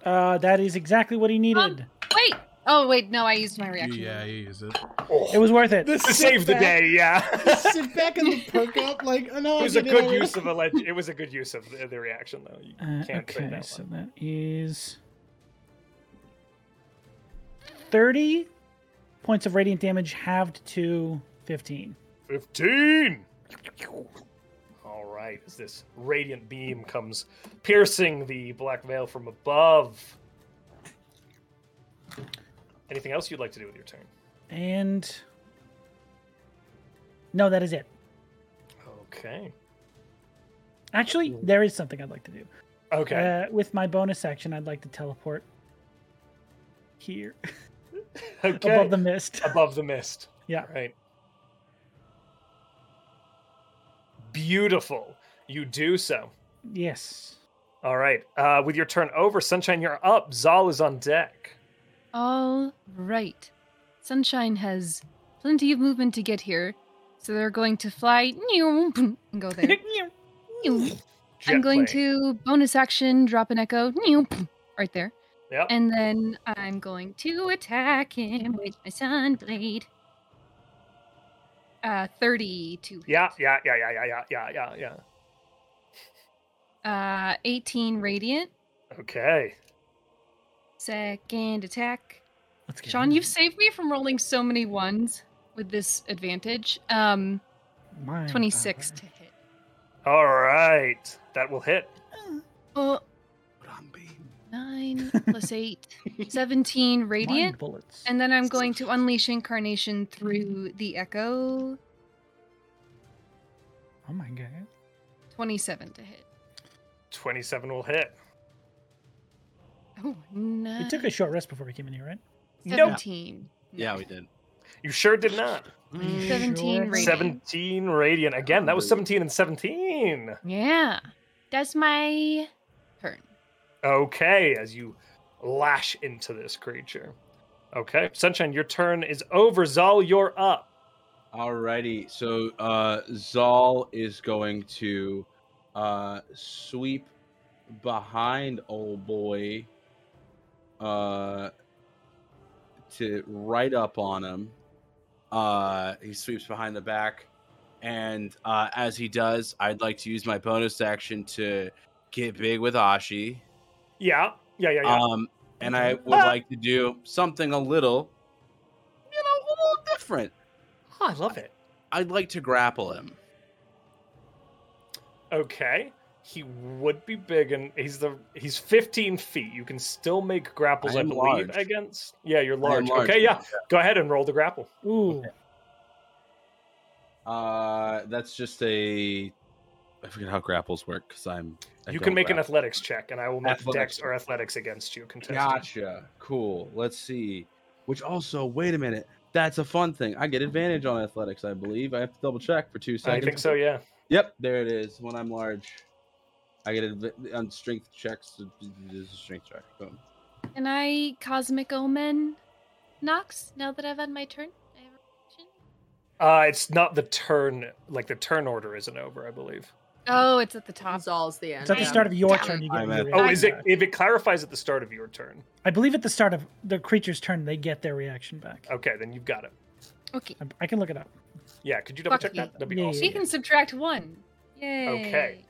[SPEAKER 2] Uh, that is exactly what he needed.
[SPEAKER 7] Wait. Oh wait, no, I used my reaction.
[SPEAKER 5] yeah, you use it.
[SPEAKER 1] Oh,
[SPEAKER 2] It was worth it.
[SPEAKER 1] to save the day. Yeah.
[SPEAKER 5] Sit back and perk up like, oh, no,
[SPEAKER 1] It
[SPEAKER 5] I
[SPEAKER 1] was a
[SPEAKER 5] did
[SPEAKER 1] good
[SPEAKER 5] already.
[SPEAKER 1] use of a leg- It was a good use of the, the reaction, though. You
[SPEAKER 2] Uh,
[SPEAKER 1] can't trade
[SPEAKER 2] okay,
[SPEAKER 1] that
[SPEAKER 2] so
[SPEAKER 1] one.
[SPEAKER 2] that is 30 points of radiant damage halved to 15.
[SPEAKER 1] 15! All right, as this radiant beam comes piercing the black veil from above. Anything else you'd like to do with your turn?
[SPEAKER 2] And. No, that is it.
[SPEAKER 1] Okay.
[SPEAKER 2] Actually, there is something I'd like to do.
[SPEAKER 1] Hmm. Okay.
[SPEAKER 2] Uh, with my bonus action, I'd like to teleport here
[SPEAKER 1] okay.
[SPEAKER 2] Uh, above the mist.
[SPEAKER 1] Above the mist.
[SPEAKER 2] Yeah.
[SPEAKER 1] Right. Beautiful. You do so.
[SPEAKER 2] Yes.
[SPEAKER 1] All right. Uh, with your turn over, Sunshine, you're up. Zal is on deck.
[SPEAKER 7] All right. Sunshine has plenty of movement to get here, so they're going to fly and go there. I'm
[SPEAKER 1] Jet plane.
[SPEAKER 7] going to bonus action drop an echo right there,
[SPEAKER 1] Yep.
[SPEAKER 7] and then I'm going to attack him with my sun blade. Uh, 32.
[SPEAKER 1] yeah. Yeah. Yeah. Yeah. Yeah. Yeah. Yeah. Yeah. Yeah.
[SPEAKER 7] Uh, 18 radiant.
[SPEAKER 1] Okay.
[SPEAKER 7] Second attack.
[SPEAKER 2] Let's get
[SPEAKER 7] Sean,
[SPEAKER 2] it.
[SPEAKER 7] you've saved me from rolling so many ones with this advantage. Um,
[SPEAKER 2] Mine.
[SPEAKER 7] 26 to hit.
[SPEAKER 1] All right. That will hit.
[SPEAKER 7] Oh, nine plus eight, 17
[SPEAKER 2] Mine
[SPEAKER 7] radiant.
[SPEAKER 2] bullets.
[SPEAKER 7] And then I'm going to unleash incarnation through the echo.
[SPEAKER 2] Oh my god.
[SPEAKER 7] 27 to hit.
[SPEAKER 1] 27 will hit.
[SPEAKER 7] Oh, no.
[SPEAKER 2] We took a short rest before we came in here, right?
[SPEAKER 1] Nope.
[SPEAKER 7] 17.
[SPEAKER 3] Yeah, we did.
[SPEAKER 1] You sure did not.
[SPEAKER 2] Are you
[SPEAKER 7] 17
[SPEAKER 2] sure?
[SPEAKER 7] radiant.
[SPEAKER 1] 17 radiant. Again, that was 17 and 17.
[SPEAKER 7] Yeah. That's my turn.
[SPEAKER 1] Okay, as you lash into this creature. Okay, Sunshine, your turn is over. Zal, you're up.
[SPEAKER 3] Alrighty, so uh, Zal is going to uh, sweep behind old boy uh, to right up on him. Uh, he sweeps behind the back, and uh, as he does, I'd like to use my bonus action to get big with Ashi.
[SPEAKER 1] Yeah, yeah, yeah, yeah.
[SPEAKER 3] Um, and I would like to do something a little, you know, a little different.
[SPEAKER 1] Oh, I love it.
[SPEAKER 3] I'd like to grapple him.
[SPEAKER 1] Okay, he would be big, and he's the he's 15 feet. You can still make grapples,
[SPEAKER 3] I
[SPEAKER 1] I,
[SPEAKER 3] am
[SPEAKER 1] believe,
[SPEAKER 3] large.
[SPEAKER 1] against. Yeah, you're
[SPEAKER 3] I am
[SPEAKER 1] large.
[SPEAKER 3] large
[SPEAKER 1] Okay, yeah.
[SPEAKER 3] now,
[SPEAKER 1] Go ahead and roll the grapple.
[SPEAKER 2] Ooh.
[SPEAKER 3] Uh, that's just a. I forget how grapples work because I'm. I
[SPEAKER 1] you
[SPEAKER 3] don't
[SPEAKER 1] can make an
[SPEAKER 3] grapple.
[SPEAKER 1] athletics check, and I will make
[SPEAKER 3] Athletics.
[SPEAKER 1] dex or athletics against you. Contested.
[SPEAKER 3] Gotcha. Cool. Let's see. Which also, wait a minute. That's a fun thing. I get advantage on athletics, I believe. I have to double check for two
[SPEAKER 1] I
[SPEAKER 3] seconds.
[SPEAKER 1] think so. Yeah.
[SPEAKER 3] Yep, there it is. When I'm large, I get adv- on strength checks. It is a strength check. Boom.
[SPEAKER 7] Can I Cosmic Omen Nox now that I've had my turn? I have a reaction?
[SPEAKER 1] Uh, it's not the turn. Like the turn order isn't over, I believe.
[SPEAKER 7] Oh, it's at the top.
[SPEAKER 6] Zal's the end.
[SPEAKER 2] It's at the
[SPEAKER 7] Yeah.
[SPEAKER 2] start of your
[SPEAKER 7] Damn.
[SPEAKER 2] turn. You get
[SPEAKER 3] I'm
[SPEAKER 2] your
[SPEAKER 3] at-
[SPEAKER 2] reaction
[SPEAKER 1] Oh, is it?
[SPEAKER 2] back.
[SPEAKER 1] If it clarifies at the start of your turn,
[SPEAKER 2] I believe at the start of the creature's turn, they get their reaction back.
[SPEAKER 1] okay, then you've got it.
[SPEAKER 7] Okay.
[SPEAKER 2] I, I can look it up.
[SPEAKER 1] Yeah, could you double check
[SPEAKER 7] Lucky.
[SPEAKER 1] that? That'd be
[SPEAKER 2] Yeah, yeah,
[SPEAKER 1] awesome.
[SPEAKER 7] She can subtract one. Yay.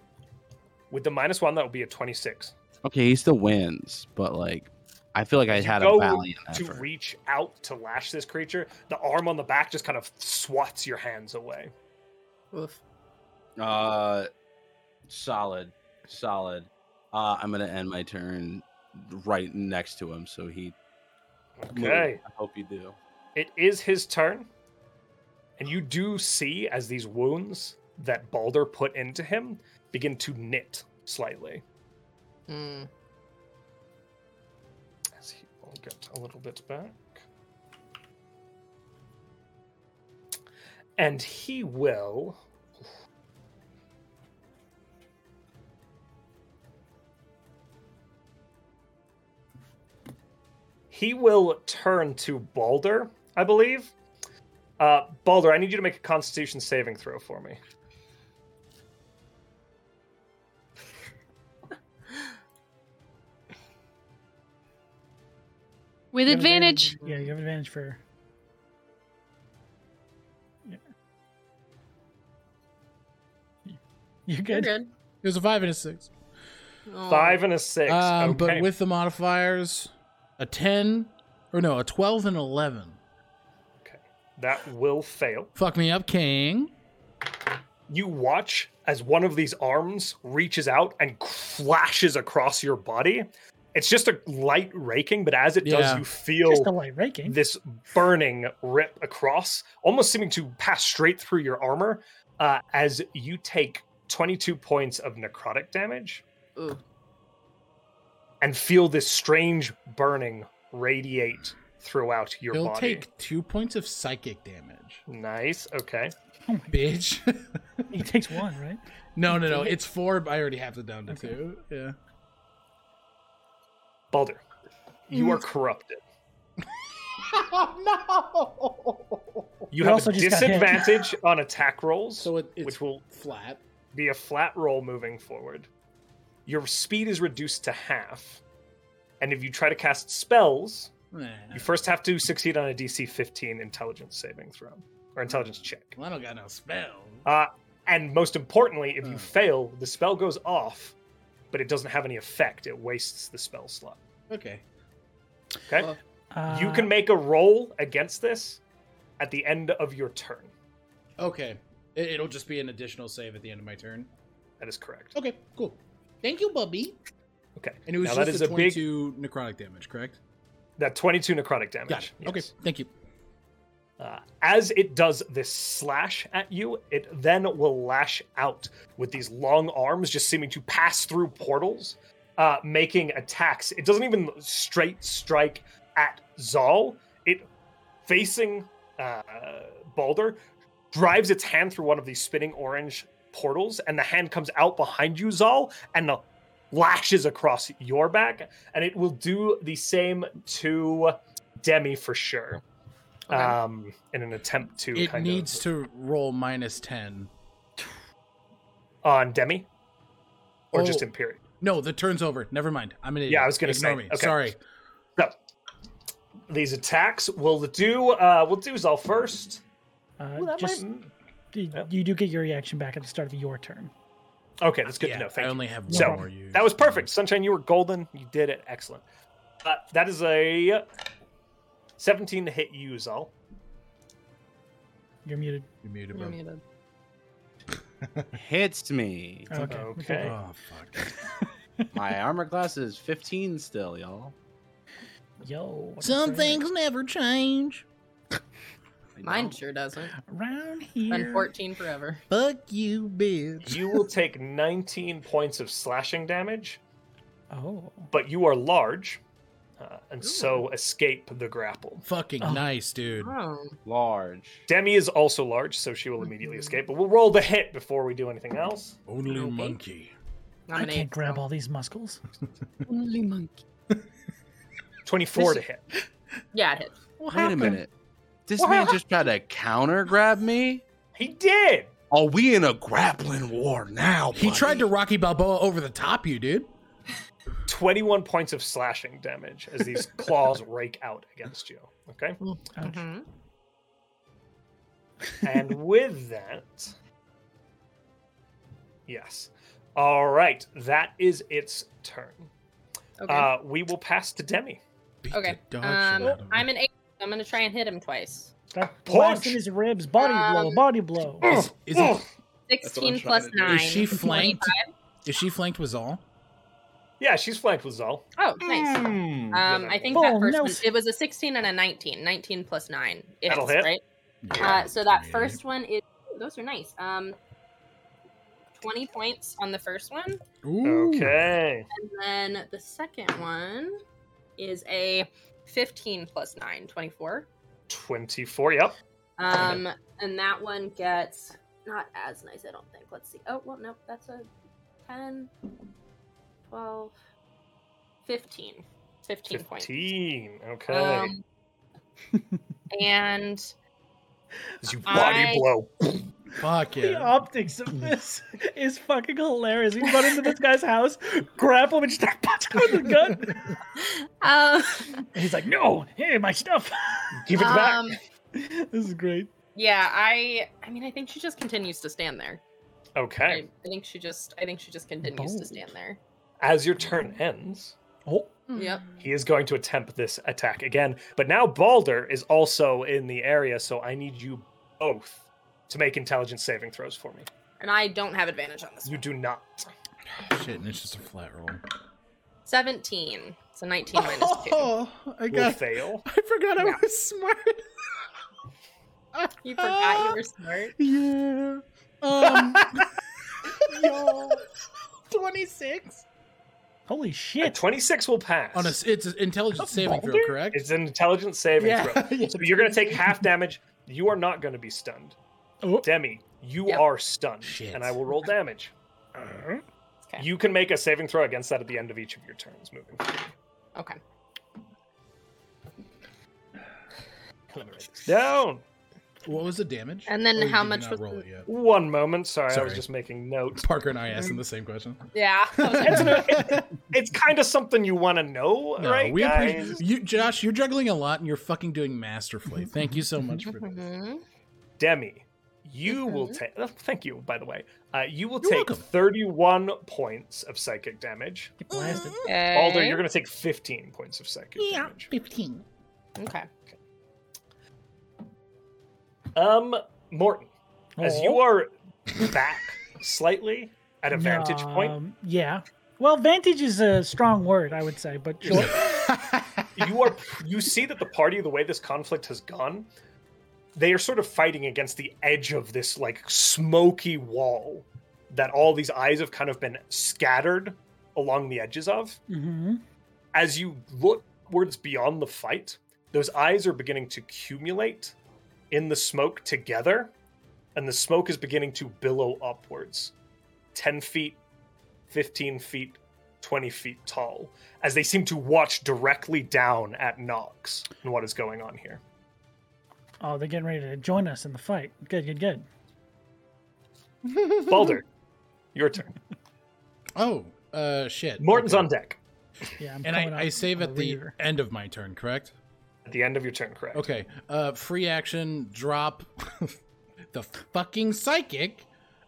[SPEAKER 1] With the minus one, that would be a twenty-six.
[SPEAKER 3] Okay, he still wins, but like, I feel like I
[SPEAKER 1] You
[SPEAKER 3] had a
[SPEAKER 1] go
[SPEAKER 3] valiant effort.
[SPEAKER 1] To reach out to lash this creature, the arm on the back just kind of swats your hands away.
[SPEAKER 6] Oof.
[SPEAKER 3] Uh, solid, solid. Uh, I'm gonna end my turn right next to him, so he. move.
[SPEAKER 1] Okay,
[SPEAKER 3] I hope you do.
[SPEAKER 1] it is his turn, and you do see as these wounds that Balder put into him begin to knit slightly.
[SPEAKER 6] Mm.
[SPEAKER 1] As he will get a little bit back. And he will. He will turn to Balder, I believe. Uh, Balder, I need you to make a Constitution saving throw for me.
[SPEAKER 7] With
[SPEAKER 2] You have
[SPEAKER 7] advantage.
[SPEAKER 2] Yeah, you have advantage for. Yeah. You're
[SPEAKER 6] You're
[SPEAKER 2] good.
[SPEAKER 6] good.
[SPEAKER 5] It was a five and a six.
[SPEAKER 6] Oh.
[SPEAKER 1] Five and a six.
[SPEAKER 5] Um,
[SPEAKER 1] okay.
[SPEAKER 5] But with the modifiers, a ten or no, a twelve and eleven.
[SPEAKER 1] That will fail.
[SPEAKER 5] Fuck me up, King.
[SPEAKER 1] you watch as one of these arms reaches out and clashes across your body. It's just a light raking, but as it does,
[SPEAKER 5] Yeah.
[SPEAKER 1] you
[SPEAKER 2] Just a
[SPEAKER 1] feel
[SPEAKER 2] light raking.
[SPEAKER 1] this burning rip across, almost seeming to pass straight through your armor. Uh, as you take 22 points of necrotic damage
[SPEAKER 6] Ooh.
[SPEAKER 1] and feel this strange burning radiate throughout your
[SPEAKER 5] He'll
[SPEAKER 1] body.
[SPEAKER 5] take two points of psychic damage.
[SPEAKER 1] Nice. Okay.
[SPEAKER 2] Oh my
[SPEAKER 5] Bitch.
[SPEAKER 2] He takes one, right?
[SPEAKER 5] no, no, no. It's four, but I already have it down to two. Yeah.
[SPEAKER 1] Balder, you
[SPEAKER 2] Mm.
[SPEAKER 1] are corrupted. no! You
[SPEAKER 2] You
[SPEAKER 1] have
[SPEAKER 2] also
[SPEAKER 1] a
[SPEAKER 2] just got hit.
[SPEAKER 1] disadvantage on attack rolls,
[SPEAKER 5] So it, it's
[SPEAKER 1] which will
[SPEAKER 5] flat.
[SPEAKER 1] be a flat roll moving forward. Your speed is reduced to half. And if you try to cast spells,
[SPEAKER 5] Nah.
[SPEAKER 1] you first have to succeed on a DC 15 intelligence saving throw or intelligence check.
[SPEAKER 5] Well, I don't got no spell.
[SPEAKER 1] Uh, and most importantly, if you
[SPEAKER 5] Hmm.
[SPEAKER 1] fail, the spell goes off, but it doesn't have any effect. It wastes the spell slot.
[SPEAKER 5] Okay.
[SPEAKER 1] Okay?
[SPEAKER 3] Well,
[SPEAKER 1] You
[SPEAKER 2] Uh,
[SPEAKER 1] can make a roll against this at the end of your turn.
[SPEAKER 5] Okay. It, it'll just be an additional save at the end of my turn.
[SPEAKER 1] That is correct.
[SPEAKER 5] Okay, cool. Thank you, Bubby.
[SPEAKER 1] Okay.
[SPEAKER 5] And it was
[SPEAKER 1] Now
[SPEAKER 5] just
[SPEAKER 1] that is
[SPEAKER 5] the
[SPEAKER 1] a big
[SPEAKER 5] 22 necrotic damage, correct?
[SPEAKER 1] that 22 necrotic damage.
[SPEAKER 5] Got it. Okay,
[SPEAKER 1] yes.
[SPEAKER 5] thank you.
[SPEAKER 1] Uh, as it does this slash at you, it then will lash out with these long arms, just seeming to pass through portals, uh, making attacks. It doesn't even straight strike at Zal. It facing uh, Balder drives its hand through one of these spinning orange portals, and the hand comes out behind you, Zal, and uh, lashes across your back, and it will do the same to Demi for sure. Um, in an attempt to
[SPEAKER 5] It
[SPEAKER 1] kind
[SPEAKER 5] needs
[SPEAKER 1] of
[SPEAKER 5] to roll minus 10.
[SPEAKER 1] on Demi, or just
[SPEAKER 5] Oh.
[SPEAKER 1] Imperium.
[SPEAKER 5] No, the turn's over. Never mind. I'm an idiot.
[SPEAKER 1] Yeah, I was gonna
[SPEAKER 5] Ignore
[SPEAKER 1] say.
[SPEAKER 5] me.
[SPEAKER 1] Okay.
[SPEAKER 5] Sorry.
[SPEAKER 1] These attacks will do. Uh, we'll do Zal first.
[SPEAKER 2] uh,
[SPEAKER 1] Ooh, that
[SPEAKER 2] just
[SPEAKER 1] might-
[SPEAKER 2] you,
[SPEAKER 1] Oh.
[SPEAKER 2] you do get your reaction back at the start of your turn.
[SPEAKER 1] Okay, that's good
[SPEAKER 5] Yeah, um,
[SPEAKER 1] to know. Thank
[SPEAKER 5] I
[SPEAKER 1] you.
[SPEAKER 5] only have one
[SPEAKER 1] So,
[SPEAKER 5] more. You.
[SPEAKER 1] That was perfect. Sunshine, you were golden. You did it. Excellent. Uh, that is a 17 to hit you, Zal.
[SPEAKER 2] You're muted.
[SPEAKER 5] You muted
[SPEAKER 6] You're
[SPEAKER 5] Bubby.
[SPEAKER 6] muted.
[SPEAKER 3] Hits me.
[SPEAKER 2] Okay.
[SPEAKER 1] Okay.
[SPEAKER 5] Oh, fuck.
[SPEAKER 3] My armor class is 15 still, y'all.
[SPEAKER 2] Yo. what's
[SPEAKER 5] Some
[SPEAKER 2] up?
[SPEAKER 5] things never change.
[SPEAKER 3] I
[SPEAKER 6] Mine
[SPEAKER 3] don't-
[SPEAKER 6] sure doesn't.
[SPEAKER 2] around
[SPEAKER 6] Been
[SPEAKER 2] here.
[SPEAKER 6] 14 forever.
[SPEAKER 5] Fuck you, bitch.
[SPEAKER 1] You will take 19 points of slashing damage,
[SPEAKER 2] Oh.
[SPEAKER 1] but you are large, uh, and so escape the grapple.
[SPEAKER 5] Fucking
[SPEAKER 2] Oh.
[SPEAKER 5] nice, dude.
[SPEAKER 6] Oh.
[SPEAKER 3] large.
[SPEAKER 1] Demi is also large, so she will immediately escape, but we'll roll the hit before we do anything else.
[SPEAKER 5] Only
[SPEAKER 6] Okay.
[SPEAKER 5] monkey.
[SPEAKER 6] Not
[SPEAKER 2] I
[SPEAKER 6] an
[SPEAKER 2] can't
[SPEAKER 6] eight.
[SPEAKER 2] grab
[SPEAKER 6] so-
[SPEAKER 2] all these muscles.
[SPEAKER 7] Only monkey.
[SPEAKER 1] 24 to hit.
[SPEAKER 6] Yeah, it hits.
[SPEAKER 3] Wait a minute. This man just tried to counter grab me?
[SPEAKER 1] He did!
[SPEAKER 3] Are we in a grappling war now?
[SPEAKER 5] He
[SPEAKER 3] buddy?
[SPEAKER 5] tried to Rocky Balboa over the top, you dude.
[SPEAKER 1] 21 points of slashing damage as these claws rake out against you. Okay?
[SPEAKER 2] Ouch.
[SPEAKER 6] Mhm.
[SPEAKER 1] and with that, yes. All right, that is its turn.
[SPEAKER 6] Okay.
[SPEAKER 1] Uh, we will pass to Demi.
[SPEAKER 5] Beat the
[SPEAKER 6] okay.
[SPEAKER 5] dog shit out of
[SPEAKER 6] Um,
[SPEAKER 5] him.
[SPEAKER 6] I'm an eight. so I'm gonna try and hit him twice.
[SPEAKER 2] That blast in
[SPEAKER 1] Punch.
[SPEAKER 2] his ribs. Body blow.
[SPEAKER 6] Um,
[SPEAKER 2] Body blow.
[SPEAKER 5] Is, is, it,
[SPEAKER 6] Sixteen plus
[SPEAKER 3] trying to do.
[SPEAKER 6] nine.
[SPEAKER 5] is she flanked?
[SPEAKER 6] 25.
[SPEAKER 5] Is she flanked with Zal?
[SPEAKER 1] Yeah, she's flanked with Zal.
[SPEAKER 6] Oh, nice.
[SPEAKER 3] Mm.
[SPEAKER 6] Um,
[SPEAKER 1] Yeah,
[SPEAKER 6] I think
[SPEAKER 2] that'll
[SPEAKER 6] that
[SPEAKER 2] work.
[SPEAKER 6] first
[SPEAKER 2] Oh,
[SPEAKER 6] one,
[SPEAKER 2] no.
[SPEAKER 6] it was a 16 and a 19. 19 plus 9. It
[SPEAKER 1] That'll
[SPEAKER 6] hits,
[SPEAKER 1] hit.
[SPEAKER 6] right? Uh, so that first one is. ooh, those are nice. Um, 20 points on the first one.
[SPEAKER 5] Ooh.
[SPEAKER 1] Okay.
[SPEAKER 6] And then the second one is a 15 plus 9, 24.
[SPEAKER 1] 24, yep.
[SPEAKER 6] Um, and that one gets not as nice, I don't think. Let's see. Oh, well, nope. That's a 10, 12, 15. 15, points.
[SPEAKER 1] 15. Okay.
[SPEAKER 6] Um, and
[SPEAKER 1] As you body
[SPEAKER 6] I-
[SPEAKER 1] blow.
[SPEAKER 5] Fuck
[SPEAKER 2] The
[SPEAKER 5] yeah.
[SPEAKER 2] optics of this is fucking hilarious. You run into this guy's house, grab him, and start punching him with a gun.
[SPEAKER 6] um,
[SPEAKER 2] And he's like, "No, hey, my stuff."
[SPEAKER 1] Give it back.
[SPEAKER 6] um,
[SPEAKER 2] this is great.
[SPEAKER 6] yeah, I I mean I think she just continues to stand there.
[SPEAKER 1] Okay.
[SPEAKER 6] I, I think she just I think she just continues to
[SPEAKER 2] Bold.
[SPEAKER 6] stand there.
[SPEAKER 1] As your turn ends,
[SPEAKER 2] Oh,
[SPEAKER 7] Hmm.
[SPEAKER 6] Yep.
[SPEAKER 1] He is going to attempt this attack again, but now Balder is also in the area, so I need you both to make intelligence saving throws for me.
[SPEAKER 6] And I don't have advantage on this.
[SPEAKER 1] You do not.
[SPEAKER 5] Shit, and it's just a flat roll.
[SPEAKER 6] 17. So 19 minus 2.
[SPEAKER 5] Oh, I
[SPEAKER 1] Will
[SPEAKER 5] got.
[SPEAKER 1] fail.
[SPEAKER 5] I forgot I
[SPEAKER 6] Yeah.
[SPEAKER 5] was smart.
[SPEAKER 6] You forgot you were smart.
[SPEAKER 5] Yeah. Um.
[SPEAKER 6] Yo. 26.
[SPEAKER 2] Holy
[SPEAKER 1] A
[SPEAKER 2] shit!
[SPEAKER 1] 26 will pass.
[SPEAKER 5] On a, s- it's an intelligence saving throw,
[SPEAKER 2] Boulder?
[SPEAKER 5] correct?
[SPEAKER 1] It's an intelligence saving
[SPEAKER 5] Yeah.
[SPEAKER 1] throw.
[SPEAKER 5] Yeah.
[SPEAKER 1] So you're going to take half damage. You are not going to be stunned.
[SPEAKER 2] Oh.
[SPEAKER 1] Demi, you
[SPEAKER 6] Yep.
[SPEAKER 1] are stunned,
[SPEAKER 5] Shit.
[SPEAKER 1] and I will roll damage.
[SPEAKER 5] Uh-huh.
[SPEAKER 6] Okay.
[SPEAKER 1] You can make a saving throw against that at the end of each of your turns. Moving.
[SPEAKER 6] Okay.
[SPEAKER 1] Let me write this down.
[SPEAKER 5] What was the damage?
[SPEAKER 6] And then
[SPEAKER 5] Or
[SPEAKER 6] how
[SPEAKER 5] did you
[SPEAKER 6] much
[SPEAKER 5] not
[SPEAKER 6] was
[SPEAKER 5] roll
[SPEAKER 6] the-
[SPEAKER 5] it yet?
[SPEAKER 1] One moment. Sorry, I was
[SPEAKER 5] Sorry.
[SPEAKER 1] just making notes.
[SPEAKER 5] Parker and I asked him the same question.
[SPEAKER 6] Yeah.
[SPEAKER 1] It's, an- it- it's kind of something you want to know,
[SPEAKER 5] No,
[SPEAKER 1] right,
[SPEAKER 5] we
[SPEAKER 1] guys?
[SPEAKER 5] appreciate you, Josh. You're juggling a lot, and you're fucking doing masterfully. Thank you so much for this.
[SPEAKER 6] Mhm.
[SPEAKER 1] Demi, you
[SPEAKER 6] Mm-hmm.
[SPEAKER 1] will take. Oh, thank you, by the way. Uh, you will
[SPEAKER 5] You're
[SPEAKER 1] take
[SPEAKER 5] welcome.
[SPEAKER 1] 31 points of psychic damage.
[SPEAKER 2] Get blasted.
[SPEAKER 1] Alder,
[SPEAKER 6] Okay.
[SPEAKER 1] you're going to take 15 points of psychic damage.
[SPEAKER 5] 15.
[SPEAKER 6] Okay.
[SPEAKER 1] Um, Morton, as you
[SPEAKER 2] Oh.
[SPEAKER 1] are back slightly at a vantage point,
[SPEAKER 2] Um, yeah. Well, vantage is a strong word, I would say, but sure.
[SPEAKER 1] you are you see that the party, the way this conflict has gone, they are sort of fighting against the edge of this like smoky wall that all these eyes have kind of been scattered along the edges of.
[SPEAKER 2] hmm
[SPEAKER 1] as you look towards beyond the fight, those eyes are beginning to accumulate in the smoke together, and the smoke is beginning to billow upwards 10 feet, 15 feet, 20 feet tall, as they seem to watch directly down at Nox and what is going on here.
[SPEAKER 2] Oh, they're getting ready to join us in the fight. Good, good, good.
[SPEAKER 1] Balder, your turn.
[SPEAKER 5] Oh, uh, shit.
[SPEAKER 1] Morton's
[SPEAKER 5] Okay.
[SPEAKER 1] on deck
[SPEAKER 2] Yeah, I'm
[SPEAKER 5] And
[SPEAKER 2] coming
[SPEAKER 5] I,
[SPEAKER 2] up
[SPEAKER 5] I save
[SPEAKER 2] on
[SPEAKER 5] at the
[SPEAKER 2] rear.
[SPEAKER 5] end of my turn, correct?
[SPEAKER 1] at the end of your turn, correct?
[SPEAKER 5] Okay. Uh, free action, drop the fucking psychic.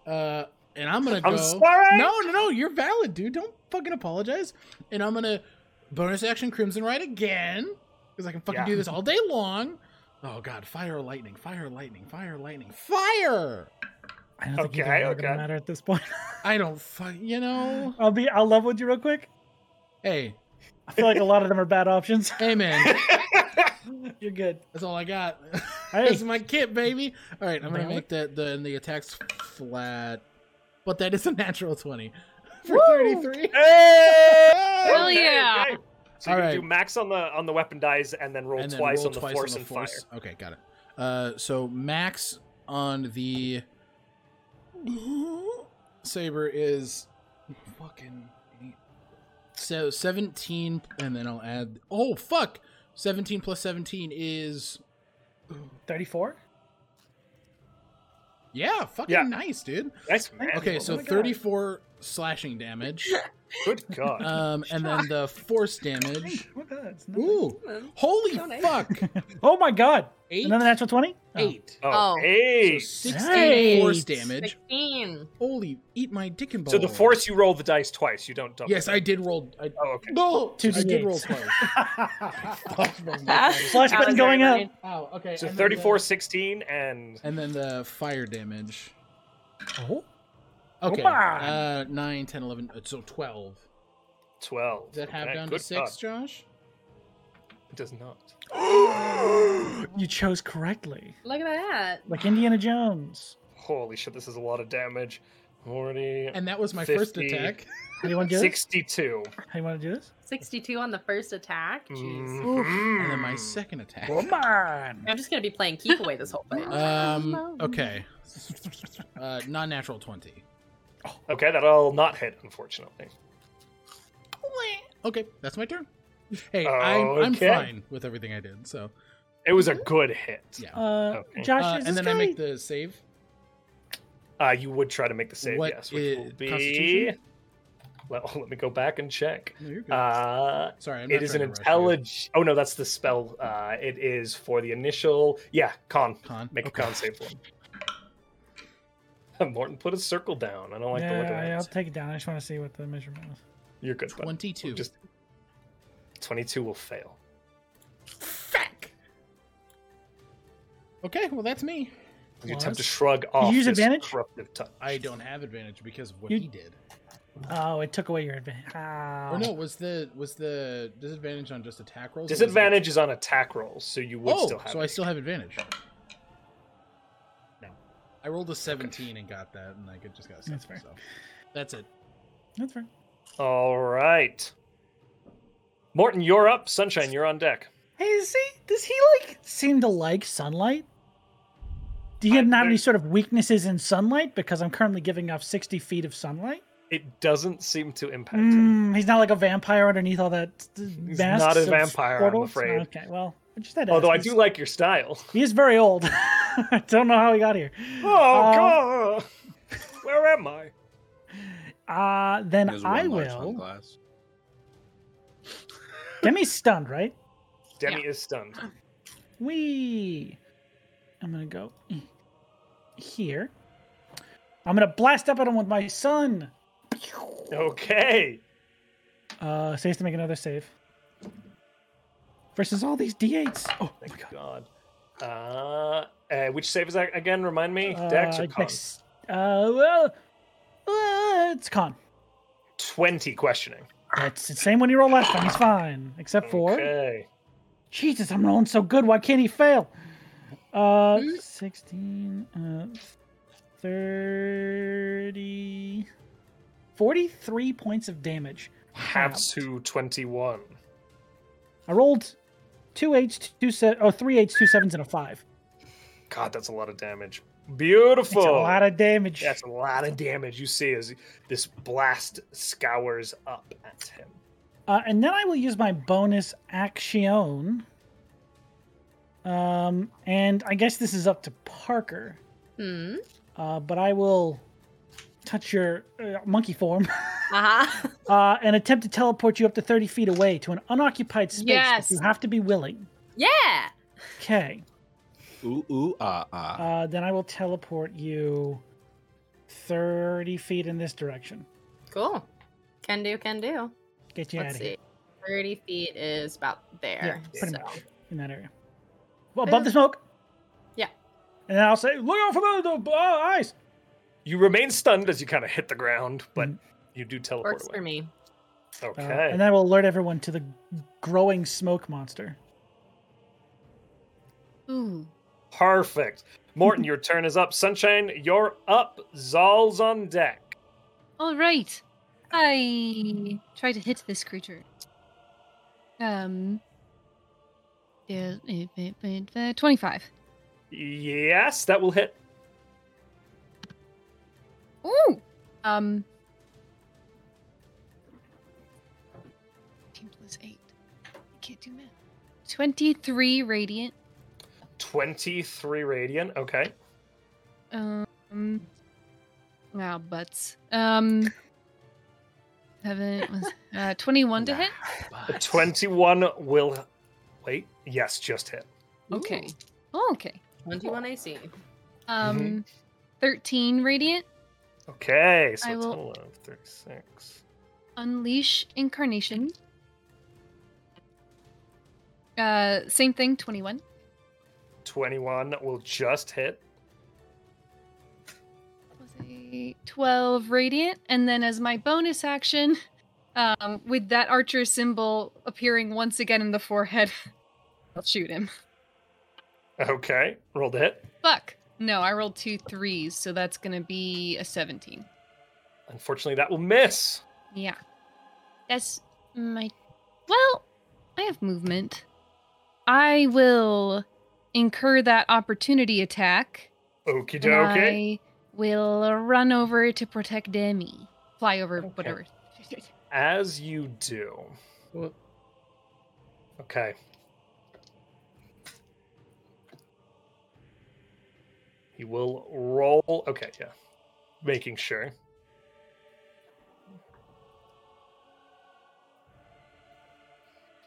[SPEAKER 5] Uh, and I'm gonna
[SPEAKER 1] I'm
[SPEAKER 5] go.
[SPEAKER 1] sorry!
[SPEAKER 5] No, no, no. You're valid, dude. Don't fucking apologize. And I'm gonna bonus action Crimson Rite again because I can fucking
[SPEAKER 1] Yeah.
[SPEAKER 5] do this all day long. Oh god, fire lightning, fire lightning, fire lightning, fire!
[SPEAKER 2] I don't think
[SPEAKER 1] Okay,
[SPEAKER 2] okay, okay.
[SPEAKER 1] okay.
[SPEAKER 2] gonna matter at this point.
[SPEAKER 5] I don't fuck. You
[SPEAKER 6] Oh.
[SPEAKER 5] know.
[SPEAKER 2] I'll be. I'll level with you real quick.
[SPEAKER 5] Hey,
[SPEAKER 2] I feel like a lot of them are bad options.
[SPEAKER 5] hey, man.
[SPEAKER 2] You're good.
[SPEAKER 5] That's all I got.
[SPEAKER 2] Hey.
[SPEAKER 5] That's my kit, baby. All right, I'm gonna
[SPEAKER 2] Really?
[SPEAKER 5] make that the the attacks flat, but that is a natural twenty for thirty-three.
[SPEAKER 1] Hell So
[SPEAKER 7] yeah.
[SPEAKER 1] you
[SPEAKER 5] All
[SPEAKER 1] can
[SPEAKER 5] right.
[SPEAKER 1] do max on the on the weapon dies and then roll
[SPEAKER 5] then
[SPEAKER 1] twice
[SPEAKER 5] roll
[SPEAKER 1] on the force and fire.
[SPEAKER 5] Okay, got it. Uh, so max on the saber is fucking eight. so seventeen, and then I'll add. Oh fuck, seventeen plus seventeen is
[SPEAKER 2] Thirty-four.
[SPEAKER 5] yeah, fucking
[SPEAKER 1] Yeah.
[SPEAKER 5] nice, dude.
[SPEAKER 1] Nice man.
[SPEAKER 5] Okay,
[SPEAKER 1] Oh
[SPEAKER 5] so
[SPEAKER 1] my God.
[SPEAKER 5] 34 slashing damage.
[SPEAKER 1] Good God.
[SPEAKER 5] Um, and then the force damage.
[SPEAKER 2] Look at that. it's nothing.
[SPEAKER 5] Ooh, holy
[SPEAKER 6] So nice.
[SPEAKER 5] fuck!
[SPEAKER 2] Oh my god!
[SPEAKER 5] Eight,
[SPEAKER 2] Another natural twenty.
[SPEAKER 5] eight.
[SPEAKER 1] oh,
[SPEAKER 6] Oh.
[SPEAKER 5] So
[SPEAKER 1] hey.
[SPEAKER 5] 16 force
[SPEAKER 2] Nice.
[SPEAKER 5] damage.
[SPEAKER 6] 16.
[SPEAKER 5] Holy, eat my dick and balls.
[SPEAKER 1] So the force you roll the dice twice. You don't double.
[SPEAKER 5] Yes, I did roll. I,
[SPEAKER 1] Oh, okay.
[SPEAKER 5] no,
[SPEAKER 2] Two
[SPEAKER 5] I did roll
[SPEAKER 2] D8s.
[SPEAKER 5] twice. Fuck, rolled my dice.
[SPEAKER 2] Flush
[SPEAKER 6] That
[SPEAKER 2] button
[SPEAKER 6] was
[SPEAKER 2] going
[SPEAKER 6] very
[SPEAKER 2] up.
[SPEAKER 5] Wow. Okay.
[SPEAKER 1] So
[SPEAKER 5] and then
[SPEAKER 1] 34,
[SPEAKER 5] the-
[SPEAKER 1] 16, and
[SPEAKER 5] And then the fire damage.
[SPEAKER 2] Oh,
[SPEAKER 5] Okay.
[SPEAKER 2] Come on.
[SPEAKER 5] Uh, 9, 10, 11, uh, so 12.
[SPEAKER 1] 12.
[SPEAKER 5] Does that have
[SPEAKER 1] Okay,
[SPEAKER 5] down to
[SPEAKER 1] good
[SPEAKER 5] 6,
[SPEAKER 1] God.
[SPEAKER 5] Josh?
[SPEAKER 1] It does not.
[SPEAKER 2] you chose correctly,
[SPEAKER 6] Look at that.
[SPEAKER 2] like Indiana Jones.
[SPEAKER 1] Holy shit, this is a lot of damage. 40.
[SPEAKER 5] And that was my first
[SPEAKER 1] 50.
[SPEAKER 5] attack.
[SPEAKER 2] How do you want to do this?
[SPEAKER 1] 62.
[SPEAKER 2] How do you want to do this?
[SPEAKER 6] 62 on the first attack.
[SPEAKER 2] Mm.
[SPEAKER 6] Jeez.
[SPEAKER 1] Mhm.
[SPEAKER 5] And then my second attack.
[SPEAKER 2] Come on!
[SPEAKER 6] I'm just gonna be playing keep away this whole fight.
[SPEAKER 5] Um. Okay. Uh, non-natural twenty.
[SPEAKER 1] Okay, that'll not hit, unfortunately.
[SPEAKER 5] Okay, that's my turn. Hey, I'm, I'm
[SPEAKER 1] Okay.
[SPEAKER 5] fine with everything I did. So
[SPEAKER 1] It was a good hit.
[SPEAKER 5] yeah.
[SPEAKER 2] Uh,
[SPEAKER 1] Okay.
[SPEAKER 2] Josh,
[SPEAKER 5] Uh,
[SPEAKER 2] is
[SPEAKER 5] and
[SPEAKER 2] this
[SPEAKER 5] then
[SPEAKER 2] guy...
[SPEAKER 5] I make the save.
[SPEAKER 1] Uh, you would try to make the save,
[SPEAKER 5] What
[SPEAKER 1] yes, which
[SPEAKER 5] i-
[SPEAKER 1] will be.
[SPEAKER 5] Constitution?
[SPEAKER 1] Let, let me go back and check.
[SPEAKER 5] No, you're good.
[SPEAKER 1] Uh,
[SPEAKER 5] Sorry, I'm
[SPEAKER 1] it is an
[SPEAKER 5] intelligent
[SPEAKER 1] intelligent. Oh no, that's the spell. Uh, it is for the initial. Yeah, con.
[SPEAKER 5] con.
[SPEAKER 1] Make
[SPEAKER 5] Okay.
[SPEAKER 1] a con save for him. Morton, put a circle down. I don't like the look of
[SPEAKER 2] yeah,
[SPEAKER 1] that.
[SPEAKER 2] I'll take it down. I just want to see what the measurement was.
[SPEAKER 1] You're good. bud.
[SPEAKER 5] Twenty-two.
[SPEAKER 1] Just 22 will fail.
[SPEAKER 5] Fuck. Okay, well that's me.
[SPEAKER 1] You
[SPEAKER 2] Well,
[SPEAKER 1] attempt to
[SPEAKER 2] that's-
[SPEAKER 1] shrug off
[SPEAKER 2] use
[SPEAKER 1] this
[SPEAKER 2] advantage?
[SPEAKER 1] corruptive touch.
[SPEAKER 5] I don't have advantage because of what
[SPEAKER 2] You-
[SPEAKER 5] he did.
[SPEAKER 2] Oh, it took away your Ah, advantage. Ow.
[SPEAKER 5] Or no, was the was the disadvantage on just attack rolls? or was it-
[SPEAKER 1] Disadvantage is on attack rolls, so you would
[SPEAKER 5] Oh,
[SPEAKER 1] still have
[SPEAKER 5] so I
[SPEAKER 1] it.
[SPEAKER 5] still have advantage. No, I rolled a seventeen and got that, and I could just got a
[SPEAKER 2] That's
[SPEAKER 5] seven. So that's it.
[SPEAKER 2] That's fair.
[SPEAKER 1] All right. Morton, you're up. Sunshine, you're on deck.
[SPEAKER 2] Hey, see, does he like seem to like sunlight? Do you
[SPEAKER 1] I-
[SPEAKER 2] have not any
[SPEAKER 1] there's-
[SPEAKER 2] sort of weaknesses in sunlight? Because I'm currently giving off 60 feet of sunlight.
[SPEAKER 1] It doesn't seem to impact
[SPEAKER 5] Hmm,
[SPEAKER 1] him.
[SPEAKER 2] Mm, he's not like a vampire underneath all that. He's masks
[SPEAKER 1] not a
[SPEAKER 2] of
[SPEAKER 1] vampire, I'm
[SPEAKER 2] portals?
[SPEAKER 1] afraid.
[SPEAKER 2] Okay, well, I just had to
[SPEAKER 1] Although I
[SPEAKER 2] ask.
[SPEAKER 1] do
[SPEAKER 2] He's-
[SPEAKER 1] like your style.
[SPEAKER 2] He is very old. I don't know how he got here.
[SPEAKER 1] Oh
[SPEAKER 2] Uh,
[SPEAKER 1] god. Where am I?
[SPEAKER 2] Uh, then
[SPEAKER 3] There's one
[SPEAKER 2] I
[SPEAKER 3] large
[SPEAKER 2] will.
[SPEAKER 3] sunglass.
[SPEAKER 2] Demi's stunned, right?
[SPEAKER 1] Demi is stunned.
[SPEAKER 2] We. I'm gonna go here. I'm gonna blast up at him with my sun.
[SPEAKER 1] Okay.
[SPEAKER 2] Uh, saves to make another save. Versus all these d8s. Oh,
[SPEAKER 1] Thank god. Uh, uh which save is that again? Remind me. Dex
[SPEAKER 2] uh,
[SPEAKER 1] or con?
[SPEAKER 2] Dex- uh, well, uh, it's con.
[SPEAKER 1] 20 questioning.
[SPEAKER 2] It's the same one you rolled last time. He's fine, except for
[SPEAKER 1] Okay.
[SPEAKER 2] Jesus. I'm rolling so good. Why can't he fail? Uh, sixteen, uh, thirty, forty-three points of damage.
[SPEAKER 1] Half
[SPEAKER 2] Halved.
[SPEAKER 1] to 21.
[SPEAKER 2] I rolled two eights, two se- oh, three eights, two sevens, and a five.
[SPEAKER 1] God, that's a lot of damage.
[SPEAKER 2] It's
[SPEAKER 1] Beautiful.
[SPEAKER 2] a lot of damage.
[SPEAKER 1] That's a lot of damage you see as this blast scours up at him.
[SPEAKER 2] Uh, and then I will use my bonus action. Um, and I guess this is up to Parker,
[SPEAKER 6] Hmm.
[SPEAKER 2] uh, but I will touch your uh, monkey form
[SPEAKER 6] Uh huh.
[SPEAKER 2] uh, and attempt to teleport you up to 30 feet away to an unoccupied space. but
[SPEAKER 4] Yes.
[SPEAKER 2] You have to be willing.
[SPEAKER 6] Yeah.
[SPEAKER 2] Okay.
[SPEAKER 3] Ooh ooh ah ah.
[SPEAKER 2] Uh, then I will teleport you 30 feet in this direction.
[SPEAKER 6] Cool. Can do. Can do.
[SPEAKER 2] Get you out
[SPEAKER 6] Let's
[SPEAKER 2] of here.
[SPEAKER 6] see. Thirty feet is about there.
[SPEAKER 2] Yeah, pretty
[SPEAKER 6] so.
[SPEAKER 2] much in that area. Well, above the smoke.
[SPEAKER 6] Yeah.
[SPEAKER 2] And then I'll say, look out for the, the uh, ice.
[SPEAKER 1] You remain stunned as you kind of hit the ground, but
[SPEAKER 2] Mhm.
[SPEAKER 1] you do teleport
[SPEAKER 6] Works
[SPEAKER 1] away.
[SPEAKER 6] for me.
[SPEAKER 2] Uh,
[SPEAKER 1] Okay.
[SPEAKER 2] and that will alert everyone to the growing smoke monster.
[SPEAKER 7] Ooh.
[SPEAKER 1] Perfect. Morton, your turn is up. Sunshine, you're up. Zal's on deck.
[SPEAKER 7] All right. I try to hit this creature. Um. yeah, eh, eh, eh, eh, 25.
[SPEAKER 1] Yes, that will hit.
[SPEAKER 7] Ooh. Um. 18 plus 8. I can't do math. 23 radiant.
[SPEAKER 1] 23 radiant. Okay.
[SPEAKER 7] Um. Wow, butts. Um. Seven. was- Uh, 21 to hit.
[SPEAKER 1] A 21 will. Wait. Yes, just hit.
[SPEAKER 7] Okay. Oh, okay.
[SPEAKER 6] Twenty-one AC.
[SPEAKER 7] Um. 13 radiant.
[SPEAKER 1] Okay. So
[SPEAKER 7] I
[SPEAKER 1] it's
[SPEAKER 7] will-
[SPEAKER 1] hold on, 36.
[SPEAKER 7] Unleash Incarnation. Uh, same thing, 21.
[SPEAKER 1] 21 will just hit.
[SPEAKER 7] Plus a 12 Radiant. And then as my bonus action, um, with that archer symbol appearing once again in the forehead, I'll shoot him.
[SPEAKER 1] Okay. Rolled a hit.
[SPEAKER 7] Fuck. No, I rolled two threes, so that's gonna be a 17.
[SPEAKER 1] Unfortunately, that will miss.
[SPEAKER 7] Yeah. That's my. Well, I have movement. I will incur that opportunity attack.
[SPEAKER 1] Okie
[SPEAKER 7] And
[SPEAKER 1] dokie.
[SPEAKER 7] I will run over to protect Demi. Fly over, whatever.
[SPEAKER 1] As you do.
[SPEAKER 5] Well-
[SPEAKER 1] Okay. He will roll. Okay, yeah. Making sure.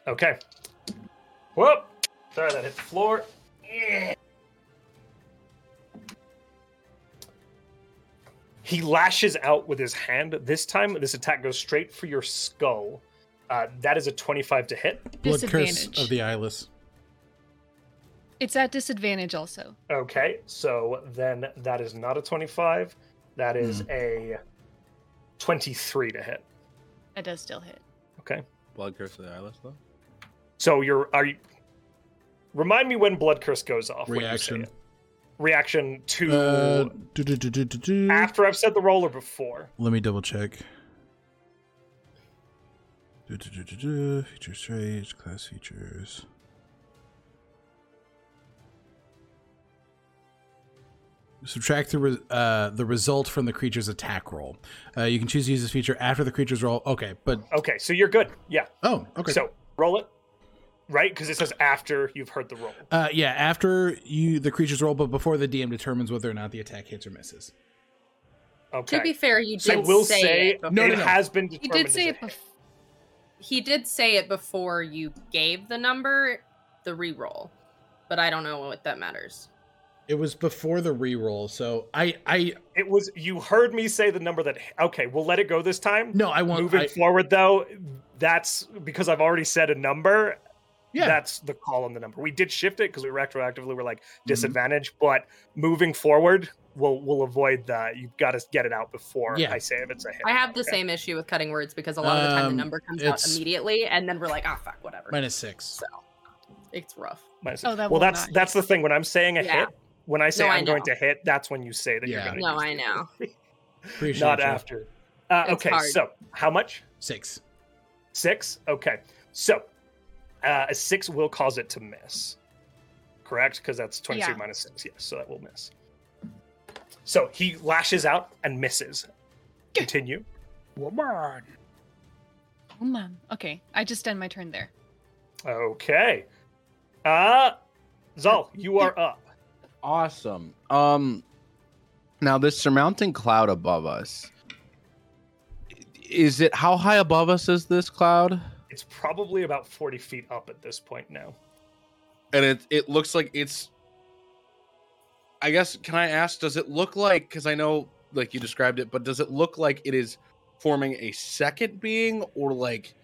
[SPEAKER 1] Okay. Whoop! Sorry, that hit the floor. Yeah. He lashes out with his hand. This time, this attack goes straight for your skull Uh, that is a 25 to hit.
[SPEAKER 5] Blood curse
[SPEAKER 7] Disadvantage.
[SPEAKER 5] of the eyeless.
[SPEAKER 7] It's at disadvantage also.
[SPEAKER 1] Okay, so then that is not a 25. That is
[SPEAKER 5] Hmm.
[SPEAKER 1] a 23 to hit.
[SPEAKER 7] That does still hit.
[SPEAKER 1] Okay.
[SPEAKER 3] Blood curse of the eyeless though.
[SPEAKER 1] So you're are you Remind me when blood curse goes off. when you say
[SPEAKER 5] Reaction.
[SPEAKER 1] it. Reaction to
[SPEAKER 5] Uh, do, do, do, do, do, do.
[SPEAKER 1] after I've said the roll or before.
[SPEAKER 5] Let me double check. Do, do, do, do, do. Features traits, class features. Subtract the re- uh, the result from the creature's attack roll. Uh, you can choose to use this feature after the creature's roll. Okay, but
[SPEAKER 1] Okay, so you're good. Yeah.
[SPEAKER 5] oh, okay.
[SPEAKER 1] So roll it. Right? Because it says after you've heard the roll.
[SPEAKER 5] uh, yeah, after you the creature's roll, but before the DM determines whether or not the attack hits or misses.
[SPEAKER 1] Okay.
[SPEAKER 6] To be fair, you
[SPEAKER 1] so I
[SPEAKER 6] did
[SPEAKER 1] will
[SPEAKER 6] say,
[SPEAKER 1] say
[SPEAKER 6] it.
[SPEAKER 1] it,
[SPEAKER 6] bef-
[SPEAKER 5] No, no, no.
[SPEAKER 1] has been
[SPEAKER 7] You
[SPEAKER 1] determined.
[SPEAKER 7] did
[SPEAKER 1] as
[SPEAKER 7] say
[SPEAKER 1] a
[SPEAKER 7] it
[SPEAKER 1] hit.
[SPEAKER 7] before.
[SPEAKER 6] he did say it before you gave the number, the reroll, but I don't know what that matters.
[SPEAKER 5] It was before the reroll, so I I
[SPEAKER 1] It was you heard me say the number that okay, we'll let it go this time.
[SPEAKER 5] no I want
[SPEAKER 1] Moving
[SPEAKER 5] I,
[SPEAKER 1] forward though, that's because I've already said a number.
[SPEAKER 5] yeah
[SPEAKER 1] That's the call on the number. We did shift it because we retroactively were like
[SPEAKER 5] Mm-hmm.
[SPEAKER 1] disadvantage, but moving forward, we'll we'll avoid that. You've got to get it out before
[SPEAKER 5] Yeah.
[SPEAKER 1] I say if it's a hit.
[SPEAKER 6] I have the
[SPEAKER 1] Okay.
[SPEAKER 6] same issue with cutting words because a lot of the time
[SPEAKER 5] Um,
[SPEAKER 6] the number comes out
[SPEAKER 5] it's-
[SPEAKER 6] immediately, and then we're like, ah, fuck, whatever.
[SPEAKER 5] minus six.
[SPEAKER 6] So it's rough.
[SPEAKER 1] Minus-
[SPEAKER 7] Oh, that
[SPEAKER 1] well,
[SPEAKER 7] will
[SPEAKER 1] that's
[SPEAKER 7] not
[SPEAKER 1] that's the thing. When I'm saying a
[SPEAKER 6] Yeah.
[SPEAKER 1] hit, when I say
[SPEAKER 6] No, I
[SPEAKER 1] I'm going
[SPEAKER 6] know.
[SPEAKER 1] to hit, that's when you say that
[SPEAKER 5] Yeah.
[SPEAKER 1] you're going to.
[SPEAKER 6] No, I know.
[SPEAKER 5] Appreciate
[SPEAKER 1] Not
[SPEAKER 5] you.
[SPEAKER 1] after. Uh,
[SPEAKER 6] It's
[SPEAKER 1] okay,
[SPEAKER 6] hard.
[SPEAKER 1] so how much?
[SPEAKER 5] six.
[SPEAKER 1] Six. Okay, so uh, a six will cause it to miss, correct? Because that's twenty-two
[SPEAKER 7] Yeah.
[SPEAKER 1] minus six. Yes, so that will miss. So he lashes out and misses. Continue.
[SPEAKER 2] Woman.
[SPEAKER 7] Oh man. Okay, I just end my turn there.
[SPEAKER 1] Okay. Uh Zal, you are up.
[SPEAKER 3] Awesome. Um now this surmounting cloud above us. Is it how high above us is this cloud?
[SPEAKER 1] It's probably about 40 feet up at this point now.
[SPEAKER 3] And it it looks like it's I guess can I ask does it look like cuz I know like you described it but does it look like it is forming a second being or like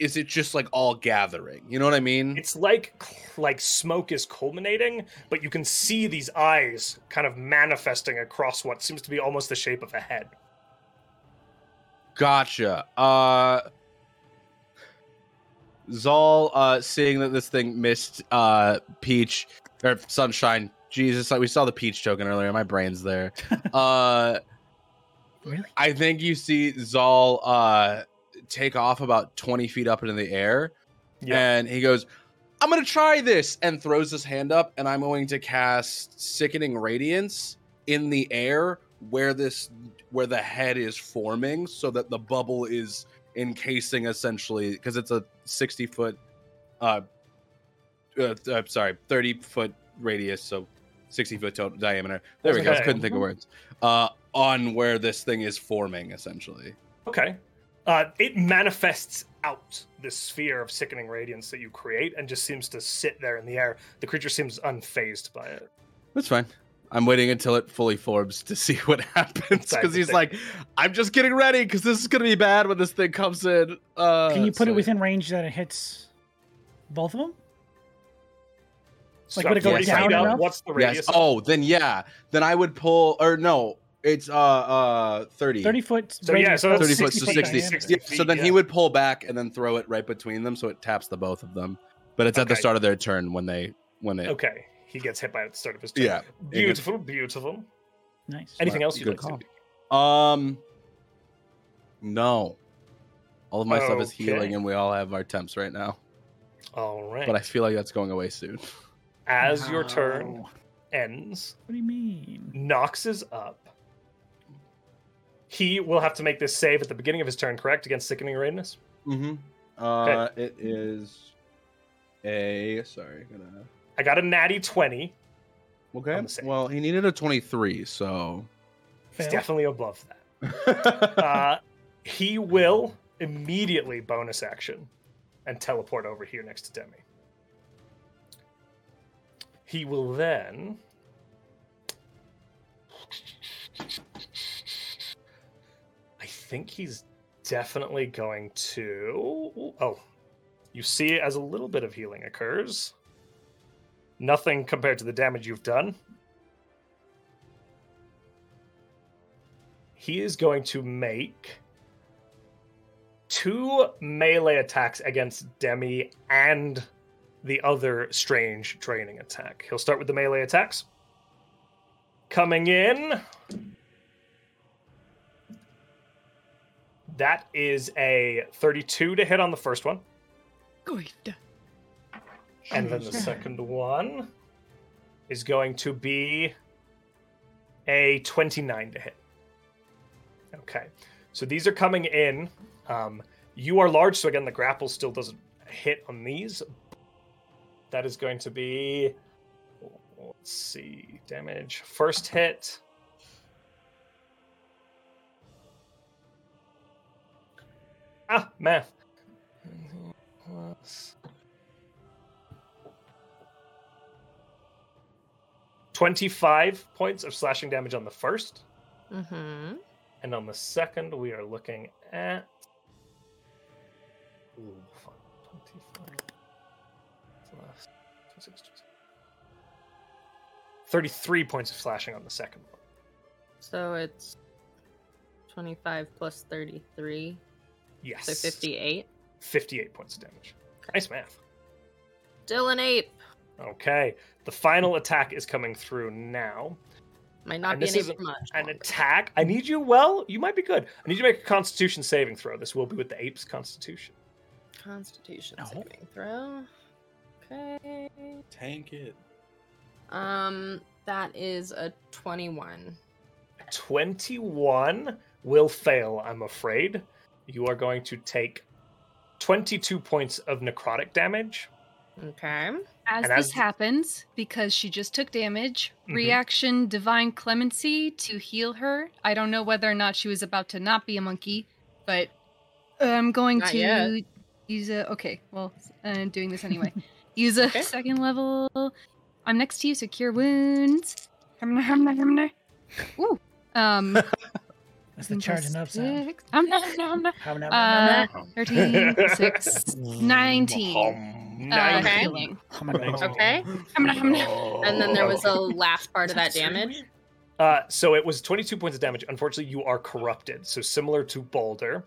[SPEAKER 3] is it just like all gathering? You know what I mean?
[SPEAKER 1] It's like like smoke is culminating, but you can see these eyes kind of manifesting across what seems to be almost the shape of a head.
[SPEAKER 3] Gotcha. Uh Zal uh seeing that this thing missed uh Peach or Sunshine. Jesus, like we saw the Peach token earlier. My brain's there. uh
[SPEAKER 2] Really?
[SPEAKER 3] I think you see Zal uh take off about 20 feet up into the air
[SPEAKER 1] Yeah.
[SPEAKER 3] and he goes, "I'm going to try this." And throws his hand up and I'm going to cast sickening radiance in the air where this where the head is forming so that the bubble is encasing essentially because it's a 60 foot uh, uh uh, sorry 30 foot radius so 60 foot total diameter there we go I
[SPEAKER 1] Okay. Mm-hmm.
[SPEAKER 3] couldn't think of words uh on where this thing is forming essentially
[SPEAKER 1] Okay. Uh, it manifests out this sphere of sickening radiance that you create and just seems to sit there in the air. The creature seems unfazed by it.
[SPEAKER 3] that's fine i'm waiting until it fully forms to see what happens
[SPEAKER 1] Type of
[SPEAKER 3] because he's
[SPEAKER 1] thing.
[SPEAKER 3] like i'm just getting ready because this is gonna be bad when this thing comes in uh
[SPEAKER 2] Can you put
[SPEAKER 3] so-
[SPEAKER 2] it within range that it hits both of them? Like,
[SPEAKER 1] So
[SPEAKER 2] would it go
[SPEAKER 1] 40 feet
[SPEAKER 3] down
[SPEAKER 1] up,
[SPEAKER 2] enough?
[SPEAKER 1] What's the
[SPEAKER 3] Yes.
[SPEAKER 1] radius?
[SPEAKER 3] Oh, then yeah. Then I would pull or no, it's uh uh 30.
[SPEAKER 2] 30 foot.
[SPEAKER 1] So, yeah,
[SPEAKER 2] radius,
[SPEAKER 1] so that's
[SPEAKER 3] 30 foot,
[SPEAKER 1] 60
[SPEAKER 3] so
[SPEAKER 1] foot
[SPEAKER 3] 60.
[SPEAKER 2] diameter.
[SPEAKER 1] 60.
[SPEAKER 3] Yeah, so then
[SPEAKER 1] yeah.
[SPEAKER 3] he would pull back and then throw it right between them so it taps the both of them. But it's at the
[SPEAKER 1] Okay.
[SPEAKER 3] start of their turn when they when it
[SPEAKER 1] Okay. He gets hit by it at the start of his turn.
[SPEAKER 3] Yeah.
[SPEAKER 1] Beautiful, beautiful.
[SPEAKER 2] Nice.
[SPEAKER 1] Anything else you'd
[SPEAKER 3] Good
[SPEAKER 1] like to
[SPEAKER 3] call.
[SPEAKER 1] do?
[SPEAKER 3] um no. All of my stuff is
[SPEAKER 1] Okay.
[SPEAKER 3] healing and we all have our temps right now.
[SPEAKER 1] All right.
[SPEAKER 3] But I feel like that's going away soon.
[SPEAKER 1] As your
[SPEAKER 2] No.
[SPEAKER 1] turn ends,
[SPEAKER 2] What do you mean?
[SPEAKER 1] Nox is up. He will have to make this save at the beginning of his turn, correct? Against sickening radiance.
[SPEAKER 3] Mm-hmm. Uh it is a sorry, gonna
[SPEAKER 1] I got a natty twenty.
[SPEAKER 3] Okay.
[SPEAKER 1] the same.
[SPEAKER 3] Well, he needed a 23, so
[SPEAKER 1] He's
[SPEAKER 2] Fail.
[SPEAKER 1] definitely above that. Uh, he will immediately bonus action and teleport over here next to Demi. He will then. I think he's definitely going to. Oh, you see, as a little bit of healing occurs, nothing compared to the damage you've done. He is going to make two melee attacks against Demi and the other strange training attack. He'll start with the melee attacks. Coming in. That is a 32 to hit on the first one.
[SPEAKER 7] Good.
[SPEAKER 1] And then the
[SPEAKER 7] Sure.
[SPEAKER 1] second one is going to be a 29 to hit. Okay. So these are coming in. Um, you are large, so again, the grapple still doesn't hit on these. That is going to be. Let's see. Damage. First hit. Ah, math. Plus 25 points of slashing damage on the first.
[SPEAKER 6] Mm-hmm.
[SPEAKER 1] And on the second, we are looking at. Ooh, fuck. 25 plus 26, 26. 33 points of slashing on the second one.
[SPEAKER 6] So it's 25 plus 33.
[SPEAKER 1] Yes.
[SPEAKER 6] So 58.
[SPEAKER 1] 58 points of damage. Nice math.
[SPEAKER 6] Still an ape.
[SPEAKER 1] Okay. The final attack is coming through now.
[SPEAKER 6] Might not
[SPEAKER 1] And
[SPEAKER 6] be
[SPEAKER 1] this
[SPEAKER 6] an ape
[SPEAKER 1] isn't
[SPEAKER 6] for much.
[SPEAKER 1] An attack. I need you, well, you might be good. I need you to make a constitution saving throw. This will be with the ape's constitution.
[SPEAKER 6] Constitution
[SPEAKER 5] No.
[SPEAKER 6] saving throw. Okay.
[SPEAKER 3] Tank it.
[SPEAKER 6] Um, that is a 21.
[SPEAKER 1] 21 will fail, I'm afraid. You are going to take 22 points of necrotic damage.
[SPEAKER 6] Okay.
[SPEAKER 7] As
[SPEAKER 1] And
[SPEAKER 7] this
[SPEAKER 1] as-
[SPEAKER 7] happens, because she just took damage,
[SPEAKER 6] Mm-hmm.
[SPEAKER 1] Mhm.
[SPEAKER 7] reaction divine clemency to heal her. I don't know whether or not she was about to not be a monkey, but I'm going
[SPEAKER 6] Not
[SPEAKER 7] to
[SPEAKER 6] yet.
[SPEAKER 7] use a. Okay, well, I'm doing this anyway. Use a
[SPEAKER 6] Okay.
[SPEAKER 7] second level. I'm next to you, secure wounds. Hum, hum, hum, hum, hum. Ooh. Um,
[SPEAKER 2] That's the charging up
[SPEAKER 6] Mm-hmm.
[SPEAKER 2] sound.
[SPEAKER 7] six- hum, hum, hum, hum.
[SPEAKER 2] Have an
[SPEAKER 7] Uh, 13, 6, 19. Uh,
[SPEAKER 1] Nine-
[SPEAKER 6] Oh, Okay.
[SPEAKER 7] healing.
[SPEAKER 2] Oh my god.
[SPEAKER 6] Okay.
[SPEAKER 7] Hum, hum, hum.
[SPEAKER 6] And then there was a last part of that damage.
[SPEAKER 1] Uh, so it was 22 points of damage. Unfortunately, you are corrupted. So similar to Boulder.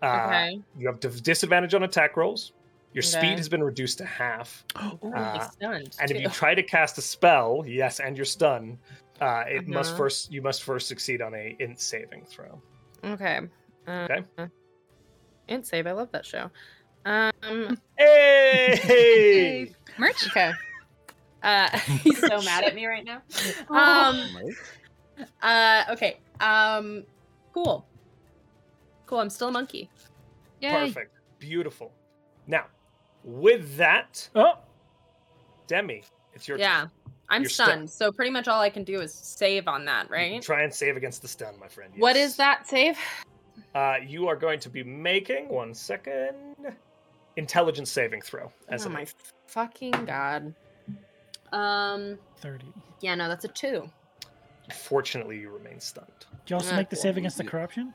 [SPEAKER 1] Uh,
[SPEAKER 6] Okay.
[SPEAKER 1] You have div- disadvantage on attack rolls. Your
[SPEAKER 6] Okay.
[SPEAKER 1] speed has been reduced to half.
[SPEAKER 6] Ooh,
[SPEAKER 1] uh,
[SPEAKER 6] he's stunned.
[SPEAKER 1] And if you
[SPEAKER 6] too.
[SPEAKER 1] try to cast a spell, yes, and you're stunned, uh, it must
[SPEAKER 6] Uh-huh.
[SPEAKER 1] first you must first succeed on a int saving throw.
[SPEAKER 6] Okay. Uh,
[SPEAKER 1] Okay.
[SPEAKER 6] And save. I love that show. Um.
[SPEAKER 1] Hey!
[SPEAKER 7] Merch?
[SPEAKER 6] Okay. Uh, he's so mad at me right now.
[SPEAKER 1] Oh.
[SPEAKER 4] Oh,
[SPEAKER 6] Um. Uh. Okay. Um. Cool. Cool. I'm still a monkey.
[SPEAKER 7] Yay.
[SPEAKER 1] Perfect. Beautiful. Now, with that,
[SPEAKER 2] Oh,
[SPEAKER 1] Demi, it's your
[SPEAKER 6] Yeah.
[SPEAKER 1] turn.
[SPEAKER 6] I'm
[SPEAKER 1] You're stuck.
[SPEAKER 6] stunned. So pretty much all I can do is save on that,
[SPEAKER 1] You can
[SPEAKER 6] right?
[SPEAKER 1] Try and save against the stun, my friend.
[SPEAKER 6] What
[SPEAKER 1] yes.
[SPEAKER 6] is that save?
[SPEAKER 1] Uh, you are going to be making one second intelligence saving throw. As
[SPEAKER 6] oh
[SPEAKER 1] an
[SPEAKER 6] my
[SPEAKER 1] ape.
[SPEAKER 6] fucking god. Um.
[SPEAKER 2] 30.
[SPEAKER 6] Yeah. No, that's a two.
[SPEAKER 1] Fortunately, you remain stunned.
[SPEAKER 2] Did you also
[SPEAKER 6] Uh,
[SPEAKER 2] make the save against the corruption?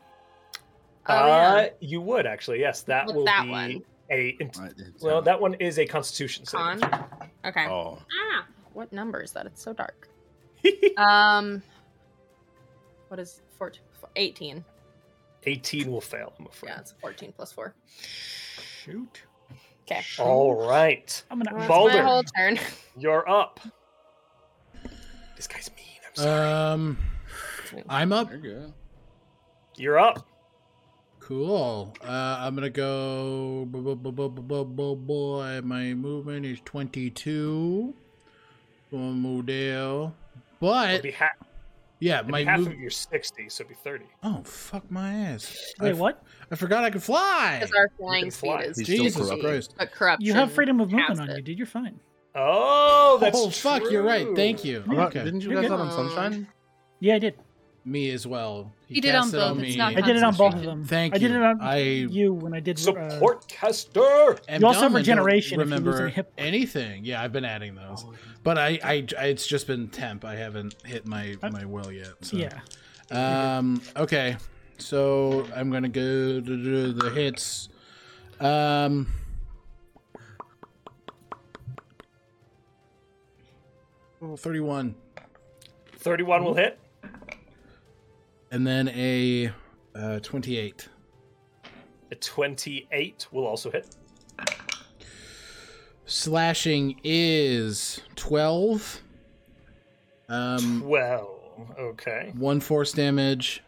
[SPEAKER 6] Oh,
[SPEAKER 1] uh,
[SPEAKER 6] yeah.
[SPEAKER 1] you would actually. Yes, that
[SPEAKER 6] With
[SPEAKER 1] will
[SPEAKER 6] that
[SPEAKER 1] be
[SPEAKER 6] one.
[SPEAKER 1] a. int- well, that one is a Constitution saving.
[SPEAKER 6] Con.
[SPEAKER 1] throw.
[SPEAKER 6] Okay.
[SPEAKER 3] Oh,
[SPEAKER 6] Ah, what number is that? It's so dark. um, what is 14? 18.
[SPEAKER 1] 18 will fail. I'm afraid.
[SPEAKER 6] Yeah, it's 14 plus 4.
[SPEAKER 2] Shoot.
[SPEAKER 6] Okay.
[SPEAKER 1] All right,
[SPEAKER 2] I'm gonna
[SPEAKER 6] Well, that's
[SPEAKER 1] Balder.
[SPEAKER 6] my whole turn.
[SPEAKER 1] you're up. This guy's mean. I'm sorry.
[SPEAKER 5] Um, I'm up.
[SPEAKER 3] there you go.
[SPEAKER 1] you're up.
[SPEAKER 5] Cool. Uh, I'm gonna go. bu- bu- bu- bu- bu- bu- bu- Boy, my movement is 22. One more down.
[SPEAKER 1] It'll
[SPEAKER 5] But
[SPEAKER 1] be, ha-
[SPEAKER 5] yeah,
[SPEAKER 1] it'll
[SPEAKER 5] my
[SPEAKER 1] be half
[SPEAKER 5] move.
[SPEAKER 1] of your 60, so it'd be 30.
[SPEAKER 5] Oh fuck my ass! I
[SPEAKER 2] Wait,
[SPEAKER 5] f-
[SPEAKER 2] what?
[SPEAKER 5] I forgot I could fly.
[SPEAKER 6] Because our flying
[SPEAKER 1] can
[SPEAKER 6] speed
[SPEAKER 1] fly.
[SPEAKER 6] is
[SPEAKER 3] He's still
[SPEAKER 5] Jesus
[SPEAKER 3] corrupted.
[SPEAKER 5] Christ!
[SPEAKER 6] but corruption.
[SPEAKER 2] You have freedom of
[SPEAKER 6] has
[SPEAKER 2] movement on
[SPEAKER 6] it.
[SPEAKER 2] you, dude. You're fine.
[SPEAKER 1] Oh, that's
[SPEAKER 5] oh fuck! You're right. Thank
[SPEAKER 1] true.
[SPEAKER 5] you.
[SPEAKER 3] I'm not-
[SPEAKER 5] Okay.
[SPEAKER 3] Didn't you
[SPEAKER 2] You're
[SPEAKER 3] guys
[SPEAKER 2] good.
[SPEAKER 3] have on sunshine?
[SPEAKER 2] Yeah, I did.
[SPEAKER 5] Me as well.
[SPEAKER 7] He did on
[SPEAKER 5] cast it
[SPEAKER 7] both, it's
[SPEAKER 5] me.
[SPEAKER 7] not
[SPEAKER 2] I did it on both of
[SPEAKER 7] Concentration.
[SPEAKER 2] them.
[SPEAKER 5] Thank
[SPEAKER 2] I did
[SPEAKER 5] you.
[SPEAKER 2] it on
[SPEAKER 5] I-
[SPEAKER 2] you when I did uh,
[SPEAKER 1] Support caster.
[SPEAKER 5] am
[SPEAKER 2] You also have
[SPEAKER 5] dumb and
[SPEAKER 2] regeneration
[SPEAKER 5] Don't
[SPEAKER 2] if you lose
[SPEAKER 5] remember
[SPEAKER 2] any hit points.
[SPEAKER 5] anything? Yeah, I've been adding those, but I, I, I- it's just
[SPEAKER 2] Uh,
[SPEAKER 5] been temp. I haven't hit my my will yet. So.
[SPEAKER 2] Yeah.
[SPEAKER 5] Um. Okay. So I'm gonna go to do the hits. Um, oh, 31.
[SPEAKER 1] 31 will hit.
[SPEAKER 5] and then a uh, 28.
[SPEAKER 1] A 28 will also hit.
[SPEAKER 5] Slashing is 12. Um,
[SPEAKER 1] Well, okay.
[SPEAKER 5] one force damage,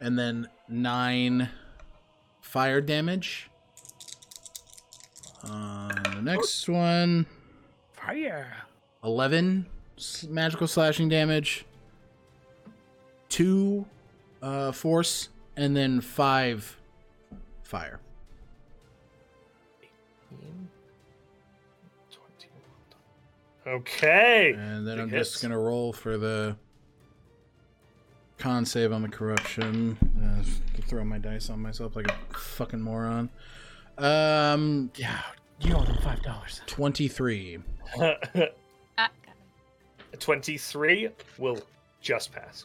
[SPEAKER 5] and then nine fire damage. On the next one,
[SPEAKER 2] Fire.
[SPEAKER 5] 11 s- magical slashing damage, two uh, force, and then five fire.
[SPEAKER 1] Okay.
[SPEAKER 5] And then
[SPEAKER 1] Big
[SPEAKER 5] I'm
[SPEAKER 1] hits.
[SPEAKER 5] just gonna roll for the con save on the corruption. Uh, to throw my dice on myself like a fucking moron. Um, yeah,
[SPEAKER 2] You owe them five dollars.
[SPEAKER 5] twenty-three.
[SPEAKER 7] Ah,
[SPEAKER 1] 23 will just pass.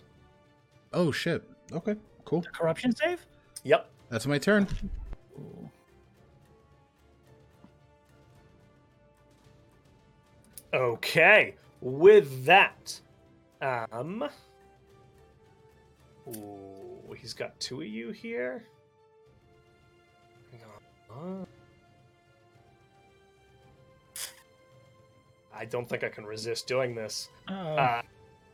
[SPEAKER 5] Oh shit. Okay, cool.
[SPEAKER 2] Corruption save.
[SPEAKER 1] Yep.
[SPEAKER 5] That's my turn.
[SPEAKER 2] Ooh.
[SPEAKER 1] Okay. With that, um, ooh, he's got two of you here. Hang on. I don't think I can resist doing this.
[SPEAKER 2] Uh,
[SPEAKER 1] Uh,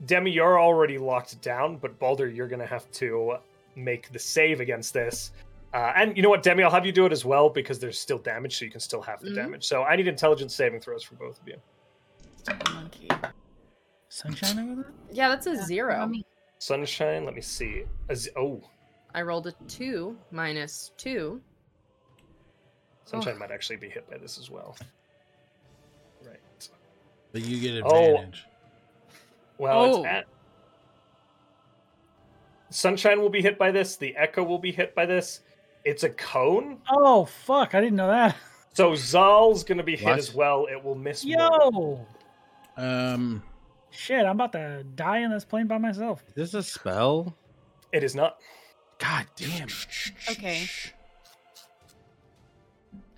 [SPEAKER 1] Demi, you're already locked down, but Balder, you're gonna have to make the save against this. Uh, and you know what, Demi, I'll have you do it as well because there's still damage, so you can still have the
[SPEAKER 4] Mhm.
[SPEAKER 1] damage. So I need intelligence saving throws for both of you.
[SPEAKER 6] Monkey.
[SPEAKER 2] sunshine over there.
[SPEAKER 6] Yeah, that's a zero.
[SPEAKER 7] Mommy.
[SPEAKER 1] Sunshine, let me see. A z- oh,
[SPEAKER 6] I rolled a two minus two.
[SPEAKER 1] Sunshine might actually be hit by this as well. Right.
[SPEAKER 5] But you get
[SPEAKER 1] Oh.
[SPEAKER 5] advantage.
[SPEAKER 1] Well,
[SPEAKER 7] Oh.
[SPEAKER 1] it's at. Sunshine will be hit by this. The Echo will be hit by this. It's a cone,
[SPEAKER 2] Oh fuck! I didn't know that.
[SPEAKER 1] so Zal's gonna be hit
[SPEAKER 3] What?
[SPEAKER 1] as well. It will miss. Morgan.
[SPEAKER 2] Yo,
[SPEAKER 5] Um,
[SPEAKER 2] shit! I'm about to die in this plane by myself.
[SPEAKER 3] Is this a spell?
[SPEAKER 1] It is not.
[SPEAKER 3] God damn.
[SPEAKER 7] Okay.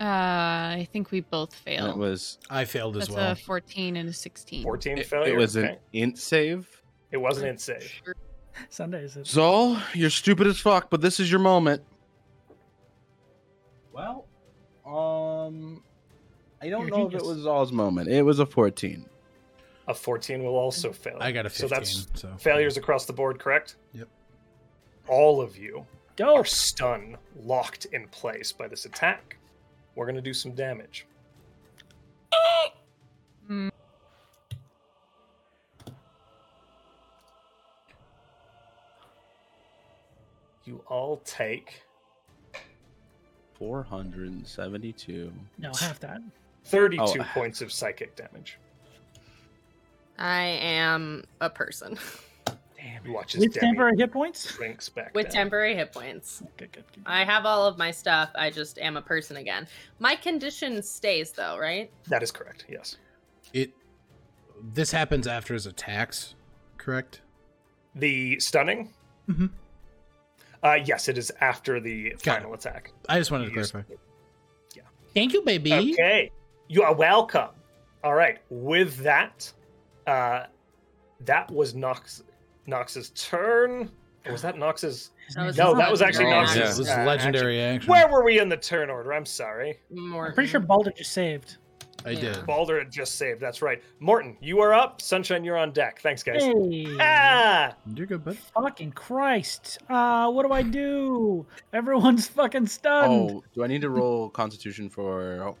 [SPEAKER 7] Uh, I think we both
[SPEAKER 3] That
[SPEAKER 7] failed.
[SPEAKER 3] was
[SPEAKER 5] I failed as
[SPEAKER 7] That's
[SPEAKER 5] well.
[SPEAKER 7] a 14 and a 16.
[SPEAKER 1] 14
[SPEAKER 3] it,
[SPEAKER 1] failure.
[SPEAKER 3] it was
[SPEAKER 1] okay.
[SPEAKER 3] an int save.
[SPEAKER 1] It wasn't in save.
[SPEAKER 7] Sure.
[SPEAKER 2] Sundays. It's...
[SPEAKER 3] Zol, you're stupid as fuck, but this is your moment. Well, um, I don't
[SPEAKER 2] You're
[SPEAKER 3] know if it
[SPEAKER 2] genius.
[SPEAKER 3] was Zol's moment. It was a 14.
[SPEAKER 1] A 14 will also fail.
[SPEAKER 5] I got a
[SPEAKER 1] So
[SPEAKER 5] fifteen.
[SPEAKER 1] that's
[SPEAKER 5] so
[SPEAKER 1] failures across the board, correct?
[SPEAKER 5] Yep.
[SPEAKER 1] All of you are
[SPEAKER 2] Dope.
[SPEAKER 1] stunned, locked in place by this attack. We're going to do some damage.
[SPEAKER 5] Hmm.
[SPEAKER 7] Mm,
[SPEAKER 1] You all take
[SPEAKER 3] 472.
[SPEAKER 2] No, half that.
[SPEAKER 1] 32
[SPEAKER 3] Oh.
[SPEAKER 1] points of psychic damage.
[SPEAKER 6] I am a person
[SPEAKER 1] You watch as
[SPEAKER 2] With
[SPEAKER 1] Demi
[SPEAKER 2] temporary hit points.
[SPEAKER 1] shrinks back
[SPEAKER 6] with
[SPEAKER 1] down.
[SPEAKER 6] temporary hit points.
[SPEAKER 2] Good, good, good.
[SPEAKER 6] I have all of my stuff. I just am a person again. My condition stays though, right?
[SPEAKER 1] That is correct, yes.
[SPEAKER 5] it. This happens after his attacks, correct?
[SPEAKER 1] The stunning?
[SPEAKER 5] Mhm.
[SPEAKER 1] Uh, yes, it is after the
[SPEAKER 5] Got
[SPEAKER 1] final attack.
[SPEAKER 5] I just wanted to
[SPEAKER 1] You use-
[SPEAKER 5] clarify. Thank you, baby.
[SPEAKER 1] Okay. You are welcome. All right. With that, uh that was Nox Nox's turn. Or was that Nox's No, that was actually
[SPEAKER 3] No,
[SPEAKER 1] Nox's
[SPEAKER 3] yeah.
[SPEAKER 5] Oh, This is
[SPEAKER 1] uh,
[SPEAKER 5] legendary action.
[SPEAKER 1] action. Where were we in the turn order? I'm sorry.
[SPEAKER 6] More.
[SPEAKER 2] I'm pretty sure Balder just saved.
[SPEAKER 5] I did.
[SPEAKER 1] Balder had just saved. That's right. Morton, you are up. Sunshine, you're on deck. Thanks, guys.
[SPEAKER 2] Hey.
[SPEAKER 1] Ah!
[SPEAKER 5] You're good, bud.
[SPEAKER 2] Fucking Christ. Uh, what do I do? Everyone's fucking stunned.
[SPEAKER 3] Oh, do I need to roll Constitution for.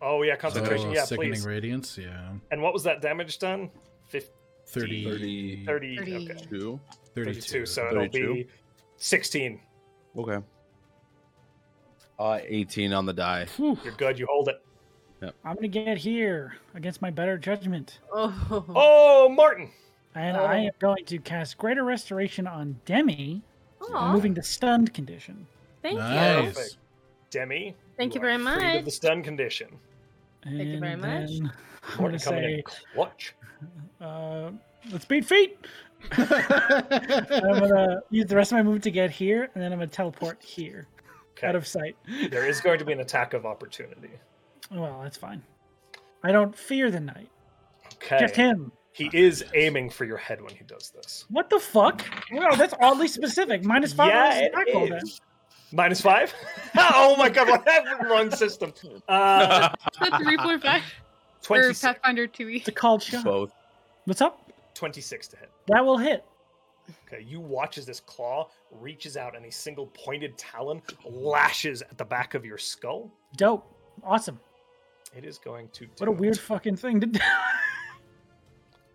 [SPEAKER 1] Oh yeah, concentration.
[SPEAKER 5] Oh,
[SPEAKER 1] yeah,
[SPEAKER 5] sickening
[SPEAKER 1] please.
[SPEAKER 5] radiance. Yeah,
[SPEAKER 1] And what was that damage done? 50,
[SPEAKER 5] 30,
[SPEAKER 3] 30.
[SPEAKER 1] 30,
[SPEAKER 7] Thirty.
[SPEAKER 1] Okay.
[SPEAKER 3] Two.
[SPEAKER 1] 32.
[SPEAKER 5] 32.
[SPEAKER 1] So it'll
[SPEAKER 3] 32.
[SPEAKER 1] be 16.
[SPEAKER 3] Okay. Uh, 18 on the die.
[SPEAKER 2] Whew.
[SPEAKER 1] You're good. You hold it.
[SPEAKER 2] I'm gonna get here against my better judgment,
[SPEAKER 6] Oh.
[SPEAKER 1] Oh, Morton.
[SPEAKER 2] and
[SPEAKER 1] Oh.
[SPEAKER 2] I am going to cast Greater Restoration on Demi,
[SPEAKER 6] Aw,
[SPEAKER 2] moving to stunned condition.
[SPEAKER 6] Oh, thank you.
[SPEAKER 5] nice.
[SPEAKER 1] Demi.
[SPEAKER 6] Thank you
[SPEAKER 1] are
[SPEAKER 6] very
[SPEAKER 1] freed of
[SPEAKER 6] much.
[SPEAKER 1] the stun condition.
[SPEAKER 2] Thank
[SPEAKER 6] you very much.
[SPEAKER 2] I want to
[SPEAKER 1] Coming in
[SPEAKER 2] say,
[SPEAKER 1] clutch.
[SPEAKER 2] uh, let's beat feet. And I'm gonna use the rest of my move to get here, and then I'm gonna teleport here,
[SPEAKER 1] Okay.
[SPEAKER 2] out of sight. Oh,
[SPEAKER 1] There is going to be an attack of opportunity.
[SPEAKER 2] Well, that's fine. I don't fear the night.
[SPEAKER 1] Okay.
[SPEAKER 2] Just him.
[SPEAKER 1] He is aiming for your head when he does this.
[SPEAKER 2] What the fuck? Wow, that's oddly specific. Minus five.
[SPEAKER 1] Yeah,
[SPEAKER 2] versus
[SPEAKER 1] it
[SPEAKER 2] tackle,
[SPEAKER 1] is.
[SPEAKER 2] then.
[SPEAKER 1] Minus five? oh my god, what happened? Wrong system. Uh,
[SPEAKER 7] The three point five or
[SPEAKER 1] 26,
[SPEAKER 7] Pathfinder two E.
[SPEAKER 2] It's a called shot.
[SPEAKER 3] Both.
[SPEAKER 2] What's up?
[SPEAKER 1] 26 to hit.
[SPEAKER 2] That will hit.
[SPEAKER 1] Okay, you watch as this claw reaches out and a single pointed talon lashes at the back of your skull.
[SPEAKER 2] Dope. Awesome.
[SPEAKER 1] It is going to do
[SPEAKER 2] What a weird fucking thing to do.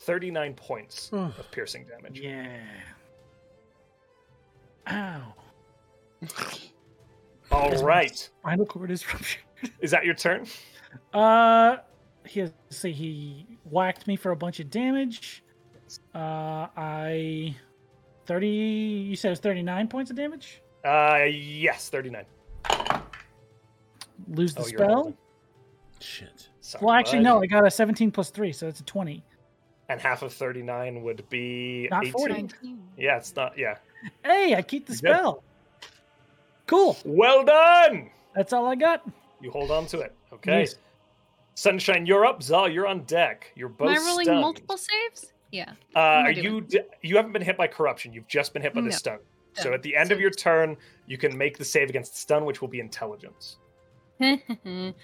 [SPEAKER 1] 39 points
[SPEAKER 5] Oh,
[SPEAKER 1] of piercing damage.
[SPEAKER 2] yeah. Ow.
[SPEAKER 1] All right.
[SPEAKER 2] Spinal cord is ruptured.
[SPEAKER 1] Is that your turn?
[SPEAKER 2] Uh, he has, see he whacked me for a bunch of damage. Uh, I thirty. You said it was thirty nine points of damage.
[SPEAKER 1] Uh, yes, 39.
[SPEAKER 2] Lose the
[SPEAKER 1] Oh, you're
[SPEAKER 2] spell.
[SPEAKER 1] holding.
[SPEAKER 5] Shit.
[SPEAKER 1] Sorry,
[SPEAKER 2] Well, actually, no.
[SPEAKER 1] bud.
[SPEAKER 2] I got a seventeen plus three, so it's a twenty.
[SPEAKER 1] And half of 39 would be
[SPEAKER 2] Not
[SPEAKER 1] 18.
[SPEAKER 2] 40.
[SPEAKER 1] Yeah, it's not. Yeah.
[SPEAKER 2] Hey, I keep the
[SPEAKER 1] You're good.
[SPEAKER 2] spell. Cool.
[SPEAKER 1] Well done.
[SPEAKER 2] That's all I got.
[SPEAKER 1] You hold on to it. Okay.
[SPEAKER 2] Yes.
[SPEAKER 1] Sunshine, you're up. Zal, you're on deck. You're
[SPEAKER 7] Am
[SPEAKER 1] both
[SPEAKER 7] I rolling
[SPEAKER 1] stunned.
[SPEAKER 7] multiple saves? Yeah.
[SPEAKER 1] Uh,
[SPEAKER 7] am I
[SPEAKER 1] are
[SPEAKER 7] doing?
[SPEAKER 1] you d- you haven't been hit by corruption. You've just been hit by the
[SPEAKER 7] No.
[SPEAKER 1] stun. So
[SPEAKER 7] Done.
[SPEAKER 1] at the end of your turn, you can make the save against the stun, which will be intelligence.
[SPEAKER 7] Advantage.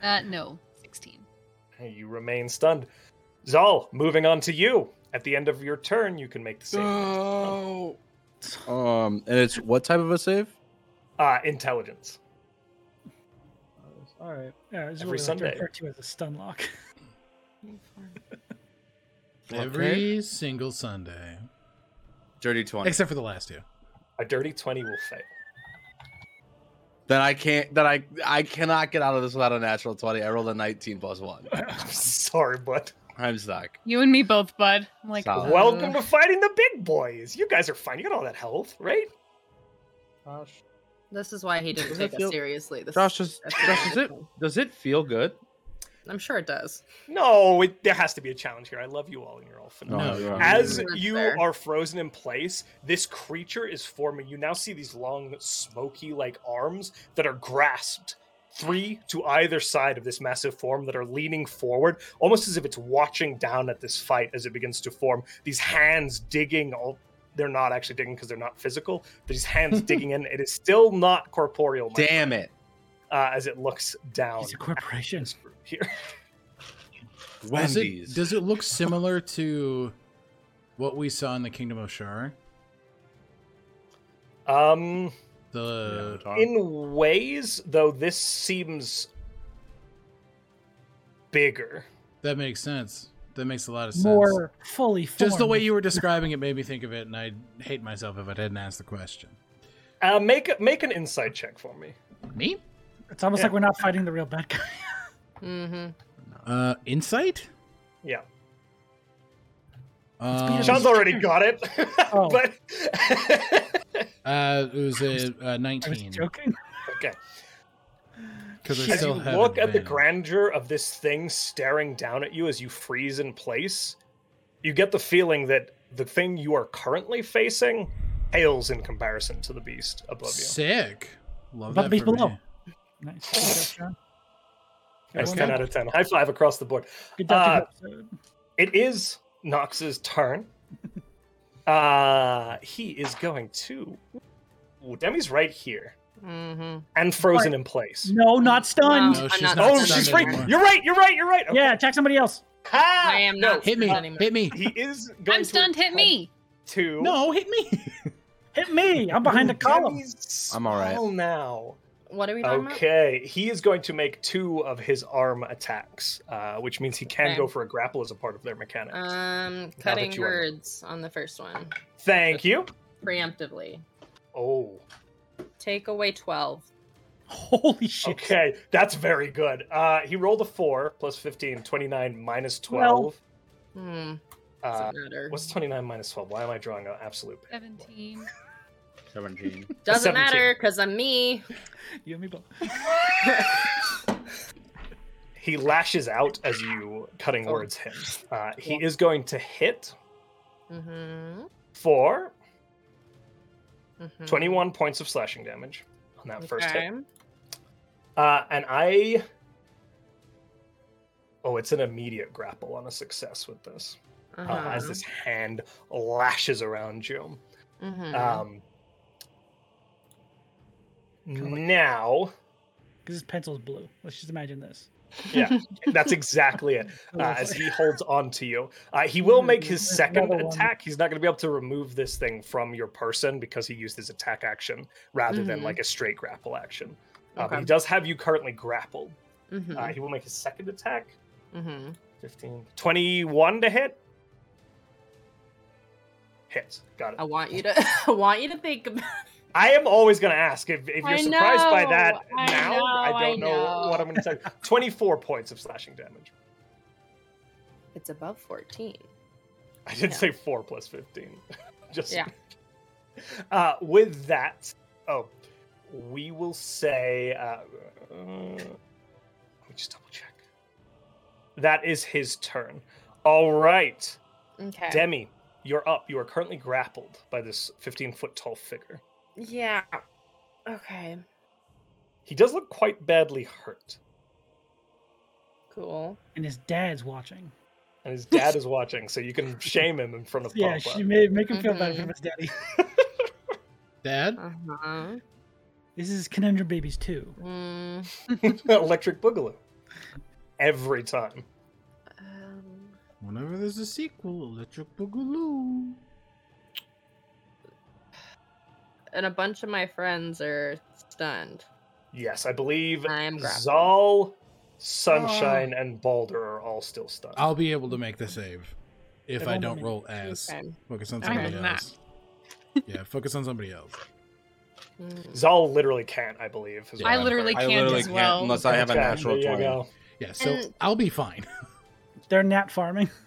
[SPEAKER 7] Uh, no, sixteen.
[SPEAKER 1] Hey, You remain stunned. Zal, moving on to you. At the end of your turn, you can make the save. against the stun.
[SPEAKER 3] No. Um, and it's what type of a save?
[SPEAKER 1] Uh, intelligence.
[SPEAKER 3] All right.
[SPEAKER 2] Yeah, it's
[SPEAKER 1] Every
[SPEAKER 2] really
[SPEAKER 1] Sunday.
[SPEAKER 2] Like to refer to as a stun lock.
[SPEAKER 5] Every single Sunday.
[SPEAKER 3] Dirty twenty.
[SPEAKER 5] Except for the last two.
[SPEAKER 1] A dirty 20 will fail.
[SPEAKER 3] That I can't. That I I cannot get out of this without a natural twenty. I rolled a nineteen plus one.
[SPEAKER 1] I'm sorry, but
[SPEAKER 3] I'm stuck.
[SPEAKER 7] You and me both, bud. I'm like,
[SPEAKER 3] Solid.
[SPEAKER 1] welcome to fighting the big boys. You guys are fine. You got all that health, right?
[SPEAKER 6] This is why he didn't
[SPEAKER 3] Does that
[SPEAKER 6] take us
[SPEAKER 3] feel-
[SPEAKER 6] seriously. This
[SPEAKER 3] Josh, does,
[SPEAKER 6] that's
[SPEAKER 3] Josh, does it
[SPEAKER 6] wonderful.
[SPEAKER 3] does it feel good?
[SPEAKER 6] I'm sure it does.
[SPEAKER 1] No, it, there has to be a challenge here. I love you all, and you're all phenomenal.
[SPEAKER 5] No.
[SPEAKER 3] you're right.
[SPEAKER 1] As
[SPEAKER 6] That's
[SPEAKER 1] you
[SPEAKER 6] fair.
[SPEAKER 1] are frozen in place, this creature is forming. You now see these long, smoky like arms that are grasped three to either side of this massive form that are leaning forward, almost as if it's watching down at this fight as it begins to form. These hands digging all. They're not actually digging because they're not physical. These hands digging in. It is still not corporeal. my
[SPEAKER 3] damn it!
[SPEAKER 1] uh, as it looks down
[SPEAKER 2] It's a corporation.
[SPEAKER 1] Oh, this group here.
[SPEAKER 5] Does
[SPEAKER 3] Wendy's.
[SPEAKER 5] it, does it look similar to what we saw in the Kingdom of Shar?
[SPEAKER 1] Um,
[SPEAKER 5] The
[SPEAKER 1] in ways, though, this seems bigger.
[SPEAKER 5] that makes sense. That makes a lot of sense.
[SPEAKER 2] More fully formed.
[SPEAKER 5] Just the way you were describing it made me think of it, and I'd hate myself if I didn't ask the question.
[SPEAKER 1] Uh, make make an insight check for me.
[SPEAKER 5] Me?
[SPEAKER 2] It's almost
[SPEAKER 1] Yeah.
[SPEAKER 2] like we're not fighting the real bad guy.
[SPEAKER 6] Mm-hmm.
[SPEAKER 5] Uh, insight.
[SPEAKER 1] Yeah,
[SPEAKER 5] Um,
[SPEAKER 1] Sean's already got it,
[SPEAKER 2] Oh.
[SPEAKER 1] but
[SPEAKER 5] uh, it was a, uh
[SPEAKER 2] I was
[SPEAKER 5] nineteen.
[SPEAKER 2] joking.
[SPEAKER 1] okay.
[SPEAKER 5] Because I
[SPEAKER 1] As you
[SPEAKER 5] still have
[SPEAKER 1] look at the
[SPEAKER 5] advantage.
[SPEAKER 1] grandeur of this thing staring down at you as you freeze in place, you get the feeling that the thing you are currently facing pales in comparison to the beast above you.
[SPEAKER 5] Sick. Love
[SPEAKER 2] Above
[SPEAKER 5] that
[SPEAKER 2] me
[SPEAKER 5] for
[SPEAKER 2] below.
[SPEAKER 5] me.
[SPEAKER 2] Nice. Good job,
[SPEAKER 1] Uh,
[SPEAKER 2] Sean.
[SPEAKER 1] That's
[SPEAKER 2] Okay.
[SPEAKER 1] 10 out of 10. High five across the board.
[SPEAKER 2] Good job. good episode.
[SPEAKER 1] It is Nox's turn. uh he is going to Ooh, Demi's right here
[SPEAKER 6] Mm-hmm.
[SPEAKER 1] and frozen in place.
[SPEAKER 2] No, not stunned.
[SPEAKER 5] No, she's not
[SPEAKER 1] Oh,
[SPEAKER 5] stunned
[SPEAKER 1] she's
[SPEAKER 5] anymore.
[SPEAKER 1] right. You're right. You're right. You're right. Okay.
[SPEAKER 2] Yeah, attack somebody else.
[SPEAKER 1] Ha!
[SPEAKER 6] I am
[SPEAKER 1] No,
[SPEAKER 6] not.
[SPEAKER 5] Hit me.
[SPEAKER 6] Not anymore.
[SPEAKER 5] Hit me.
[SPEAKER 1] He is going
[SPEAKER 7] I'm stunned. Hit me.
[SPEAKER 1] To
[SPEAKER 5] No, hit me.
[SPEAKER 2] Hit me. I'm behind a column.
[SPEAKER 1] Demi's
[SPEAKER 3] I'm all right.
[SPEAKER 1] spell now.
[SPEAKER 6] What are we talking
[SPEAKER 1] Okay, he is going to make two of his arm attacks, uh, which means he can
[SPEAKER 6] Okay.
[SPEAKER 1] go for a grapple as a part of their mechanics.
[SPEAKER 6] about?
[SPEAKER 7] Uh,
[SPEAKER 6] Um, cutting
[SPEAKER 1] you are-
[SPEAKER 6] words on the first one
[SPEAKER 1] Thank you.
[SPEAKER 6] preemptively.
[SPEAKER 1] Oh,
[SPEAKER 6] Take away twelve.
[SPEAKER 2] Holy shit.
[SPEAKER 1] okay, that's very good. Uh, he rolled a four plus 15, 29 minus 12.
[SPEAKER 2] Twelve.
[SPEAKER 6] Hmm.
[SPEAKER 1] Uh,
[SPEAKER 6] Doesn't matter.
[SPEAKER 1] what's 29 minus 12? Why am I drawing an absolute? pain?
[SPEAKER 7] Seventeen.
[SPEAKER 3] Seventeen.
[SPEAKER 1] 17.
[SPEAKER 6] Doesn't matter because I'm me.
[SPEAKER 2] You and me both.
[SPEAKER 1] He lashes out as you cutting words him. Uh, he is going to hit
[SPEAKER 6] Mm-hmm.
[SPEAKER 1] for 21 points of slashing damage on that first hit. Uh, and I. Oh, it's an immediate grapple on a success with this.
[SPEAKER 6] Uh-huh.
[SPEAKER 1] uh, as this hand lashes around you.
[SPEAKER 6] Mm-hmm.
[SPEAKER 2] Mm-hmm.
[SPEAKER 1] Um, now,
[SPEAKER 2] Because his pencil's blue. Let's just imagine this.
[SPEAKER 1] yeah, that's exactly it. Uh, as he holds on to you, uh, he will make his
[SPEAKER 2] Mm-hmm. There's
[SPEAKER 1] second
[SPEAKER 2] another one.
[SPEAKER 1] attack. He's not going to be able to remove this thing from your person because he used his attack action rather than
[SPEAKER 2] Mm-hmm.
[SPEAKER 6] Mhm.
[SPEAKER 1] like a straight grapple action. Uh, But
[SPEAKER 6] Okay.
[SPEAKER 1] he does have you currently grappled.
[SPEAKER 6] hmm
[SPEAKER 2] Mm-hmm.
[SPEAKER 1] Uh, he will make his second attack.
[SPEAKER 6] hmm
[SPEAKER 1] 15, 21 to hit. Hits. Got it.
[SPEAKER 6] I want you to. I want you to think about.
[SPEAKER 1] I am always going to ask if, if you're
[SPEAKER 4] I
[SPEAKER 1] surprised by
[SPEAKER 4] know,
[SPEAKER 1] that
[SPEAKER 4] I
[SPEAKER 1] now.
[SPEAKER 4] know,
[SPEAKER 1] I
[SPEAKER 4] I
[SPEAKER 1] don't know.
[SPEAKER 4] know.
[SPEAKER 1] what I'm going to say. 24 points of slashing damage.
[SPEAKER 6] It's above fourteen.
[SPEAKER 1] I did
[SPEAKER 6] Yeah.
[SPEAKER 1] say 4 plus 15. Just
[SPEAKER 6] Yeah.
[SPEAKER 1] uh, with that, oh, we will say. Uh, uh, let me just double check. That is his turn. All right.
[SPEAKER 6] Okay.
[SPEAKER 1] Demi, you're up. You are currently grappled by this 15 foot tall figure.
[SPEAKER 6] yeah. Okay.
[SPEAKER 1] He does look quite badly hurt,
[SPEAKER 6] Cool.
[SPEAKER 2] And his dad's watching.
[SPEAKER 1] and his dad is watching, so you can shame him in front of
[SPEAKER 2] Yeah,
[SPEAKER 1] Papa.
[SPEAKER 2] she made make him feel better
[SPEAKER 6] Mhm.
[SPEAKER 2] from his daddy.
[SPEAKER 5] Dad?
[SPEAKER 6] Uh huh.
[SPEAKER 2] This is Conundrum Babies too.
[SPEAKER 6] Mm,
[SPEAKER 1] Electric Boogaloo. Every time.
[SPEAKER 6] um,
[SPEAKER 5] Whenever there's a sequel, Electric Boogaloo.
[SPEAKER 6] and a bunch of my friends are stunned.
[SPEAKER 1] Yes, I believe
[SPEAKER 6] I'm grappled.
[SPEAKER 1] Zal, Sunshine, and Balder are all still stunned.
[SPEAKER 5] I'll be able to make the save if
[SPEAKER 2] They've
[SPEAKER 5] I
[SPEAKER 2] only
[SPEAKER 5] don't
[SPEAKER 2] made
[SPEAKER 5] roll as.
[SPEAKER 6] Okay.
[SPEAKER 5] Focus on
[SPEAKER 6] I will
[SPEAKER 5] somebody
[SPEAKER 6] not.
[SPEAKER 5] else. yeah, focus on somebody else.
[SPEAKER 6] Mm.
[SPEAKER 1] Zal literally can't, I believe. is
[SPEAKER 5] Yeah.
[SPEAKER 1] what
[SPEAKER 7] I
[SPEAKER 1] I've
[SPEAKER 7] literally
[SPEAKER 1] heard.
[SPEAKER 7] can't as well.
[SPEAKER 3] unless I have a
[SPEAKER 1] Yeah,
[SPEAKER 3] natural
[SPEAKER 1] there you
[SPEAKER 3] twenty.
[SPEAKER 1] go.
[SPEAKER 5] Yeah, so
[SPEAKER 6] And-
[SPEAKER 5] I'll be fine.
[SPEAKER 2] They're nat farming.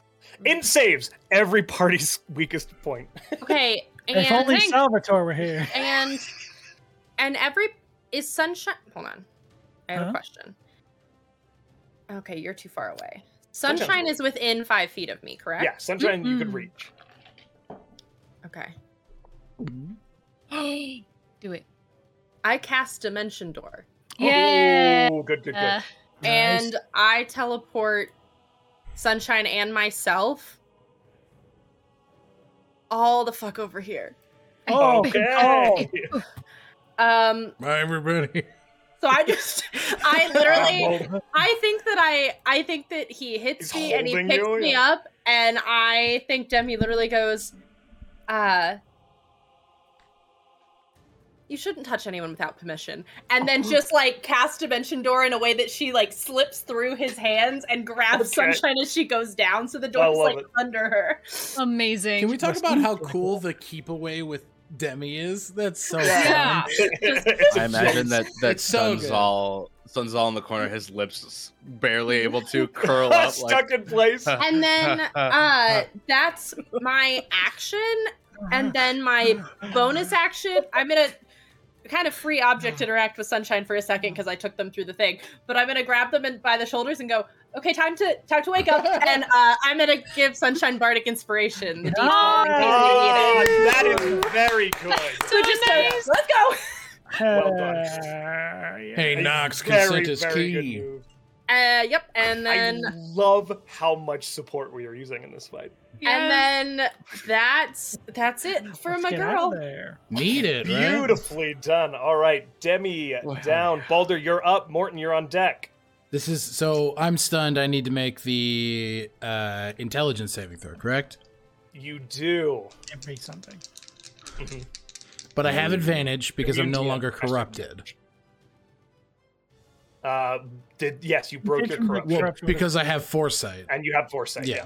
[SPEAKER 1] In saves, every party's weakest point.
[SPEAKER 6] Okay.
[SPEAKER 2] if only
[SPEAKER 6] And
[SPEAKER 2] Salvatore were here.
[SPEAKER 6] and and every is sunshine. Hold on. I have
[SPEAKER 2] Huh?
[SPEAKER 6] a question. Okay, you're too far away.
[SPEAKER 1] Sunshine's
[SPEAKER 6] Sunshine
[SPEAKER 1] away.
[SPEAKER 6] is within five feet of me, correct?
[SPEAKER 1] Yeah, Sunshine, you could
[SPEAKER 7] Mhm.
[SPEAKER 1] reach.
[SPEAKER 6] Okay.
[SPEAKER 7] Do it.
[SPEAKER 6] I cast Dimension Door.
[SPEAKER 7] Yeah.
[SPEAKER 1] Ooh, Oh, good, good, good.
[SPEAKER 7] Uh,
[SPEAKER 6] and I teleport Sunshine and myself all the fuck over here.
[SPEAKER 2] oh,
[SPEAKER 1] Okay. oh.
[SPEAKER 6] Um,
[SPEAKER 5] Bye, everybody.
[SPEAKER 6] so I just, I literally, I think that I, I think that he hits
[SPEAKER 1] He's
[SPEAKER 6] me and he
[SPEAKER 1] holding
[SPEAKER 6] picks
[SPEAKER 1] you,
[SPEAKER 6] me
[SPEAKER 1] yeah.
[SPEAKER 6] up, and I think Demi literally goes, uh. You shouldn't touch anyone without permission. And then
[SPEAKER 1] Uh-huh.
[SPEAKER 6] just like cast Dimension Door in a way that she like slips through his hands and grabs
[SPEAKER 1] Okay.
[SPEAKER 6] Sunshine as she goes down. So the
[SPEAKER 1] I
[SPEAKER 6] door's
[SPEAKER 1] love
[SPEAKER 6] like
[SPEAKER 1] it.
[SPEAKER 6] under her.
[SPEAKER 1] Oh,
[SPEAKER 7] amazing.
[SPEAKER 5] Can we talk
[SPEAKER 2] Must
[SPEAKER 5] about
[SPEAKER 2] be
[SPEAKER 5] how
[SPEAKER 2] fun.
[SPEAKER 5] cool the keep away with Demi is? That's so
[SPEAKER 7] Yeah.
[SPEAKER 5] fun.
[SPEAKER 3] I imagine that that
[SPEAKER 5] It's so good.
[SPEAKER 3] Sunzal Sunzal in the corner, his lips s- barely able to curl up. like,
[SPEAKER 1] Stuck in place.
[SPEAKER 6] and then uh that's my action and then my bonus action i'm gonna kind of free object interact with sunshine for a second because i took them through the thing but i'm gonna grab them and by the shoulders and go okay time to time to wake up and uh i'm gonna give sunshine bardic inspiration the D4 in case we need
[SPEAKER 1] Oh,
[SPEAKER 6] it.
[SPEAKER 1] that is very good.
[SPEAKER 6] So just so, let's go
[SPEAKER 1] Well done.
[SPEAKER 2] Uh, yeah.
[SPEAKER 5] Hey, Knox,
[SPEAKER 1] Very,
[SPEAKER 5] consent is
[SPEAKER 1] very good
[SPEAKER 5] key.
[SPEAKER 1] move.
[SPEAKER 6] uh yep and then
[SPEAKER 1] I love how much support we are using in this fight.
[SPEAKER 7] Yes.
[SPEAKER 6] and then that's that's it for
[SPEAKER 2] Let's
[SPEAKER 6] my
[SPEAKER 2] get out
[SPEAKER 6] girl
[SPEAKER 2] of there.
[SPEAKER 5] Need it, right?
[SPEAKER 1] Beautifully done. All right, Demi
[SPEAKER 3] Wow.
[SPEAKER 1] down. Balder, you're up. Morton, you're on deck.
[SPEAKER 5] This is so I'm stunned. I need to make the uh, intelligence saving throw, correct?
[SPEAKER 1] You do.
[SPEAKER 2] Can't read something.
[SPEAKER 5] But I have advantage because I'm no
[SPEAKER 1] You do.
[SPEAKER 5] longer corrupted.
[SPEAKER 1] Uh, did yes, you broke your
[SPEAKER 2] Did you make-
[SPEAKER 1] corruption,
[SPEAKER 5] Well,
[SPEAKER 2] Corruption.
[SPEAKER 5] because I have foresight.
[SPEAKER 1] and you have foresight.
[SPEAKER 5] Yeah.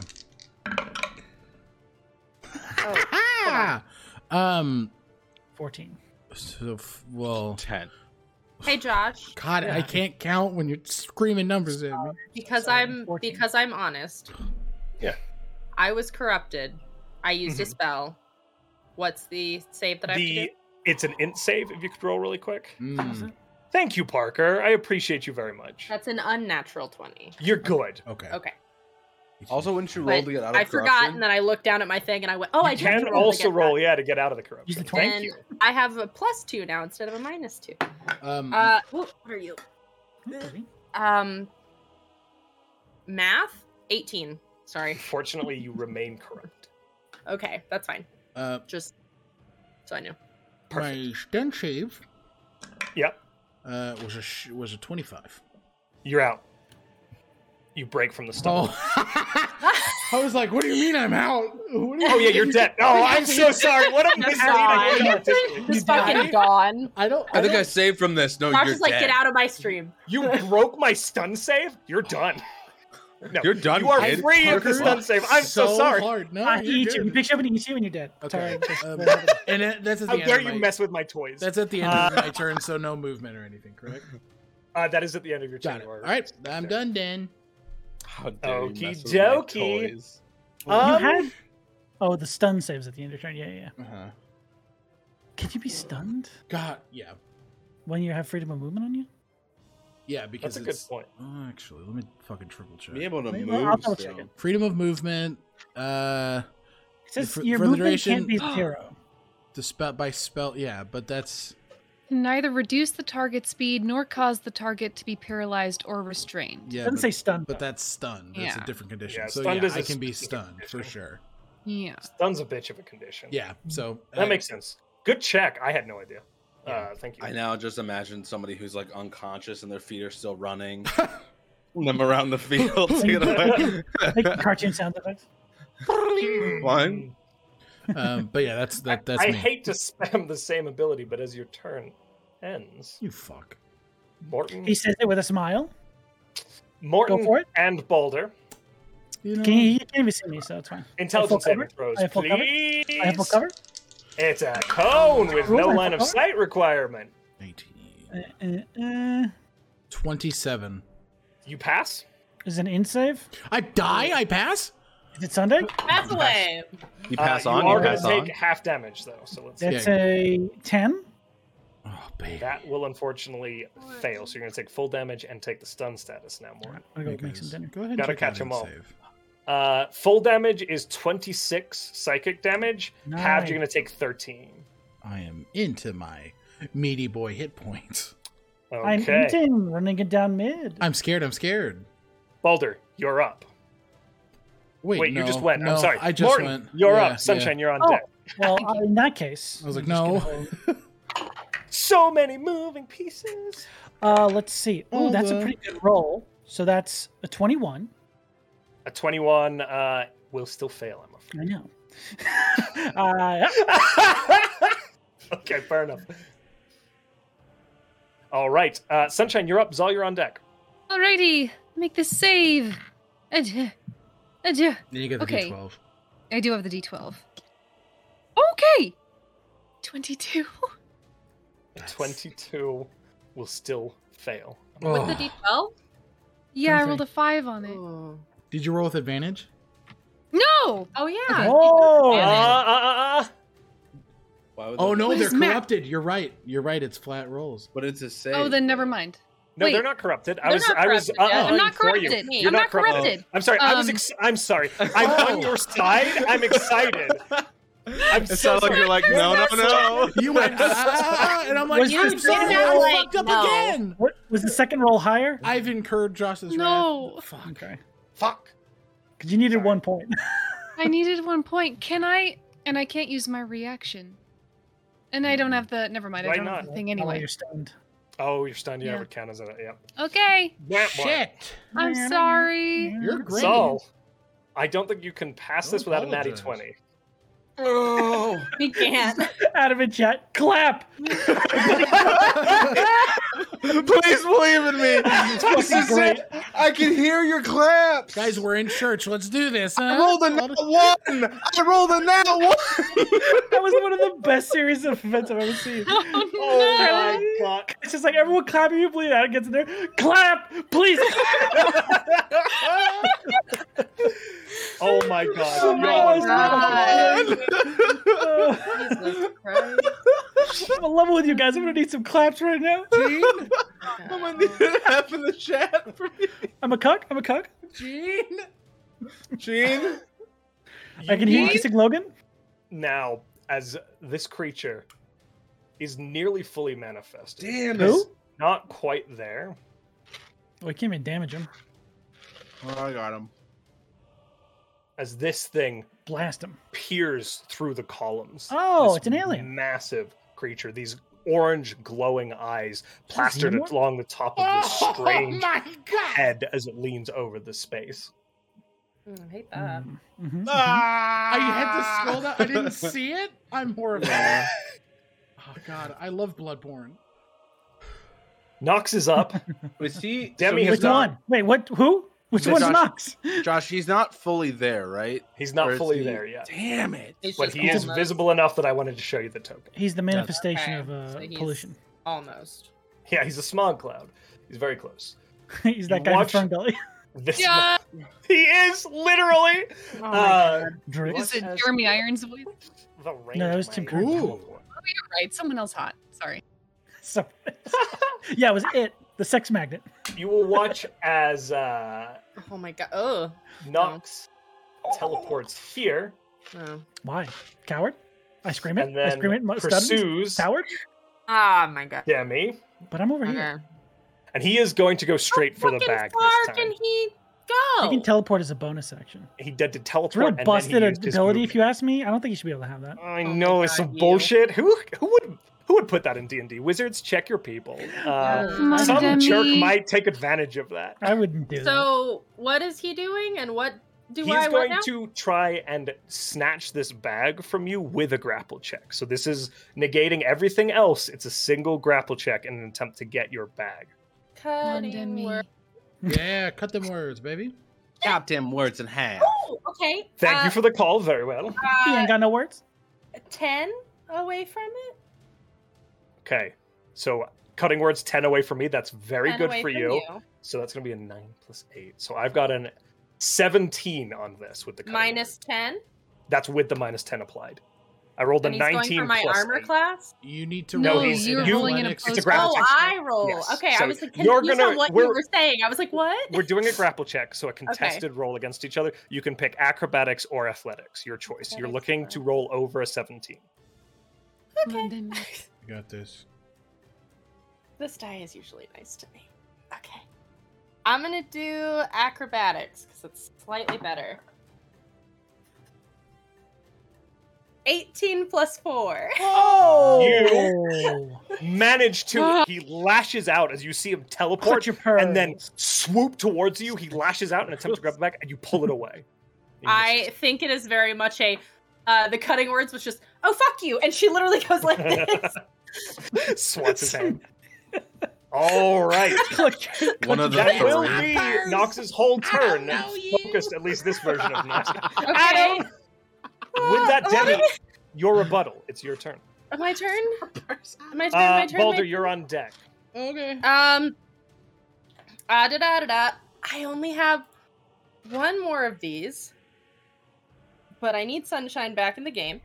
[SPEAKER 1] Yeah.
[SPEAKER 5] um.
[SPEAKER 2] 14.
[SPEAKER 5] So f- well,
[SPEAKER 3] ten.
[SPEAKER 6] hey josh
[SPEAKER 5] God, I can't count when you're screaming numbers at me.
[SPEAKER 6] because
[SPEAKER 2] Sorry,
[SPEAKER 6] I'm
[SPEAKER 2] 14.
[SPEAKER 6] because I'm honest.
[SPEAKER 1] Yeah.
[SPEAKER 6] I was corrupted. I used a spell. What's the save that I have to
[SPEAKER 1] Mm-hmm. The
[SPEAKER 6] do?
[SPEAKER 1] It's an int save if you could roll really quick.
[SPEAKER 5] Mm,
[SPEAKER 1] Thank you, Parker. I appreciate you very much.
[SPEAKER 6] That's an unnatural 20.
[SPEAKER 1] You're good.
[SPEAKER 5] okay.
[SPEAKER 6] Okay.
[SPEAKER 3] Also, wouldn't you roll
[SPEAKER 6] But
[SPEAKER 3] to get out of
[SPEAKER 6] I forgot,
[SPEAKER 3] corruption?
[SPEAKER 6] and then I looked down at my thing and I went, oh, I
[SPEAKER 1] you
[SPEAKER 6] do have
[SPEAKER 1] can
[SPEAKER 6] to
[SPEAKER 1] also
[SPEAKER 6] to get
[SPEAKER 1] roll,
[SPEAKER 6] that.
[SPEAKER 1] yeah, to get out of the corruption.
[SPEAKER 2] Use the
[SPEAKER 1] Thank
[SPEAKER 6] And
[SPEAKER 1] you. Mm-hmm.
[SPEAKER 6] I have a plus two now instead of a minus two.
[SPEAKER 5] Um,
[SPEAKER 6] Uh, what are you?
[SPEAKER 2] Okay.
[SPEAKER 6] Um, math? 18. Sorry.
[SPEAKER 1] Fortunately, you remain corrupt.
[SPEAKER 6] Okay, that's fine.
[SPEAKER 5] uh,
[SPEAKER 6] Just so I know.
[SPEAKER 5] my stunt shave
[SPEAKER 1] Yep,
[SPEAKER 5] uh, was a sh- was a twenty five.
[SPEAKER 1] you're out. You break from the stumble.
[SPEAKER 5] Oh, I was like, "What do you mean I'm out? What do you
[SPEAKER 1] Oh, yeah, you're dead. Oh, I'm so sorry. What am I
[SPEAKER 6] Sorry.
[SPEAKER 1] saying? I hate autistic.
[SPEAKER 6] Just fucking gone.
[SPEAKER 5] I don't.
[SPEAKER 3] I think I
[SPEAKER 5] don't-
[SPEAKER 3] saved from this.
[SPEAKER 1] Oh,
[SPEAKER 3] No,
[SPEAKER 6] Josh
[SPEAKER 3] you're
[SPEAKER 6] is like,
[SPEAKER 3] dead.
[SPEAKER 6] get out of my stream.
[SPEAKER 1] You broke my stun save? You're done. No,
[SPEAKER 3] You're done,
[SPEAKER 1] You are
[SPEAKER 3] kid.
[SPEAKER 1] free of the
[SPEAKER 5] Parker,
[SPEAKER 1] stun save. I'm so, sorry.
[SPEAKER 5] Hard. No,
[SPEAKER 2] Ah,
[SPEAKER 5] you're
[SPEAKER 2] he eats you. He
[SPEAKER 5] good.
[SPEAKER 2] picks you up and he eats you and you're dead.
[SPEAKER 5] Okay. Um,
[SPEAKER 2] Sorry.
[SPEAKER 5] and that- that's at
[SPEAKER 1] How
[SPEAKER 5] the end
[SPEAKER 1] dare
[SPEAKER 5] of
[SPEAKER 1] you
[SPEAKER 5] my,
[SPEAKER 1] mess with my toys?
[SPEAKER 5] That's at the end of my turn, so no movement or anything, correct?
[SPEAKER 1] Uh, that is at the end of your turn.
[SPEAKER 5] Got it.
[SPEAKER 1] you
[SPEAKER 5] All
[SPEAKER 1] are-
[SPEAKER 5] right, I'm done then.
[SPEAKER 3] Oh, How dare you mess with my
[SPEAKER 1] Okey-dokey.
[SPEAKER 3] toys.
[SPEAKER 2] you
[SPEAKER 1] Um,
[SPEAKER 2] had. Oh, the stun saves at the end of your turn. Yeah, yeah. yeah.
[SPEAKER 5] Uh-huh.
[SPEAKER 2] Can you be stunned
[SPEAKER 5] God, yeah,
[SPEAKER 2] when you have freedom of movement on you?
[SPEAKER 5] yeah, because
[SPEAKER 1] that's a good
[SPEAKER 5] it's
[SPEAKER 1] point.
[SPEAKER 5] Oh, actually, let me fucking triple check.
[SPEAKER 3] Be able to
[SPEAKER 2] Wait,
[SPEAKER 3] move.
[SPEAKER 2] well, I'll double
[SPEAKER 3] still.
[SPEAKER 2] check it.
[SPEAKER 5] Freedom of movement, uh,
[SPEAKER 2] It says
[SPEAKER 5] For-
[SPEAKER 2] your
[SPEAKER 5] for the
[SPEAKER 2] movement can't be
[SPEAKER 5] duration-
[SPEAKER 2] zero.
[SPEAKER 5] dispel by spell, yeah, but that's
[SPEAKER 7] Can neither reduce the target speed nor cause the target to be paralyzed or restrained.
[SPEAKER 5] yeah,
[SPEAKER 2] Doesn't
[SPEAKER 5] but,
[SPEAKER 2] say stunned.
[SPEAKER 5] but
[SPEAKER 2] though.
[SPEAKER 5] that's stunned. That's
[SPEAKER 7] Yeah.
[SPEAKER 5] a different condition.
[SPEAKER 1] Yeah,
[SPEAKER 5] so
[SPEAKER 1] stunned
[SPEAKER 5] yeah,
[SPEAKER 1] is a
[SPEAKER 5] I can be
[SPEAKER 1] specific
[SPEAKER 5] stunned for
[SPEAKER 1] condition.
[SPEAKER 5] sure.
[SPEAKER 7] Yeah.
[SPEAKER 1] Stun's a bitch of a condition.
[SPEAKER 5] Yeah, so
[SPEAKER 1] That
[SPEAKER 5] I-
[SPEAKER 1] makes sense. Good check. I had no idea. Uh, thank you.
[SPEAKER 3] I now just imagine somebody who's like unconscious and their feet are still running. them around the field. you
[SPEAKER 2] Make
[SPEAKER 3] know?
[SPEAKER 2] cartoon sound effects.
[SPEAKER 3] One.
[SPEAKER 5] um, but yeah, that's that. That's
[SPEAKER 1] I
[SPEAKER 5] me.
[SPEAKER 1] hate to spam the same ability, but as your turn ends,
[SPEAKER 5] you. Fuck.
[SPEAKER 1] Morton,
[SPEAKER 2] He says it with a smile.
[SPEAKER 1] Morton
[SPEAKER 2] for it.
[SPEAKER 1] and Boulder,
[SPEAKER 5] You know,
[SPEAKER 2] Can you, you can't even see me, so it's fine.
[SPEAKER 1] intelligence
[SPEAKER 2] cover?
[SPEAKER 1] saving throws,
[SPEAKER 2] I have full cover?
[SPEAKER 1] please.
[SPEAKER 2] I have full cover.
[SPEAKER 1] It's a cone with
[SPEAKER 2] Cool, I
[SPEAKER 1] no
[SPEAKER 2] have
[SPEAKER 1] line of
[SPEAKER 2] full cover.
[SPEAKER 1] sight requirement.
[SPEAKER 5] 19,
[SPEAKER 2] Uh, uh, uh,
[SPEAKER 5] Twenty-seven.
[SPEAKER 1] You pass.
[SPEAKER 2] is it an in save?
[SPEAKER 5] I die. I pass.
[SPEAKER 2] Is it Sunday?
[SPEAKER 6] Pass away.
[SPEAKER 3] You pass
[SPEAKER 1] uh,
[SPEAKER 3] on.
[SPEAKER 1] You
[SPEAKER 3] You
[SPEAKER 1] are
[SPEAKER 3] pass
[SPEAKER 1] gonna
[SPEAKER 3] on.
[SPEAKER 1] take half damage though, so let's.
[SPEAKER 2] That's
[SPEAKER 5] Yeah.
[SPEAKER 2] a ten.
[SPEAKER 5] Oh, baby.
[SPEAKER 1] That will unfortunately fail, so you're gonna take full damage and take the stun status now, Morton.
[SPEAKER 2] I'm gonna go make
[SPEAKER 5] Because-
[SPEAKER 2] some dinner.
[SPEAKER 5] Go ahead.
[SPEAKER 1] Gotta
[SPEAKER 5] and check out
[SPEAKER 1] catch 'em
[SPEAKER 5] and
[SPEAKER 1] all.
[SPEAKER 5] save.
[SPEAKER 1] Uh, full damage is 26 psychic damage. Halved, you're going
[SPEAKER 2] Nice.
[SPEAKER 1] to take 13.
[SPEAKER 5] I am into my meaty boy hit points.
[SPEAKER 2] I'm
[SPEAKER 1] Okay.
[SPEAKER 2] eating, running it down mid.
[SPEAKER 5] I'm scared. I'm scared.
[SPEAKER 1] Boulder, you're up.
[SPEAKER 5] Wait,
[SPEAKER 1] Wait, you
[SPEAKER 5] no,
[SPEAKER 1] just went.
[SPEAKER 5] no,
[SPEAKER 1] I'm sorry.
[SPEAKER 5] I just
[SPEAKER 1] Morton,
[SPEAKER 5] went.
[SPEAKER 1] you're
[SPEAKER 5] Yeah, yeah.
[SPEAKER 1] up. Sunshine, you're on
[SPEAKER 2] Oh.
[SPEAKER 1] deck.
[SPEAKER 2] Well, uh, in that case,
[SPEAKER 5] I was like,
[SPEAKER 2] I'm just gonna
[SPEAKER 5] no.
[SPEAKER 2] hold-
[SPEAKER 1] So many moving pieces.
[SPEAKER 2] Uh, let's see. Oh,
[SPEAKER 5] All
[SPEAKER 2] that's a
[SPEAKER 5] the-
[SPEAKER 2] pretty good roll. So that's a twenty-one.
[SPEAKER 1] A 21 uh, will still fail, I'm
[SPEAKER 2] I know. uh, yeah.
[SPEAKER 1] afraid. okay, fair enough. All right. Uh, Sunshine, you're up. Zal, you're on deck.
[SPEAKER 7] Alrighty, make the save. Adieu. Adieu.
[SPEAKER 5] Then you get the
[SPEAKER 7] Okay.
[SPEAKER 5] D12.
[SPEAKER 7] I do have the d12. Okay! 22.
[SPEAKER 1] 22 will still fail.
[SPEAKER 7] With
[SPEAKER 1] Oh.
[SPEAKER 7] the
[SPEAKER 5] Ugh.
[SPEAKER 7] d12? Yeah, I
[SPEAKER 5] Okay.
[SPEAKER 7] rolled a 5 on it.
[SPEAKER 5] Did you roll with advantage?
[SPEAKER 7] No!
[SPEAKER 6] Oh, yeah.
[SPEAKER 1] Uh,
[SPEAKER 2] Oh,
[SPEAKER 1] uh, uh, uh.
[SPEAKER 3] Why would
[SPEAKER 5] Oh
[SPEAKER 3] they-
[SPEAKER 5] no,
[SPEAKER 7] What
[SPEAKER 5] they're
[SPEAKER 7] is Matt?
[SPEAKER 5] corrupted. You're right. You're right. It's flat rolls.
[SPEAKER 3] But it's a save.
[SPEAKER 7] Oh, then never mind.
[SPEAKER 1] No, they're
[SPEAKER 7] Wait.
[SPEAKER 1] not corrupted. I
[SPEAKER 6] They're
[SPEAKER 1] was,
[SPEAKER 6] not
[SPEAKER 1] I was, uh,
[SPEAKER 6] corrupted, yeah.
[SPEAKER 7] I'm not
[SPEAKER 1] for you.
[SPEAKER 7] corrupted.
[SPEAKER 1] You're
[SPEAKER 7] I'm not corrupted.
[SPEAKER 1] I'm sorry. I was.
[SPEAKER 7] Um,
[SPEAKER 1] Ex- I'm sorry. I'm on your side. I'm excited. I'm
[SPEAKER 3] It
[SPEAKER 1] so
[SPEAKER 3] sounds like
[SPEAKER 1] sorry.
[SPEAKER 3] you're like no, no, no.
[SPEAKER 5] You went, ah, and I'm like,
[SPEAKER 2] Was
[SPEAKER 5] you
[SPEAKER 2] this
[SPEAKER 5] did it.
[SPEAKER 2] the
[SPEAKER 5] I
[SPEAKER 6] roll?
[SPEAKER 5] fucked up
[SPEAKER 6] No.
[SPEAKER 5] again.
[SPEAKER 2] what was the second roll higher?
[SPEAKER 5] I've incurred Josh's
[SPEAKER 7] No.
[SPEAKER 5] wrath. Fuck.
[SPEAKER 2] Okay,
[SPEAKER 1] Fuck.
[SPEAKER 2] because you needed one point.
[SPEAKER 7] I needed one point. Can I? And I can't use my reaction. And I don't have the. Never mind.
[SPEAKER 1] Why
[SPEAKER 7] I don't
[SPEAKER 1] not?
[SPEAKER 7] have the thing
[SPEAKER 2] Now
[SPEAKER 7] anyway.
[SPEAKER 2] you're stunned.
[SPEAKER 1] Oh, you're stunned. Yeah,
[SPEAKER 7] Yeah.
[SPEAKER 1] it would count as a yeah.
[SPEAKER 7] Okay.
[SPEAKER 1] Wah, wah.
[SPEAKER 5] Shit.
[SPEAKER 7] I'm sorry.
[SPEAKER 5] You're great.
[SPEAKER 1] So, I don't think you can pass this
[SPEAKER 5] Don't
[SPEAKER 1] without a natty
[SPEAKER 5] apologize.
[SPEAKER 1] twenty.
[SPEAKER 3] Oh,
[SPEAKER 6] We can't.
[SPEAKER 2] Out of it, chat. Clap.
[SPEAKER 3] please believe in me. This
[SPEAKER 2] fucking
[SPEAKER 3] is it. I can hear your claps,
[SPEAKER 5] Guys, we're in church. Let's do this.
[SPEAKER 3] I
[SPEAKER 5] Huh?
[SPEAKER 3] rolled a nat one. I rolled a nat one.
[SPEAKER 2] That was one of the best series of events I've ever seen.
[SPEAKER 7] Oh,
[SPEAKER 1] Oh
[SPEAKER 7] no.
[SPEAKER 1] my god.
[SPEAKER 2] It's just like everyone clapping, you bleed out, it gets in there. Clap, please.
[SPEAKER 1] Oh my god.
[SPEAKER 2] Oh my
[SPEAKER 1] Y'all are-
[SPEAKER 2] God.
[SPEAKER 6] Jesus Christ.
[SPEAKER 2] Uh, I'm in level with you guys. I'm gonna need some claps right now.
[SPEAKER 3] Gene, I'm gonna need an F in the chat for me.
[SPEAKER 2] I'm a cuck. I'm a cuck.
[SPEAKER 3] Gene, Gene,
[SPEAKER 2] I can hear you
[SPEAKER 1] What?
[SPEAKER 2] kissing Logan.
[SPEAKER 1] Now, as this creature is nearly fully manifested,
[SPEAKER 3] damn
[SPEAKER 2] Who?
[SPEAKER 3] it!
[SPEAKER 1] not quite there.
[SPEAKER 2] Well, you can't even damage him.
[SPEAKER 3] Oh, I got him.
[SPEAKER 1] as this thing
[SPEAKER 2] Blast him.
[SPEAKER 1] peers through the columns.
[SPEAKER 2] Oh,
[SPEAKER 1] This
[SPEAKER 2] it's an alien.
[SPEAKER 1] Massive creature. These orange glowing eyes plastered
[SPEAKER 2] Xenomorph?
[SPEAKER 1] along the top of this strange
[SPEAKER 9] my god!
[SPEAKER 1] head as it leans over the space.
[SPEAKER 6] Mm, I hate
[SPEAKER 1] Uh.
[SPEAKER 6] that.
[SPEAKER 2] Mm, mhm, mhm.
[SPEAKER 1] Ah.
[SPEAKER 5] I had to scroll down. I didn't see it. I'm horrified. oh god, I love Bloodborne.
[SPEAKER 1] Knox is up.
[SPEAKER 3] Was he?
[SPEAKER 1] Demi
[SPEAKER 3] he's
[SPEAKER 1] has
[SPEAKER 2] Which
[SPEAKER 3] not-
[SPEAKER 2] one? Wait, what? Who? Which
[SPEAKER 3] It's
[SPEAKER 2] one's
[SPEAKER 3] on-
[SPEAKER 2] Knox?
[SPEAKER 3] Josh, he's not fully there, right?
[SPEAKER 1] He's not
[SPEAKER 3] Or is
[SPEAKER 1] fully
[SPEAKER 3] he-
[SPEAKER 1] there yet.
[SPEAKER 3] Damn it!
[SPEAKER 8] It's
[SPEAKER 1] But
[SPEAKER 8] just
[SPEAKER 1] he is
[SPEAKER 8] almost-
[SPEAKER 1] visible enough that I wanted to show you the token.
[SPEAKER 2] He's the manifestation
[SPEAKER 6] Okay,
[SPEAKER 2] of uh,
[SPEAKER 6] so he's-
[SPEAKER 2] pollution.
[SPEAKER 6] Almost.
[SPEAKER 1] Yeah, he's a smog cloud. He's very close.
[SPEAKER 2] He's that
[SPEAKER 1] You
[SPEAKER 2] guy with
[SPEAKER 1] watch-
[SPEAKER 2] fern belly.
[SPEAKER 1] This
[SPEAKER 7] Yeah,
[SPEAKER 1] he is literally
[SPEAKER 6] Oh
[SPEAKER 1] Uh,
[SPEAKER 2] Drake.
[SPEAKER 7] is it Jeremy Irons? Voice? Oh,
[SPEAKER 1] the range.
[SPEAKER 2] that was Tim
[SPEAKER 1] might-
[SPEAKER 2] Curry.
[SPEAKER 5] Ooh.
[SPEAKER 7] you're right. Someone else hot. Sorry.
[SPEAKER 2] So- yeah, it was it. The sex magnet.
[SPEAKER 1] You will watch as uh,
[SPEAKER 6] oh my god. Oh.
[SPEAKER 1] Knox teleports here
[SPEAKER 6] No.
[SPEAKER 2] Why? Coward? I scream it.
[SPEAKER 1] and
[SPEAKER 2] I
[SPEAKER 1] then
[SPEAKER 2] scream it. mu- stunned?
[SPEAKER 1] pursues
[SPEAKER 2] Coward?
[SPEAKER 6] Ah, my god.
[SPEAKER 1] Demi,
[SPEAKER 2] But I'm over here.
[SPEAKER 6] Okay.
[SPEAKER 1] and he is going to go straight for the
[SPEAKER 6] fucking
[SPEAKER 1] bag
[SPEAKER 6] far
[SPEAKER 1] this time.
[SPEAKER 6] can he go?
[SPEAKER 2] You can teleport as a bonus action.
[SPEAKER 1] He did to
[SPEAKER 2] It's a real
[SPEAKER 1] teleport and then he
[SPEAKER 2] busted
[SPEAKER 1] used his
[SPEAKER 2] ability, if you ask me. I don't think you should be able to have that.
[SPEAKER 1] movement. I
[SPEAKER 6] Oh my
[SPEAKER 1] know it's
[SPEAKER 6] God,
[SPEAKER 1] some
[SPEAKER 6] you.
[SPEAKER 1] bullshit. Who who would who would put that in D and D? Wizards, check your people. Uh,
[SPEAKER 7] Come on,
[SPEAKER 1] some
[SPEAKER 7] Demi.
[SPEAKER 1] jerk might take advantage of that.
[SPEAKER 2] I wouldn't do that.
[SPEAKER 6] So what is he doing, and what do
[SPEAKER 1] He's
[SPEAKER 6] I what
[SPEAKER 1] going
[SPEAKER 6] now?
[SPEAKER 1] to try and snatch this bag from you with a grapple check. So this is negating everything else. It's a single grapple check in an attempt to get your bag.
[SPEAKER 6] Cutting words.
[SPEAKER 5] Yeah, cut them words, baby.
[SPEAKER 3] Chop them words in half.
[SPEAKER 6] Oh, okay.
[SPEAKER 1] Thank
[SPEAKER 6] uh,
[SPEAKER 1] you for the call. Very well.
[SPEAKER 2] He
[SPEAKER 6] uh,
[SPEAKER 2] ain't got no words.
[SPEAKER 6] ten away from it.
[SPEAKER 1] Okay. So cutting words 10 away from me. That's very
[SPEAKER 6] 10
[SPEAKER 1] good
[SPEAKER 6] away
[SPEAKER 1] for
[SPEAKER 6] from
[SPEAKER 1] you. So that's going to be a 9 plus 8. So I've got an 17 on this with the cutting
[SPEAKER 6] Minus
[SPEAKER 1] word.
[SPEAKER 6] ten.
[SPEAKER 1] That's with the minus 10 applied. I rolled a
[SPEAKER 6] and he's
[SPEAKER 1] 19
[SPEAKER 6] going for my
[SPEAKER 1] plus
[SPEAKER 6] armor
[SPEAKER 1] eight.
[SPEAKER 6] class.
[SPEAKER 5] You need to
[SPEAKER 1] No,
[SPEAKER 5] roll
[SPEAKER 1] he's-
[SPEAKER 5] an
[SPEAKER 1] you-
[SPEAKER 7] rolling in a
[SPEAKER 5] athletics-
[SPEAKER 7] post-
[SPEAKER 1] It's a grapple
[SPEAKER 6] Oh,
[SPEAKER 1] check.
[SPEAKER 6] I roll.
[SPEAKER 1] Yes,
[SPEAKER 6] Okay,
[SPEAKER 1] so
[SPEAKER 6] I was like,
[SPEAKER 1] you're
[SPEAKER 6] confused
[SPEAKER 1] gonna-
[SPEAKER 6] on what
[SPEAKER 1] we're-
[SPEAKER 6] you were saying. I was like, what?
[SPEAKER 1] We're doing a grapple check, so a contested roll against each other. You can pick acrobatics or athletics, your choice. You're
[SPEAKER 6] Athletics,
[SPEAKER 1] looking
[SPEAKER 6] fine.
[SPEAKER 1] to roll over a 17.
[SPEAKER 7] Come on, Demi.
[SPEAKER 5] You got this.
[SPEAKER 6] This die is usually nice to me. Okay. I'm gonna do acrobatics because it's slightly better. 18 plus 4.
[SPEAKER 5] Oh.
[SPEAKER 2] Oh!
[SPEAKER 1] Manage to. He lashes out as you see him teleport
[SPEAKER 2] Clutch your pearls.
[SPEAKER 1] uh, and then swoop towards you. He lashes out and attempts to grab the bag, and you pull it away. And you miss
[SPEAKER 6] I think it is very much a. Uh, the cutting words was just, oh, fuck you. And she literally goes like this.
[SPEAKER 1] it. swats his hand. All right.
[SPEAKER 2] Clutch your-
[SPEAKER 3] One of the
[SPEAKER 1] That will
[SPEAKER 3] three.
[SPEAKER 1] be Nox's whole turn.
[SPEAKER 6] know you.
[SPEAKER 1] Focused, at least this version of Nox.
[SPEAKER 6] Okay.
[SPEAKER 1] Adam! With that, Demi, your rebuttal. It's your turn.
[SPEAKER 6] My turn? My turn, my
[SPEAKER 1] Uh,
[SPEAKER 6] turn.
[SPEAKER 1] Balder,
[SPEAKER 6] my...
[SPEAKER 1] you're on deck.
[SPEAKER 6] Okay. Um. Ah da da da da. I only have one more of these, but I need sunshine back in the game.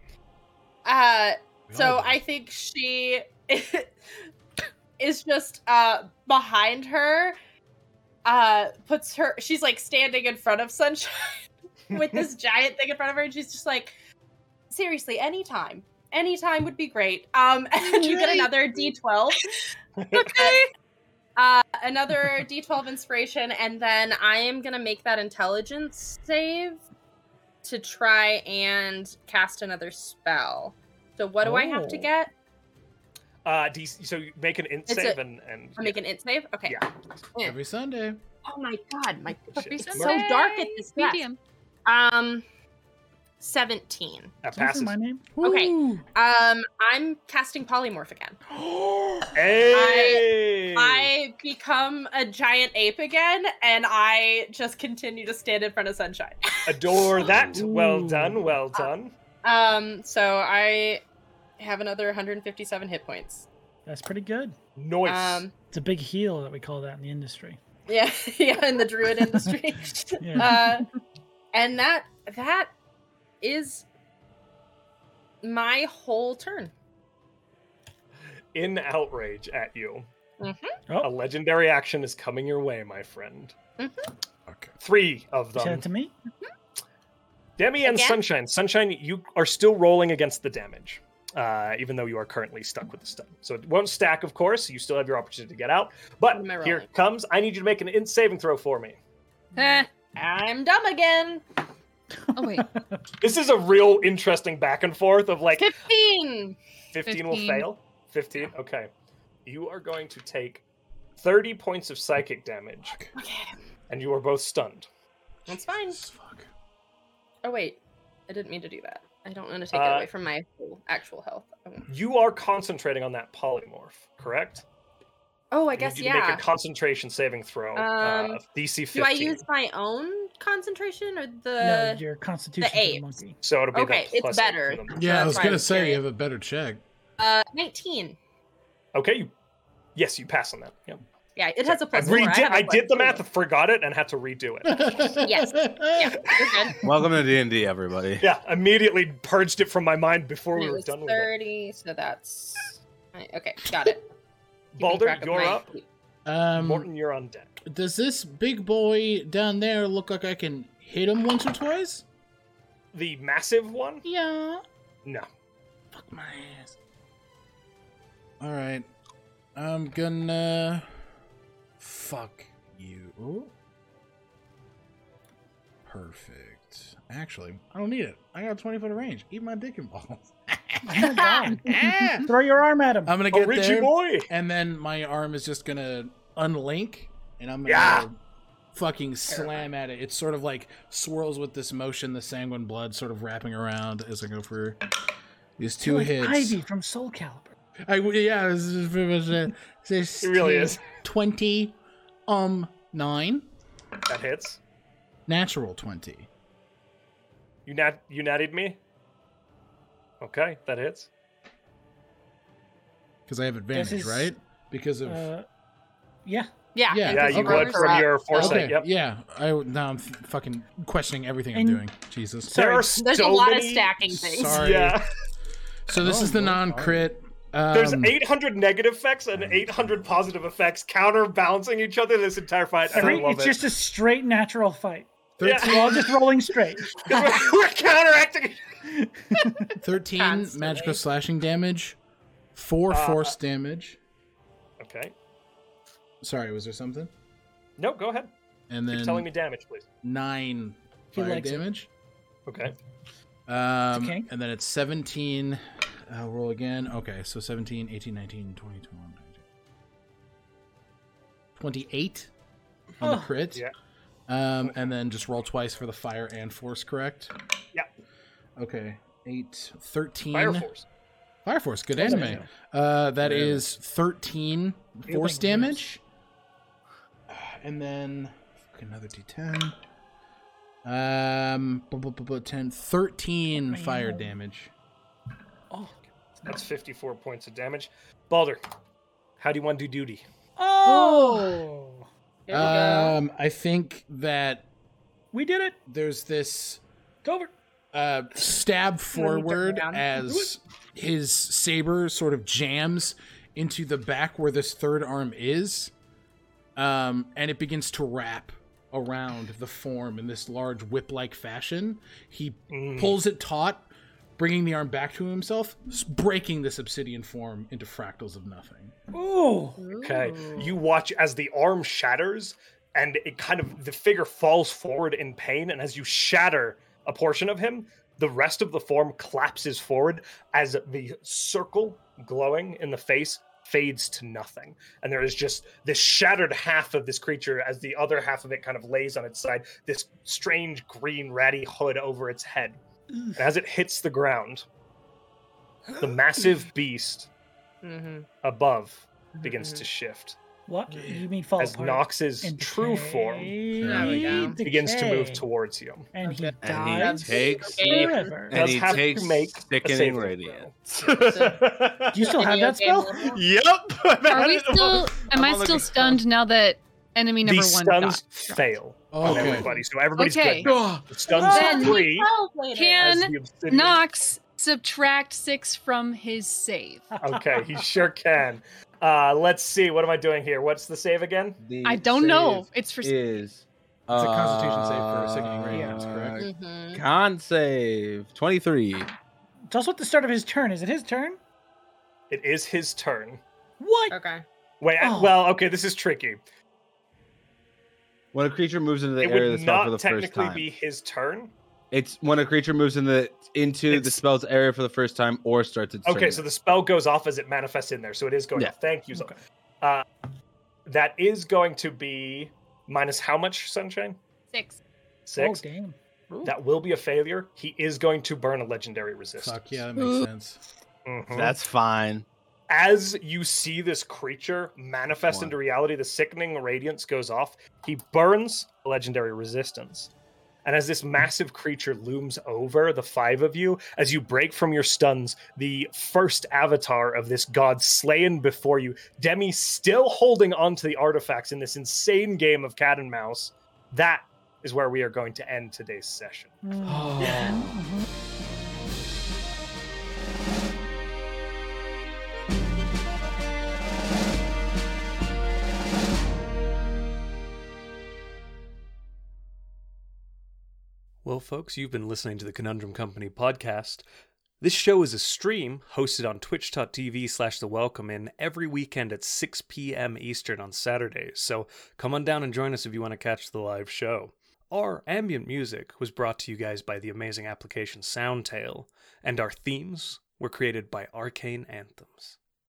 [SPEAKER 6] Uh, so I think she is just uh behind her. Uh, puts her. She's like standing in front of sunshine with this giant thing in front of her, and she's just like, seriously, anytime. Anytime would be great. Um, and you get
[SPEAKER 7] Right.
[SPEAKER 6] another D12
[SPEAKER 7] okay.
[SPEAKER 6] uh, another D12 inspiration, and then I am gonna make that intelligence save to try and cast another spell. So what do I have to
[SPEAKER 2] Oh.
[SPEAKER 6] get?
[SPEAKER 1] Uh, DC, so you make an int
[SPEAKER 6] It's
[SPEAKER 1] save
[SPEAKER 6] a-
[SPEAKER 1] and, and
[SPEAKER 6] I make an int save. Okay.
[SPEAKER 1] Yeah.
[SPEAKER 5] Every Sunday.
[SPEAKER 6] Oh my god, my
[SPEAKER 1] Shit.
[SPEAKER 6] it's so dark at this desk.
[SPEAKER 7] medium.
[SPEAKER 6] um, seventeen.
[SPEAKER 1] that
[SPEAKER 2] Can I say
[SPEAKER 1] passes.
[SPEAKER 2] my name?
[SPEAKER 6] Okay. Um, I'm casting polymorph again.
[SPEAKER 1] Hey!
[SPEAKER 6] I become a giant ape again, and I just continue to stand in front of sunshine.
[SPEAKER 1] Adore that. Well
[SPEAKER 2] Ooh.
[SPEAKER 1] done, well done.
[SPEAKER 6] Um, so I have another 157 hit points.
[SPEAKER 2] That's pretty good.
[SPEAKER 1] Noise.
[SPEAKER 6] Um,
[SPEAKER 2] It's a big heal that we call that in the industry.
[SPEAKER 6] yeah, yeah, in the druid industry.
[SPEAKER 2] Yeah.
[SPEAKER 6] uh, and that that is my whole turn.
[SPEAKER 1] in outrage at you.
[SPEAKER 6] Mhm.
[SPEAKER 1] A legendary action is coming your way, my friend.
[SPEAKER 6] Mhm.
[SPEAKER 5] Okay.
[SPEAKER 1] Three of
[SPEAKER 2] You Send
[SPEAKER 1] them.
[SPEAKER 2] it to me.
[SPEAKER 1] Demi and
[SPEAKER 6] Again?
[SPEAKER 1] Sunshine. Sunshine, you are still rolling against the damage, uh, even though you are currently stuck with the stun. So it won't stack, of course. You still have your opportunity to get out. But
[SPEAKER 6] What am I
[SPEAKER 1] here
[SPEAKER 6] rolling?
[SPEAKER 1] it comes. I need you to make an in saving throw for me.
[SPEAKER 7] Eh.
[SPEAKER 6] I'm dumb again.
[SPEAKER 7] Oh wait.
[SPEAKER 1] This is a real interesting back and forth of like
[SPEAKER 6] 15.
[SPEAKER 1] 15, will
[SPEAKER 7] 15.
[SPEAKER 1] fail. 15. Okay. You are going to take 30 points of psychic damage,
[SPEAKER 6] Okay.
[SPEAKER 1] and you are both stunned.
[SPEAKER 6] That's fine.
[SPEAKER 5] Fuck.
[SPEAKER 6] Oh, wait. I didn't mean to do that. I don't want to take
[SPEAKER 1] Uh,
[SPEAKER 6] it away from my whole actual health. Oh. I won't-
[SPEAKER 1] You are concentrating on that polymorph, correct?
[SPEAKER 6] Oh, I
[SPEAKER 1] You
[SPEAKER 6] guess,
[SPEAKER 1] need to
[SPEAKER 6] yeah.
[SPEAKER 1] make a concentration saving throw.
[SPEAKER 6] Um,
[SPEAKER 1] uh, DC 15.
[SPEAKER 6] Do I use my own concentration or
[SPEAKER 2] no,
[SPEAKER 6] the.
[SPEAKER 2] your constitution for
[SPEAKER 6] eight.
[SPEAKER 2] the monkey.
[SPEAKER 1] So it'll be
[SPEAKER 6] Okay,
[SPEAKER 1] that
[SPEAKER 6] it's
[SPEAKER 1] plus eight
[SPEAKER 6] better.
[SPEAKER 1] for them.
[SPEAKER 5] Yeah,
[SPEAKER 6] that's
[SPEAKER 5] I was
[SPEAKER 6] why I
[SPEAKER 5] gonna
[SPEAKER 6] was
[SPEAKER 5] say you
[SPEAKER 6] curious.
[SPEAKER 5] have a better check.
[SPEAKER 6] uh, 19.
[SPEAKER 1] Okay, you, yes, you pass on that. Yeah.
[SPEAKER 6] Yeah, it has a plus
[SPEAKER 1] I,
[SPEAKER 6] four.
[SPEAKER 1] redid-
[SPEAKER 6] have a
[SPEAKER 1] I
[SPEAKER 6] plus
[SPEAKER 1] did the
[SPEAKER 6] two.
[SPEAKER 1] math, forgot it, and had to redo it.
[SPEAKER 6] Yes. Yeah, you're good.
[SPEAKER 3] Welcome to D and D, everybody.
[SPEAKER 1] yeah, immediately purged it from my mind before
[SPEAKER 6] And
[SPEAKER 1] we
[SPEAKER 6] it
[SPEAKER 1] were
[SPEAKER 6] was
[SPEAKER 1] done with it.
[SPEAKER 6] 30, so that's. Okay, got it. Keeping
[SPEAKER 1] Balder,
[SPEAKER 6] track of
[SPEAKER 1] you're
[SPEAKER 6] my-
[SPEAKER 1] up.
[SPEAKER 5] Um,
[SPEAKER 1] Morton, you're on deck.
[SPEAKER 5] does this big boy down there look like I can hit him once or twice?
[SPEAKER 1] The massive one?
[SPEAKER 5] Yeah.
[SPEAKER 1] No.
[SPEAKER 5] Fuck my ass. All right, I'm gonna fuck you. Perfect. Actually, I don't need it. I got 20 foot of range. Eat my dick and balls. I'm
[SPEAKER 2] Throw your arm at him.
[SPEAKER 5] gonna
[SPEAKER 1] Oh,
[SPEAKER 5] get
[SPEAKER 1] Richie
[SPEAKER 5] there.
[SPEAKER 1] boy!
[SPEAKER 5] and then my arm is just gonna unlink and i'm gonna
[SPEAKER 1] Yeah.
[SPEAKER 5] fucking slam at it it sort of like swirls with this motion the sanguine blood sort of wrapping around as i go for these two
[SPEAKER 2] like
[SPEAKER 5] hits
[SPEAKER 2] Ivy from Soul Calibur.
[SPEAKER 5] I, yeah this is pretty much it This
[SPEAKER 1] It really
[SPEAKER 5] two-
[SPEAKER 1] is.
[SPEAKER 5] 20 um 9
[SPEAKER 1] That hits.
[SPEAKER 5] natural 20
[SPEAKER 1] You nat you natted me? Okay, that hits.
[SPEAKER 5] because i have advantage
[SPEAKER 2] is,
[SPEAKER 5] right because of
[SPEAKER 2] Uh, yeah.
[SPEAKER 6] Yeah,
[SPEAKER 5] Yeah,
[SPEAKER 6] I
[SPEAKER 1] Yeah,
[SPEAKER 6] think
[SPEAKER 1] you
[SPEAKER 6] we're
[SPEAKER 1] would
[SPEAKER 6] correct.
[SPEAKER 1] from your foresight.
[SPEAKER 5] okay
[SPEAKER 1] Yep.
[SPEAKER 5] yeah i now i'm fucking questioning everything
[SPEAKER 2] And-
[SPEAKER 5] i'm doing jesus
[SPEAKER 1] There are
[SPEAKER 6] There's
[SPEAKER 1] so
[SPEAKER 6] a lot
[SPEAKER 1] many-
[SPEAKER 6] of stacking things.
[SPEAKER 5] Sorry.
[SPEAKER 1] Yeah.
[SPEAKER 5] so this
[SPEAKER 2] Oh,
[SPEAKER 5] is the
[SPEAKER 2] Lord,
[SPEAKER 5] non-crit um,
[SPEAKER 1] There's 800 negative effects and 800 positive effects counterbalancing each other this entire fight. and I
[SPEAKER 2] Three,
[SPEAKER 1] love
[SPEAKER 2] it's
[SPEAKER 1] it.
[SPEAKER 2] just a straight natural fight.
[SPEAKER 1] Yeah.
[SPEAKER 2] We're all just rolling straight.
[SPEAKER 1] 'Cause we're, we're counteracting.
[SPEAKER 5] 13
[SPEAKER 6] Constantly.
[SPEAKER 5] magical slashing damage, 4
[SPEAKER 1] Uh,
[SPEAKER 5] force damage.
[SPEAKER 1] Okay.
[SPEAKER 5] Sorry, was there something?
[SPEAKER 1] No, go ahead.
[SPEAKER 5] And
[SPEAKER 1] Keep
[SPEAKER 5] then
[SPEAKER 1] telling me damage, please.
[SPEAKER 5] 9
[SPEAKER 2] He
[SPEAKER 5] fire
[SPEAKER 2] likes it.
[SPEAKER 5] damage.
[SPEAKER 1] Okay.
[SPEAKER 5] Um,
[SPEAKER 2] okay.
[SPEAKER 5] And then it's 17. Uh, roll again. Okay, so 17, 18, 19, 20, 21, 22. 28 on the
[SPEAKER 2] Oh.
[SPEAKER 5] crit.
[SPEAKER 1] Yeah.
[SPEAKER 5] Um, and then just roll twice for the fire and force, correct?
[SPEAKER 1] Yeah.
[SPEAKER 5] Okay. 8, 13.
[SPEAKER 1] Fire force.
[SPEAKER 5] Fire Force, good
[SPEAKER 2] Good
[SPEAKER 5] anime.
[SPEAKER 2] anime.
[SPEAKER 5] Uh, that
[SPEAKER 3] Really?
[SPEAKER 5] is 13
[SPEAKER 2] Good
[SPEAKER 5] force
[SPEAKER 2] thing, yes.
[SPEAKER 5] damage. Uh, And then fuck, another d10. Um, bu- bu- bu- bu- 10, 13
[SPEAKER 2] Man.
[SPEAKER 5] fire damage.
[SPEAKER 2] Oh,
[SPEAKER 1] That's 54 points of damage. Balder, how do you want to do duty?
[SPEAKER 2] oh!
[SPEAKER 6] There we
[SPEAKER 2] uh,
[SPEAKER 6] go.
[SPEAKER 5] Um, I think that
[SPEAKER 2] we did it.
[SPEAKER 5] there's this
[SPEAKER 2] It's over.
[SPEAKER 5] uh, stab forward
[SPEAKER 6] down.
[SPEAKER 5] as his saber sort of jams into the back where this third arm is, um, and it begins to wrap around the form in this large whip-like fashion. He
[SPEAKER 1] Mm.
[SPEAKER 5] pulls it taut, bringing the arm back to himself, s- breaking this obsidian form into fractals of nothing.
[SPEAKER 2] Ooh.
[SPEAKER 1] Okay. You watch as the arm shatters and it kind of the figure falls forward in pain and as you shatter a portion of him, the rest of the form collapses forward as the circle glowing in the face fades to nothing. And there is just this shattered half of this creature as the other half of it kind of lays on its side, this strange green ratty hood over its head. And as it hits the ground, the massive beast
[SPEAKER 6] Mhm.
[SPEAKER 1] above begins
[SPEAKER 6] Mm-hmm.
[SPEAKER 1] to shift
[SPEAKER 2] What? You mean fall
[SPEAKER 1] as
[SPEAKER 2] apart?
[SPEAKER 1] Nox's true form
[SPEAKER 6] we go.
[SPEAKER 1] begins to move
[SPEAKER 2] decay.
[SPEAKER 1] towards you.
[SPEAKER 2] And he
[SPEAKER 3] And he
[SPEAKER 2] dies
[SPEAKER 3] takes
[SPEAKER 2] forever.
[SPEAKER 1] Does
[SPEAKER 3] and he
[SPEAKER 1] have to
[SPEAKER 3] takes
[SPEAKER 1] make a
[SPEAKER 3] sickening
[SPEAKER 1] saving throw.
[SPEAKER 3] radiant.
[SPEAKER 2] Do you still have
[SPEAKER 6] Mm-hmm. Video
[SPEAKER 2] that spell?
[SPEAKER 6] game level.
[SPEAKER 3] Yep.
[SPEAKER 7] Are we still? Am I still stunned now that enemy number
[SPEAKER 1] These
[SPEAKER 7] one
[SPEAKER 1] stuns
[SPEAKER 7] got?
[SPEAKER 1] fail on
[SPEAKER 5] Okay.
[SPEAKER 1] everybody, so everybody's
[SPEAKER 3] Ah.
[SPEAKER 7] Okay.
[SPEAKER 1] good. now. The stuns
[SPEAKER 6] Oh,
[SPEAKER 7] Then-
[SPEAKER 1] free.
[SPEAKER 6] Twelve later.
[SPEAKER 7] Can
[SPEAKER 1] as the obsidian-
[SPEAKER 7] Nox subtract six from his save.
[SPEAKER 1] Okay, he sure can. Uh, let's see. What am I doing here? What's the save again?
[SPEAKER 3] The
[SPEAKER 7] I don't know.
[SPEAKER 3] save
[SPEAKER 7] It's for
[SPEAKER 3] is
[SPEAKER 5] It's a Constitution save for a
[SPEAKER 3] uh,
[SPEAKER 5] sickening radiance, correct?
[SPEAKER 6] Mhm.
[SPEAKER 3] Con save twenty three.
[SPEAKER 2] It's also at the start of his turn. Is it his turn?
[SPEAKER 1] It is his turn.
[SPEAKER 2] What?
[SPEAKER 6] Okay.
[SPEAKER 1] Wait, I-
[SPEAKER 2] Oh.
[SPEAKER 1] well, okay, this is tricky.
[SPEAKER 3] When a creature moves into the
[SPEAKER 1] It
[SPEAKER 3] area of
[SPEAKER 1] would
[SPEAKER 3] the spell
[SPEAKER 1] not
[SPEAKER 3] for the first
[SPEAKER 1] technically
[SPEAKER 3] time,
[SPEAKER 1] be his turn.
[SPEAKER 3] it's when a creature moves in the, into the
[SPEAKER 1] It's-
[SPEAKER 3] spell's area for the first time or starts its
[SPEAKER 1] Okay, so the spell goes off as it manifests in there, so it is going
[SPEAKER 3] Yeah.
[SPEAKER 1] off. Thank you. Zo- Uh, that is going to be minus how much, Sunshine?
[SPEAKER 7] six.
[SPEAKER 1] Six.
[SPEAKER 2] Oh damn.
[SPEAKER 1] that will be a failure. He is going to burn a legendary resistance.
[SPEAKER 5] Fuck yeah, that makes sense.
[SPEAKER 1] Mhm.
[SPEAKER 3] that's fine.
[SPEAKER 1] as you see this creature manifest
[SPEAKER 3] One.
[SPEAKER 1] into reality, the sickening radiance goes off. He burns legendary resistance. And as this massive creature looms over the five of you, as you break from your stuns, the first avatar of this god slain before you, Demi still holding onto the artifacts in this insane game of cat and mouse, that is where we are going to end today's session. Well, folks, you've been listening to the Conundrum Company podcast. This show is a stream hosted on twitch.tv slash the welcome in every weekend at 6 p.m. Eastern on Saturdays, so come on down and join us if you want to catch the live show. Our ambient music was brought to you guys by the amazing application Soundtail, and our themes were created by Arcane Anthems.